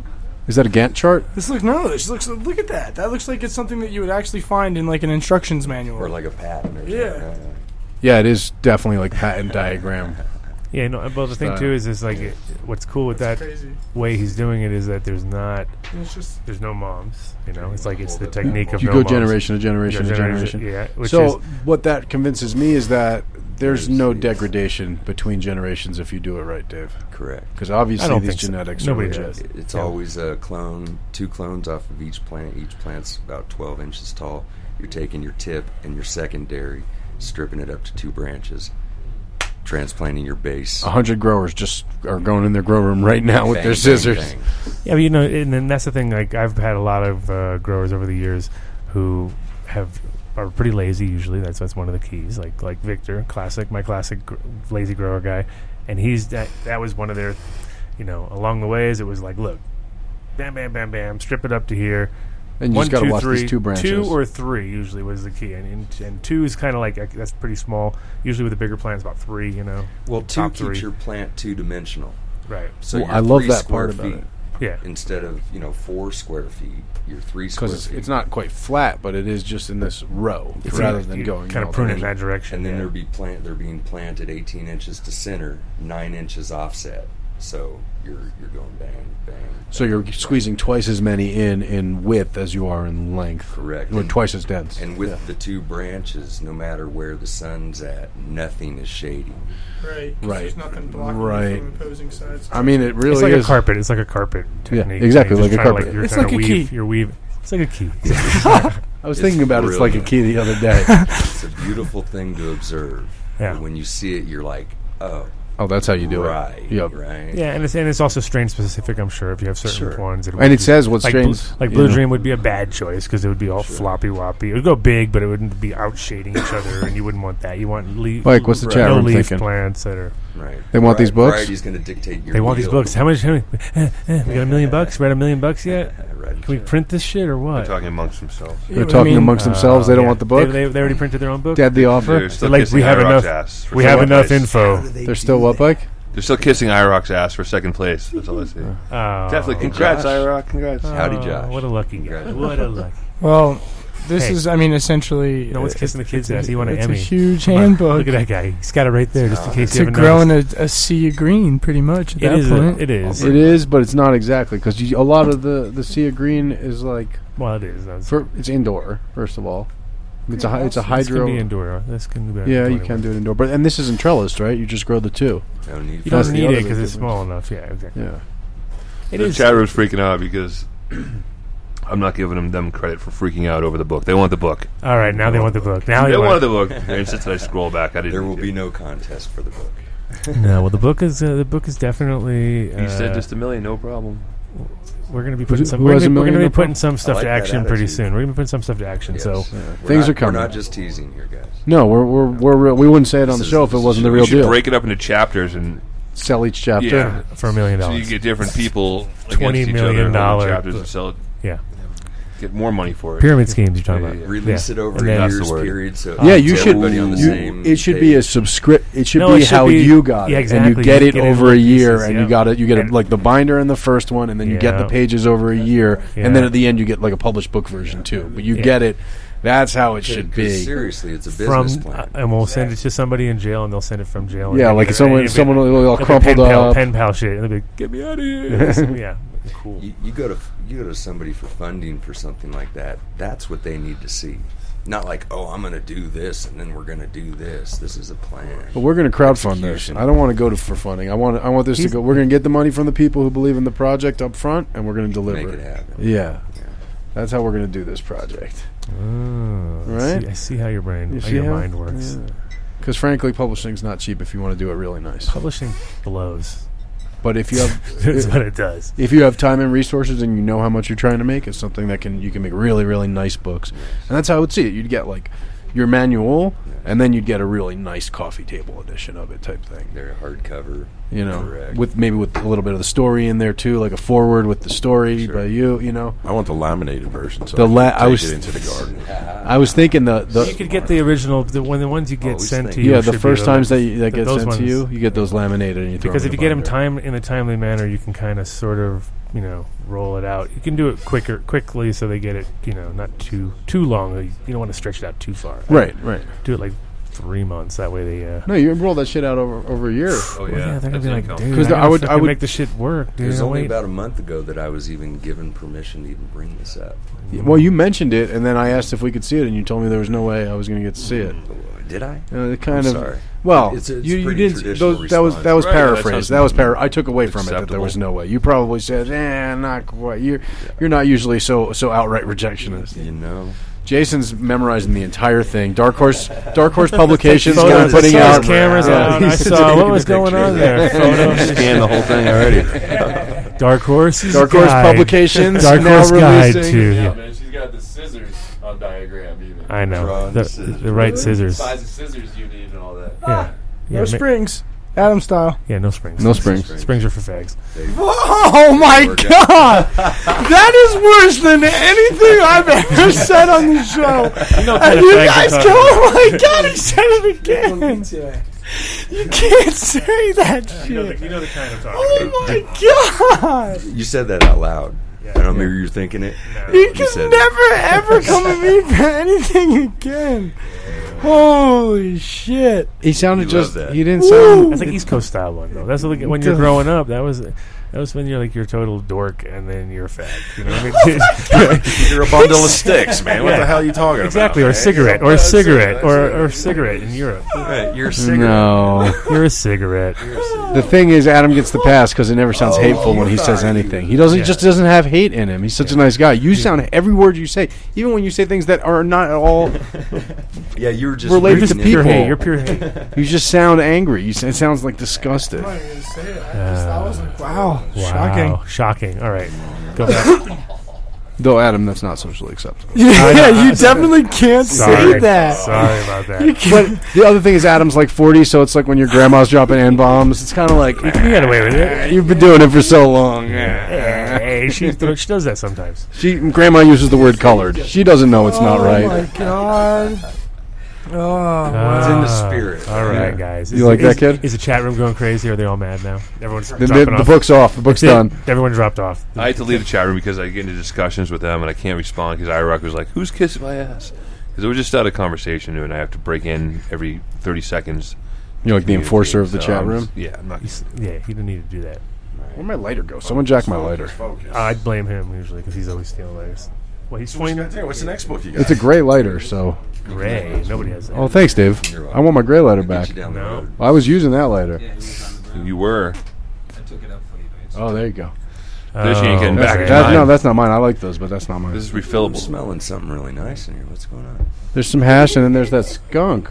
Speaker 4: is that a Gantt chart?
Speaker 7: This looks no. This looks look at that. That looks like it's something that you would actually find in like an instructions manual.
Speaker 10: Or like a patent or
Speaker 7: Yeah.
Speaker 10: something.
Speaker 4: Yeah, it is definitely like patent diagram.
Speaker 3: Yeah, no. Well, the thing
Speaker 4: Style.
Speaker 3: too is, is like it, what's cool with that
Speaker 7: crazy.
Speaker 3: way he's doing it is that there's not,
Speaker 7: And it's just
Speaker 3: there's no moms. You know, it's like it's the technique of
Speaker 4: You
Speaker 3: no
Speaker 4: go
Speaker 3: moms.
Speaker 4: generation to generation
Speaker 3: You
Speaker 4: to
Speaker 3: go
Speaker 4: generation.
Speaker 3: Yeah, which
Speaker 4: so
Speaker 3: is
Speaker 4: what that convinces me is that there's
Speaker 10: There's
Speaker 4: no
Speaker 10: these-
Speaker 4: degradation between generations if you do it right, Dave.
Speaker 10: Correct.
Speaker 4: Because
Speaker 3: I
Speaker 4: obviously
Speaker 3: don't
Speaker 4: these
Speaker 3: think so.
Speaker 4: genetics
Speaker 3: Nobody
Speaker 4: are legit.
Speaker 3: does.
Speaker 10: It's
Speaker 3: Yeah.
Speaker 10: always a clone, two clones off of each plant. Each plant's about 12 inches tall. You're taking your tip and your secondary, stripping it up to two branches, transplanting your base.
Speaker 4: A hundred growers just are going in their grow room right now with
Speaker 10: Bang,
Speaker 4: their
Speaker 10: bang,
Speaker 4: scissors.
Speaker 10: bang.
Speaker 3: yeah, but you know, and then that's the thing. Like I've had a lot of uh, growers over the years who have are pretty lazy. Usually, that's that's one of the keys. Like like Victor, classic, my classic gr- lazy grower guy, and he's that that was one of their, you know, along the ways it was like, look, bam, bam, bam, bam, strip it up to here.
Speaker 4: And you
Speaker 3: One,
Speaker 4: just got to
Speaker 3: two,
Speaker 4: watch
Speaker 3: three.
Speaker 4: these two branches.
Speaker 3: Two or three usually was the key, and and, and two is kind of like like, that's pretty small. Usually with a bigger plant, it's about three. You know,
Speaker 10: Well, two
Speaker 3: Top
Speaker 10: keeps
Speaker 3: three.
Speaker 10: your plant two dimensional.
Speaker 3: right?
Speaker 10: So
Speaker 4: Well,
Speaker 10: you're
Speaker 4: I love
Speaker 10: three
Speaker 4: that
Speaker 10: square
Speaker 4: part about
Speaker 10: feet
Speaker 4: it.
Speaker 3: Yeah,
Speaker 10: Instead of you know four square feet, you're three square
Speaker 4: because it's,
Speaker 10: feet.
Speaker 4: it's not quite flat, but it is just in this row
Speaker 3: It's
Speaker 4: rather
Speaker 3: like
Speaker 4: than
Speaker 3: you
Speaker 4: going
Speaker 3: kinda
Speaker 4: all
Speaker 3: prune
Speaker 4: the
Speaker 3: it
Speaker 4: way.
Speaker 3: in that direction.
Speaker 10: And then
Speaker 3: yeah.
Speaker 10: they're be plant they're being planted 18 inches to center, nine inches offset. So you're you're going bang bang.
Speaker 4: So you're squeezing twice as many in in width as you are in length.
Speaker 10: Correct.
Speaker 4: Or twice as dense.
Speaker 10: And with the two branches, no matter where the sun's at, nothing is shading.
Speaker 7: Right. 'cause
Speaker 4: Right.
Speaker 7: There's nothing blocking
Speaker 4: Right.
Speaker 7: you from opposing sides.
Speaker 4: I mean, it really
Speaker 3: it's like
Speaker 4: is
Speaker 3: a carpet. It's like a carpet
Speaker 4: Yeah,
Speaker 3: technique.
Speaker 4: exactly,
Speaker 3: You're
Speaker 4: like
Speaker 3: just
Speaker 4: a
Speaker 3: trying to,
Speaker 4: carpet.
Speaker 3: you're
Speaker 7: It's
Speaker 3: trying
Speaker 7: like
Speaker 3: to
Speaker 7: a
Speaker 3: weave,
Speaker 7: key.
Speaker 3: You're weaving. It's like a key.
Speaker 4: I was
Speaker 10: It's
Speaker 4: thinking about it's like a
Speaker 10: brilliant.
Speaker 4: key the other day.
Speaker 10: It's a beautiful thing to observe.
Speaker 3: Yeah.
Speaker 10: But when you see it, you're like, oh,
Speaker 4: oh, that's how you do
Speaker 10: right,
Speaker 4: it. Yep.
Speaker 10: right.
Speaker 3: Yeah, and it's and it's also strain specific. I'm sure if you have certain
Speaker 10: Sure.
Speaker 3: ones, it
Speaker 4: it says what
Speaker 3: like
Speaker 4: strains,
Speaker 3: Blue, like
Speaker 4: you
Speaker 3: Blue
Speaker 4: know.
Speaker 3: Dream would be a bad choice because it would be all floppy woppy. It would go big, but it wouldn't be outshading each other, and you wouldn't want that. You want leaf
Speaker 4: Mike, what's the chat
Speaker 3: no
Speaker 4: room
Speaker 3: leaf
Speaker 4: thinking?
Speaker 3: plants that are.
Speaker 10: Right.
Speaker 4: They want these books?
Speaker 10: Variety's going to dictate your.
Speaker 3: They want these
Speaker 10: yield.
Speaker 3: books. How much? How many, eh, eh, we got a million bucks. We're at a million bucks yet.
Speaker 10: Right.
Speaker 3: Can we print this shit or what?
Speaker 5: Talking amongst themselves.
Speaker 4: They're
Speaker 7: I
Speaker 4: talking
Speaker 7: mean,
Speaker 4: amongst themselves. They don't
Speaker 3: Yeah.
Speaker 4: want the book.
Speaker 3: They, they, they already printed their own book.
Speaker 4: Dead the offer.
Speaker 5: They're still
Speaker 3: like,
Speaker 5: kissing
Speaker 3: we have
Speaker 5: IROC's
Speaker 3: enough-
Speaker 5: Ass for
Speaker 3: we have
Speaker 5: second
Speaker 3: enough
Speaker 5: place.
Speaker 3: info.
Speaker 4: They're still what, Mike?
Speaker 5: They're still kissing IROC's ass for second place. That's all I see.
Speaker 3: Oh,
Speaker 5: Definitely. Congrats,
Speaker 10: Josh.
Speaker 5: IROC. Congrats.
Speaker 10: Howdy,
Speaker 3: Oh,
Speaker 10: Josh.
Speaker 3: What a lucky guy.
Speaker 10: Congrats.
Speaker 3: What a lucky.
Speaker 7: Well, this
Speaker 3: Hey.
Speaker 7: is, I mean, essentially.
Speaker 3: No one's
Speaker 7: uh,
Speaker 3: kissing the kid's
Speaker 7: it's
Speaker 3: ass. He won an
Speaker 7: it's
Speaker 3: Emmy.
Speaker 7: a huge
Speaker 3: Come on,
Speaker 7: handbook.
Speaker 3: Look at that guy. He's got it right there, just in case you
Speaker 7: to
Speaker 3: haven't
Speaker 7: grow in
Speaker 3: noticed.
Speaker 7: a, a sea of green, pretty much at
Speaker 3: It
Speaker 7: that
Speaker 3: is. a-
Speaker 7: point.
Speaker 3: it is.
Speaker 4: It is, but it's not exactly because a lot of the the sea of green is like
Speaker 3: Well, it is. That's-
Speaker 4: for, it's indoor. First of all, it's a hy- it's a
Speaker 3: This
Speaker 4: hydro.
Speaker 3: can be indoor. This can be
Speaker 4: yeah,
Speaker 3: outdoor
Speaker 4: you
Speaker 3: anyway.
Speaker 4: can do it indoor, but and this isn't trellised, right? You just grow the two.
Speaker 10: No need
Speaker 3: You
Speaker 10: for
Speaker 4: That's
Speaker 3: don't
Speaker 4: the
Speaker 10: it.
Speaker 3: need
Speaker 4: other
Speaker 3: it because
Speaker 4: big
Speaker 3: it's small enough. Yeah, exactly.
Speaker 4: Yeah,
Speaker 3: It
Speaker 5: the
Speaker 3: is.
Speaker 5: chat room's freaking out because I'm not giving them, them credit for freaking out over the book. They want the book.
Speaker 3: All right, now they want the book. Now
Speaker 5: they
Speaker 3: they
Speaker 5: wanted
Speaker 3: want.
Speaker 5: the book. and since I scroll back, I didn't.
Speaker 10: There will
Speaker 5: need
Speaker 10: be
Speaker 5: to.
Speaker 10: no contest for the book.
Speaker 3: No, well, the book is uh, the book is definitely. Uh,
Speaker 5: You said just a million, no problem.
Speaker 3: we're going to be putting some.
Speaker 4: who
Speaker 3: We're
Speaker 4: has
Speaker 3: going
Speaker 4: a
Speaker 3: to be
Speaker 4: million
Speaker 3: putting some stuff
Speaker 10: like
Speaker 3: to
Speaker 10: that
Speaker 3: action pretty
Speaker 10: attitude.
Speaker 3: soon. We're going to be putting some stuff to action. So
Speaker 10: Yes. We're
Speaker 4: things
Speaker 10: not-
Speaker 4: are coming.
Speaker 10: We're not just teasing here, guys.
Speaker 4: no, we're we're, we're real, we wouldn't say it on the
Speaker 10: is-
Speaker 4: show if it
Speaker 10: this is-
Speaker 4: wasn't the
Speaker 10: we
Speaker 4: real
Speaker 5: you should
Speaker 4: deal.
Speaker 5: break it up into chapters and
Speaker 4: Sell each chapter.
Speaker 5: yeah,
Speaker 3: for a million
Speaker 5: so you
Speaker 3: dollars,
Speaker 5: get different people
Speaker 3: $20
Speaker 5: against each
Speaker 3: million
Speaker 5: other in
Speaker 3: dollar
Speaker 5: chapters
Speaker 3: book.
Speaker 5: and sell it.
Speaker 3: yeah,
Speaker 5: Get more money for it.
Speaker 3: pyramid schemes. You're talking about.
Speaker 10: Release
Speaker 3: Yeah.
Speaker 10: it over
Speaker 3: And
Speaker 10: a
Speaker 3: then-
Speaker 10: year's
Speaker 5: That's the word.
Speaker 10: period. So
Speaker 3: Um,
Speaker 4: Yeah,
Speaker 10: it's
Speaker 4: you should.
Speaker 10: Everybody on the
Speaker 4: you-
Speaker 10: same
Speaker 4: it should be a
Speaker 10: page.
Speaker 4: subscript. It should
Speaker 3: No,
Speaker 4: be
Speaker 3: it should
Speaker 4: how
Speaker 3: be-
Speaker 4: you got
Speaker 3: yeah,
Speaker 4: it,
Speaker 3: exactly.
Speaker 4: and you get
Speaker 3: You
Speaker 4: it
Speaker 3: get it
Speaker 4: over
Speaker 3: in
Speaker 4: a
Speaker 3: little
Speaker 4: year,
Speaker 3: pieces,
Speaker 4: and
Speaker 3: yeah.
Speaker 4: you got it. You get it
Speaker 3: And-
Speaker 4: like the binder in the first one, and then you get the
Speaker 3: Yeah.
Speaker 4: pages over a year,
Speaker 3: Yeah.
Speaker 4: and then at the end you get like a published book version too. But you
Speaker 3: Yeah.
Speaker 4: get it. That's how it
Speaker 10: 'Cause
Speaker 4: should be.
Speaker 10: Seriously, it's a
Speaker 3: From uh,
Speaker 10: business plan.
Speaker 3: and we'll send it to somebody in jail, and they'll send it from jail.
Speaker 4: Yeah,
Speaker 3: And
Speaker 4: like
Speaker 3: it'll-
Speaker 4: someone,
Speaker 3: it'll be-
Speaker 4: someone all
Speaker 3: it'll be pen
Speaker 4: crumpled
Speaker 3: pal,
Speaker 4: up.
Speaker 3: pen pal shit, and they'll be get me out of here. yeah, cool.
Speaker 10: You, you go to you go to somebody for funding for something like that. That's what they need to see. Not like, oh, I'm going to do this and then we're going to do this. This is a plan.
Speaker 4: But we're going to crowdfund this.
Speaker 10: Execution.
Speaker 4: I don't want to go to for funding. I want. I want this to
Speaker 3: He's-
Speaker 4: go. We're going to get the money from the people who believe in the project up front, and we're going to deliver.
Speaker 10: Make it happen.
Speaker 4: Yeah. That's how we're going to do this project.
Speaker 3: Oh, I
Speaker 5: Hmm.
Speaker 4: Right?
Speaker 3: see, I see how your brain,
Speaker 4: You
Speaker 3: how
Speaker 4: see
Speaker 3: your
Speaker 4: how-
Speaker 3: mind works.
Speaker 4: Because frankly, publishing's not cheap if you want to do it really nice.
Speaker 3: Publishing blows.
Speaker 4: But if you have
Speaker 3: That's what it does.
Speaker 4: if you have time and resources and you know how much you're trying to make, it's something that can you can make really really nice books. And that's how I would see it. You'd get like your manual, and then you'd get a really nice coffee table edition of it, type thing.
Speaker 10: They're hardcover.
Speaker 4: You know,
Speaker 10: Correct.
Speaker 4: with maybe with a little bit of the story in there too, like a forward with the story by you. You know,
Speaker 6: I want the laminated version. So
Speaker 4: The
Speaker 6: I can
Speaker 4: la- I
Speaker 6: take
Speaker 4: was-
Speaker 6: it into the garden.
Speaker 4: I was thinking the the
Speaker 3: you could get the original, the when the ones you
Speaker 5: Oh,
Speaker 3: get
Speaker 10: Always
Speaker 3: sent
Speaker 10: think-
Speaker 3: to you.
Speaker 4: yeah the
Speaker 3: should be
Speaker 4: first times that you, that
Speaker 3: th-
Speaker 4: gets
Speaker 3: those
Speaker 4: sent to
Speaker 3: ones.
Speaker 4: you, you get those laminated and you throw
Speaker 3: because if
Speaker 4: in
Speaker 3: you
Speaker 4: the
Speaker 3: get them
Speaker 4: binder.
Speaker 3: time in a timely manner, you can kind of sort of you know roll it out. You can do it quicker, quickly, so they get it you know not too too long. You don't want to stretch it out too far.
Speaker 4: right, right.
Speaker 3: Do it like three months. That way they. Uh,
Speaker 4: No, you roll that shit out over over a year.
Speaker 5: Oh
Speaker 3: well, yeah, they're gonna
Speaker 5: that's
Speaker 3: be like,
Speaker 5: income.
Speaker 3: dude,
Speaker 4: 'Cause
Speaker 3: I,
Speaker 4: the- I
Speaker 3: would
Speaker 4: would- I would-
Speaker 3: make the shit work.
Speaker 10: It
Speaker 3: Dude,
Speaker 10: was
Speaker 3: I'll
Speaker 10: only
Speaker 3: wait.
Speaker 10: about a month ago that I was even given permission to even bring this up.
Speaker 4: Well, you mentioned it, and then I asked if we could see it, and you told me there was no way I was going to get to see it.
Speaker 10: Did I?
Speaker 4: Uh, it kind
Speaker 10: I'm
Speaker 4: of.
Speaker 10: sorry.
Speaker 4: Well,
Speaker 10: It's a- it's
Speaker 4: you, you
Speaker 10: pretty
Speaker 4: didn't.
Speaker 10: traditional
Speaker 4: Those, that was that
Speaker 5: Right,
Speaker 10: response.
Speaker 4: was
Speaker 5: that sounds
Speaker 4: paraphrased. That was para- I took away from it that there
Speaker 5: acceptable.
Speaker 4: was no way. You probably said, "Eh, not quite." You're you're not usually so so outright rejectionist.
Speaker 10: You know,
Speaker 4: Jason's memorizing the entire thing. Dark Horse Dark Horse Publications
Speaker 3: Photos,
Speaker 4: got putting
Speaker 3: saw his
Speaker 4: out
Speaker 3: cameras
Speaker 4: Yeah.
Speaker 3: out. I
Speaker 4: He's
Speaker 3: saw
Speaker 4: taking
Speaker 3: what
Speaker 4: the
Speaker 3: was going
Speaker 4: pictures.
Speaker 3: on there. Photos.
Speaker 5: Scan the whole thing already.
Speaker 3: Dark Horse.
Speaker 4: Dark Horse
Speaker 3: Guide.
Speaker 4: Publications
Speaker 3: Dark
Speaker 4: now
Speaker 3: Horse Guide
Speaker 4: releasing-
Speaker 3: too.
Speaker 12: Yeah,
Speaker 3: Yeah.
Speaker 12: man, she's got the scissors on diagram even.
Speaker 3: I know
Speaker 10: Drawing
Speaker 3: the,
Speaker 10: scissors.
Speaker 3: the right scissors.
Speaker 12: Size of scissors you need and all that.
Speaker 6: Ah,
Speaker 3: Yeah, yeah,
Speaker 7: no
Speaker 3: ma-
Speaker 7: springs, Adam style.
Speaker 3: yeah, no springs.
Speaker 4: No springs.
Speaker 3: Springs are for fags.
Speaker 7: Oh my god, that is worse than anything I've ever said on the show.
Speaker 3: You know,
Speaker 7: And you guys go, oh my god, he said it again. You can't say that shit.
Speaker 3: you know the kind I'm talking about.
Speaker 7: Oh my god.
Speaker 10: you said that out loud. I don't remember you were thinking it.
Speaker 7: He
Speaker 10: You
Speaker 7: can
Speaker 10: said it.
Speaker 7: never ever come at me for anything again. Holy shit!
Speaker 4: He sounded
Speaker 3: You
Speaker 4: just.
Speaker 3: love that.
Speaker 4: He didn't
Speaker 3: Woo!
Speaker 4: sound.
Speaker 3: That's like East Coast style one though. That's like when you're growing up. That was that was when you're like your total dork, and then you're a fag. You know what I mean?
Speaker 6: Oh, You're a bundle of sticks, man. What the hell are you talking about,
Speaker 3: exactly,
Speaker 6: man?
Speaker 3: Exactly, or a cigarette, or
Speaker 6: Yeah,
Speaker 3: a
Speaker 6: that's it,
Speaker 3: cigarette,
Speaker 6: that's
Speaker 3: or
Speaker 6: it.
Speaker 3: or a cigarette in Europe.
Speaker 6: Right, you're a cigarette.
Speaker 4: No,
Speaker 3: you're a cigarette.
Speaker 4: The thing is, Adam gets the pass because it never sounds hateful when he says anything. He doesn't
Speaker 3: Yeah.
Speaker 4: just doesn't have hate in him. He's such a nice guy. You sound every word you say, even when you say things that are not at all
Speaker 10: Yeah, you were just
Speaker 4: related
Speaker 10: reading
Speaker 4: to
Speaker 10: it.
Speaker 4: people.
Speaker 10: That's
Speaker 4: You just sound angry. You s- it sounds like disgusted.
Speaker 7: Wow.
Speaker 3: Shocking. Shocking. Uh, All right. Go back.
Speaker 4: Though Adam, that's not socially acceptable.
Speaker 7: Yeah, you definitely can't say
Speaker 3: Sorry.
Speaker 7: that.
Speaker 3: Sorry about that.
Speaker 7: You
Speaker 4: But the other thing is, Adam's like forty, so it's like when your grandma's dropping n bombs. It's kind of like
Speaker 3: You got away with it.
Speaker 4: you've been doing it for so long.
Speaker 3: Hey, she, she does that sometimes.
Speaker 4: She grandma uses the word colored. She doesn't know it's not
Speaker 7: Oh
Speaker 4: right.
Speaker 7: my god. Oh, wow.
Speaker 10: in the spirit.
Speaker 3: All right,
Speaker 4: Yeah.
Speaker 3: guys.
Speaker 4: You like
Speaker 3: is,
Speaker 4: that kid?
Speaker 3: Is the chat room going crazy? Or are they all mad now? Everyone's
Speaker 4: The, the,
Speaker 3: dropping
Speaker 4: the
Speaker 3: off.
Speaker 4: book's off. The book's done.
Speaker 3: Everyone dropped off.
Speaker 5: I had to leave the chat room because I get into discussions with them and I can't respond because Iraq was like, "Who's kissing my ass?" Because it was just out of conversation, and I have to break in every thirty seconds.
Speaker 4: You're like the
Speaker 5: Communicate,
Speaker 4: enforcer of the
Speaker 5: so
Speaker 4: chat
Speaker 5: I'm
Speaker 4: room.
Speaker 5: just- yeah, I'm not.
Speaker 3: He's- yeah, he didn't need to do that.
Speaker 4: Where'd my lighter go? Someone jacked my lighter.
Speaker 3: I'd blame him usually because he's always stealing layers. Well, he's
Speaker 6: What you
Speaker 3: pointing
Speaker 6: got there? What's the next book you got?
Speaker 4: It's a gray lighter, so.
Speaker 3: gray. Nobody has that.
Speaker 4: Oh, thanks, Dave. I want my gray lighter back.
Speaker 10: Get you down the
Speaker 3: No.
Speaker 10: road.
Speaker 4: I was using that lighter.
Speaker 5: You were.
Speaker 4: Oh, there you go.
Speaker 3: Uh,
Speaker 5: This ain't getting
Speaker 4: That's,
Speaker 5: back in
Speaker 4: Oh. that-
Speaker 5: time.
Speaker 4: no, that's not mine. I like those, but that's not mine.
Speaker 5: This is
Speaker 10: I'm
Speaker 5: refillable.
Speaker 10: smelling something really nice in here. What's going on?
Speaker 4: There's some hash, and then there's that skunk.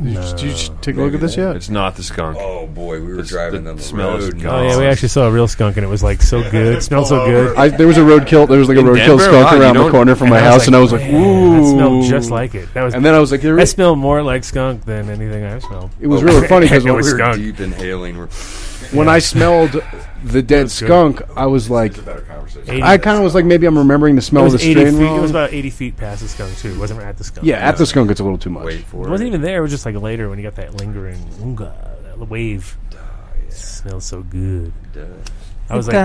Speaker 4: Did you,
Speaker 3: No.
Speaker 4: did you just take a look at this yet?
Speaker 5: It's not the skunk.
Speaker 10: Oh boy, we were
Speaker 5: This-
Speaker 10: driving
Speaker 5: the
Speaker 10: down the
Speaker 5: smell
Speaker 10: road.
Speaker 5: is
Speaker 10: and
Speaker 5: gone.
Speaker 3: Oh yeah, we actually saw a real skunk and it was like so good. It smelled so good.
Speaker 4: I, there was a roadkill. There was like a
Speaker 5: In
Speaker 4: roadkill
Speaker 5: Denver,
Speaker 4: skunk
Speaker 5: wow, you
Speaker 4: around the
Speaker 5: don't-
Speaker 4: corner from my house, and I was like,
Speaker 3: "Man,
Speaker 4: ooh.
Speaker 3: that smelled just like it. That was.
Speaker 4: And then I was like, there
Speaker 3: that
Speaker 4: is-
Speaker 3: smelled more like skunk than anything I've smelled.
Speaker 4: it was really funny because
Speaker 3: It was
Speaker 10: we were
Speaker 3: skunk.
Speaker 10: deep inhaling. We're,
Speaker 4: when I smelled the dead skunk, I was like,
Speaker 6: better conversation.
Speaker 3: 80,
Speaker 4: I kind of was like, maybe I'm remembering the
Speaker 3: it
Speaker 4: smell of
Speaker 3: was
Speaker 4: the
Speaker 3: 80
Speaker 4: strain.
Speaker 3: feet. It
Speaker 4: wrong.
Speaker 3: was about 80 feet past the skunk too. It wasn't at the skunk.
Speaker 4: yeah, at the skunk, it's a little too much.
Speaker 10: wait for
Speaker 3: It wasn't even there. It was just like later when you got that lingering oonga, that wave. It smells so good. I was like,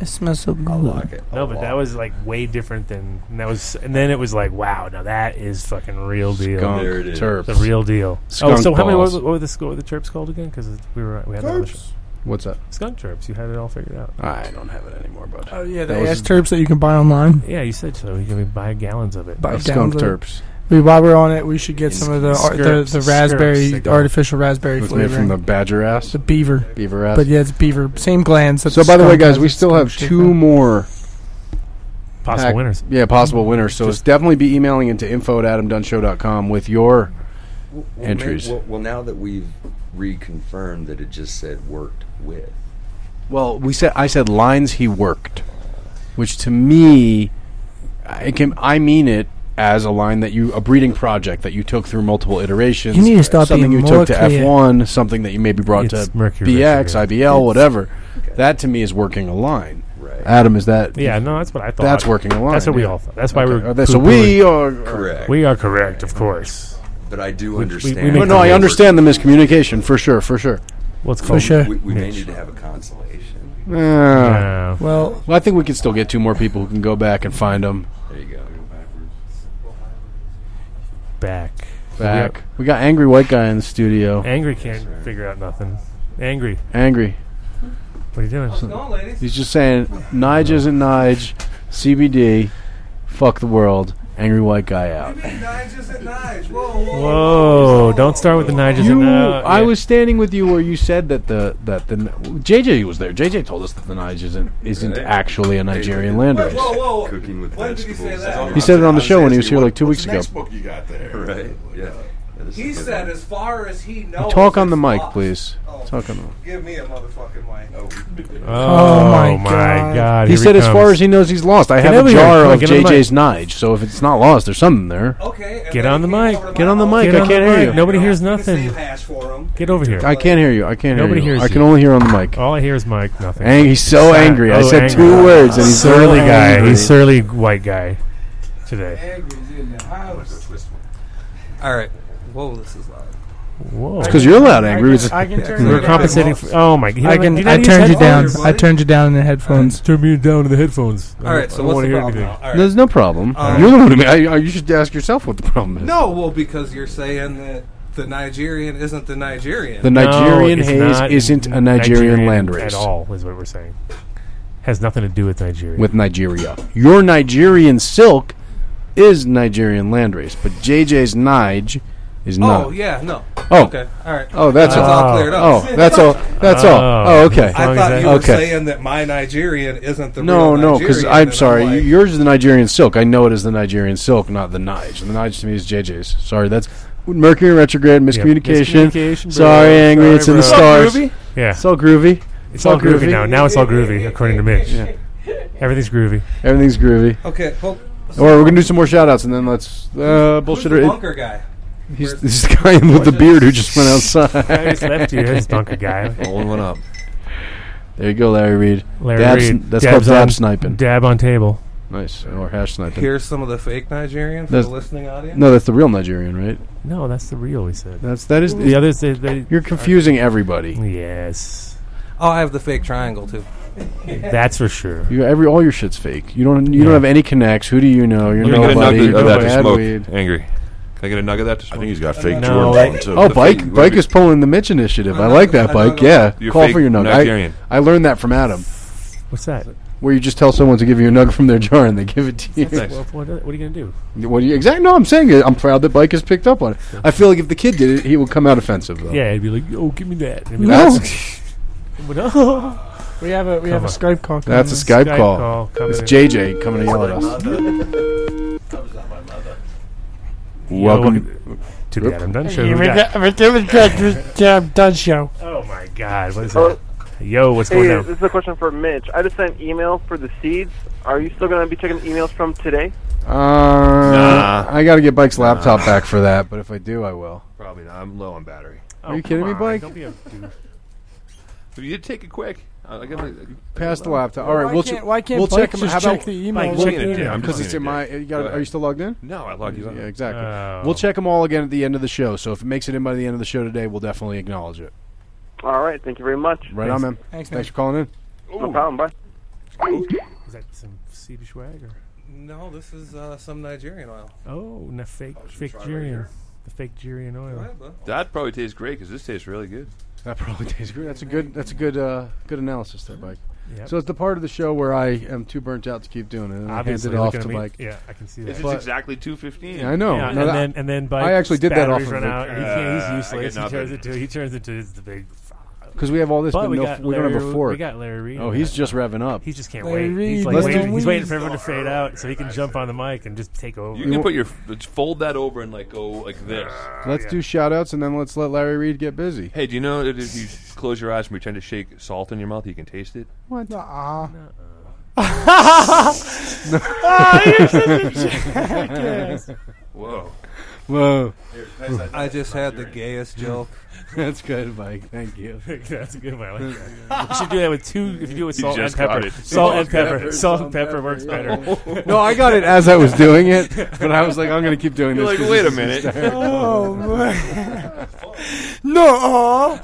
Speaker 7: it smells so good.
Speaker 10: it.
Speaker 3: no, but that was like way different than and that was. And then it was like, wow, now that is fucking real deal.
Speaker 4: Skunk,
Speaker 10: There it is.
Speaker 4: terps.
Speaker 3: The real deal. oh,
Speaker 4: Skunk
Speaker 3: so how many what,
Speaker 4: balls.
Speaker 3: was- what were the sc- what were the chirps called again? Because we were we had that on the show.
Speaker 4: What's that?
Speaker 3: skunk chirps. You had it all figured out.
Speaker 4: I don't have it anymore, bud.
Speaker 7: Oh yeah, the
Speaker 4: That was-
Speaker 7: ass turps that you can buy online.
Speaker 3: Yeah, you said so. You can buy gallons of it.
Speaker 7: Buy
Speaker 4: Of skunk
Speaker 7: download.
Speaker 4: terps.
Speaker 7: We, while we're on it, we should get some of the ar- the,
Speaker 3: Skirts.
Speaker 7: the raspberry
Speaker 3: Skirts.
Speaker 7: artificial raspberry
Speaker 4: It's made
Speaker 7: flavor.
Speaker 4: from the badger ass,
Speaker 7: the beaver,
Speaker 4: beaver ass.
Speaker 7: but yeah, it's beaver. Same glands. that
Speaker 4: so by the way,
Speaker 7: skunk
Speaker 4: guys,
Speaker 7: has,
Speaker 4: we
Speaker 7: it's
Speaker 4: still have
Speaker 7: skunk
Speaker 4: two
Speaker 7: shape.
Speaker 4: more
Speaker 3: Possible
Speaker 4: pack-
Speaker 3: winners.
Speaker 4: Yeah, possible winners. So it's definitely be emailing into info at adamdunshow.com with your.
Speaker 10: Well,
Speaker 4: Entries.
Speaker 10: well, well, now that we've reconfirmed that it just said worked with.
Speaker 4: Well, we said I said lines he worked, which to me, I can I mean it as a line that you a breeding project that you took through multiple iterations.
Speaker 7: You need to start
Speaker 4: something
Speaker 7: being
Speaker 4: you
Speaker 7: more
Speaker 4: took to
Speaker 7: clear.
Speaker 4: F one, something that you maybe brought
Speaker 3: It's
Speaker 4: to
Speaker 3: Mercury
Speaker 4: BX,
Speaker 3: retrograde.
Speaker 4: IBL, whatever. That to me is working a line.
Speaker 10: Right.
Speaker 4: Adam, is that
Speaker 3: Yeah, no, that's what I thought.
Speaker 4: That's working a line,
Speaker 3: That's what we
Speaker 4: yeah.
Speaker 3: all thought. That's why we
Speaker 4: Okay.
Speaker 3: we're.
Speaker 4: Are they- so we are
Speaker 10: Correct.
Speaker 3: We are correct, of course.
Speaker 10: but I do
Speaker 3: we
Speaker 10: understand.
Speaker 3: make
Speaker 10: that
Speaker 4: But no, I
Speaker 10: we're-
Speaker 4: understand the miscommunication for sure, for sure.
Speaker 3: What's called
Speaker 7: sure.
Speaker 10: We, we may
Speaker 3: Mitch.
Speaker 10: need to have a consolation.
Speaker 4: Uh,
Speaker 3: Uh,
Speaker 7: Well,
Speaker 4: Well, I think we can still get two more people who can go back and find them
Speaker 10: There you go.
Speaker 3: back.
Speaker 4: back. We got angry white guy in the studio.
Speaker 3: Angry can't figure out nothing. Angry,
Speaker 4: Angry.
Speaker 3: what are you doing?
Speaker 4: He's just saying, Nige isn't Nige, CBD, fuck the world, angry white guy out.
Speaker 3: Whoa! Don't start with the Nigers.
Speaker 4: You,
Speaker 3: and, uh,
Speaker 4: I
Speaker 3: yeah.
Speaker 4: was standing with you where you said that the that the JJ was there. JJ told us that the Nige isn't isn't
Speaker 10: Right.
Speaker 4: actually a Nigerian land race.
Speaker 10: Cooking with
Speaker 9: When did he
Speaker 10: vegetables.
Speaker 9: say that?
Speaker 10: and
Speaker 4: He said it on the
Speaker 6: I
Speaker 4: show when
Speaker 6: asking
Speaker 4: he was here
Speaker 6: you,
Speaker 4: like two
Speaker 6: what's
Speaker 4: weeks
Speaker 6: the
Speaker 4: ago.
Speaker 6: Next book you got there,
Speaker 10: Right. Yeah. Yeah, this
Speaker 9: He
Speaker 10: is a good
Speaker 9: said,
Speaker 10: one.
Speaker 9: as far as he knows.
Speaker 4: Talk on the
Speaker 9: it's
Speaker 4: mic,
Speaker 9: lost.
Speaker 4: please.
Speaker 9: Oh,
Speaker 4: Talk on the mic.
Speaker 9: Give me a motherfucking mic.
Speaker 3: Oh,
Speaker 7: my
Speaker 3: my,
Speaker 7: God.
Speaker 3: god.
Speaker 4: He
Speaker 3: here
Speaker 4: said, as far
Speaker 3: comes.
Speaker 4: as he knows, he's lost. I
Speaker 3: Get
Speaker 4: have
Speaker 3: over
Speaker 4: a
Speaker 3: here.
Speaker 4: jar
Speaker 3: Come on,
Speaker 4: of
Speaker 3: get on the
Speaker 4: JJ's Nige, so if it's not lost, there's something there.
Speaker 9: Okay. and
Speaker 3: Get
Speaker 9: then
Speaker 3: on the
Speaker 9: he
Speaker 3: mic.
Speaker 9: came over to
Speaker 4: Get
Speaker 9: my
Speaker 4: on the
Speaker 9: house.
Speaker 4: mic.
Speaker 3: Get
Speaker 4: I
Speaker 3: on
Speaker 4: can't
Speaker 3: the
Speaker 4: hear
Speaker 3: mic.
Speaker 4: you.
Speaker 3: Nobody hears
Speaker 9: You can save
Speaker 3: nothing.
Speaker 9: hash for him.
Speaker 3: Get over here.
Speaker 4: I can't hear you. I can't hear
Speaker 3: Nobody
Speaker 4: you.
Speaker 3: hears
Speaker 4: I can
Speaker 3: you.
Speaker 4: only hear on the mic.
Speaker 3: All I hear is Mike. Nothing.
Speaker 4: Ang- he's so angry. I
Speaker 3: Oh,
Speaker 4: said
Speaker 3: angry.
Speaker 4: two words, and he's so
Speaker 3: surly guy.
Speaker 4: angry.
Speaker 3: He's surly white guy today.
Speaker 9: Angry's in the house.
Speaker 10: All right. Whoa, this is loud.
Speaker 3: Whoa.
Speaker 4: It's 'cause you're loud, angry. It's-
Speaker 3: We're compensating for. Oh my god!
Speaker 7: I can. I turned you down. I turned you down in the headphones.
Speaker 3: Turn me down in the headphones.
Speaker 4: All right,
Speaker 3: I don't want to hear anything.
Speaker 4: There's no problem.
Speaker 3: Um,
Speaker 4: You're the one who made. I, I- you should ask yourself what the problem is.
Speaker 13: No, well, because you're saying that the Nigerian isn't the Nigerian.
Speaker 4: The Nigerian
Speaker 3: it's
Speaker 4: haze
Speaker 3: not
Speaker 4: isn't a Nigerian, land race
Speaker 3: at all. Is what we're saying. Has nothing to do with Nigeria.
Speaker 4: with Nigeria. Your Nigerian silk is Nigerian land race, but JJ's Nige is not.
Speaker 13: Oh yeah, no.
Speaker 4: Oh,
Speaker 13: okay, all right.
Speaker 4: Oh, that's,
Speaker 13: all,
Speaker 4: all.
Speaker 13: cleared up.
Speaker 4: Oh, that's all. That's all. Oh, okay.
Speaker 13: I thought you were
Speaker 4: okay.
Speaker 13: saying that my Nigerian isn't the
Speaker 4: No,
Speaker 13: real
Speaker 4: no, because
Speaker 13: Nigerian,
Speaker 4: I'm
Speaker 13: and
Speaker 4: sorry. y- yours is the Nigerian silk. I know it is the Nigerian silk, not the Nige. The Nige to me is JJ's. Sorry, that's Mercury in retrograde miscommunication.
Speaker 3: Miscommunication, bro.
Speaker 4: sorry, angry.
Speaker 3: Sorry,
Speaker 4: it's in the
Speaker 3: bro.
Speaker 4: stars.
Speaker 3: It's all groovy? Yeah.
Speaker 4: it's all groovy.
Speaker 3: It's all groovy, now. Now it's all groovy, according to me. Everything's groovy.
Speaker 4: Everything's groovy.
Speaker 13: Okay, well,
Speaker 4: Or we're gonna do some more shout outs and then let's uh, bullshit.
Speaker 13: the
Speaker 4: it-
Speaker 13: bunker guy?
Speaker 4: He's this is the guy with the beard who just went outside.
Speaker 3: I just left you. There's bunker guy.
Speaker 5: Rolling one up.
Speaker 4: There you go, Larry Reed.
Speaker 3: Larry
Speaker 4: Dab's-
Speaker 3: Reed.
Speaker 4: That's called
Speaker 3: Dab's
Speaker 4: dab
Speaker 3: on-
Speaker 4: sniping.
Speaker 3: Dab on table.
Speaker 4: Nice. Or hash sniping.
Speaker 13: Here's some of the fake Nigerian for
Speaker 4: That's-
Speaker 13: the listening audience.
Speaker 4: No, that's the real Nigerian, right?
Speaker 3: No, that's the real. We said
Speaker 4: that's that is
Speaker 3: the others. They, they,
Speaker 4: You're confusing everybody.
Speaker 3: Yes,
Speaker 13: Oh, I have the fake triangle too.
Speaker 3: that's for sure.
Speaker 4: You every all your shit's fake. You don't you don't
Speaker 3: Yeah.
Speaker 4: have any connects. Who do you know? You're
Speaker 5: Can I get a
Speaker 4: nobody.
Speaker 5: nugget
Speaker 4: You're
Speaker 5: of that to
Speaker 4: bad
Speaker 5: smoke?
Speaker 4: weed.
Speaker 5: Angry. Can I get a nugget of that to smoke? I think
Speaker 6: he's got fake
Speaker 3: No, Jordan like- on, too.
Speaker 4: Oh,
Speaker 3: The
Speaker 4: bike!
Speaker 3: fake-
Speaker 4: bike is pulling the Mitch initiative. I like that bike. Yeah,
Speaker 5: Your
Speaker 4: call
Speaker 5: fake
Speaker 4: for your nugget.
Speaker 5: Nigerian.
Speaker 4: I, I learned that from Adam,
Speaker 3: What's that?
Speaker 4: where you just tell someone to give you a nugget from their jar and they give it to you.
Speaker 3: That's- well, What, what are you gonna do?
Speaker 4: What do you exactly? No, I'm saying it. I'm proud that bike has picked up on it. I feel like if the kid did it, he would come out offensive though.
Speaker 3: Yeah, he'd be like, "Yo, give me that." And he'd be
Speaker 4: No.
Speaker 3: like, No.
Speaker 7: We have a we have a
Speaker 3: Come on.
Speaker 7: Skype call. coming
Speaker 4: That's a
Speaker 7: in.
Speaker 4: Skype, call. It's JJ coming to yell at us. Welcome
Speaker 3: to the Adam Dunn Show.
Speaker 7: You
Speaker 3: We
Speaker 7: make
Speaker 3: got-
Speaker 7: that- make that with that- with that I'm done show.
Speaker 3: Oh my God, what is
Speaker 11: Hello?
Speaker 3: that? Yo, what's
Speaker 11: Oh, hey,
Speaker 3: going on?
Speaker 11: this is a question for Mitch. I just sent an email for the seeds. Are you still going to be checking emails from today?
Speaker 4: Uh, I got to get Bike's laptop back for that, but if I do, I will.
Speaker 5: Probably not. I'm low on battery.
Speaker 4: Are you kidding me, Bike?
Speaker 5: You did take it quick. I got to
Speaker 4: Pass the laptop.
Speaker 5: Well,
Speaker 4: All right,
Speaker 5: why
Speaker 4: we'll
Speaker 5: can't-
Speaker 4: ch-
Speaker 5: why can't
Speaker 4: we'll
Speaker 5: Blake
Speaker 4: check 'em.
Speaker 5: just
Speaker 4: How about
Speaker 5: check the email? Blake, check the email. I'm
Speaker 4: because
Speaker 5: just
Speaker 4: it's in
Speaker 5: gonna
Speaker 4: my.
Speaker 5: do it.
Speaker 4: You got,
Speaker 5: Go
Speaker 4: are you still logged in?
Speaker 5: No, I logged you out.
Speaker 4: Yeah, exactly.
Speaker 5: Oh.
Speaker 4: We'll check them all again at the end of the show. So if it makes it in by the end of the show today, we'll definitely acknowledge it.
Speaker 11: All right. Thank you very much.
Speaker 4: Right on, man.
Speaker 11: Thanks,
Speaker 4: Thanks for calling in.
Speaker 11: No problem. Bye.
Speaker 3: Is that some Swedish swag or?
Speaker 13: No, this is uh, some Nigerian oil.
Speaker 3: Oh, and the fake, fake
Speaker 13: try right
Speaker 3: Jirian,
Speaker 13: here.
Speaker 3: the fake Jirian oil.
Speaker 5: That probably tastes great because this tastes really good.
Speaker 4: That probably tastes good. That's a good. That's a good. Uh, good analysis there, Mike.
Speaker 3: Yep.
Speaker 4: So it's the part of the show where I am too burnt out to keep doing it. And I hand
Speaker 3: Obviously,
Speaker 4: it off
Speaker 3: look at
Speaker 4: to
Speaker 3: me.
Speaker 4: Mike.
Speaker 3: Yeah, I can see that.
Speaker 5: This is
Speaker 3: But-
Speaker 5: exactly 215.
Speaker 4: Yeah, I know.
Speaker 3: Yeah,
Speaker 4: No,
Speaker 3: and
Speaker 4: that-
Speaker 3: then and then by
Speaker 4: I actually did that off
Speaker 3: batteries
Speaker 4: of
Speaker 3: run
Speaker 4: Vic.
Speaker 3: out. He
Speaker 4: Uh,
Speaker 3: can't,
Speaker 4: I
Speaker 3: he's useless.
Speaker 4: get
Speaker 3: He turns
Speaker 4: nothing.
Speaker 3: into he turns into the big.
Speaker 4: Because we have all this,
Speaker 3: But
Speaker 4: but,
Speaker 3: we
Speaker 4: no,
Speaker 3: got
Speaker 4: we don't have
Speaker 3: Larry-
Speaker 4: a fork.
Speaker 3: we got Larry Reed.
Speaker 4: Oh, he's just revving up. He
Speaker 3: just can't wait. he's, like
Speaker 4: Let's
Speaker 3: waiting,
Speaker 4: do-
Speaker 3: he's waiting for everyone to fade out so he can jump on the mic and just take over.
Speaker 5: You can put your f- fold that over and like go like this.
Speaker 3: Oh,
Speaker 4: Let's do shout outs and then let's let Larry Reed get busy.
Speaker 5: Hey, do you know that if you close your eyes and pretend to shake salt in your mouth, you can taste it?
Speaker 4: What?
Speaker 7: Nuh-uh. Ah,
Speaker 3: Ah, you're such a jackass.
Speaker 5: Whoa.
Speaker 4: Whoa.
Speaker 13: I just had the gayest joke.
Speaker 4: That's good, Mike. Thank you.
Speaker 3: That's a good one. I like that. you should do that with two. If you do it with
Speaker 5: He
Speaker 3: salt and
Speaker 5: just got
Speaker 3: pepper,
Speaker 5: it.
Speaker 3: salt and
Speaker 5: Salt,
Speaker 3: pepper,
Speaker 5: pepper,
Speaker 3: salt
Speaker 5: salt,
Speaker 3: and pepper
Speaker 5: pepper,
Speaker 3: works
Speaker 5: yeah.
Speaker 3: better.
Speaker 4: No, I got it as I was doing it, but I was like, I'm going to keep doing
Speaker 5: You're
Speaker 4: this.
Speaker 5: like,
Speaker 4: 'cause
Speaker 5: wait a
Speaker 4: this is
Speaker 5: minute.
Speaker 4: hysterical.
Speaker 5: Oh,
Speaker 7: man. No.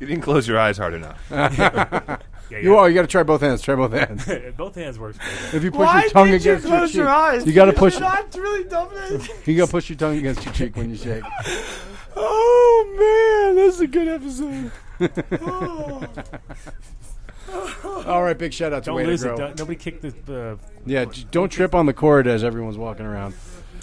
Speaker 5: You didn't close your eyes hard enough.
Speaker 3: Yeah,
Speaker 4: you
Speaker 3: yeah.
Speaker 4: are. You got to try both hands. Try both hands.
Speaker 3: Both hands works. Better.
Speaker 4: If you push your tongue against your cheek, you got to push.
Speaker 7: really dumb.
Speaker 4: You got to push your tongue against your cheek when you shake.
Speaker 7: Oh man, this is a good episode. Oh.
Speaker 4: All right, big shout out to
Speaker 3: Don't
Speaker 4: Way
Speaker 3: lose
Speaker 4: to
Speaker 3: it.
Speaker 4: Grow.
Speaker 3: Don't- Nobody kick the. Uh,
Speaker 4: Yeah, j- don't trip on the cord as everyone's walking around.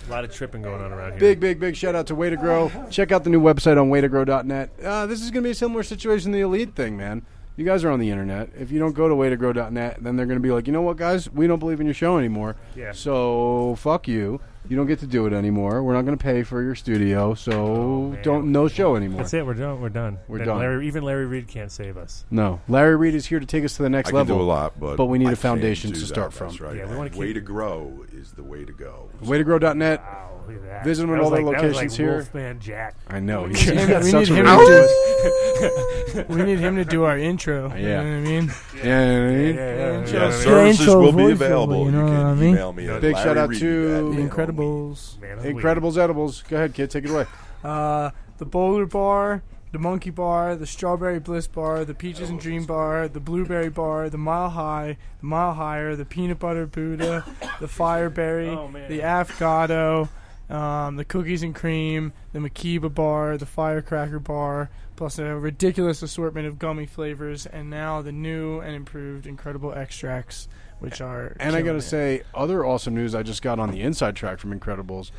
Speaker 3: a lot of tripping going on around here.
Speaker 4: Big, big, big shout out to Way to Grow. Check out the new website on waytogrow.net. Uh, this is going to be a similar situation to the Elite thing, man. You guys are on the internet. If you don't go to waytogrow.net, then they're going to be like, you know what, guys? We don't believe in your show anymore.
Speaker 3: Yeah.
Speaker 4: So fuck you. You don't get to do it anymore. We're not going to pay for your studio, so don't no show anymore.
Speaker 3: Oh, That's it. We're done. We're done.
Speaker 4: We're
Speaker 3: Then
Speaker 4: done.
Speaker 3: Larry, even Larry Reed can't save us.
Speaker 4: No, Larry Reed is here to take us to the next
Speaker 6: I can
Speaker 4: level.
Speaker 6: do a lot, but
Speaker 4: we need
Speaker 6: a
Speaker 4: a foundation to start from.
Speaker 6: Right.
Speaker 3: Yeah, we wanna
Speaker 6: way
Speaker 3: keep-
Speaker 6: to grow is the way to go.
Speaker 4: Waytogrow.net.
Speaker 3: Look at that.
Speaker 4: Visit them
Speaker 3: That
Speaker 4: at
Speaker 3: was
Speaker 4: all their
Speaker 3: like- that was
Speaker 4: locations
Speaker 3: like
Speaker 4: here.
Speaker 3: Wolfman Jack.
Speaker 4: I know.
Speaker 3: We
Speaker 4: He's-
Speaker 3: need
Speaker 4: he's got
Speaker 7: we
Speaker 4: such
Speaker 7: need
Speaker 4: a
Speaker 7: him
Speaker 4: really-
Speaker 7: to do. we need him to do our intro. You
Speaker 4: Yeah.
Speaker 7: know what I mean?
Speaker 4: Yeah, you know what I mean?
Speaker 7: Intro.
Speaker 6: Yeah,
Speaker 7: The
Speaker 6: services
Speaker 7: intro
Speaker 6: will be
Speaker 7: voiceover,
Speaker 6: available.
Speaker 7: You know
Speaker 6: You
Speaker 7: what
Speaker 6: can
Speaker 7: I mean?
Speaker 6: email me at
Speaker 4: Big shout out
Speaker 6: Larry
Speaker 4: to
Speaker 7: The Incredibles.
Speaker 4: Incredibles Edibles. Go ahead, kid. Take it away.
Speaker 7: Uh, the Bowler Bar, the Monkey Bar, the Strawberry Bliss Bar, the Peaches and Dream Bar, the Blueberry Bar, the Mile High, the Mile Higher, the Peanut Butter Buddha, the Fireberry, the Affogato, um, the Cookies and Cream, the Makiba Bar, the Firecracker Bar, plus a ridiculous assortment of gummy flavors, and now the new and improved Incredible Extracts, which are
Speaker 4: And I
Speaker 7: killing
Speaker 4: gotta
Speaker 7: it.
Speaker 4: say, other awesome news I just got on the inside track from Incredibles.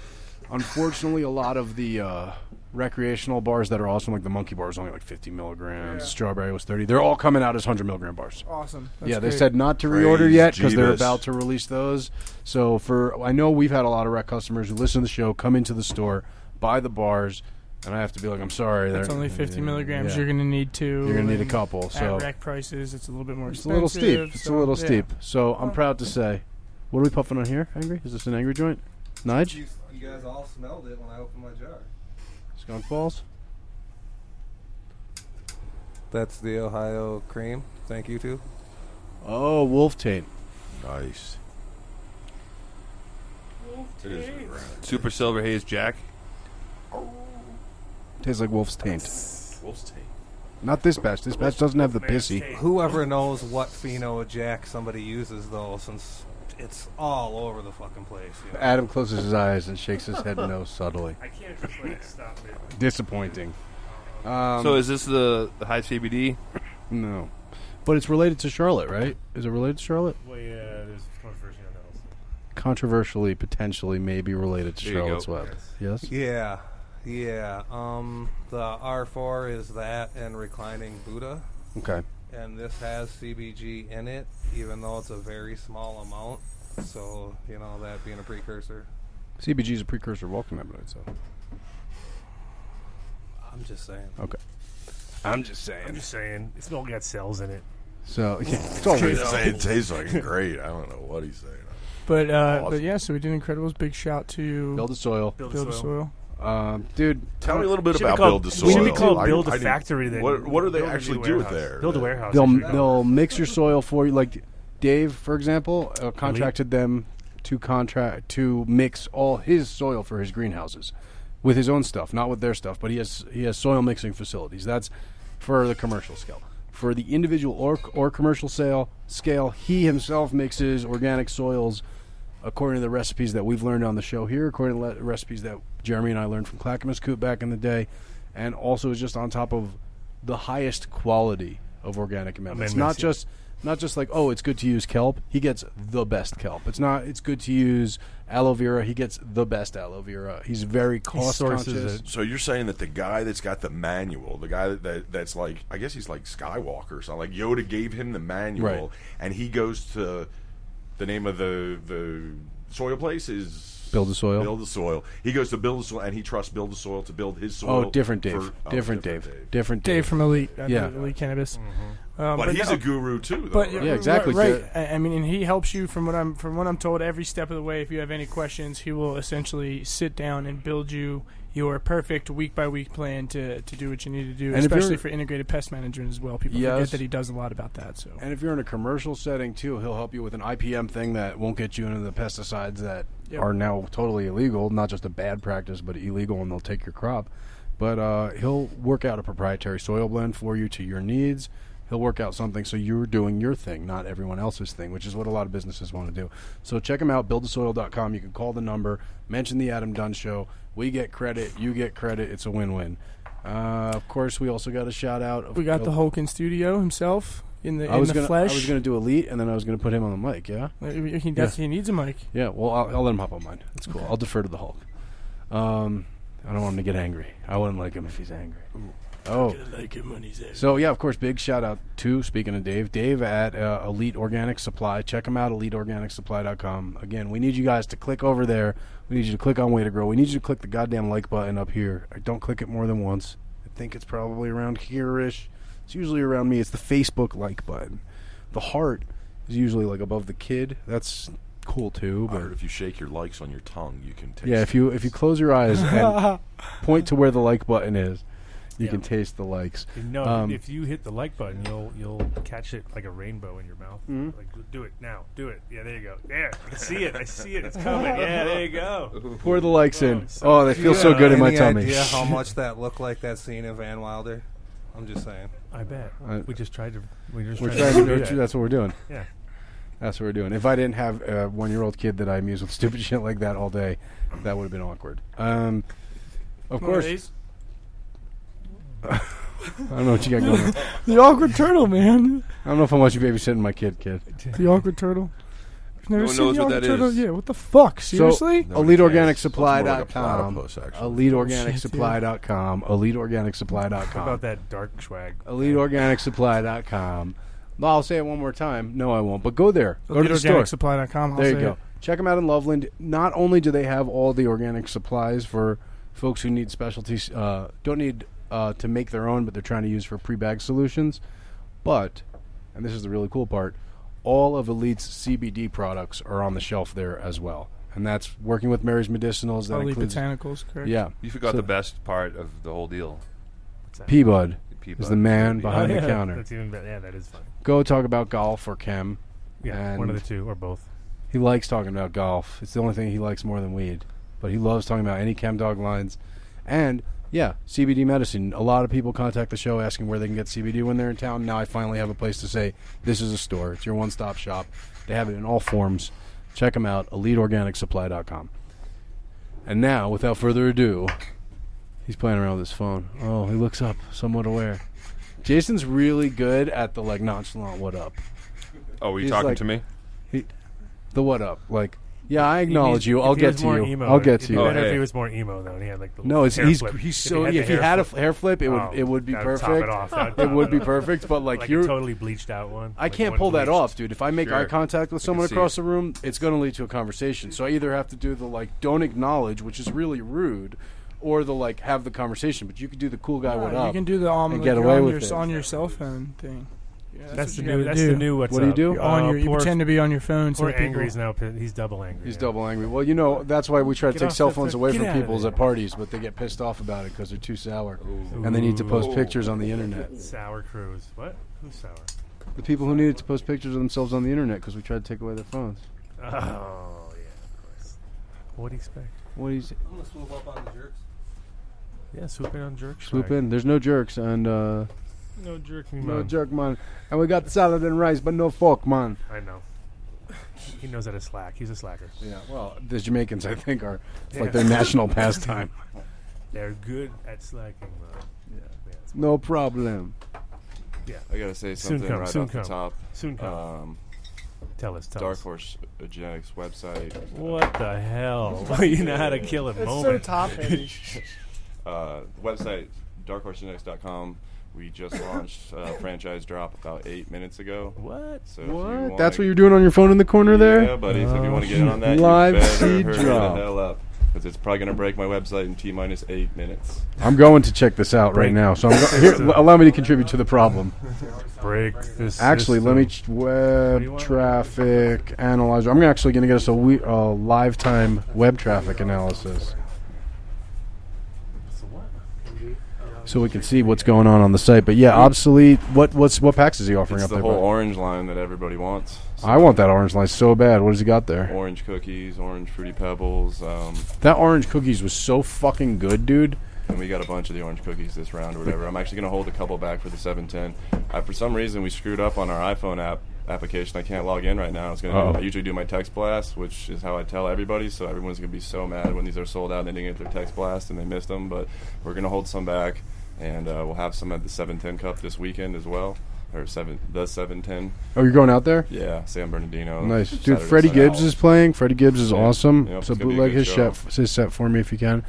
Speaker 4: Unfortunately, a lot of the uh, recreational bars that are awesome, like the Monkey Bar, is only like 50 milligrams. Strawberry was 30. They're all coming out as 100 milligram bars.
Speaker 7: Awesome.
Speaker 4: yeah,
Speaker 7: That's
Speaker 4: they
Speaker 7: great.
Speaker 4: said not to reorder
Speaker 6: Praise
Speaker 4: yet because they're
Speaker 6: Jeebus.
Speaker 4: about to release those. So for I know we've had a lot of rec customers who listen to the show, come into the store, buy the bars, and I have to be like, I'm sorry,
Speaker 7: It's
Speaker 4: they're-
Speaker 7: only 50 milligrams.
Speaker 4: Yeah.
Speaker 7: You're going to need two.
Speaker 4: You're gonna need a
Speaker 7: and
Speaker 4: couple, so-
Speaker 7: at rack prices, it's a little bit more
Speaker 4: It's a
Speaker 7: expensive.
Speaker 4: little steep. It's a
Speaker 7: so,
Speaker 4: little
Speaker 7: yeah.
Speaker 4: steep. So I'm proud to say, what are we puffing on here? Angry? Is this an angry joint? Nige?
Speaker 13: You, you guys all smelled it when I opened my jar.
Speaker 4: Skunk balls?
Speaker 13: That's the Ohio cream. Thank you too.
Speaker 4: Oh, wolf tape.
Speaker 6: Nice.
Speaker 5: It is Super Silver Haze Jack.
Speaker 4: Tastes like wolf's taint.
Speaker 5: Wolf's taint.
Speaker 4: Not this batch. This batch doesn't have the pissy.
Speaker 13: Whoever knows what pheno jack somebody uses though, since it's all over the fucking place. You know?
Speaker 4: Adam closes his eyes and shakes his head no subtly.
Speaker 3: I can't just like stop it.
Speaker 4: Disappointing. Um,
Speaker 5: so is this the, the high CBD?
Speaker 4: No. But it's related to Charlotte, right? Is it related to Charlotte?
Speaker 3: Well, yeah, there's controversy on that.
Speaker 4: Controversially, potentially, maybe related to
Speaker 5: There you go.
Speaker 4: Charlotte's Web. Yes?
Speaker 13: Yeah, yeah. Um, the R four is that and reclining Buddha.
Speaker 4: Okay.
Speaker 13: And this has CBG in it, even though it's a very small amount. So you know that being a precursor.
Speaker 4: CBG is a precursor of Welcome Evidence, so.
Speaker 13: I'm just saying.
Speaker 4: Okay. I'm just saying.
Speaker 3: I'm just saying. It's all got cells in it.
Speaker 4: So, yeah, it's
Speaker 6: It's
Speaker 4: always.
Speaker 6: saying it tastes fucking great. I don't know what he's saying.
Speaker 7: But uh,
Speaker 6: Awesome.
Speaker 7: but yeah, so we did Incredibles. Big shout to
Speaker 4: Build a soil.
Speaker 7: Build, a soil.
Speaker 4: Um, dude,
Speaker 6: Tell me a little bit
Speaker 3: Should be
Speaker 6: about
Speaker 3: called-
Speaker 6: Build a
Speaker 3: should
Speaker 6: Soil.
Speaker 3: be called
Speaker 6: I-
Speaker 3: Build a
Speaker 6: I didn't-
Speaker 3: Factory then.
Speaker 6: What, what do they
Speaker 3: Build a new
Speaker 6: actually do with
Speaker 3: warehouse.
Speaker 6: there?
Speaker 3: Build a warehouse.
Speaker 4: They'll they'll mix your soil for you. Like Dave, for example, uh, contracted them to contract to mix all his soil for his greenhouses with his own stuff, not with their stuff. But he has he has soil mixing facilities. That's for the commercial scale. For the individual or or commercial sale scale, he himself mixes organic soils according to the recipes that we've learned on the show here, according to le- recipes that Jeremy and I learned from Clackamas Coop back in the day, and also is just on top of the highest quality of organic amendments.
Speaker 3: Amendments,
Speaker 4: Not
Speaker 3: yeah.
Speaker 4: just not just like oh, it's good to use kelp. He gets the best kelp. It's not. It's good to use aloe vera. He gets the best aloe vera. He's very cost conscious.
Speaker 6: So you're saying that the guy that's got the manual, the guy that, that that's like, I guess he's like Skywalker or something. Like Yoda gave him the manual,
Speaker 4: Right.
Speaker 6: and he goes to the name of the the soil place is
Speaker 4: Build a Soil.
Speaker 6: Build the soil. He goes to build the soil, and he trusts build the soil to build his soil.
Speaker 4: Oh, different Dave.
Speaker 6: for- oh,
Speaker 4: different, Dave. Different Dave.
Speaker 7: Dave from Elite. uh,
Speaker 4: Yeah.
Speaker 7: Elite Cannabis. Um,
Speaker 6: Mm-hmm. But, he's
Speaker 7: no-
Speaker 6: a guru too, though.
Speaker 7: But
Speaker 6: right?
Speaker 4: Yeah, exactly,
Speaker 7: Right.
Speaker 4: Jared.
Speaker 7: I I mean, and he helps you from what I'm from what I'm told every step of the way. If you have any questions, he will essentially sit down and build you your perfect week by week plan to, to do what you need to do,
Speaker 4: And if you're-
Speaker 7: especially for integrated pest management as well. People
Speaker 4: Yes.
Speaker 7: forget that he does a lot about that. So
Speaker 4: And if you're in a commercial setting too, he'll help you with an IPM thing that won't get you into the pesticides that
Speaker 7: Yep.
Speaker 4: are now totally illegal. Not just a bad practice, but illegal, and they'll take your crop. But uh, he'll work out a proprietary soil blend for you to your needs. He'll work out something so you're doing your thing, not everyone else's thing, which is what a lot of businesses want to do. So check him out, buildthesoil.com. You can call the number, mention the Adam Dunn Show. We get credit, you get credit. It's a win win. Uh, of course, we also got a shout out. Of
Speaker 7: we got the Hulk in studio himself in the
Speaker 4: I
Speaker 7: in
Speaker 4: was
Speaker 7: the
Speaker 4: gonna,
Speaker 7: flesh.
Speaker 4: I was gonna do elite, and then I was gonna put him on the mic. Yeah,
Speaker 7: he, he does- he needs a mic.
Speaker 4: yeah. Well, I'll, I'll let him hop on mine. That's cool. I'll defer to the Hulk. Um, I don't want him to get angry. I wouldn't like him if he's angry. Oh,
Speaker 7: like him when he's
Speaker 4: so yeah, of course. Big shout out to speaking of Dave, Dave at uh, Elite Organic Supply. Check him out, EliteOrganicSupply.com. Again, we need you guys to click over there. We need you to click on Way to Grow. We need you to click the goddamn like button up here. I don't click it more than once. I think it's probably around here ish. It's usually around me. It's the Facebook like button. The heart is usually like above the kid. That's cool too.
Speaker 6: I
Speaker 4: But
Speaker 6: heard if you shake your likes on your tongue, you can taste.
Speaker 4: yeah, if you if you close your eyes and point to where the like button is, You
Speaker 3: Yeah.
Speaker 4: can taste the likes.
Speaker 3: No,
Speaker 4: Um,
Speaker 3: if you hit the like button, you'll you'll catch it like a rainbow in your mouth.
Speaker 4: Mm-hmm.
Speaker 3: Like, do it now, do it. Yeah, there you go. There, I can see it. I see it. It's coming. Yeah, there you go.
Speaker 4: Pour the likes in.
Speaker 3: Oh, they
Speaker 13: Do
Speaker 4: feel
Speaker 13: you
Speaker 4: so
Speaker 13: have
Speaker 4: good in my
Speaker 13: any
Speaker 4: tummy.
Speaker 13: idea how much that looked like that scene in Van Wilder? I'm just saying.
Speaker 3: I bet.
Speaker 4: I-
Speaker 3: we just tried to. We just
Speaker 4: We're trying
Speaker 3: tried to.
Speaker 4: to,
Speaker 3: do
Speaker 4: we're-
Speaker 3: that.
Speaker 4: that's what we're doing.
Speaker 3: Yeah.
Speaker 4: That's what we're doing. If I didn't have a one year old kid that I amuse with stupid shit like that all day, that would have been awkward. Um, of
Speaker 7: One
Speaker 4: course.
Speaker 7: these?
Speaker 4: I don't know what you got going on.
Speaker 7: the awkward turtle, man.
Speaker 4: I don't know if I want you babysitting my kid, kid.
Speaker 7: The awkward turtle. I've never
Speaker 5: No one
Speaker 7: seen
Speaker 5: knows
Speaker 7: the
Speaker 5: what
Speaker 7: awkward
Speaker 5: that
Speaker 7: turtle.
Speaker 5: is.
Speaker 7: Yeah, what the fuck? Seriously? Oh,
Speaker 4: So, eliteorganicsupply.com.
Speaker 6: Looks more like a platypus, actually.
Speaker 4: eliteorganicsupply.com.
Speaker 3: How
Speaker 4: Eliteorganicsupply.com.
Speaker 3: about that dark swag?
Speaker 4: EliteOrganicSupply.com. Well, I'll say it one more time. No, I won't. But go there. Go to the store.
Speaker 7: EliteOrganicSupply.com. I'll
Speaker 4: There you
Speaker 7: say
Speaker 4: go.
Speaker 7: it.
Speaker 4: Check them out in Loveland. Not only do they have all the organic supplies for folks who need specialties, uh, don't need uh, to make their own, but they're trying to use for pre-bag solutions. But, and this is the really cool part, all of Elite's CBD products are on the shelf there as well. And that's working with Mary's Medicinals. That
Speaker 7: Elite
Speaker 4: includes
Speaker 7: Botanicals, correct?
Speaker 4: Yeah.
Speaker 5: You forgot
Speaker 4: So-
Speaker 5: the best part of the whole deal.
Speaker 4: Peabod is
Speaker 5: Peabod.
Speaker 4: the man
Speaker 5: Peabod.
Speaker 4: behind
Speaker 3: Oh,
Speaker 4: the
Speaker 3: yeah.
Speaker 4: counter.
Speaker 3: That's even better. Yeah, that is fun.
Speaker 4: Go talk about golf or chem.
Speaker 3: Yeah,
Speaker 4: and
Speaker 3: one of the two or both.
Speaker 4: He likes talking about golf. It's the only thing he likes more than weed. But he loves talking about any chem dog lines. And yeah, CBD medicine. A lot of people contact the show asking where they can get CBD when they're in town. Now I finally have a place to say this is a store. It's your one-stop shop. They have it in all forms. Check them out. EliteOrganicSupply.com. And now, without further ado, he's playing around with his phone. Oh, he looks up, somewhat aware. Jason's really good at the like nonchalant what up.
Speaker 5: Oh, were you
Speaker 4: He's
Speaker 5: talking
Speaker 4: like-
Speaker 5: to me?
Speaker 4: He, the what up? Like, yeah, I acknowledge
Speaker 3: If he-
Speaker 4: you.
Speaker 3: if
Speaker 4: I'll
Speaker 3: he
Speaker 4: get
Speaker 3: was
Speaker 4: to
Speaker 3: more
Speaker 4: you.
Speaker 3: Emo,
Speaker 4: I'll get
Speaker 3: it'd
Speaker 4: to
Speaker 3: be
Speaker 4: you.
Speaker 5: Oh,
Speaker 3: Better if he was more emo though, and he had like the
Speaker 4: No, it's
Speaker 3: hair
Speaker 4: he's
Speaker 3: flip.
Speaker 4: he's so
Speaker 3: the
Speaker 4: if he had a f-
Speaker 3: flip,
Speaker 4: hair flip, it would
Speaker 3: oh,
Speaker 4: it would be
Speaker 3: that
Speaker 4: perfect.
Speaker 3: Top it off. That
Speaker 4: It
Speaker 3: top
Speaker 4: would be
Speaker 3: off.
Speaker 4: perfect, but like,
Speaker 3: Like a
Speaker 4: you're
Speaker 3: totally bleached out one.
Speaker 4: I can't pull that off, dude. If I make eye contact with someone
Speaker 3: see
Speaker 4: across the room, it's going to lead to a conversation. So I either have to do the like don't acknowledge, which is really rude, or the like have the conversation. But you could do the cool guy what
Speaker 7: Yeah,
Speaker 4: up.
Speaker 7: You can do the um,
Speaker 4: and
Speaker 7: like
Speaker 4: get
Speaker 7: you're
Speaker 4: away
Speaker 7: on,
Speaker 4: with
Speaker 7: your,
Speaker 4: it.
Speaker 7: on your cell phone thing. Yeah,
Speaker 3: That's the
Speaker 7: what you gotta
Speaker 3: new. That's the new. What's
Speaker 4: What do you
Speaker 3: up?
Speaker 4: do?
Speaker 7: You're on
Speaker 3: Uh,
Speaker 7: your- you
Speaker 3: poor-
Speaker 7: pretend to be on your phone so
Speaker 3: Poor
Speaker 7: people-
Speaker 3: angry is now. pi- He's double angry.
Speaker 4: He's double angry. Well, you know that's why we try to
Speaker 3: Get
Speaker 4: take
Speaker 3: off
Speaker 4: cell
Speaker 3: the-
Speaker 4: phones
Speaker 3: the-
Speaker 4: away
Speaker 3: get
Speaker 4: from
Speaker 3: out of
Speaker 4: people's
Speaker 3: there.
Speaker 4: at parties, but they get pissed off about it because they're too sour, and they need to post
Speaker 3: Ooh.
Speaker 4: pictures on the internet.
Speaker 3: Sour Cruise. What? Who's sour?
Speaker 4: The people who needed to post pictures of themselves on the internet because we tried to take away their phones.
Speaker 3: Oh yeah, of course. What do you expect?
Speaker 4: What do you say?
Speaker 13: I'm gonna swoop up on the jerks.
Speaker 3: Yeah, swoop in on jerk.
Speaker 4: Swoop
Speaker 3: swag.
Speaker 4: in. There's no jerks and uh,
Speaker 3: No jerk me,
Speaker 4: no
Speaker 3: man.
Speaker 4: jerk man, and we got salad and rice, but no fork man.
Speaker 3: I know. He knows how to slack. He's a slacker.
Speaker 4: Yeah. Well, the Jamaicans, I think, are it's
Speaker 3: Yeah.
Speaker 4: like their national pastime.
Speaker 3: They're good at slacking, man. Yeah. it's-
Speaker 4: No problem.
Speaker 3: yeah.
Speaker 12: I gotta say
Speaker 3: Soon
Speaker 12: something
Speaker 3: come,
Speaker 12: right
Speaker 3: soon
Speaker 12: off
Speaker 3: come.
Speaker 12: the top.
Speaker 3: Soon come.
Speaker 12: Um,
Speaker 3: Tell us, tell
Speaker 12: Dark
Speaker 3: us.
Speaker 12: Horse Genetics website.
Speaker 3: What the hell? you know how to kill a
Speaker 7: It's so
Speaker 3: moment.
Speaker 7: top heavy.
Speaker 12: Uh, the website darkhorsegenetics.com. We just launched uh, franchise drop about eight minutes ago.
Speaker 3: What?
Speaker 12: So if you
Speaker 4: What?
Speaker 12: wanna-
Speaker 4: That's what you're doing on your phone in the corner there?
Speaker 12: Yeah, buddy. so if you want to get in on that,
Speaker 4: Live
Speaker 12: you better
Speaker 4: seed
Speaker 12: hurry
Speaker 4: drop.
Speaker 12: the hell up because it's probably gonna break my website in t minus eight minutes.
Speaker 4: I'm going to check this out right now. So I'm go- here, l- allow me to contribute to the problem.
Speaker 3: Break this.
Speaker 4: Actually, let me
Speaker 3: system.
Speaker 4: ch- web traffic analyzer. I'm actually going to get us a we- uh, live time web traffic analysis. So we can see what's going on on the site. But yeah, obsolete. What what's what packs is he offering
Speaker 12: It's
Speaker 4: up
Speaker 12: the
Speaker 4: there?
Speaker 12: whole
Speaker 4: bud?
Speaker 12: orange line that everybody wants.
Speaker 4: I want that orange line so bad. What has he got there?
Speaker 12: Orange cookies, orange fruity pebbles. Um,
Speaker 4: That orange cookies was so fucking good, dude.
Speaker 12: and we got a bunch of the orange cookies this round or whatever. I'm actually going to hold a couple back for the 710. Uh, for some reason, we screwed up on our iPhone app application. I can't log in right now. I was going
Speaker 4: Uh-oh.
Speaker 12: to. I usually do my text blast, which is how I tell everybody. So everyone's going to be so mad when these are sold out and they didn't get their text blast and they missed them. But we're going to hold some back, and uh, we'll have some at the 710 Cup this weekend as well, or seven the 710.
Speaker 4: Oh, you're going out there?
Speaker 12: Yeah, San Bernardino.
Speaker 4: Nice, dude.
Speaker 12: Saturday,
Speaker 4: Freddie
Speaker 12: Sunday.
Speaker 4: Gibbs is playing. Freddie Gibbs is
Speaker 12: Yeah.
Speaker 4: awesome.
Speaker 12: Yep,
Speaker 4: so
Speaker 12: it's gonna be a
Speaker 4: bootleg
Speaker 12: good
Speaker 4: his
Speaker 12: show.
Speaker 4: set, his set for me if you can.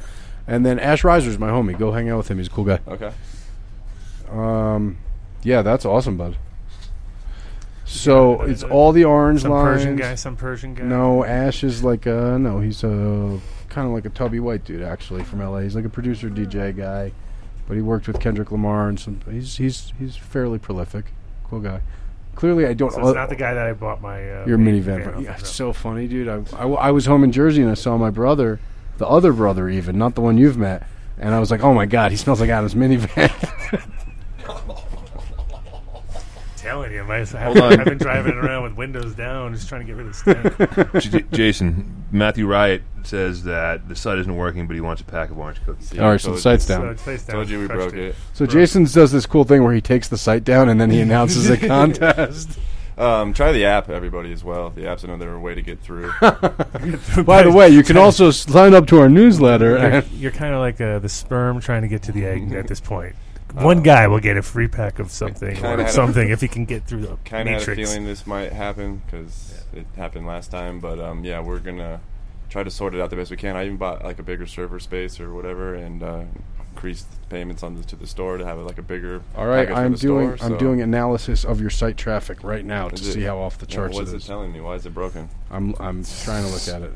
Speaker 4: And then Ash Riser's my homie. Go hang out with him. He's a cool guy.
Speaker 12: Okay.
Speaker 4: Um, yeah, that's awesome, bud. So
Speaker 3: another-
Speaker 4: it's all the orange
Speaker 3: some
Speaker 4: lines.
Speaker 3: Persian guy, some Persian guy.
Speaker 4: No, Ash is like a no. He's a kind of like a tubby white dude actually from LA. He's like a producer DJ guy, but he worked with Kendrick Lamar and some. He's he's he's fairly prolific. Cool guy. Clearly, I don't.
Speaker 3: So it's not the guy that I bought my uh,
Speaker 4: Your minivan.
Speaker 3: off
Speaker 4: bro.
Speaker 3: of,
Speaker 4: Yeah,
Speaker 3: no.
Speaker 4: it's so funny, dude. I, I, I was home in Jersey and I saw my brother, the other brother, even not the one you've met, and I was like, "Oh my god, he smells like Adam's minivan."
Speaker 3: telling you, my,
Speaker 5: Hold on.
Speaker 3: I've been driving it around with windows down, just trying to get rid of the
Speaker 5: J-
Speaker 3: stink.
Speaker 5: Jason Matthew Riot says that the site isn't working, but he wants a pack of orange cookies.
Speaker 4: All right, so the site's down.
Speaker 12: Told you we broke it.
Speaker 4: So Jason's does this cool thing where he takes the site down and then he announces a contest.
Speaker 12: Um, try the app, everybody, as well. The app's another way to get through.
Speaker 4: By the way, you can also sign up to our newsletter.
Speaker 3: You're,
Speaker 4: And
Speaker 3: you're kind of like uh, the sperm trying to get to the egg
Speaker 12: Mm-hmm.
Speaker 3: at this point. One guy will get a free pack of something
Speaker 12: Uh, Kinda
Speaker 3: or
Speaker 12: had a-
Speaker 3: something if he can get through the
Speaker 12: Kind of had a
Speaker 3: matrix.
Speaker 12: feeling this might happen because it happened last time. But um, yeah, we're gonna try to sort it out the best we can. I even bought like a bigger server space or whatever, and uh, increased payments on the, to the store to have like a bigger.
Speaker 4: all right,
Speaker 12: package for
Speaker 4: I'm
Speaker 12: the
Speaker 4: doing
Speaker 12: store,
Speaker 4: I'm
Speaker 12: so-
Speaker 4: doing analysis of your site traffic right now to
Speaker 12: Is it-
Speaker 4: see how off the
Speaker 12: yeah,
Speaker 4: charts
Speaker 12: What's
Speaker 4: it
Speaker 12: it
Speaker 4: is.
Speaker 12: telling me? Why is it broken?
Speaker 4: I'm I'm trying to look at it.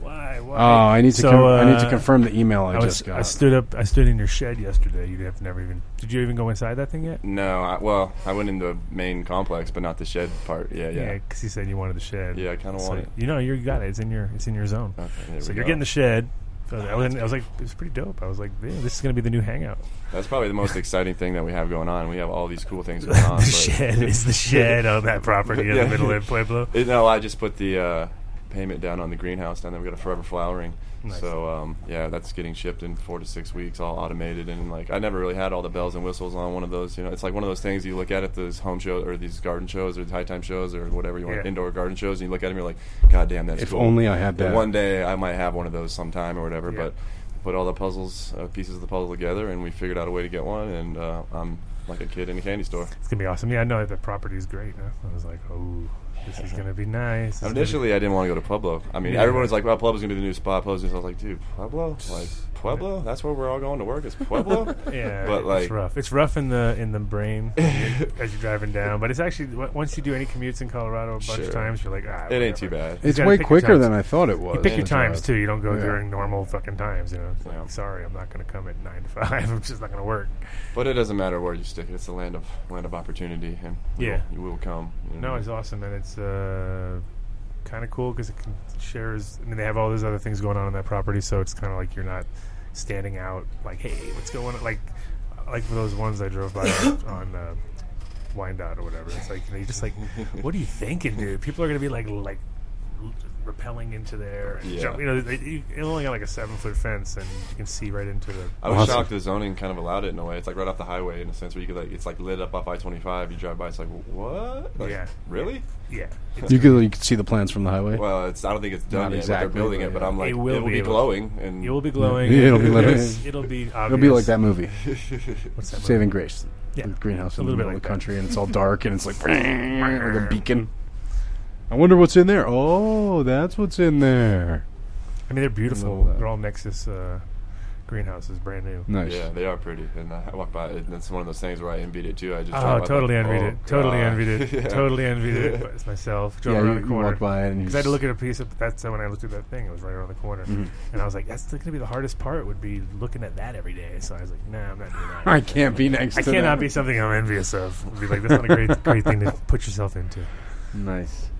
Speaker 3: Why?
Speaker 4: Oh, I need to
Speaker 3: So,
Speaker 4: con- I need to
Speaker 3: uh,
Speaker 4: confirm the email I,
Speaker 3: was-
Speaker 4: just got.
Speaker 3: I stood up. I stood in your shed yesterday. You have never even. Did you even go inside that thing yet?
Speaker 12: No, I, well, I went in the main complex, but not the shed part. Yeah, yeah.
Speaker 3: Yeah, because you said you wanted the shed.
Speaker 12: Yeah, I kinda
Speaker 3: So,
Speaker 12: want it.
Speaker 3: You know, you got it. It's in your it's in your zone.
Speaker 12: there
Speaker 3: so
Speaker 12: we
Speaker 3: you're
Speaker 12: go.
Speaker 3: getting the shed. So I was, I was like, it was pretty dope. I was like, yeah, this is gonna be the new hangout.
Speaker 12: That's probably the most exciting thing that we have going on. We have all these cool things going on.
Speaker 3: The
Speaker 12: but-
Speaker 3: shed is the shed on that property in the middle of Pueblo.
Speaker 12: It- no, I just put the uh, payment down on the greenhouse down there. We got a forever flowering.
Speaker 3: Nice.
Speaker 12: So um, yeah, that's getting shipped in four to six weeks, all automated, and like I never really had all the bells and whistles on one of those. You know, it's like one of those things you look at at those home shows or these garden shows or the high time shows or whatever you want,
Speaker 4: Yeah.
Speaker 12: indoor garden shows, and you look at them, you're like, God damn, that's
Speaker 4: If
Speaker 12: cool.
Speaker 4: only I had
Speaker 12: Yeah,
Speaker 4: that.
Speaker 12: One day I might have one of those sometime or whatever. But put all the puzzles, uh, pieces of the puzzle together, and we figured out a way to get one. And uh, I'm like a kid in a candy store.
Speaker 3: It's gonna be awesome. Yeah, I know the property is great. I was like, oh, this is gonna be nice. This is gonna be-
Speaker 12: Initially, I didn't want to go to Pueblo. I mean,
Speaker 3: Yeah.
Speaker 12: everyone was like, "Well, Pueblo's gonna be the new spot." Pueblo's, gonna-" I was like, "Dude, Pueblo? Like Pueblo? That's where we're all going to work? Is Pueblo?"
Speaker 3: Yeah,
Speaker 12: but like,
Speaker 3: it's rough. It's rough in the in the brain as you're driving down. But it's actually w- once you do any commutes in Colorado a bunch
Speaker 12: Sure.
Speaker 3: of times, you're like, ah,
Speaker 12: It ain't
Speaker 3: whatever.
Speaker 12: too bad.
Speaker 3: You
Speaker 4: It's
Speaker 3: gotta
Speaker 4: way
Speaker 3: pick your
Speaker 4: quicker
Speaker 3: times.
Speaker 4: than I thought it was.
Speaker 3: You pick
Speaker 4: Yeah.
Speaker 3: your times too. You don't go
Speaker 4: Yeah.
Speaker 3: during normal fucking times. You know, It's like, sorry, I'm not going to come at nine to five. I'm just not going to work.
Speaker 12: but it doesn't matter where you stick it. It's the land of land of opportunity, and we
Speaker 3: Yeah.
Speaker 12: will, we will come. you know.
Speaker 3: No, it's awesome, and it's uh, kind of cool because it can shares. I mean, they have all those other things going on in that property, so it's kind of like you're not standing out. Like, hey, what's going on? Like, like for those ones I drove by on, on uh, Wyandotte or whatever. It's like you know, you're just like, what are you thinking, dude? People are gonna be like, like rappelling into there. And
Speaker 12: Yeah.
Speaker 3: jump, you know, they, you, it only got like a seven foot fence, and you can see right into the.
Speaker 12: I was shocked the zoning kind of allowed it in a way. It's like right off the highway in a sense where you could like it's like lit up off I twenty five. You drive by, it's like what? Like,
Speaker 3: Yeah.
Speaker 12: really?
Speaker 3: Yeah.
Speaker 4: You could you could see the plans from the highway.
Speaker 12: Well, it's I don't think it's done
Speaker 4: Not
Speaker 12: yet.
Speaker 4: exactly,
Speaker 12: but they're building
Speaker 4: but
Speaker 12: it, but
Speaker 4: yeah.
Speaker 12: I'm like,
Speaker 4: It
Speaker 12: it
Speaker 4: will
Speaker 12: will,
Speaker 4: be
Speaker 12: be
Speaker 4: able-
Speaker 12: glowing, and
Speaker 3: It will be glowing.
Speaker 4: Yeah, it'll be
Speaker 3: Yes,
Speaker 4: lit.
Speaker 3: It'll be.
Speaker 4: It'll be like
Speaker 3: obvious.
Speaker 4: that movie.
Speaker 3: What's that
Speaker 4: Saving
Speaker 3: movie?
Speaker 4: Grace.
Speaker 3: Yeah.
Speaker 4: The greenhouse
Speaker 3: A
Speaker 4: in the
Speaker 3: little bit
Speaker 4: middle of
Speaker 3: like
Speaker 4: the
Speaker 3: that.
Speaker 4: country, and it's all dark, and it's like like a beacon. I wonder what's in there. Oh, that's what's in there.
Speaker 3: I mean, they're beautiful.
Speaker 4: Love that.
Speaker 3: They're all Nexus uh, greenhouses, brand new.
Speaker 12: Yeah, they are pretty, and I walked by it, and that's one of those things where I envied it too. I just
Speaker 3: Oh,
Speaker 12: drive by,
Speaker 3: totally
Speaker 12: like,
Speaker 3: envied
Speaker 12: oh,
Speaker 3: it. Totally
Speaker 12: God.
Speaker 3: envied it.
Speaker 12: Yeah.
Speaker 3: Totally envied it. But It's myself. Drove
Speaker 4: Yeah,
Speaker 3: around
Speaker 4: you-
Speaker 3: the
Speaker 4: you
Speaker 3: corner.
Speaker 4: walked by it and you
Speaker 3: because I had to
Speaker 4: just-
Speaker 3: look at a piece of that's when I looked at that thing. It was right around the corner,
Speaker 4: Mhm.
Speaker 3: and I was like, "That's going to be the hardest part. Would be looking at that every day." So I was like, "Nah, I'm not doing that.
Speaker 4: I can't be next
Speaker 3: I
Speaker 4: to
Speaker 3: cannot
Speaker 4: that.
Speaker 3: be something I'm envious of. I'd be like, that's not a great, great thing to put yourself into."
Speaker 4: Nice.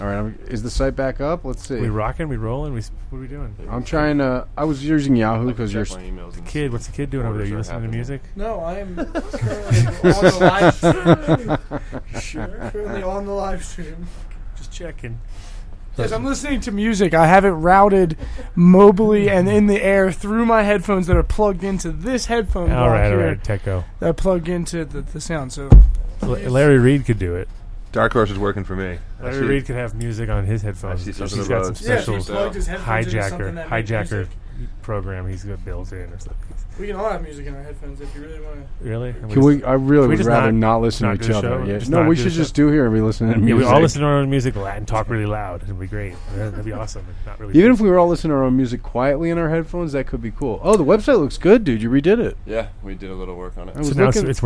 Speaker 4: All right, I'm, is the site back up? Let's see.
Speaker 3: We rocking. We rolling. We s- what are we doing?
Speaker 4: I'm trying to. I was using Yahoo because you're.
Speaker 3: The kid, what's the kid doing over there? You listening to music?
Speaker 13: No, I'm currently on the live stream.
Speaker 4: Sure.
Speaker 13: Currently on the live stream.
Speaker 3: Just checking.
Speaker 7: As I'm listening to music, I have it routed mobily and in the air through my headphones that are plugged into this headphone.
Speaker 3: All
Speaker 7: block
Speaker 3: right, all
Speaker 7: here
Speaker 3: right, Techo.
Speaker 7: That are plugged into the, the sound. So
Speaker 3: L- Larry Reed could do it.
Speaker 5: Dark Horse is working for me. I see
Speaker 3: Larry
Speaker 5: it.
Speaker 3: Reed could have music on his headphones.
Speaker 5: see
Speaker 3: He's
Speaker 5: something
Speaker 3: got some
Speaker 5: about- Yeah, if
Speaker 3: special
Speaker 5: he plugged
Speaker 7: his headphones into something
Speaker 3: hijacker
Speaker 7: that made
Speaker 3: hijacker program he's got built in or something.
Speaker 7: we can all have music in our headphones if you really want to.
Speaker 3: Really? And
Speaker 4: Can we?
Speaker 3: just-
Speaker 4: I really
Speaker 3: can we
Speaker 4: would
Speaker 3: just
Speaker 4: rather not, listen
Speaker 3: not
Speaker 4: to each
Speaker 3: do the
Speaker 4: other.
Speaker 3: show?
Speaker 4: Yeah.
Speaker 3: Just
Speaker 4: No,
Speaker 3: not
Speaker 4: we
Speaker 3: do
Speaker 4: should
Speaker 3: the
Speaker 4: just
Speaker 3: show?
Speaker 4: do here and be listening to
Speaker 3: Yeah,
Speaker 4: music.
Speaker 3: we all listen to our own music li- and talk really loud. It'd be great. That'd be awesome. and Not really.
Speaker 4: Even if we were all listening to our own music quietly in our headphones, that could be cool. Oh, the website looks good, dude. You redid it.
Speaker 12: Yeah, we did a little work on it.
Speaker 4: I was looking- It's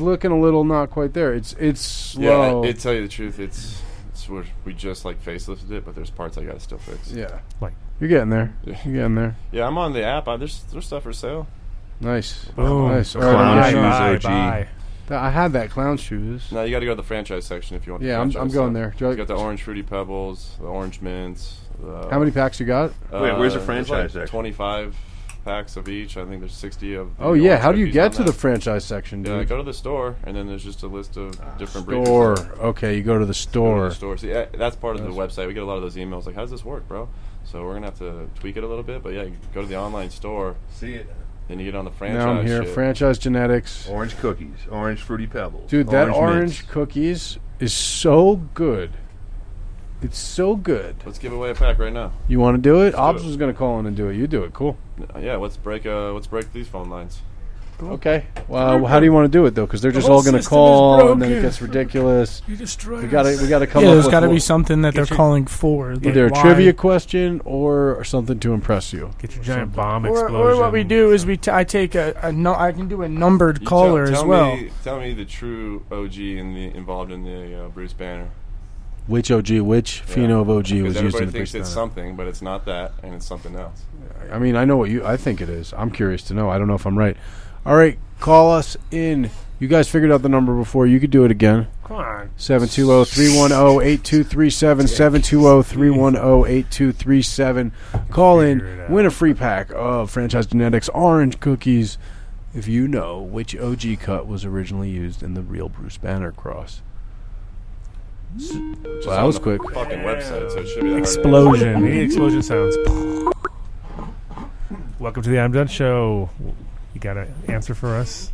Speaker 4: looking a little not quite there. It's it's slow.
Speaker 12: Yeah, it, it tell you the truth, it's, it's we're, we just like facelifted it, but there's parts I got to still fix.
Speaker 4: Yeah. You're getting there. You're getting there.
Speaker 12: Yeah, I'm on the app. I, there's there's stuff for sale.
Speaker 4: Nice.
Speaker 12: Boom.
Speaker 4: Nice.
Speaker 12: Clown
Speaker 4: Alright,
Speaker 12: shoes,
Speaker 4: nice.
Speaker 12: OG. Bye,
Speaker 4: Th- I had that clown shoes.
Speaker 12: No, you got to go to the franchise section if you want.
Speaker 4: Yeah,
Speaker 12: the
Speaker 4: I'm-
Speaker 12: franchise
Speaker 4: I'm going
Speaker 12: stuff.
Speaker 4: there. Do I-
Speaker 12: You got the orange fruity pebbles, the orange mints. The,
Speaker 4: How many packs you got?
Speaker 5: Wait, where's the
Speaker 12: there's,
Speaker 5: franchise section?
Speaker 12: Like Twenty five. packs of each. I think there's 60 of. the
Speaker 4: Oh
Speaker 12: New
Speaker 4: yeah,
Speaker 12: York
Speaker 4: how do you
Speaker 12: turkeys on
Speaker 4: get to
Speaker 12: that.
Speaker 4: the franchise section,
Speaker 12: Yeah,
Speaker 4: dude? Ah,
Speaker 12: go to the store, and then there's just a list of different breeders.
Speaker 4: store. Okay, you go to the
Speaker 12: Go to
Speaker 4: store.
Speaker 12: the store. See, uh, that's part of the website. We get a lot of those emails like, "How does this work, bro?" So we're gonna have to tweak it a little bit. But yeah, you go to the online store. See it. Then you get on the franchise.
Speaker 4: Now I'm here.
Speaker 12: shit.
Speaker 4: Franchise genetics.
Speaker 5: Orange cookies, orange fruity pebbles,
Speaker 4: Dude, that
Speaker 5: mints.
Speaker 4: orange cookies is so good. It's so good.
Speaker 12: Let's give away a pack right now.
Speaker 4: You want to do it?
Speaker 12: Let's do
Speaker 4: Ops
Speaker 12: it.
Speaker 4: was going to call in and do it. You do it. Cool.
Speaker 12: Uh, Yeah, let's break. Uh, let's break these phone lines.
Speaker 4: Okay. Well, how do you want to do it though? Because they're just all going to call, and then it gets ridiculous.
Speaker 12: You destroyed
Speaker 4: we got to
Speaker 12: us.
Speaker 4: we got to come
Speaker 7: Yeah,
Speaker 4: up
Speaker 7: there's
Speaker 4: with
Speaker 7: gotta
Speaker 4: what-
Speaker 7: be something that Get they're your- calling for, like
Speaker 4: Either a
Speaker 7: why-
Speaker 4: trivia question or something to impress you.
Speaker 3: Get your giant bomb
Speaker 7: Or, or what we do is we t- I take a, a no- I can do a numbered
Speaker 12: You tell-
Speaker 7: caller
Speaker 12: tell
Speaker 7: as well.
Speaker 12: Me, tell me the true OG in the, involved in the uh, Bruce Banner.
Speaker 4: Which OG, which
Speaker 12: Yeah.
Speaker 4: pheno of OG
Speaker 12: Because
Speaker 4: was used
Speaker 12: everybody
Speaker 4: in the
Speaker 12: thinks
Speaker 4: first
Speaker 12: it's
Speaker 4: time?
Speaker 12: something, but it's not that, and it's something else.
Speaker 4: I mean, I know what you. I think it is. I'm curious to know. I don't know if I'm right. All right, call us in. You guys figured out the number before. You could do it again. oh,
Speaker 3: Come on.
Speaker 4: 720-310-8237, 720-310-8237. Call in, win a free pack of Franchise Genetics orange cookies if you know which OG cut was originally used in the real Bruce Banner cross.
Speaker 12: Which is
Speaker 4: Well, that
Speaker 12: on
Speaker 4: was
Speaker 12: the
Speaker 4: quick.
Speaker 12: Fucking website, so it should be that hard.
Speaker 3: Explosion. We need explosion sounds. Welcome to the I'm Done Show. You got an answer for us?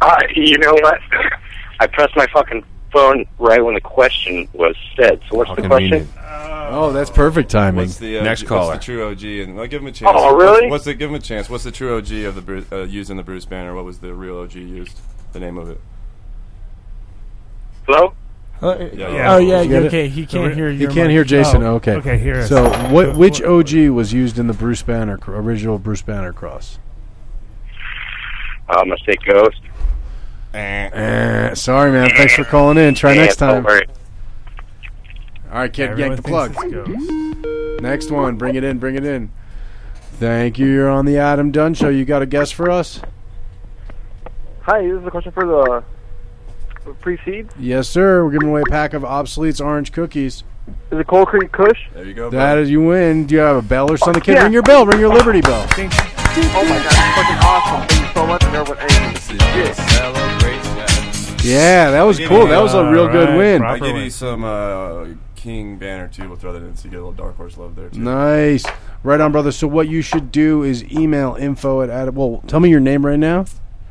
Speaker 14: Uh, you know what? I pressed my fucking phone right when the question was said. So what's the question?
Speaker 4: Oh, that's perfect timing.
Speaker 12: What's the, uh,
Speaker 4: Next
Speaker 12: what's
Speaker 4: caller.
Speaker 12: the true OG, and like, give him a chance.
Speaker 14: Oh, really?
Speaker 12: What's the give him a chance? What's the true OG of the Bru- uh, used in the Bruce Banner? What was the real OG used? The name of it.
Speaker 14: Hello.
Speaker 12: uh,
Speaker 7: Oh yeah,
Speaker 4: Did you get
Speaker 7: okay.
Speaker 4: it?
Speaker 7: He can't hear
Speaker 4: He
Speaker 7: your
Speaker 4: can't
Speaker 7: mic.
Speaker 4: hear Jason.
Speaker 7: Oh,
Speaker 4: okay.
Speaker 7: okay, hear us.
Speaker 4: So, what?
Speaker 7: Go-
Speaker 4: Which OG was used in the Bruce Banner cr- original Bruce Banner cross?
Speaker 14: I'm gonna say ghost.
Speaker 4: Eh, sorry, man. Thanks for calling in. Try
Speaker 14: Yeah,
Speaker 4: next
Speaker 14: don't
Speaker 4: time.
Speaker 14: worry.
Speaker 4: All right, kid,
Speaker 14: Everyone
Speaker 4: yank the plug.
Speaker 3: Go.
Speaker 4: Next one. Bring it in. Bring it in. Thank you. You're on the Adam Dunn Show. You got a guess for us?
Speaker 15: Hi, this is a question for the for pre-seed.
Speaker 4: Yes, sir. We're giving away a pack of obsoletes orange cookies.
Speaker 15: Is it Cold Creek Kush? Oh, There
Speaker 12: you go.
Speaker 4: That is, you win. Do you have a bell or something? Kid,
Speaker 15: Yeah.
Speaker 4: ring your bell. Ring your Liberty bell.
Speaker 15: Oh my god, that's fucking awesome! Thank you so much. There was this is
Speaker 4: Yeah, that was
Speaker 12: I'll give
Speaker 4: cool.
Speaker 12: you-
Speaker 4: That was a real good win.
Speaker 12: I'll give you some uh, King Banner too. We'll throw that in so you get a little Dark Horse love there too.
Speaker 4: Nice. Right on, brother. So what you should do is email info at Adam. Well, tell me your name right now.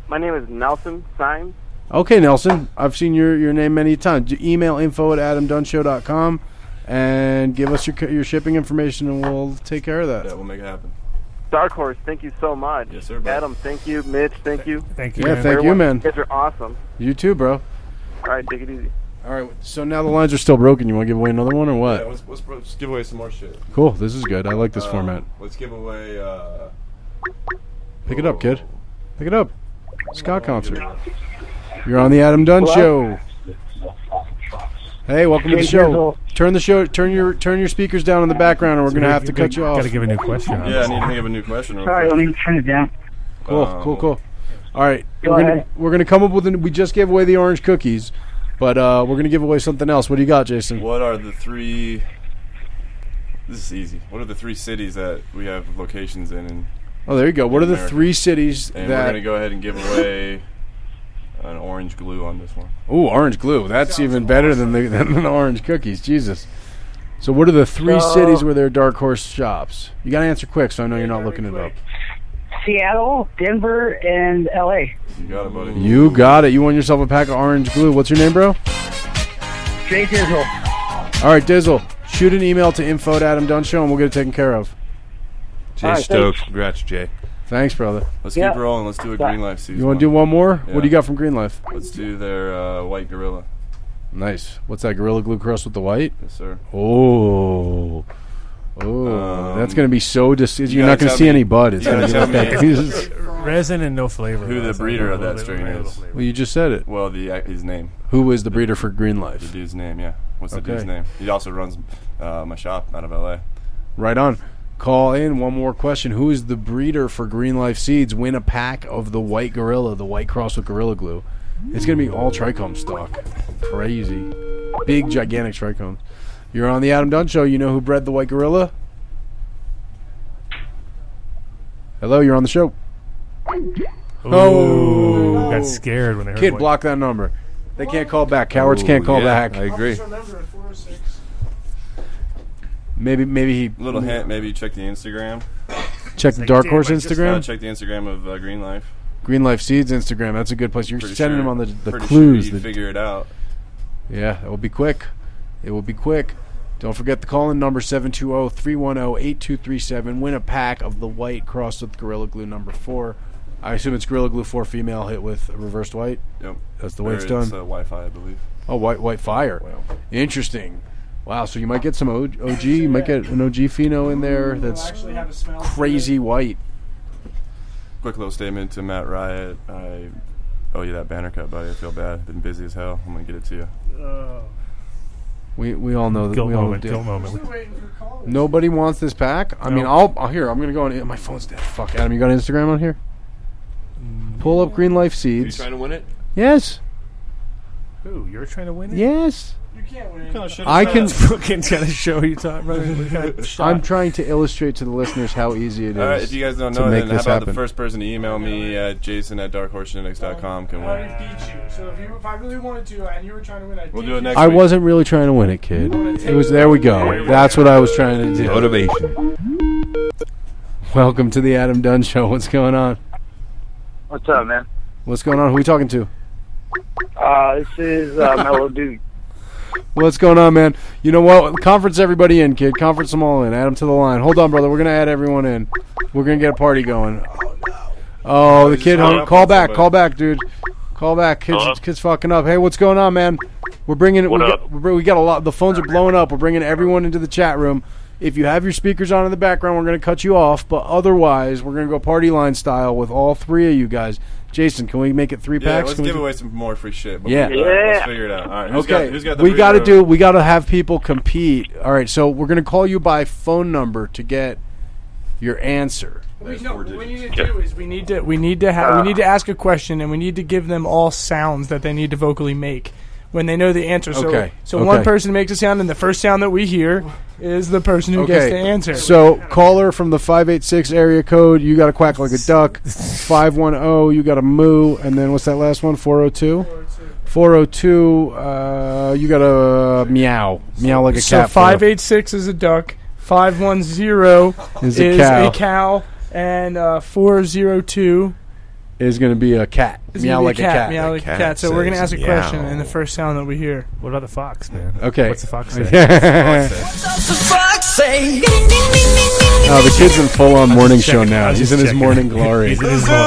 Speaker 15: My name is Nelson Symes.
Speaker 4: Okay, Nelson. I've seen your, your name many times. Do Email info at adamdunshow.com and give us your c- your shipping information, and we'll take care of that.
Speaker 12: Yeah, we'll make it happen.
Speaker 15: Dark Horse, thank you so much. Yes, sir. Adam, thank you. Mitch, thank you.
Speaker 3: Thank
Speaker 4: you, Yeah, man. thank you, man.
Speaker 15: You guys are awesome.
Speaker 4: You too, bro.
Speaker 15: All right, take it easy.
Speaker 4: All right. So now the lines are still broken. You want to give away another one or
Speaker 12: Yeah,
Speaker 4: what?
Speaker 12: let's, let's, bro- let's give away some more shit.
Speaker 4: Cool. This is good. I like this
Speaker 12: Um,
Speaker 4: format.
Speaker 12: Let's give away. Uh,
Speaker 4: Pick it up, kid. Pick it up. Scott concert. You're on the Adam Dunn
Speaker 2: Hello?
Speaker 4: Show. Hey, welcome to the
Speaker 2: James
Speaker 4: show.
Speaker 2: Hazel.
Speaker 4: Turn the show. Turn your turn your speakers down in the background, or we're gonna have to cut you off.
Speaker 3: Got to give a new question.
Speaker 12: yeah, I need to think of a new question. real
Speaker 3: Sorry,
Speaker 12: quick.
Speaker 3: let
Speaker 15: me turn it down.
Speaker 4: Cool,
Speaker 12: Um,
Speaker 4: cool, cool. All right,
Speaker 12: Go
Speaker 4: we're gonna,
Speaker 12: ahead.
Speaker 4: we're gonna come up with. An, we just gave away the orange cookies, but uh, we're gonna give away something else. What do you got, Jason?
Speaker 12: What are the three? This is easy. What are the three cities that we have locations in? in
Speaker 4: Oh, there you go. What are the
Speaker 12: America?
Speaker 4: three cities
Speaker 12: And we're
Speaker 4: that?
Speaker 12: gonna go ahead and give away an orange glue on this one.
Speaker 4: Ooh, orange glue. That's even better than the than the orange cookies. Jesus. So, what are the three
Speaker 16: So-
Speaker 4: cities where there are dark horse shops? You got to answer quick, so I know you're not looking it up.
Speaker 16: Seattle, Denver, and L.A.
Speaker 12: You got it, buddy.
Speaker 4: You got it. You won yourself a pack of orange glue. What's your name, bro?
Speaker 16: Jay Dizzle.
Speaker 4: All right, Dizzle. Shoot an email to info at Adam Dunshow, and we'll get it taken care of.
Speaker 5: Jay
Speaker 4: All right,
Speaker 5: Stokes,
Speaker 4: thanks.
Speaker 5: congrats, Jay.
Speaker 4: Thanks, brother.
Speaker 12: Let's
Speaker 4: Yeah.
Speaker 12: keep rolling. Let's do a Green Life season.
Speaker 4: You want to do one more? What do
Speaker 12: Yeah.
Speaker 4: you got from Green Life?
Speaker 12: Let's do their uh, white gorilla.
Speaker 4: Nice. What's that Gorilla Glue crust with the white?
Speaker 12: Yes, sir.
Speaker 4: Oh. Oh, that's gonna be so. Dis-
Speaker 12: Um, you
Speaker 4: you're not
Speaker 12: gotta
Speaker 4: gonna
Speaker 12: tell
Speaker 4: see
Speaker 12: me-
Speaker 4: any bud. It's
Speaker 12: you
Speaker 4: gonna be
Speaker 12: gotta
Speaker 4: like that.
Speaker 12: tell me-
Speaker 4: Jesus.
Speaker 3: Resin and no flavor.
Speaker 12: Who the
Speaker 3: That's
Speaker 12: breeder
Speaker 3: like
Speaker 12: of
Speaker 3: a
Speaker 12: that
Speaker 3: little
Speaker 12: strain
Speaker 3: bit-
Speaker 12: is?
Speaker 4: Well, you just said it.
Speaker 12: Well, the uh, his name.
Speaker 4: Who is the breeder for Green Life?
Speaker 12: The dude's name, yeah. What's the
Speaker 4: Okay.
Speaker 12: dude's name? He also runs uh, my shop out of L.A.
Speaker 4: Right on. Call in one more question. Who is the breeder for Green Life Seeds? Win a pack of the White Gorilla, the White Cross with Gorilla Glue. It's gonna be all trichome stock. Crazy, big, gigantic trichomes. You're on the Adam Dunn Show. You know who bred the White Gorilla? Hello, you're on the show.
Speaker 3: Oh, got scared when they heard
Speaker 4: Kid,
Speaker 3: what-
Speaker 4: block that number. They can't call back. Cowards can't call back. Maybe, maybe he
Speaker 12: Little hint, maybe check the Instagram.
Speaker 4: Check the Like, Dark damn, Horse I just- Instagram?
Speaker 12: Uh, check the Instagram of uh, Green Life.
Speaker 4: Green Life Seeds Instagram. That's a good place. You're
Speaker 12: Pretty
Speaker 4: sending
Speaker 12: sure-
Speaker 4: them on the the
Speaker 12: pretty sure
Speaker 4: clues.
Speaker 12: you'd
Speaker 4: the-
Speaker 12: figure it out.
Speaker 4: Yeah, that will be quick. It will be quick. Don't forget the call in number 720 310 8237. Win a pack of the white crossed with Gorilla Glue number four. I assume it's Gorilla Glue 4 female hit with reversed white.
Speaker 12: Yep.
Speaker 4: That's the
Speaker 12: Or
Speaker 4: way it's
Speaker 12: It's
Speaker 4: done.
Speaker 12: uh, Wi-Fi, I believe.
Speaker 4: Oh, white white fire. Interesting. Wow, so you might get some O- OG. You might get an OG Fino in there that's crazy white.
Speaker 12: Quick little statement to Matt Riot. I owe you that banner cut, buddy. I feel bad. Been busy as hell. I'm gonna get it to you.
Speaker 7: Uh,
Speaker 4: We, we all know that.
Speaker 12: Guilt
Speaker 4: we all
Speaker 12: moment,
Speaker 4: do.
Speaker 12: guilt moment.
Speaker 4: Nobody wants this pack. I mean, I'll, I'll here. I'm gonna go on. My phone's dead. Fuck, Adam. You got Instagram on here? Pull up Green Life
Speaker 5: You
Speaker 4: Seeds.
Speaker 5: trying to win it?
Speaker 4: Yes,
Speaker 3: Who? You're trying to win it?
Speaker 4: yes.
Speaker 3: You can't win it.
Speaker 4: I can-
Speaker 3: fucking kind of show you talk, brother. We got shot.
Speaker 4: I'm trying to illustrate to the listeners how easy it is.
Speaker 12: All right, if you guys don't
Speaker 4: to
Speaker 12: know,
Speaker 4: make
Speaker 12: then how
Speaker 4: this
Speaker 12: about the
Speaker 4: happen.
Speaker 12: first person to email me at jason at darkhorsegenetics.com can
Speaker 7: I already
Speaker 12: win.
Speaker 7: beat you. So if you if I really wanted to and you were trying to win, I'd
Speaker 12: We'll
Speaker 7: beat
Speaker 12: do it
Speaker 7: you.
Speaker 12: next
Speaker 4: I
Speaker 12: week.
Speaker 4: wasn't really trying to win it, kid. It was there. We go. That's what I was trying to do.
Speaker 5: Motivation.
Speaker 4: Welcome to the Adam Dunn Show. What's going on?
Speaker 17: What's up, man?
Speaker 4: What's going on? Who we talking to?
Speaker 17: Uh, this is uh, Mellow Dude.
Speaker 4: What's going on, man? You know what? Conference everybody in, kid. Conference them all in. Add them to the line. Hold on, brother. We're gonna add everyone in. We're gonna get a party going. Oh, the kid.
Speaker 17: hung
Speaker 4: hung-
Speaker 17: up
Speaker 4: Call
Speaker 17: on
Speaker 4: back.
Speaker 17: somebody.
Speaker 4: Call back, dude. Call back. Kids,
Speaker 17: Hello?
Speaker 4: kids, fucking up. Hey, what's going on, man? We're bringing.
Speaker 17: What
Speaker 4: we
Speaker 17: up?
Speaker 4: Got, we br- we got a lot. The phones are blowing up. We're bringing everyone into the chat room. If you have your speakers on in the background, we're gonna cut you off. But otherwise, we're gonna go party line style with all three of you guys. Jason, can we make it three
Speaker 12: Yeah,
Speaker 4: packs?
Speaker 12: let's
Speaker 4: Can we
Speaker 12: give
Speaker 4: do-
Speaker 12: away some more free shit. but
Speaker 4: Yeah.
Speaker 12: we- all right, Let's figure it out. All right. Who's
Speaker 4: okay.
Speaker 12: Got, who's got the
Speaker 4: we
Speaker 12: free
Speaker 4: got to
Speaker 12: room?
Speaker 4: do. We got to have people compete. All right. So we're gonna call you by phone number to get your answer.
Speaker 7: We, no, what we need to do is we need to we need to ha- we need to ask a question and we need to give them all sounds that they need to vocally make when they know the answer. So,
Speaker 4: Okay,
Speaker 7: so one
Speaker 4: okay.
Speaker 7: person makes a sound and the first sound that we hear is the person who gets the answer.
Speaker 4: So caller from the five eight six area code. You got to quack like a duck. Five one zero. You got to moo. And then what's that last one? Four zero two. Four zero two. uh, You got to meow. Meow like a
Speaker 7: so
Speaker 4: cat.
Speaker 7: five eight six is a duck. Five one zero
Speaker 4: Is a cow.
Speaker 7: cow, and uh, four zero two
Speaker 4: is going to be a cat.
Speaker 7: is
Speaker 4: meow
Speaker 7: gonna be
Speaker 4: like
Speaker 7: a cat.
Speaker 4: a
Speaker 7: Meow
Speaker 4: cat.
Speaker 7: like a cat. So we're gonna ask a question and the first sound that we hear.
Speaker 3: What about the fox, man?
Speaker 4: Okay.
Speaker 3: What's the fox say?
Speaker 4: Oh, the kid's in full on morning show now.
Speaker 3: I was
Speaker 4: He's
Speaker 3: just
Speaker 4: in his
Speaker 3: checking.
Speaker 4: morning glory.
Speaker 3: He's in his glory.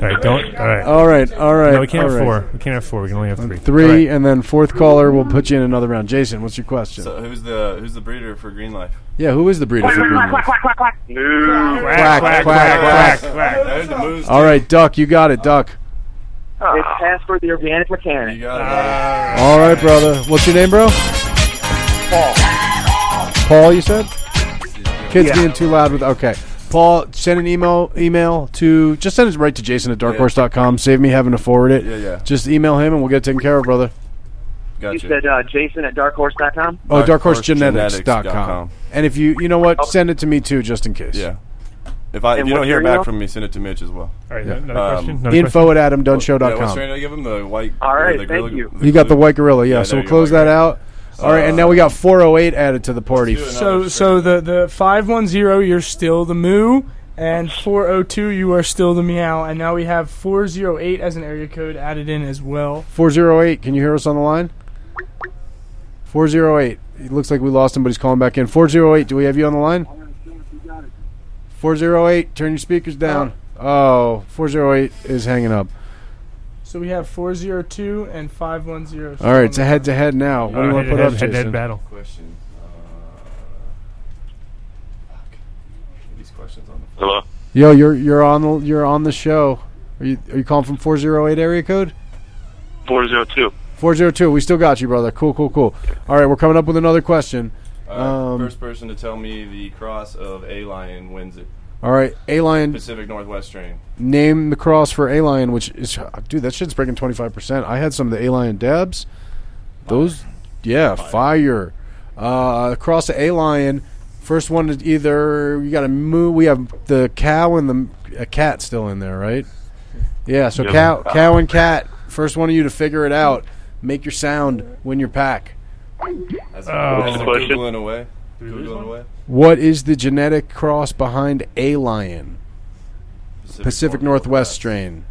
Speaker 3: All right, don't. All right.
Speaker 4: All right, all right,
Speaker 3: No, we can't
Speaker 4: all
Speaker 3: have
Speaker 4: right.
Speaker 3: four. We can't have four. We can only have three.
Speaker 4: Three, and then fourth caller will put you in another round. Jason, what's your question?
Speaker 12: So who's the who's the breeder for Green Life?
Speaker 4: yeah, who is the breeder? for Green Bay?
Speaker 12: Quack,
Speaker 4: quack, quack, quack.
Speaker 12: I heard the moose.
Speaker 4: All right, Duck, you got it, Duck.
Speaker 17: It's Password the Organic Mechanic.
Speaker 4: All right, brother. What's your name, bro?
Speaker 17: Paul.
Speaker 4: Paul, you said? Kids
Speaker 17: Yeah.
Speaker 4: being too loud with. Okay. Paul, send an email email to. Just send it right to jason at darkhorse.com. Save me having to forward it.
Speaker 17: Yeah, yeah.
Speaker 4: Just email him and we'll get it taken care of, brother.
Speaker 17: You said uh, Jason at darkhorse.com?
Speaker 4: Oh, darkhorsegenetics.com. And if you, you know what? Send it to me too, just in case.
Speaker 12: Yeah. If I if
Speaker 4: And
Speaker 12: you don't
Speaker 4: what's
Speaker 12: hear
Speaker 4: your
Speaker 12: back
Speaker 4: email?
Speaker 12: from me, send it to Mitch as well. um,
Speaker 3: All right,
Speaker 4: Yeah.
Speaker 3: another question? Another
Speaker 4: Info at
Speaker 12: Yeah, what's
Speaker 4: adamdunshow.com.
Speaker 12: your name? Give him the white.
Speaker 17: All
Speaker 12: or
Speaker 17: right,
Speaker 12: the
Speaker 17: thank
Speaker 12: gorilla-
Speaker 17: you.
Speaker 4: You got the white gorilla, yeah.
Speaker 12: Yeah,
Speaker 4: so
Speaker 12: there
Speaker 4: we'll
Speaker 12: you
Speaker 4: close that out. All right, and now we got 408 added to the party.
Speaker 7: So so the the five one zero you're still the moo and four oh two you are still the meow and now we have four zero eight as an area code added in as well.
Speaker 4: 408, can you hear us on the line? 408. It looks like we lost him, but he's calling back in. 408, do we have you on the line? 408, turn your speakers down. Oh, 408 is hanging up.
Speaker 7: So we have four zero two and five one zero.
Speaker 4: All right, it's a head to head now. What do you
Speaker 3: Uh,
Speaker 4: want to put
Speaker 3: head-to-head-
Speaker 4: up,
Speaker 3: head-to-head
Speaker 4: Jason?
Speaker 3: battle.
Speaker 12: Question. These questions on the
Speaker 14: Hello.
Speaker 4: Yo, you're you're on the, you're on the show. Are you are you calling from 408 area code?
Speaker 14: Four zero two.
Speaker 4: 402. We still got you, brother. Cool, cool, cool. All right, we're coming up with another question.
Speaker 12: Uh,
Speaker 4: Um,
Speaker 12: first person to tell me the cross of a lion wins it.
Speaker 4: All right, A-Lion-
Speaker 12: Pacific Northwest train.
Speaker 4: name the cross for A Lion, which is dude, that shit's breaking twenty five percent. I had some of the A Lion dabs. Those, yeah, fire. Uh, cross to A Lion First one is either you got to move. We have the cow and the a cat still in there, right? Yeah. So
Speaker 18: Yeah.
Speaker 4: cow, cow and cat. First one of you to figure it out. Make your sound. Win your pack.
Speaker 12: As
Speaker 18: Oh.
Speaker 12: as
Speaker 18: Good question.
Speaker 12: Googling away. Googling away.
Speaker 4: What is the genetic cross behind a lion? Pacific, Northwest strain.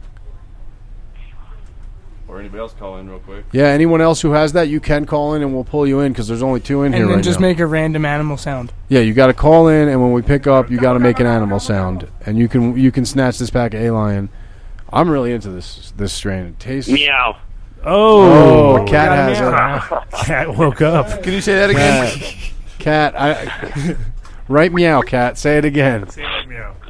Speaker 12: Or anybody else call in real quick.
Speaker 4: Yeah. Anyone else who has that, you can call in and we'll pull you in because there's only two in
Speaker 7: And
Speaker 4: here
Speaker 7: then
Speaker 4: right
Speaker 7: just
Speaker 4: now.
Speaker 7: make a random animal sound.
Speaker 4: yeah, you got to call in, and when we pick up, you got to make an animal sound, and you can you can snatch this pack of a lion. I'm really into this this strain. It tastes
Speaker 14: Meow.
Speaker 4: Oh, a cat has a
Speaker 3: cat woke up.
Speaker 5: Can you say that
Speaker 4: Cat, cat I, right meow, cat. Say it again.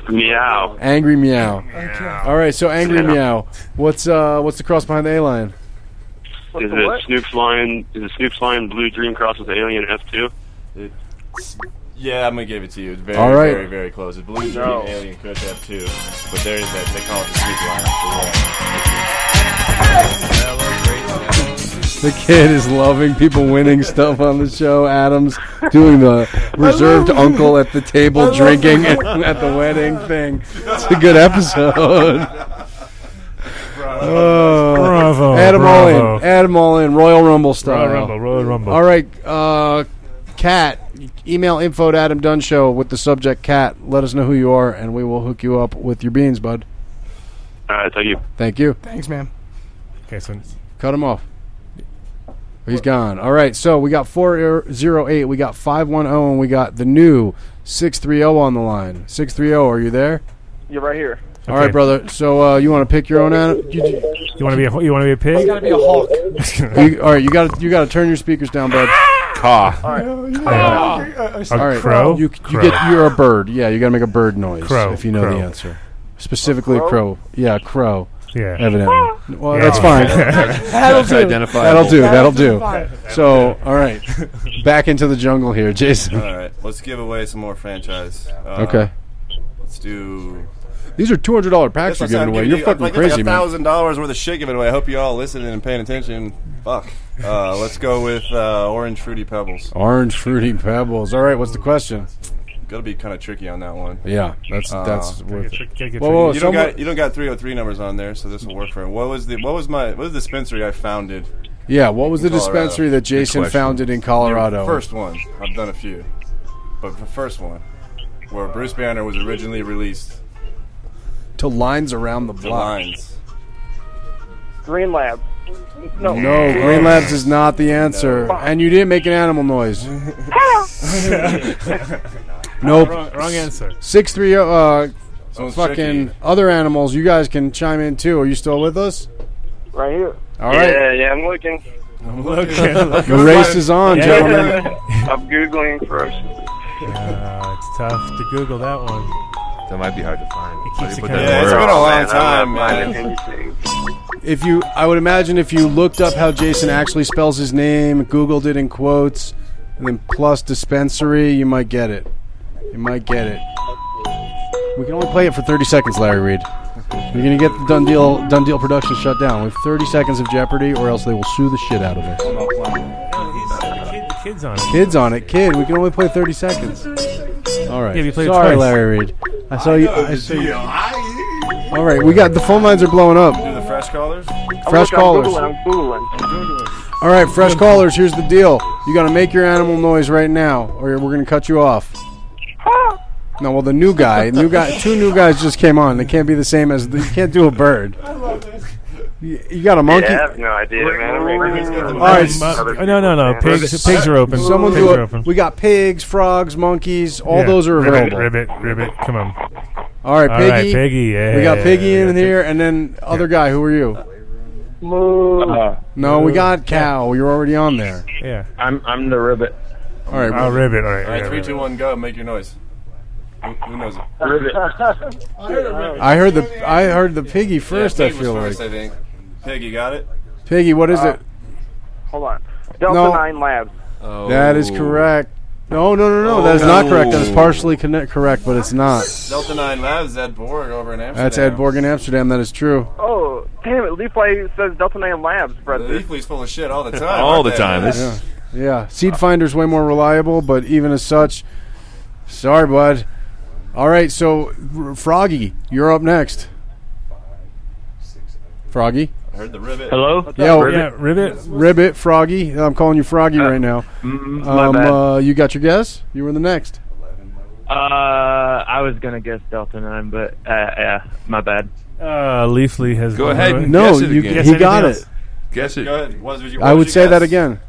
Speaker 14: Meow.
Speaker 4: Angry meow.
Speaker 14: Meow.
Speaker 4: All right, so angry
Speaker 14: Yeah.
Speaker 4: meow. What's uh what's the cross behind the A line?
Speaker 14: Is it Snoop's Lion? Is it Snoop's Lion Blue Dream Cross with Alien F two?
Speaker 12: Yeah, I'm gonna give it to you. It's very,
Speaker 4: All right.
Speaker 12: very, very close. It's Blue Dream
Speaker 14: No.
Speaker 12: Alien could have two, but there is that. They call it the sneak line.
Speaker 4: The kid is loving people winning stuff on the show. Adams doing the reserved uncle at the table drinking at, at the wedding thing. It's a good episode. Oh,
Speaker 19: Bravo,
Speaker 4: Add 'em all
Speaker 19: bravo.
Speaker 4: in. Add 'em all in. Royal Rumble style.
Speaker 19: Royal Rumble, Royal Rumble.
Speaker 4: All right, uh, Cat. Email info to Adam Dunn Show with the subject Cat. Let us know who you are, and we will hook you up with your beans, bud.
Speaker 14: All right, thank you.
Speaker 4: Thank you.
Speaker 7: Thanks, man.
Speaker 3: Okay, so
Speaker 4: Cut him off. He's gone. All right, so we got 408, we got 510, and we got the new 630 on the line. 630, are you there?
Speaker 17: You're right here.
Speaker 4: All right, brother. So uh, you want to pick your own out? You,
Speaker 3: want to be a you want to be a pig?
Speaker 7: be a hawk.
Speaker 4: You- all right, you got to you got to turn your speakers down, bud.
Speaker 5: Caw.
Speaker 4: All right.
Speaker 3: A crow?
Speaker 4: You, you
Speaker 3: Crow.
Speaker 4: get you're a bird. Yeah, you got to make a bird noise
Speaker 3: Crow,
Speaker 4: if you know
Speaker 3: crow.
Speaker 4: the answer. Specifically
Speaker 3: crow?
Speaker 4: crow? Yeah, crow.
Speaker 3: Yeah.
Speaker 4: Evidently. Well,
Speaker 3: Yeah.
Speaker 4: that's fine.
Speaker 3: That'll do. Identifiable.
Speaker 4: That'll do. That'll do.
Speaker 12: That'll
Speaker 4: So, all right. Back into the jungle here, Jason.
Speaker 12: All right, let's give away some more franchise. Uh,
Speaker 4: Okay.
Speaker 12: Let's do.
Speaker 4: These are two hundred dollar packs you're
Speaker 12: That's
Speaker 4: giving
Speaker 12: what I'm
Speaker 4: away.
Speaker 12: giving
Speaker 4: You're
Speaker 12: you.
Speaker 4: fucking
Speaker 12: like,
Speaker 4: crazy,
Speaker 12: like
Speaker 4: man.
Speaker 12: thousand dollars worth of shit given away. I hope you all listening and paying attention. Fuck. Uh, let's go with uh, orange fruity pebbles.
Speaker 4: Orange fruity pebbles. All right, what's the question?
Speaker 12: Got to be kind of tricky on that one. Uh,
Speaker 4: Yeah, that's- that's Gotta worth get it. trick- gotta get Whoa,
Speaker 12: you
Speaker 4: whoa,
Speaker 12: don't
Speaker 4: someone-
Speaker 12: got you don't got 303 numbers on there, so this will work for him. What was the what was my what was the dispensary I founded?
Speaker 4: Yeah, what was the
Speaker 12: in Colorado?
Speaker 4: dispensary that Jason
Speaker 12: question.
Speaker 4: founded in Colorado?
Speaker 12: First one. I've done a few, but the first one where Bruce Banner was originally released.
Speaker 4: to lines around the
Speaker 12: The
Speaker 4: block.
Speaker 12: lines.
Speaker 17: Green Lab. No.
Speaker 4: No, Green Labs is not the answer, and you didn't make an animal noise. nope.
Speaker 3: Wrong- wrong answer.
Speaker 4: Six three zero. Uh,
Speaker 12: Sounds
Speaker 4: fucking
Speaker 12: tricky.
Speaker 4: other animals. You guys can chime in too. Are you still with us?
Speaker 17: Right here.
Speaker 4: All right.
Speaker 14: Yeah, yeah, I'm looking.
Speaker 12: I'm
Speaker 4: looking. The race is on, gentlemen.
Speaker 14: I'm googling first.
Speaker 19: Uh, it's tough to Google that one.
Speaker 5: That might be hard to find.
Speaker 19: It keeps
Speaker 5: Put
Speaker 19: it coming.
Speaker 5: that in
Speaker 19: Yeah, it's
Speaker 5: order.
Speaker 19: been a long
Speaker 5: Man, I'm
Speaker 19: time,
Speaker 5: not
Speaker 19: man.
Speaker 5: finding anything.
Speaker 4: If you, I would imagine if you looked up how Jason actually spells his name, Googled it in quotes, and then plus dispensary, you might get it. You might get it. We can only play it for 30 seconds, Larry Reed. You're gonna get the done deal, done deal production shut down. We have 30 seconds of Jeopardy, or else they will sue the shit out of us.
Speaker 3: The, kid, the kid's on it.
Speaker 4: Kids on it, kid. We can only play 30 seconds. All right.
Speaker 3: Yeah, you played
Speaker 4: Sorry,
Speaker 3: twice.
Speaker 4: Larry Reed. I saw you. I saw you. All right, we got the phone lines are blowing up.
Speaker 12: Do the fresh callers.
Speaker 4: Fresh callers.
Speaker 17: I'm Googling. I'm Googling.
Speaker 4: All right, fresh callers, here's the deal. You got to make your animal noise right now, or we're going to cut you off. No, well, the new guy, new guy, two new guys just came on. They can't be the same as the, you can't do a bird. You, you got a monkey.
Speaker 14: Yeah, I have no idea, man. I'm ignorant.
Speaker 4: All right, s-
Speaker 19: Oh, no, no, no. Pigs, pigs are open.
Speaker 4: Someone
Speaker 19: pigs
Speaker 4: do
Speaker 19: are
Speaker 4: it.
Speaker 19: open.
Speaker 4: We got pigs, frogs, monkeys. All
Speaker 19: Yeah.
Speaker 4: those are
Speaker 19: ribbit,
Speaker 4: available.
Speaker 19: Ribbit, ribbit. Come on.
Speaker 4: All right,
Speaker 19: All
Speaker 4: piggy.
Speaker 19: right, Piggy, yeah,
Speaker 4: we got
Speaker 19: yeah,
Speaker 4: piggy
Speaker 19: yeah,
Speaker 4: in here, and then other guy. Who are you?
Speaker 17: Moo.
Speaker 4: No, we got cow. You're already on there.
Speaker 19: Yeah.
Speaker 20: I'm I'm the ribbit.
Speaker 4: All right.
Speaker 19: Oh, ribbit. All right.
Speaker 12: All right,
Speaker 19: yeah,
Speaker 12: three,
Speaker 19: ribbit.
Speaker 12: two, one, go. Make your noise. Who, who knows it?
Speaker 20: Ribbit.
Speaker 4: I heard the I heard the piggy first.
Speaker 12: Yeah,
Speaker 4: I
Speaker 12: Pig was
Speaker 4: feel
Speaker 12: first,
Speaker 4: like
Speaker 12: I think. Pig, you got it.
Speaker 4: piggy. What is it?
Speaker 17: Uh, Hold on. Delta
Speaker 4: No.
Speaker 17: 9 Labs.
Speaker 12: Oh.
Speaker 4: That is correct. No, no, no, no. that is not correct. That is partially connect, correct, but it's not.
Speaker 12: Delta Nine Labs, Ed Borg over in Amsterdam.
Speaker 4: That's Ed Borg in Amsterdam. That is true.
Speaker 17: Oh, damn it. Leafly says Delta 9 Labs,
Speaker 12: The
Speaker 17: brother.
Speaker 12: Leafly's full of shit all the time.
Speaker 5: All
Speaker 12: aren't
Speaker 5: the
Speaker 12: they?
Speaker 5: time. This-
Speaker 4: Yeah. yeah. Seed Finder's way more reliable, but even as such, Sorry, bud. All right, so R- Froggy, you're up next. Froggy.
Speaker 12: I heard the ribbit. Uh,
Speaker 15: Hello?
Speaker 4: Yo, Ribbit, Froggy. I'm calling you Froggy right now.
Speaker 12: mm-hmm,
Speaker 15: mm, my bad.
Speaker 4: uh, you got your guess. You were the next.
Speaker 15: Uh, I was gonna guess Delta Nine, but uh, yeah, my bad.
Speaker 19: Uh, Leafly has.
Speaker 15: Go
Speaker 19: won,
Speaker 15: ahead
Speaker 19: right?
Speaker 15: and No, guess it you- again. he
Speaker 19: Anything
Speaker 4: got
Speaker 19: else?
Speaker 4: it.
Speaker 5: Guess it.
Speaker 12: Go ahead. What was your-
Speaker 4: I
Speaker 12: what was
Speaker 4: would
Speaker 12: your
Speaker 4: say that
Speaker 12: guess?
Speaker 4: again.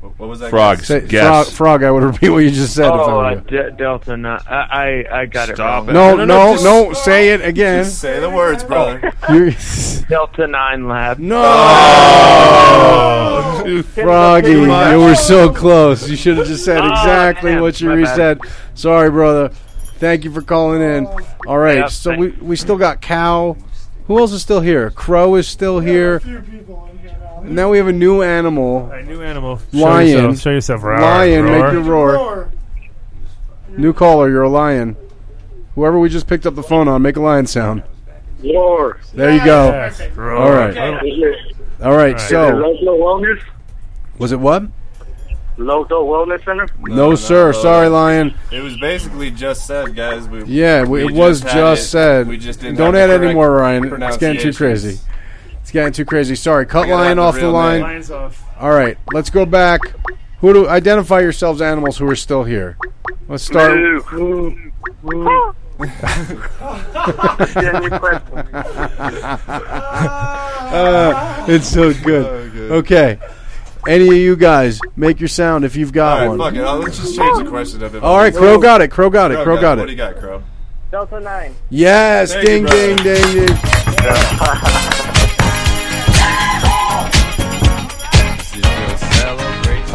Speaker 12: What what was that? guess?
Speaker 4: Say- Frog, frog, I would repeat what you just said. if I
Speaker 15: oh,
Speaker 4: were
Speaker 15: uh,
Speaker 4: you.
Speaker 15: De- Delta Nine. I I, I got
Speaker 5: Stop
Speaker 15: it.
Speaker 4: No,
Speaker 15: Wrong.
Speaker 4: no, no, say it again.
Speaker 12: Just say the words, brother.
Speaker 4: You're-
Speaker 15: Delta Nine Lab.
Speaker 4: No. Froggy, you were so close. You should have just said exactly what you
Speaker 15: my bad.
Speaker 4: said. Sorry, brother. Thank you for calling in. All right,
Speaker 15: Yeah,
Speaker 4: so we, we still got Cow. Who else is still here? Crow is still here. Now we have a new animal.
Speaker 19: A new animal. Show
Speaker 4: Lion.
Speaker 19: yourself, show yourself. Roar,
Speaker 4: lion,
Speaker 19: roar.
Speaker 4: make your roar. New caller, you're a lion. Whoever we just picked up the phone on, make a lion sound.
Speaker 16: Roar.
Speaker 4: There you go.
Speaker 16: Roar.
Speaker 4: All right.
Speaker 16: Is it-
Speaker 4: All right,
Speaker 16: is it
Speaker 4: so
Speaker 16: local wellness?
Speaker 4: was it what?
Speaker 16: Local wellness center?
Speaker 4: No, sir. Sorry, Lion.
Speaker 12: It was basically just said, guys. We,
Speaker 4: Yeah, we, it was
Speaker 12: had
Speaker 4: just,
Speaker 12: it.
Speaker 4: said.
Speaker 12: We just didn't
Speaker 4: Don't
Speaker 12: have
Speaker 4: add
Speaker 12: the correct
Speaker 4: any more, Ryan. It's getting too
Speaker 12: pronunciations.
Speaker 4: crazy. It's getting too crazy. Sorry, cut
Speaker 12: We gotta
Speaker 4: Lion
Speaker 12: have the
Speaker 4: off the
Speaker 12: real
Speaker 4: line.
Speaker 12: name. Lion's off.
Speaker 4: All right, let's go back. Who do identify yourselves, animals who are still here? Let's start. Uh, it's so
Speaker 12: Oh,
Speaker 4: good.
Speaker 12: good.
Speaker 4: Okay, any of you guys make your sound if you've got
Speaker 12: All right,
Speaker 4: one.
Speaker 12: fuck it. I'll- Let's just change the question up.
Speaker 4: All right, Crow got it. Crow got it. Crow got it.
Speaker 12: What do you got, Crow?
Speaker 16: Delta 9.
Speaker 4: Yes,
Speaker 12: Thank
Speaker 4: ding,
Speaker 12: you,
Speaker 4: ding,
Speaker 12: brother.
Speaker 4: ding, ding.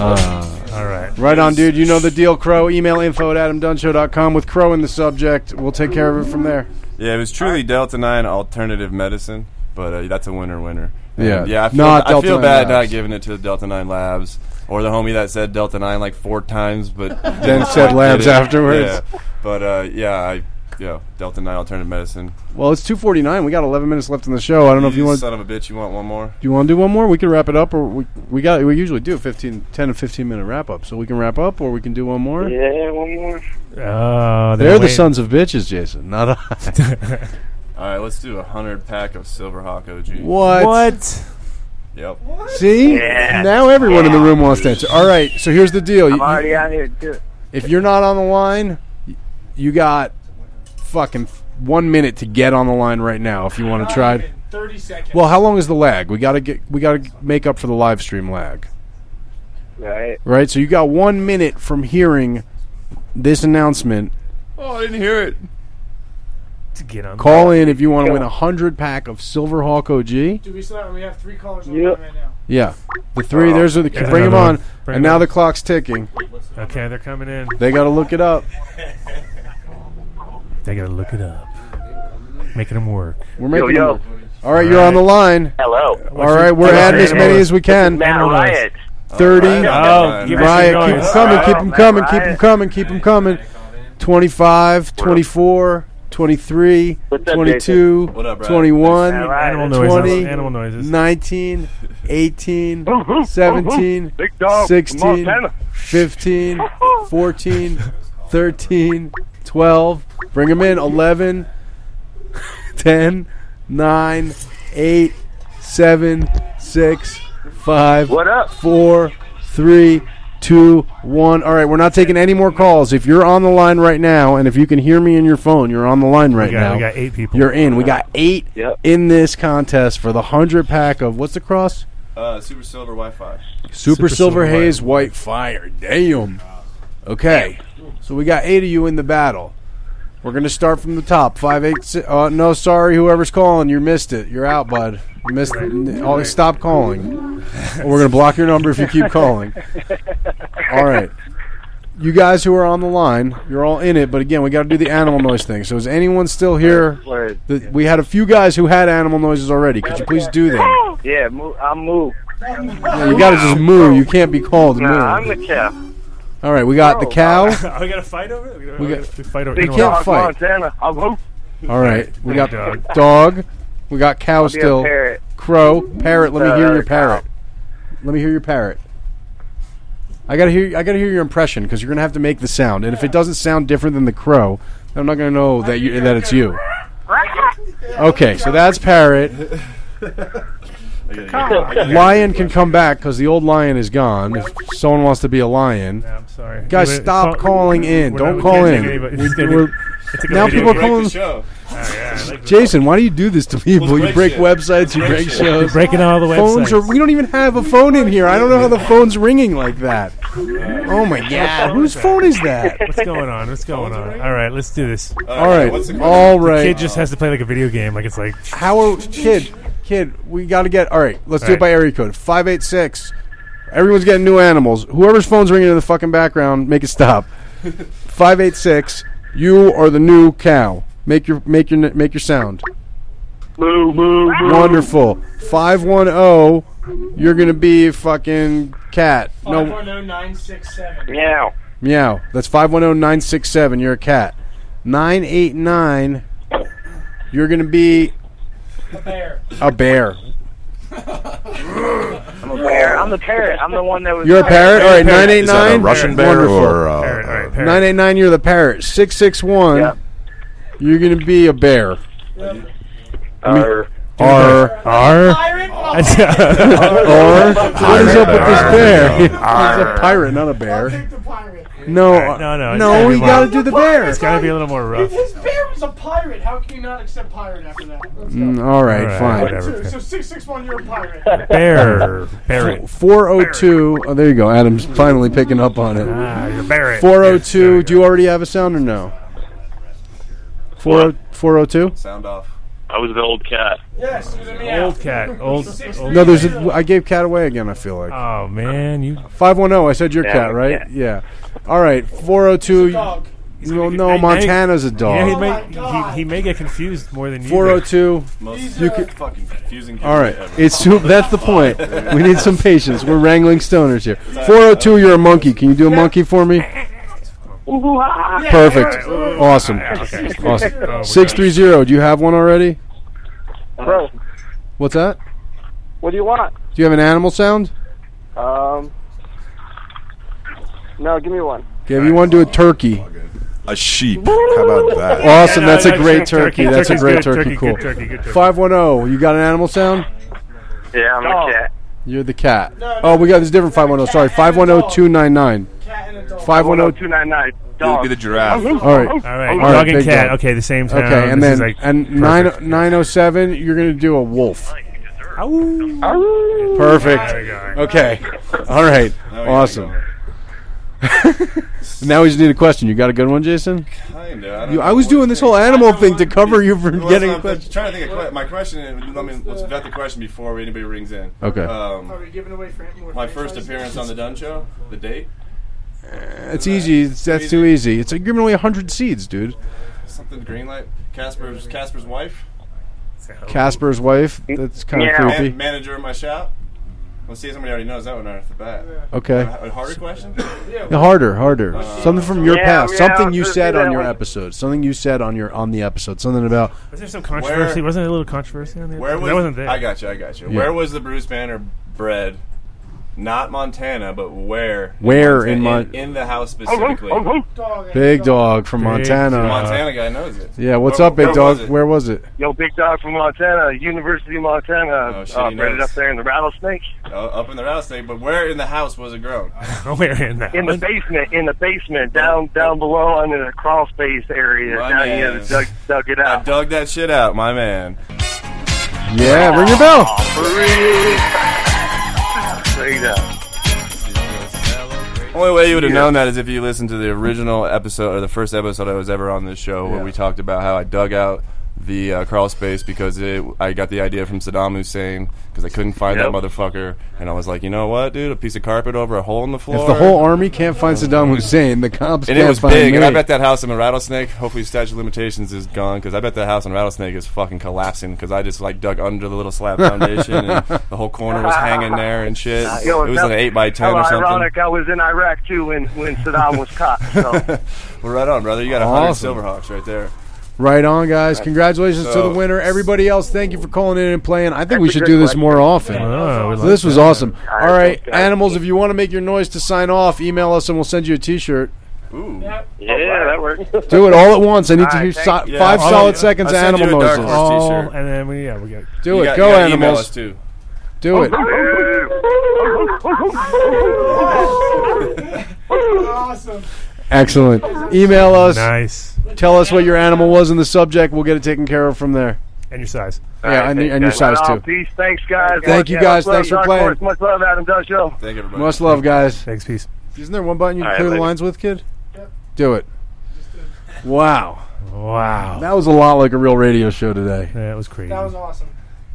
Speaker 19: Uh, All right.
Speaker 4: Right on, dude. You know the deal, Crow. Email info at adamdunshow.com with Crow in the subject. We'll take care of it from there.
Speaker 12: Yeah, it was truly Delta Nine alternative medicine, but uh, that's a winner, winner. And,
Speaker 4: Yeah.
Speaker 12: yeah. I feel,
Speaker 4: Not
Speaker 12: I
Speaker 4: Delta
Speaker 12: feel
Speaker 4: Nine
Speaker 12: bad not
Speaker 4: Labs.
Speaker 12: giving it to the Delta Nine Labs or the homie that said Delta Nine like four times, but
Speaker 4: Then said
Speaker 12: did
Speaker 4: labs
Speaker 12: it.
Speaker 4: afterwards.
Speaker 12: Yeah. But uh, yeah, I yeah Delta Nine alternative medicine.
Speaker 4: Well, it's 2:49. We got 11 minutes left in the show. I don't know if you want.
Speaker 12: son of a bitch, you want one more?
Speaker 4: Do you want to do one more? We can wrap it up, or we we got we usually do a 15, 10 to 15 minute wrap up. So we can wrap up, or we can do one more.
Speaker 16: Yeah, one more.
Speaker 19: Uh,
Speaker 4: they're,
Speaker 19: they're
Speaker 4: the
Speaker 19: waiting.
Speaker 4: sons of bitches, Jason. Not I.
Speaker 12: All right, let's do a hundred pack of Silverhawk OG.
Speaker 4: What?
Speaker 19: What?
Speaker 12: Yep.
Speaker 4: See,
Speaker 12: Yeah.
Speaker 4: now everyone in the room wants to answer. All right, so here's the deal.
Speaker 16: I'm
Speaker 4: You-
Speaker 16: already out here, too.
Speaker 4: If you're not on the line, y- you got fucking one minute to get on the line right now if you want to try.
Speaker 7: 30 seconds.
Speaker 4: Well, how long is the lag? We gotta get we gotta make up for the live stream lag,
Speaker 16: Right.
Speaker 4: right? So you got one minute from hearing this announcement.
Speaker 5: Oh, I didn't hear it.
Speaker 19: To get on.
Speaker 4: Call in if you want to win a hundred pack of Silverhawk OG.
Speaker 7: Do we still have, we have three callers on
Speaker 15: Yep.
Speaker 7: the line right now.
Speaker 4: Yeah, the three. There's the
Speaker 19: There's
Speaker 4: bring them
Speaker 19: another
Speaker 4: on,
Speaker 19: one. Bring
Speaker 4: and
Speaker 19: 'em
Speaker 4: now
Speaker 19: on.
Speaker 4: the clock's ticking.
Speaker 19: Okay, they're coming in.
Speaker 4: They gotta look it up.
Speaker 19: They gotta look it up. Making them work.
Speaker 4: We're making. them work. All right, you're on the line.
Speaker 19: Hello.
Speaker 4: All right, we're
Speaker 19: What's your
Speaker 4: adding as
Speaker 19: name?
Speaker 4: many as we can.
Speaker 19: Matt Riot.
Speaker 4: Thirty.
Speaker 19: Oh, give us Oh,
Speaker 4: Riot,
Speaker 19: your
Speaker 4: keep
Speaker 19: noise.
Speaker 4: them coming,
Speaker 19: All
Speaker 4: keep
Speaker 19: right.
Speaker 4: them coming, keep them coming, keep them coming. 25, 24, 23,
Speaker 19: What's up,
Speaker 4: 22,
Speaker 19: Jason? What up, Riot?
Speaker 4: 21,
Speaker 19: All right. Animal noises,
Speaker 4: 20,
Speaker 19: animal noises.
Speaker 4: 19, 18, 17,
Speaker 19: Big dog from
Speaker 4: 16,
Speaker 19: Montana.
Speaker 4: 15, 14, 13, 12. Bring them in. 11, 10, 9, 8, 7, 6, 5,
Speaker 16: What up?
Speaker 4: 4, 3, 2, 1. All right, we're not taking any more calls. If you're on the line right now, and if you can hear me in your phone, you're on the line right
Speaker 19: got-
Speaker 4: now.
Speaker 19: we got eight people.
Speaker 4: You're in. We got eight
Speaker 12: Yep.
Speaker 4: in this contest for the 100 pack of what's the cross?
Speaker 12: Uh, Super Silver Wi-Fi.
Speaker 4: Super, Silver, Haze White Fire. Damn. Okay. So we got eight of you in the battle. We're gonna start from the top. Five, eight, six. Uh, no, sorry, whoever's calling, you missed it. You're out, bud. You missed. It. Oh, stop calling. We're gonna block your number if you keep calling. All right. You guys who are on the line, you're all in it. But again, we got to do the animal noise thing. So is anyone still here?
Speaker 16: Word.
Speaker 4: The- we had a few guys who had animal noises already. Could you please do them?
Speaker 16: Yeah, move, I'll move.
Speaker 4: Yeah, you gotta just moo. You can't be called moo.
Speaker 16: Nah, I'm the cow.
Speaker 4: All right, we got the cow.
Speaker 19: we got to fight over it? We,
Speaker 4: We
Speaker 19: gotta- we fight over
Speaker 4: They
Speaker 19: you know
Speaker 4: can't
Speaker 19: what?
Speaker 4: fight.
Speaker 16: Montana, I'll move.
Speaker 4: All right, we got
Speaker 19: Dog.
Speaker 4: dog. We got cow
Speaker 16: I'll be a
Speaker 4: still.
Speaker 16: parrot.
Speaker 4: Crow, parrot. Let me
Speaker 16: Uh,
Speaker 4: hear your
Speaker 16: cow.
Speaker 4: parrot. Let me hear your parrot. I gotta hear. I gotta hear your impression because you're gonna have to make the sound. And if it doesn't sound different than the crow, I'm not gonna know that you that it's you. Okay, so that's parrot. Lion can come back because the old lion is gone. If someone wants to be a lion,
Speaker 3: I'm sorry.
Speaker 4: Guys,
Speaker 3: We're-
Speaker 4: stop
Speaker 3: call-
Speaker 4: calling in.
Speaker 3: we're
Speaker 4: Don't
Speaker 3: not-
Speaker 4: call
Speaker 3: we
Speaker 4: in.
Speaker 3: can't take anybody.
Speaker 4: We-
Speaker 3: It's gonna be-
Speaker 4: we're-
Speaker 3: it's gonna
Speaker 4: now
Speaker 3: be-
Speaker 4: people
Speaker 3: break the
Speaker 4: calling.
Speaker 3: show. Oh, yeah, I like this.
Speaker 4: Jason, why do you do this to people? You
Speaker 3: break
Speaker 4: break
Speaker 3: shit.
Speaker 4: websites, you
Speaker 3: Let's break
Speaker 4: break
Speaker 3: shit.
Speaker 4: shows.
Speaker 3: You're breaking all the
Speaker 4: phones
Speaker 3: websites.
Speaker 4: are. We don't even have a phone in here. I don't know how the phone's ringing like that. Oh my god, whose phone is that?
Speaker 3: What's going on? What's going on? All right, let's do this.
Speaker 4: All right, all
Speaker 3: The
Speaker 4: right.
Speaker 3: kid just has to play like a video game. Like it's like
Speaker 4: How are kid? Kid, we got to get. All right, let's
Speaker 3: All
Speaker 4: do
Speaker 3: right.
Speaker 4: it by area code. Five eight six. Everyone's getting new animals. Whoever's phone's ringing in the fucking background, make it stop. Five eight six. You are the new cow. Make your make your make your sound.
Speaker 16: Moo, moo, moo.
Speaker 4: Wonderful. Five one zero. You're gonna be fucking cat. No
Speaker 16: Meow.
Speaker 4: meow. That's five one zero nine six seven. You're a cat. Nine eight nine. You're gonna be a bear.
Speaker 16: I'm a bear. I'm the parrot. I'm the one that was.
Speaker 4: You're a parrot. All right, nine eight
Speaker 6: Is that a
Speaker 4: nine.
Speaker 6: Russian bear or, uh, Parrot, all right, parrot.
Speaker 4: nine eight nine? You're the parrot. Six six one. You're gonna be a bear.
Speaker 14: Arr.
Speaker 4: R R Or what is up with this bear? He's a pirate, not a bear. No,
Speaker 3: All right, no, no, it's gotta
Speaker 4: no.
Speaker 3: be
Speaker 4: We
Speaker 3: more-
Speaker 4: gotta do the bear.
Speaker 3: It's got to be a little more rough.
Speaker 7: This bear was a pirate. How can you not accept pirate after that?
Speaker 4: Mm, all right,
Speaker 3: All right,
Speaker 4: fine.
Speaker 3: whatever.
Speaker 7: So six six one, you're a pirate.
Speaker 3: Bear. Parrot.
Speaker 4: Four oh two. Oh, there you go. Adam's finally picking up on it.
Speaker 3: Ah, you're bearing.
Speaker 4: Four oh two. Do you already have a sound or no? Four oh two.
Speaker 12: Sound off.
Speaker 14: I was the old cat.
Speaker 7: Yes, he was a
Speaker 3: Old cat. Old. old
Speaker 4: No, there's. A, I gave cat away again. I feel like.
Speaker 3: Oh man, you.
Speaker 4: Five one zero. I said your
Speaker 3: Yeah,
Speaker 4: cat, right? Yeah. All right. Four oh two. No, no, Oh, Montana's a dog.
Speaker 3: Yeah, he may, he, he may get confused more than you. do.
Speaker 4: 402.
Speaker 12: Most
Speaker 4: You
Speaker 12: uh,
Speaker 4: could-
Speaker 12: fucking confusing.
Speaker 4: All right,
Speaker 12: people ever.
Speaker 4: it's too, that's the point. We need some patience. We're wrangling stoners here. Four oh two. You're a monkey. Can you do a monkey for me? Perfect. Awesome.
Speaker 17: Oh,
Speaker 4: Awesome. Six three zero. Do you have one already?
Speaker 17: Bro,
Speaker 4: What's that?
Speaker 17: what do you want?
Speaker 4: Do you have an animal sound?
Speaker 17: Um, no, give me one.
Speaker 4: Give you want to do a turkey.
Speaker 6: A sheep. How about that?
Speaker 4: Awesome.
Speaker 17: Yeah, no,
Speaker 4: That's a
Speaker 17: no,
Speaker 4: great
Speaker 17: turkey.
Speaker 4: turkey. That's a
Speaker 17: Turkey's
Speaker 4: great
Speaker 17: good,
Speaker 4: turkey.
Speaker 17: turkey,
Speaker 4: Cool.
Speaker 17: good turkey, good turkey.
Speaker 4: Five one zero. You got an animal sound?
Speaker 17: Yeah, I'm a cat.
Speaker 4: You're the cat. Oh, we got this different five one zero. Sorry, five one zero two nine nine. Five one oh
Speaker 17: oh
Speaker 4: zero.
Speaker 17: 299.
Speaker 5: It would be the giraffe.
Speaker 4: All right,
Speaker 3: All right, dog and
Speaker 4: big
Speaker 3: cat. Okay, the same sound.
Speaker 4: Okay, and
Speaker 3: This
Speaker 4: then
Speaker 3: is like
Speaker 4: and nine nine oh seven. You're gonna do a wolf. Perfect.
Speaker 3: There we go.
Speaker 4: Okay. All right.
Speaker 12: Now we gotta
Speaker 4: awesome. now we just need a question. You got a good one, Jason?
Speaker 12: Kinda. I don't
Speaker 4: You,
Speaker 12: know
Speaker 4: I was
Speaker 12: what
Speaker 4: doing this whole animal thing to cover you
Speaker 12: Well,
Speaker 4: from
Speaker 12: that's
Speaker 4: getting
Speaker 12: what
Speaker 4: a
Speaker 12: I'm
Speaker 4: question.
Speaker 12: trying to think. Of que- my question. is- Let me let's vet the question before anybody rings in.
Speaker 4: Okay.
Speaker 12: Um,
Speaker 7: Are we giving away Frank more?
Speaker 12: my first appearance on the Dunn Show. The date.
Speaker 4: It's easy. It's, that's too easy. It's like giving away hundred seeds, dude.
Speaker 12: Something green light. Casper's Casper's wife.
Speaker 4: Casper's wife. That's kind of
Speaker 12: Man-
Speaker 4: creepy.
Speaker 12: manager of my shop. Let's see if somebody already knows that one right off the bat.
Speaker 4: Okay.
Speaker 12: A, a harder question.
Speaker 4: Yeah, Harder, harder.
Speaker 12: Uh,
Speaker 4: something from your
Speaker 12: Yeah,
Speaker 4: past.
Speaker 12: yeah,
Speaker 4: something you
Speaker 12: I'll
Speaker 4: said
Speaker 12: do
Speaker 4: on
Speaker 12: that
Speaker 4: your
Speaker 12: one.
Speaker 4: episode. Something you said on your on the episode. Something about
Speaker 3: Was there some controversy?
Speaker 12: Where-
Speaker 3: Wasn't there a little controversy on the
Speaker 12: Where
Speaker 3: episode?
Speaker 12: was
Speaker 3: that wasn't there.
Speaker 12: I got you. I got you.
Speaker 4: Yeah.
Speaker 12: Where was the Bruce Banner bred? Not Montana, but where?
Speaker 4: Where in
Speaker 12: Monta-
Speaker 4: Mon-
Speaker 12: in, the house specifically?
Speaker 4: Big Dog from
Speaker 12: Big
Speaker 4: Montana.
Speaker 12: Dog. Montana guy knows it.
Speaker 4: Yeah. What's
Speaker 12: Where-
Speaker 4: up, Big
Speaker 12: where
Speaker 4: Dog?
Speaker 12: was it?
Speaker 4: Where was it?
Speaker 17: Yo, Big Dog from Montana, University of Montana.
Speaker 12: Oh, shit,
Speaker 17: uh,
Speaker 12: he
Speaker 17: bred it
Speaker 12: knows.
Speaker 17: up there in the rattlesnake.
Speaker 12: Uh, up in the house thing, but where in the house was it grown?
Speaker 3: where in the
Speaker 17: In the basement, in the basement, down down below under the crawl space area.
Speaker 12: My
Speaker 17: down here,
Speaker 12: man.
Speaker 17: dug, dug it out.
Speaker 12: I dug that shit out, my man.
Speaker 4: Yeah. Ring your bell.
Speaker 17: There you go.
Speaker 12: Only way you would have known that is if you listened to the original episode or the first episode I was ever on this show where
Speaker 5: Yeah.
Speaker 12: we talked about how I dug out the uh, crawl space because it, I got the idea from Saddam Hussein because I couldn't find
Speaker 5: Yep.
Speaker 12: that motherfucker and I was like, you know what, dude, a piece of carpet over a hole in the floor.
Speaker 4: If the whole army can't find Saddam Hussein, the cops
Speaker 12: and
Speaker 4: can't
Speaker 12: it was
Speaker 4: find
Speaker 12: big,
Speaker 4: me.
Speaker 12: and I bet that house in Rattlesnake. Hopefully, statute of limitations is gone because I bet that house in Rattlesnake is fucking collapsing because I just like dug under the little slab foundation and the whole corner was hanging there and shit. It
Speaker 17: Yo,
Speaker 12: was
Speaker 17: that-
Speaker 12: like an eight by ten
Speaker 17: how
Speaker 12: or something.
Speaker 17: ironic! I was in Iraq too when when Saddam was caught. So
Speaker 12: Well, right on, brother. You got a hundred
Speaker 4: Awesome.
Speaker 12: Silverhawks right there.
Speaker 4: Right on, guys. Congratulations to
Speaker 5: So-
Speaker 4: the winner. Everybody else, thank you for calling in and playing. I think
Speaker 5: That's
Speaker 4: we
Speaker 5: a
Speaker 4: should
Speaker 5: good
Speaker 4: do this
Speaker 5: question.
Speaker 4: more often.
Speaker 5: Oh, we
Speaker 4: So
Speaker 5: like
Speaker 4: this was
Speaker 5: that.
Speaker 4: awesome.
Speaker 5: All
Speaker 4: All right, animals, if you want to make your noise to sign off, email us and we'll send you a t shirt.
Speaker 5: Ooh.
Speaker 14: Yeah, that works.
Speaker 4: Do it all at once. I need to hear so-
Speaker 3: Yeah.
Speaker 4: five
Speaker 3: I'll-
Speaker 4: solid seconds of
Speaker 3: I'll send
Speaker 4: animal
Speaker 3: you a Dark
Speaker 4: noises.
Speaker 3: Horse t-shirt. and then we yeah we got
Speaker 4: Do it. Go, animals.
Speaker 5: Oh,
Speaker 4: Do it.
Speaker 7: awesome.
Speaker 4: Excellent. Email us.
Speaker 3: Nice.
Speaker 4: Tell us what your animal was in the subject. We'll get it taken care of from there.
Speaker 3: And your size.
Speaker 4: Yeah, and, and your size,
Speaker 17: Well,
Speaker 4: too.
Speaker 17: Peace. Thanks, guys.
Speaker 4: Thank you, guys.
Speaker 17: Much love,
Speaker 4: Thanks for
Speaker 17: Dark
Speaker 4: playing.
Speaker 17: Horse. Much love, Adam Dunn Show.
Speaker 5: Thank everybody.
Speaker 4: Much love, guys.
Speaker 3: Thanks, peace.
Speaker 4: Isn't there one button you
Speaker 3: All
Speaker 4: can
Speaker 3: right,
Speaker 4: clear the
Speaker 3: later.
Speaker 4: lines with, kid? Do it. Wow.
Speaker 3: Wow.
Speaker 4: That was a lot like a real radio show today.
Speaker 3: That was crazy. That was
Speaker 7: awesome.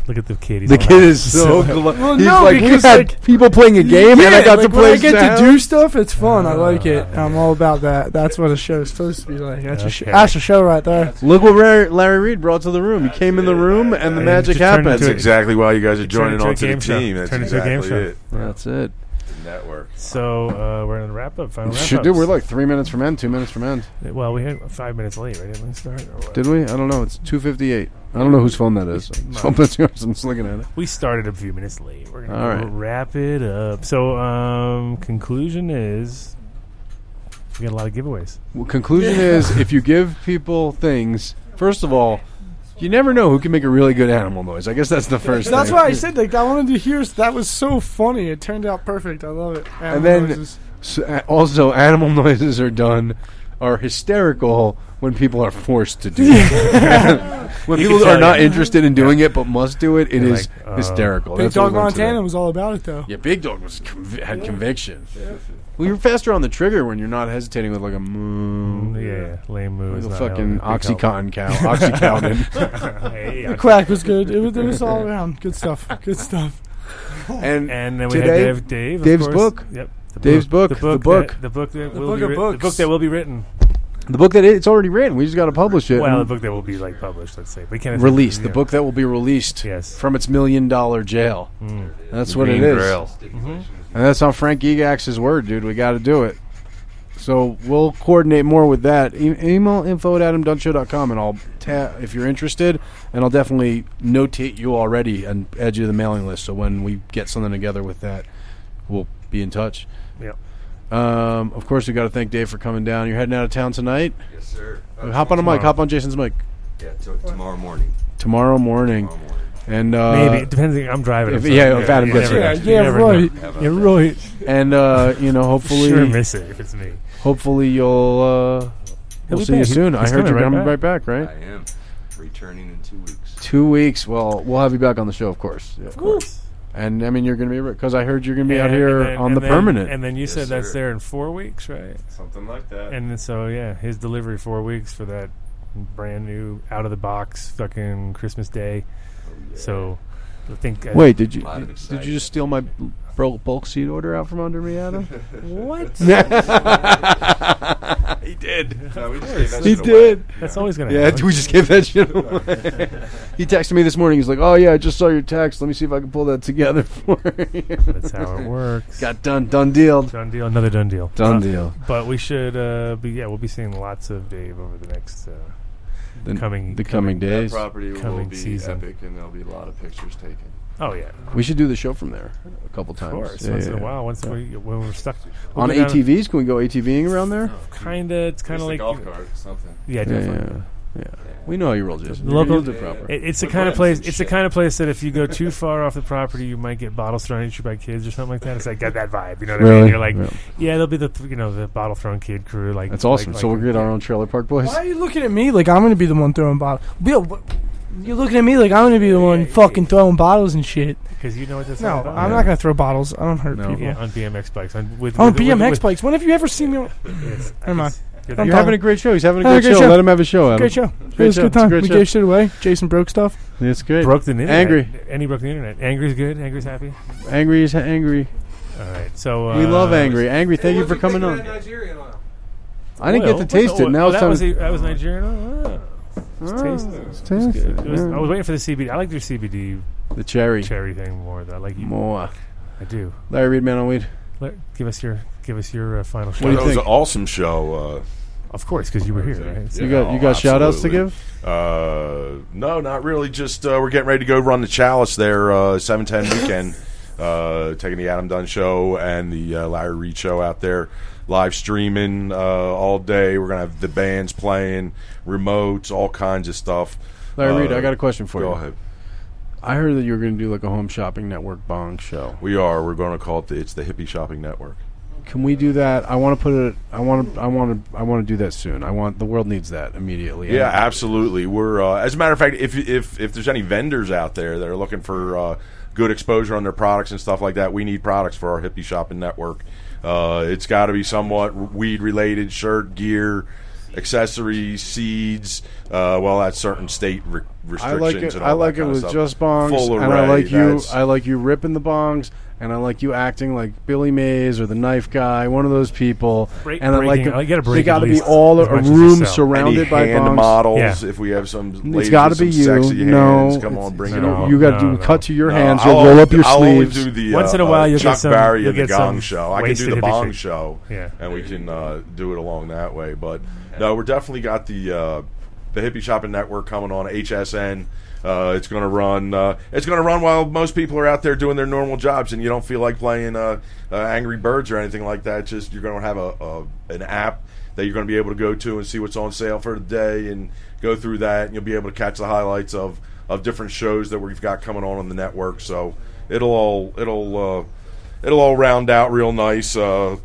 Speaker 3: Look at the kid. he's
Speaker 4: The
Speaker 3: alive.
Speaker 4: kid is so glo- He's like, we had people playing a game
Speaker 7: yeah,
Speaker 4: and I got
Speaker 7: like,
Speaker 4: to
Speaker 7: when
Speaker 4: play
Speaker 7: I get
Speaker 4: sound.
Speaker 7: to do stuff. It's fun. I like it. I'm all about that. That's what a show is supposed to be like. That's, a, sh-
Speaker 4: Okay.
Speaker 7: that's a show right there.
Speaker 4: Look what Larry, Larry Reed brought to the room. He came in the room and the magic happened.
Speaker 6: That's exactly why you guys are joining
Speaker 3: into a
Speaker 6: on to the
Speaker 3: game show.
Speaker 6: team. That's
Speaker 3: Turn into a
Speaker 6: exactly
Speaker 3: game show.
Speaker 6: it.
Speaker 4: That's it.
Speaker 6: Network.
Speaker 3: So uh, we're in the wrap up. Final
Speaker 4: We
Speaker 3: wrap
Speaker 4: should do. We're like three minutes from end, two minutes from end.
Speaker 3: Well, we had five minutes late, right? Didn't we start? Or what?
Speaker 4: Did we? I don't know. It's 2.58. I don't know whose phone that is. Whose phone that's yours. I'm just looking at it.
Speaker 3: We started a few minutes late. We're gonna
Speaker 4: All right.
Speaker 3: wrap it up. So, um, conclusion is we got a lot of giveaways.
Speaker 4: Well, conclusion is if you give people things, first of all, you never know who can make a really good animal noise. I guess that's the first
Speaker 7: That's
Speaker 4: thing.
Speaker 7: why I said like I wanted to hear. That was so funny. It turned out perfect. I love it.
Speaker 4: and then s also animal noises are done are hysterical when people are forced to do it. when
Speaker 7: You
Speaker 4: people
Speaker 7: can tell
Speaker 4: are not
Speaker 7: you-
Speaker 4: interested in doing it but must do it, it
Speaker 7: You're
Speaker 4: is
Speaker 7: like, uh,
Speaker 4: hysterical.
Speaker 7: Big
Speaker 4: That's
Speaker 7: Dog
Speaker 4: what
Speaker 7: Montana was all about it though.
Speaker 4: Yeah, Big Dog was conv- had conviction. Well, you're faster on the trigger when you're not hesitating with like a moo.
Speaker 3: Mm, Yeah, lame moo
Speaker 4: Like
Speaker 3: is
Speaker 4: a
Speaker 3: not
Speaker 4: fucking
Speaker 3: helping. Big
Speaker 4: oxycontin cow.
Speaker 3: help.
Speaker 4: Oxycontin.
Speaker 3: Hey,
Speaker 7: The quack was good. It was, it was all around. Good stuff. Good stuff.
Speaker 4: And,
Speaker 3: and then we
Speaker 4: today,
Speaker 3: had Dave. Dave of
Speaker 4: Dave's
Speaker 3: course.
Speaker 4: book.
Speaker 3: Yep.
Speaker 4: Dave's book.
Speaker 3: The book.
Speaker 4: The book.
Speaker 3: That, the book that
Speaker 7: The
Speaker 3: will
Speaker 7: book
Speaker 3: be
Speaker 7: of
Speaker 3: writ- the book
Speaker 7: books.
Speaker 3: that will be written.
Speaker 4: The book that it- it's already written. We just got to publish it.
Speaker 3: Well, the
Speaker 4: and
Speaker 3: book that will be like published. Let's say we can't
Speaker 4: release the
Speaker 3: yeah.
Speaker 4: book that will be released from its million dollar jail.
Speaker 3: Mm.
Speaker 4: That's
Speaker 3: The
Speaker 4: what it
Speaker 3: Green
Speaker 4: is.
Speaker 3: Grail. Mhm.
Speaker 4: And that's on Frank Gigax's word, dude. We got to do it. So we'll coordinate more with that. E- email info at adamdunshow.com and I'll ta- if you're interested, and I'll definitely notate you already and add you to the mailing list. So when we get something together with that, we'll be in touch.
Speaker 3: Yep.
Speaker 4: Um, of course, we got to thank Dave for coming down. You're heading out of town tonight.
Speaker 10: Yes, sir.
Speaker 4: Uh, hop on a mic. Hop on Jason's mic
Speaker 10: Yeah, to- tomorrow morning.
Speaker 4: tomorrow morning. And uh,
Speaker 3: Maybe. It depends on- I'm driving,
Speaker 4: If,
Speaker 3: so-
Speaker 4: yeah, if
Speaker 3: yeah,
Speaker 4: Adam
Speaker 3: you
Speaker 4: gets
Speaker 3: never
Speaker 4: here.
Speaker 3: know. You Yeah, never know. right. How about Yeah, that? right.
Speaker 4: And uh, you know, hopefully,
Speaker 3: Sure miss it if it's me.
Speaker 4: Hopefully, you'll uh, we'll
Speaker 3: He'll be
Speaker 4: see you
Speaker 3: back. He-
Speaker 4: soon. I
Speaker 3: he's
Speaker 4: heard
Speaker 3: coming
Speaker 4: you're
Speaker 3: right
Speaker 4: coming
Speaker 3: back.
Speaker 4: right back, right?
Speaker 10: I am returning in two weeks.
Speaker 4: Two weeks. Well, we'll have you back on the show, of course. Of
Speaker 3: course.
Speaker 4: And I mean, you're going to be because I heard you're going to be out
Speaker 3: And-
Speaker 4: here
Speaker 3: and then-
Speaker 4: on
Speaker 3: and
Speaker 4: the
Speaker 3: then-
Speaker 4: permanent.
Speaker 3: And then you
Speaker 12: Yes,
Speaker 3: said that's
Speaker 12: sir.
Speaker 3: there in four weeks, right?
Speaker 12: Something like that.
Speaker 3: And then- so yeah, his delivery four weeks for that brand new out of the box fucking Christmas Day.
Speaker 12: Oh,
Speaker 3: So I think. uh, I-
Speaker 4: Wait, did you did, did you just steal my bulk, bulk seed order out from under me, Adam?
Speaker 3: What?
Speaker 4: he did.
Speaker 3: No, we just gave that
Speaker 4: he
Speaker 3: shit away.
Speaker 4: did.
Speaker 3: That's always gonna
Speaker 4: Yeah,
Speaker 3: happen.
Speaker 4: we just gave that shit away. he texted me this morning. He's like, "Oh yeah, I just saw your text. Let me see if I can pull that together for you."
Speaker 3: That's how it works.
Speaker 4: Got done. Done deal.
Speaker 3: Done deal. Another done deal.
Speaker 4: Done
Speaker 3: Uh,
Speaker 4: deal.
Speaker 3: But we should uh, be yeah, we'll be seeing lots of Dave over the next uh,
Speaker 4: The-
Speaker 3: coming
Speaker 4: the coming days.
Speaker 12: That property will
Speaker 3: Coming
Speaker 12: be
Speaker 3: season.
Speaker 12: epic, and there'll be a lot of pictures taken.
Speaker 3: Oh yeah,
Speaker 4: We should do the show from there a couple
Speaker 3: of
Speaker 4: times.
Speaker 3: course.
Speaker 4: Yeah,
Speaker 3: once in
Speaker 4: yeah.
Speaker 3: a while, once we when we're stuck we'll
Speaker 4: on
Speaker 3: go down-
Speaker 4: ATVs, can we go ATVing around there?
Speaker 3: Kinda, it's
Speaker 12: It's
Speaker 3: kinda
Speaker 12: the
Speaker 3: like
Speaker 12: golf cart, something.
Speaker 3: Yeah,
Speaker 4: yeah,
Speaker 3: definitely.
Speaker 4: yeah, yeah. We know how you roll, Jason.
Speaker 3: The
Speaker 4: You
Speaker 3: local,
Speaker 4: did it proper.
Speaker 3: it- it's the
Speaker 12: With
Speaker 3: kind
Speaker 12: lamps
Speaker 3: of place.
Speaker 12: and
Speaker 3: It's the
Speaker 12: shit.
Speaker 3: kind of place that if you go too far off the property, you might get bottles thrown at you by kids or something like that. It's like got that vibe, you know what I mean?
Speaker 4: Really?
Speaker 3: You're like,
Speaker 4: Yeah.
Speaker 3: yeah, there'll be the you know the bottle thrown kid crew. Like
Speaker 4: That's awesome.
Speaker 3: like-
Speaker 4: so
Speaker 3: like-
Speaker 4: we'll get our own trailer park boys.
Speaker 7: Why are you looking at me like I'm gonna be the one throwing bottles? Bill, what- you're looking at me like I'm gonna be the one fucking throwing bottles and shit.
Speaker 3: 'Cause you know what that's
Speaker 7: No,
Speaker 3: all about.
Speaker 7: I'm
Speaker 3: Yeah.
Speaker 7: not gonna throw bottles. I don't hurt
Speaker 3: No.
Speaker 7: people.
Speaker 3: Yeah, on BMX bikes. On, with,
Speaker 7: on
Speaker 3: with- with-
Speaker 7: BMX
Speaker 3: with-
Speaker 7: bikes. When have you ever seen me? on- Never mind.
Speaker 3: You're
Speaker 7: I'm
Speaker 4: You're having
Speaker 7: talking.
Speaker 4: a great show. He's having a great, show. Let him have a show. Adam.
Speaker 7: Great show.
Speaker 4: Great
Speaker 7: it was a
Speaker 4: show.
Speaker 7: good
Speaker 4: It's a
Speaker 7: time.
Speaker 4: great
Speaker 7: we
Speaker 4: show.
Speaker 7: gave shit away. Jason broke stuff.
Speaker 4: It's great.
Speaker 3: broke the internet.
Speaker 4: Angry.
Speaker 3: and he broke the internet. Angry's good. Angry's happy.
Speaker 4: Angry is angry.
Speaker 3: All right, so uh,
Speaker 4: we love angry. Angry. Thank you for coming on. I didn't
Speaker 3: Oil?
Speaker 4: get
Speaker 3: What's
Speaker 4: to taste
Speaker 3: the
Speaker 4: it.
Speaker 3: oil?
Speaker 4: Now
Speaker 3: Oh,
Speaker 4: it's
Speaker 3: that
Speaker 4: time.
Speaker 3: Was, the- that was Nigerian. Oh,
Speaker 4: Ah,
Speaker 3: it's tasty.
Speaker 11: Mm.
Speaker 4: it's
Speaker 3: It was good.
Speaker 4: tasty,
Speaker 3: It was-
Speaker 4: yeah.
Speaker 3: I was waiting for the CBD. I like your CBD.
Speaker 4: The cherry.
Speaker 3: cherry thing more. Though. I like you
Speaker 4: More.
Speaker 3: I do.
Speaker 4: Larry Reed, man on weed.
Speaker 3: Let, give us your give us your uh, final shot.
Speaker 6: Well, that was an awesome show. Uh,
Speaker 8: Of course, because you were here, right?
Speaker 4: You got- you got shout-outs to give?
Speaker 6: Uh, no, not really. Just uh, we're getting ready to go run the Chalice there, uh, seven ten weekend. uh, taking the Adam Dunn show and the uh, Larry Reed show out there, live streaming uh, all day. We're gonna have the bands playing, remotes, all kinds of stuff.
Speaker 4: Larry Reed,
Speaker 6: Uh,
Speaker 4: I got a question for
Speaker 6: go
Speaker 4: you.
Speaker 6: ahead.
Speaker 4: I heard that you were going to do like a home shopping network bong show.
Speaker 6: We are. We're going to call it the It's the Hippie Shopping Network.
Speaker 4: Can we do that? I want to put it. I want to. I want to. I want to do that soon. I want the world needs that immediately.
Speaker 6: Yeah, absolutely. We're uh, as a matter of fact, if if if there's any vendors out there that are looking for uh, good exposure on their products and stuff like that, we need products for our hippie shopping network. Uh, it's got to be somewhat weed related, shirt, gear, accessories, seeds. Uh, well, that's certain state re-
Speaker 4: I
Speaker 6: restrictions.
Speaker 4: like it.
Speaker 6: And all
Speaker 4: I like
Speaker 6: that
Speaker 4: it
Speaker 6: kinda
Speaker 4: with
Speaker 6: stuff.
Speaker 4: just bongs,
Speaker 6: Full
Speaker 4: and I
Speaker 6: array,
Speaker 4: like you.
Speaker 6: that's-
Speaker 4: I like you ripping the bongs, and I like you acting like Billy Mays or the Knife Guy, one of those people.
Speaker 8: Break-
Speaker 4: and I like
Speaker 8: breaking.
Speaker 6: oh,
Speaker 4: them-
Speaker 8: I gotta
Speaker 4: They
Speaker 8: break
Speaker 4: got to
Speaker 8: at
Speaker 4: be
Speaker 8: least
Speaker 4: all
Speaker 8: as
Speaker 4: a
Speaker 8: much as
Speaker 4: room
Speaker 8: yourself.
Speaker 4: surrounded
Speaker 6: Any
Speaker 4: by
Speaker 6: hand
Speaker 4: bongs.
Speaker 6: models.
Speaker 4: Yeah.
Speaker 6: If we have some,
Speaker 4: it's
Speaker 6: ladies
Speaker 4: got to
Speaker 6: with
Speaker 4: be
Speaker 6: some
Speaker 4: you.
Speaker 6: Sexy
Speaker 4: no,
Speaker 6: hands, come
Speaker 4: it's-
Speaker 6: on, bring
Speaker 4: it's-
Speaker 6: it on.
Speaker 4: You got to cut to your
Speaker 6: No,
Speaker 4: hands.
Speaker 6: I'll
Speaker 4: You'll roll
Speaker 6: only-
Speaker 4: up your
Speaker 6: I'll only
Speaker 4: sleeves.
Speaker 6: do the,
Speaker 3: Once
Speaker 6: uh,
Speaker 3: in a while,
Speaker 6: uh,
Speaker 3: you'll get
Speaker 6: Chuck
Speaker 3: some-
Speaker 6: Berry
Speaker 3: you'll
Speaker 6: and the
Speaker 3: get
Speaker 6: Gong
Speaker 3: some
Speaker 6: Show. I can do
Speaker 3: wasted
Speaker 6: the
Speaker 3: hippie
Speaker 6: Bong
Speaker 3: shit.
Speaker 6: Show,
Speaker 3: Yeah.
Speaker 6: and we can uh, do it along that way. But no, we're definitely got the uh, the Hippie Shopping Network coming on HSN. Uh, it's going to run. Uh, it's going to run while most people are out there doing their normal jobs, and you don't feel like playing uh, uh, Angry Birds or anything like that. Just you're going to have a, a an app that you're going to be able to go to and see what's on sale for the day, and go through that, and you'll be able to catch the highlights of of different shows that we've got coming on on the network. So it'll all it'll uh, it'll all round out real nice. Uh,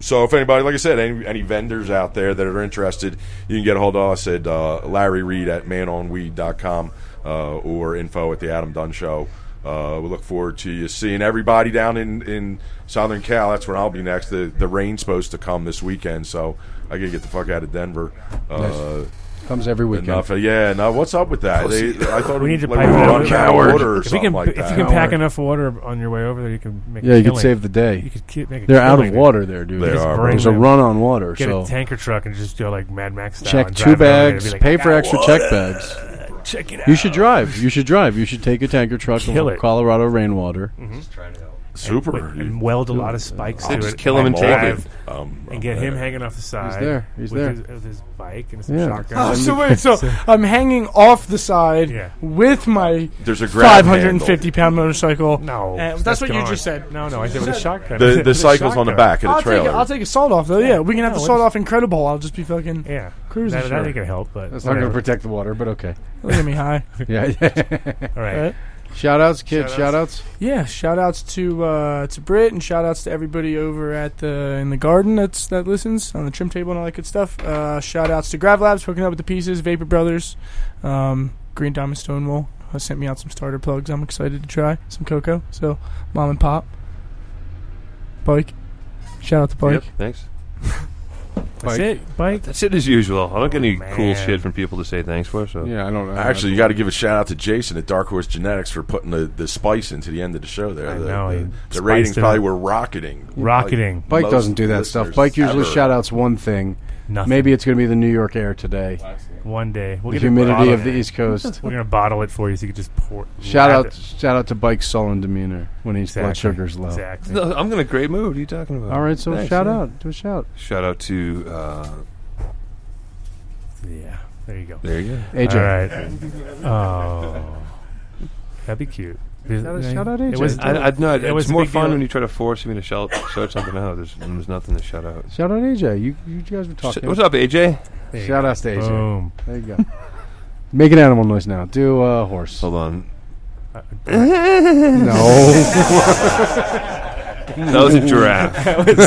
Speaker 6: so if anybody, like I said, any, any vendors out there that are interested, you can get a hold of us at uh, Larry Reed at manonweed.com uh, or info at the Adam Dunn Show. Uh, we look forward to you seeing everybody down in, in Southern Cal. That's where I'll be next. The the rain's supposed to come this weekend, so I gotta get the fuck out of Denver. Uh,
Speaker 4: Comes every weekend.
Speaker 6: Enough, yeah. Now what's up with that? Uh, They, I thought
Speaker 3: we need to
Speaker 6: like,
Speaker 3: pipe
Speaker 6: were
Speaker 3: it up.
Speaker 6: running out of water or
Speaker 3: if you
Speaker 6: something
Speaker 3: can,
Speaker 6: like
Speaker 3: if
Speaker 6: that.
Speaker 3: you can pack enough water on your way over there, you can make.
Speaker 4: Yeah,
Speaker 3: a
Speaker 4: you could
Speaker 3: killing.
Speaker 4: save the day.
Speaker 3: You could ki- make a
Speaker 4: They're out
Speaker 3: killing
Speaker 4: of water there, dude. They
Speaker 3: You just
Speaker 4: are, bro.
Speaker 3: bring
Speaker 4: There's a
Speaker 3: them.
Speaker 4: run on water,
Speaker 3: Get
Speaker 4: so-
Speaker 3: a tanker truck and just go like Mad Max. Style
Speaker 4: Check
Speaker 3: and
Speaker 4: two
Speaker 3: drive it over there and
Speaker 4: bags.
Speaker 3: be like,
Speaker 4: pay
Speaker 3: "I
Speaker 4: for
Speaker 3: got
Speaker 4: extra
Speaker 3: water."
Speaker 4: check bags.
Speaker 3: Uh, Check it
Speaker 4: You should drive. You should drive. You should take your tanker truck
Speaker 3: Kill
Speaker 4: with
Speaker 3: it. Mm-hmm.
Speaker 4: Colorado rainwater.
Speaker 6: Super.
Speaker 3: And, and weld a lot of spikes
Speaker 8: Uh,
Speaker 3: to
Speaker 8: just
Speaker 3: it.
Speaker 8: kill him and take
Speaker 3: drive
Speaker 8: it.
Speaker 6: Um,
Speaker 3: and get
Speaker 8: I'm
Speaker 3: him
Speaker 8: there.
Speaker 3: hanging off the side.
Speaker 4: there. He's
Speaker 3: with
Speaker 4: there.
Speaker 3: His, with his bike and some
Speaker 4: Yeah.
Speaker 3: shotgun.
Speaker 7: Oh, so wait, so I'm hanging off the side with my
Speaker 6: There's a grab
Speaker 7: 550 pound motorcycle.
Speaker 3: No,
Speaker 7: And that's,
Speaker 3: that's
Speaker 7: what you
Speaker 3: gone.
Speaker 7: just said.
Speaker 3: No, no, I said with a shotgun.
Speaker 6: The- the cycle's on the back of the
Speaker 7: I'll take,
Speaker 6: trailer.
Speaker 7: I'll take a salt off though. Yeah, we can have
Speaker 3: No,
Speaker 7: the
Speaker 3: what
Speaker 7: salt
Speaker 3: is-
Speaker 7: off incredible. I'll just be fucking
Speaker 3: yeah
Speaker 7: cruising.
Speaker 3: That, that ain't gonna help, but
Speaker 4: That's not going to
Speaker 3: whatever.
Speaker 4: protect the water, but okay.
Speaker 7: Look at me high.
Speaker 4: yeah.
Speaker 3: All right.
Speaker 4: Shout outs, kid. Shout outs.
Speaker 7: Yeah, shout outs to uh, to Britt and shout outs to everybody over at the in the garden that's that listens on the trim table and all that good stuff. Uh, shout outs to Grav Labs hooking up with the pieces, Vapor Brothers, um, Green Diamond Stonewall who sent me out some starter plugs. I'm excited to try some cocoa. So mom and pop, bike. Shout out to bike.
Speaker 5: Yep, thanks.
Speaker 3: That's it. Bike.
Speaker 5: That's it as usual. I don't get any
Speaker 3: Oh,
Speaker 5: cool
Speaker 3: man.
Speaker 5: shit from people to say thanks for. So
Speaker 6: Actually, you got to give a shout out to Jason at Dark Horse Genetics for putting the, the spice into the end of the show there.
Speaker 3: I
Speaker 6: the,
Speaker 3: know, he
Speaker 6: the, the
Speaker 3: spiced
Speaker 6: ratings
Speaker 3: it
Speaker 6: probably
Speaker 3: up.
Speaker 6: were rocketing.
Speaker 3: Rocketing.
Speaker 6: Like,
Speaker 4: Bike
Speaker 6: most
Speaker 4: doesn't do that
Speaker 6: listeners
Speaker 4: stuff. Bike usually
Speaker 6: ever.
Speaker 4: shout outs one thing.
Speaker 3: Nothing.
Speaker 4: Maybe it's going to be the New York air today.
Speaker 3: One day. We'll
Speaker 4: the
Speaker 3: get a
Speaker 4: humidity
Speaker 3: bottle.
Speaker 4: of the East Coast.
Speaker 3: We're gonna bottle it for you so you can just pour.
Speaker 4: shout
Speaker 3: lap
Speaker 4: out,
Speaker 3: it.
Speaker 4: shout out to Bike's sullen demeanor when his blood
Speaker 3: Exactly.
Speaker 4: sugar's low.
Speaker 3: Exactly.
Speaker 5: No, I'm in a great mood. What are you talking about?
Speaker 4: All right, so
Speaker 5: Thanks,
Speaker 4: shout
Speaker 5: yeah.
Speaker 4: out, do a shout.
Speaker 5: Shout out to. Uh,
Speaker 3: yeah. There you go.
Speaker 5: There you go.
Speaker 4: AJ.
Speaker 3: All right. Oh, that'd be cute. Is-
Speaker 4: Shout out- shout out AJ.
Speaker 3: It was.
Speaker 5: I, I, no,
Speaker 3: it
Speaker 5: it's
Speaker 3: was a
Speaker 5: more
Speaker 3: big
Speaker 5: fun
Speaker 3: deal.
Speaker 5: when you try to force me to shout, shout something out. There's, there's nothing to shout out.
Speaker 4: Shout out AJ. You you guys were talking.
Speaker 5: What's up, AJ?
Speaker 3: There you
Speaker 4: Shout
Speaker 3: go.
Speaker 4: out to AJ.
Speaker 3: Boom.
Speaker 4: There you go. Make an animal noise now. Do a horse.
Speaker 5: Hold on.
Speaker 4: no.
Speaker 5: Oh. That was a giraffe.
Speaker 3: That was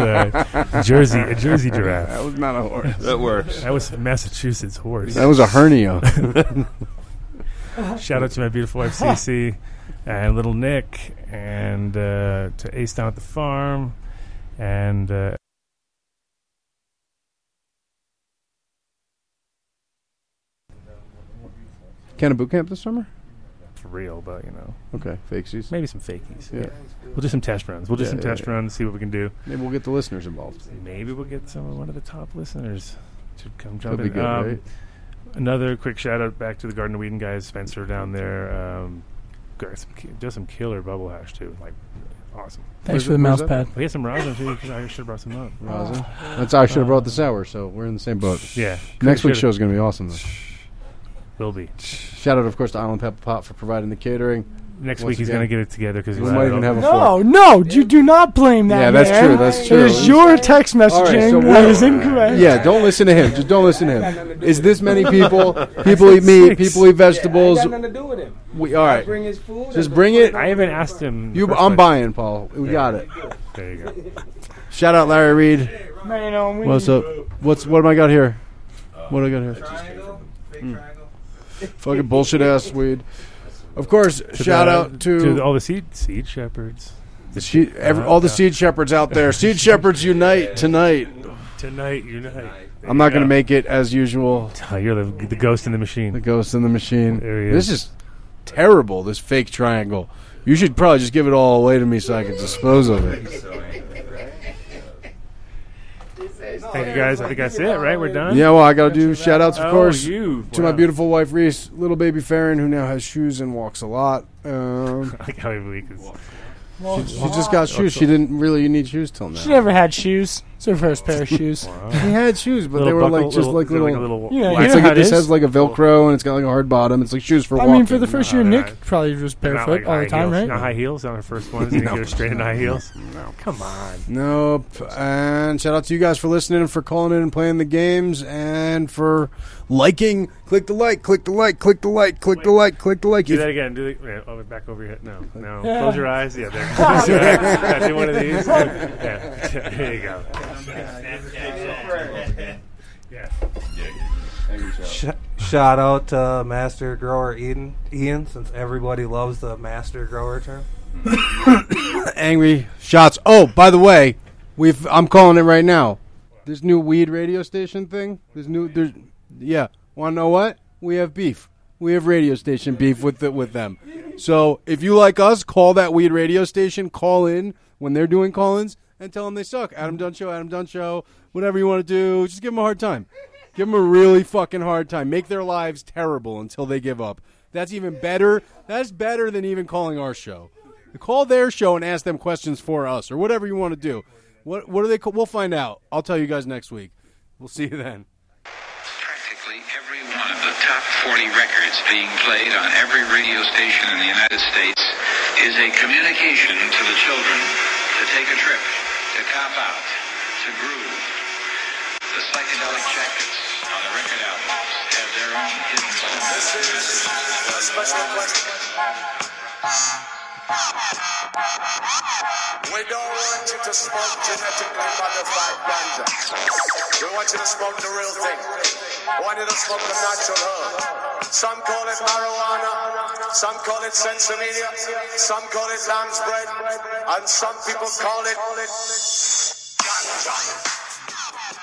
Speaker 3: a- that was a Jersey, a Jersey giraffe.
Speaker 4: That was not a horse.
Speaker 5: That works.
Speaker 3: That was a Massachusetts horse.
Speaker 4: That was a hernia.
Speaker 3: Shout out to my beautiful wife Cece and little Nick, and uh, to Ace down at the farm, and uh,
Speaker 4: Can a boot camp this summer?
Speaker 3: for real, but you know,
Speaker 4: Okay, fakesies.
Speaker 3: maybe some fakies.
Speaker 4: Yeah.
Speaker 3: We'll do some test runs. We'll do
Speaker 4: Yeah,
Speaker 3: some
Speaker 4: yeah,
Speaker 3: test
Speaker 4: yeah.
Speaker 3: runs, see what we can do.
Speaker 4: Maybe we'll get the listeners involved.
Speaker 3: Maybe we'll get some one of the top listeners to come jump
Speaker 4: That'd be good,
Speaker 3: in. Um,
Speaker 4: right?
Speaker 3: Another quick shout out back to the Garden of Eden guys, Spencer down there. Um, got some, ki- does some killer bubble hash too. Like Awesome.
Speaker 7: Thanks for the mouse pad.
Speaker 3: We had some rosin too. 'cause I should have brought some up.
Speaker 4: Rosin. That's I should have brought this hour, so we're in the same boat.
Speaker 3: Yeah.
Speaker 4: Next
Speaker 3: Could've
Speaker 4: week's show is going to be awesome. Though.
Speaker 3: Will be.
Speaker 4: Shout out, of course, to Island Pepper Pop for providing the catering.
Speaker 3: Next
Speaker 4: Once
Speaker 3: week he's
Speaker 4: again,
Speaker 3: gonna get it together 'cause he
Speaker 4: we
Speaker 3: was
Speaker 4: might
Speaker 3: out
Speaker 4: even
Speaker 3: all
Speaker 4: have a fork.
Speaker 7: No, no, you do not blame that.
Speaker 4: Yeah, that's
Speaker 7: man.
Speaker 4: true, that's true.
Speaker 7: It is your text
Speaker 4: All right,
Speaker 7: messaging
Speaker 4: so
Speaker 7: that
Speaker 4: what-
Speaker 7: is incorrect.
Speaker 4: Yeah, don't listen to him. Just don't listen to him. Is this many people? People eat meat. People eat vegetables.
Speaker 9: Yeah, I ain't got nothing to do with him.
Speaker 4: We all right.
Speaker 9: I bring his food.
Speaker 4: Just bring it.
Speaker 3: I haven't asked him.
Speaker 4: You,
Speaker 3: the first
Speaker 4: I'm
Speaker 3: place.
Speaker 4: buying, Paul. We
Speaker 3: There
Speaker 4: got
Speaker 3: you
Speaker 4: it.
Speaker 3: go. There you go.
Speaker 4: Shout out Larry Reed.
Speaker 7: Man, um, we
Speaker 4: What's
Speaker 7: need-
Speaker 4: up? What's what am I got here? What do I got here? Mm. Fucking bullshit ass weed. Of course,
Speaker 3: To
Speaker 4: shout
Speaker 3: the-
Speaker 4: out to,
Speaker 3: to all the Uh-huh. seed seed shepherds.
Speaker 4: the she, every, all the seed shepherds out there. Seed shepherds unite tonight.
Speaker 3: Tonight, unite.
Speaker 4: I'm not going to make it as usual.
Speaker 3: You're the, the ghost in the machine. The
Speaker 4: ghost in the machine.
Speaker 3: There he
Speaker 4: This is terrible. This fake triangle. You should probably just give it all away to me so I can dispose of it.
Speaker 3: Thank you guys. I think that's it, right? We're done.
Speaker 4: Yeah, well, I got to do shout outs, of
Speaker 3: Oh,
Speaker 4: course,
Speaker 3: you.
Speaker 4: to my
Speaker 3: Wow.
Speaker 4: beautiful wife, Reese, little baby Farron, who now has shoes and walks a lot. Um,
Speaker 3: I like how every week is.
Speaker 4: she, she just got shoes. She didn't really need shoes till now.
Speaker 7: She never had shoes. It's her first pair of shoes.
Speaker 4: She had shoes, but they were like just like little.
Speaker 7: you know, you
Speaker 4: it's
Speaker 7: know
Speaker 4: like
Speaker 7: how
Speaker 4: it
Speaker 7: is.
Speaker 4: just has like a Velcro and it's got like a hard bottom. It's like shoes for
Speaker 7: I
Speaker 4: walking.
Speaker 7: mean, for the first year, Nick probably was
Speaker 3: They're not
Speaker 7: barefoot
Speaker 3: like
Speaker 7: all
Speaker 3: high
Speaker 7: the time,
Speaker 3: heels.
Speaker 7: right?
Speaker 3: Not high heels on her first ones. You
Speaker 4: No.
Speaker 3: go straight in high heels.
Speaker 4: No.
Speaker 3: Come on.
Speaker 4: Nope. And shout out to you guys for listening and for calling in and playing the games and for liking. Click the like, click the like, click the like, click the like, click the like.
Speaker 3: Do
Speaker 4: If-
Speaker 3: that again. Do the yeah, oh, back over your head. No, no.
Speaker 19: Yeah.
Speaker 3: Close your eyes. Yeah, there. Close your eyes. Yeah, do one of these. Yeah, there you go. Yeah.
Speaker 13: Uh, Sh- shout out to Master Grower Ian, Ian, since everybody loves the Master Grower term.
Speaker 4: angry shots. Oh, by the way, we've I'm calling it right now. This new weed radio station thing. This new there's yeah. Want to know what? We have beef. We have radio station beef with the, with them. So if you like us, call that weed radio station. Call in when they're doing call-ins and tell them they suck. Adam Dunn Show. Adam Dunn Show. Whatever you want to do, just give them a hard time. Give them a really fucking hard time. Make their lives terrible until they give up. That's even better. That's better than even calling our show. Call their show and ask them questions for us or whatever you want to do. What what are they? ca- We'll find out. I'll tell you guys next week. We'll see you then.
Speaker 1: Practically every one of the top 40 records being played on every radio station in the United States is a communication to the children to take a trip, to cop out, to groove. The psychedelic jackets on the record albums have their own hidden
Speaker 2: Special question. We don't want you to smoke genetically modified ganja. We want you to smoke the real thing. We want you to smoke the natural herb. Some call it marijuana, some call it sensimilla, some call it lamb's bread, and some people call it ganja.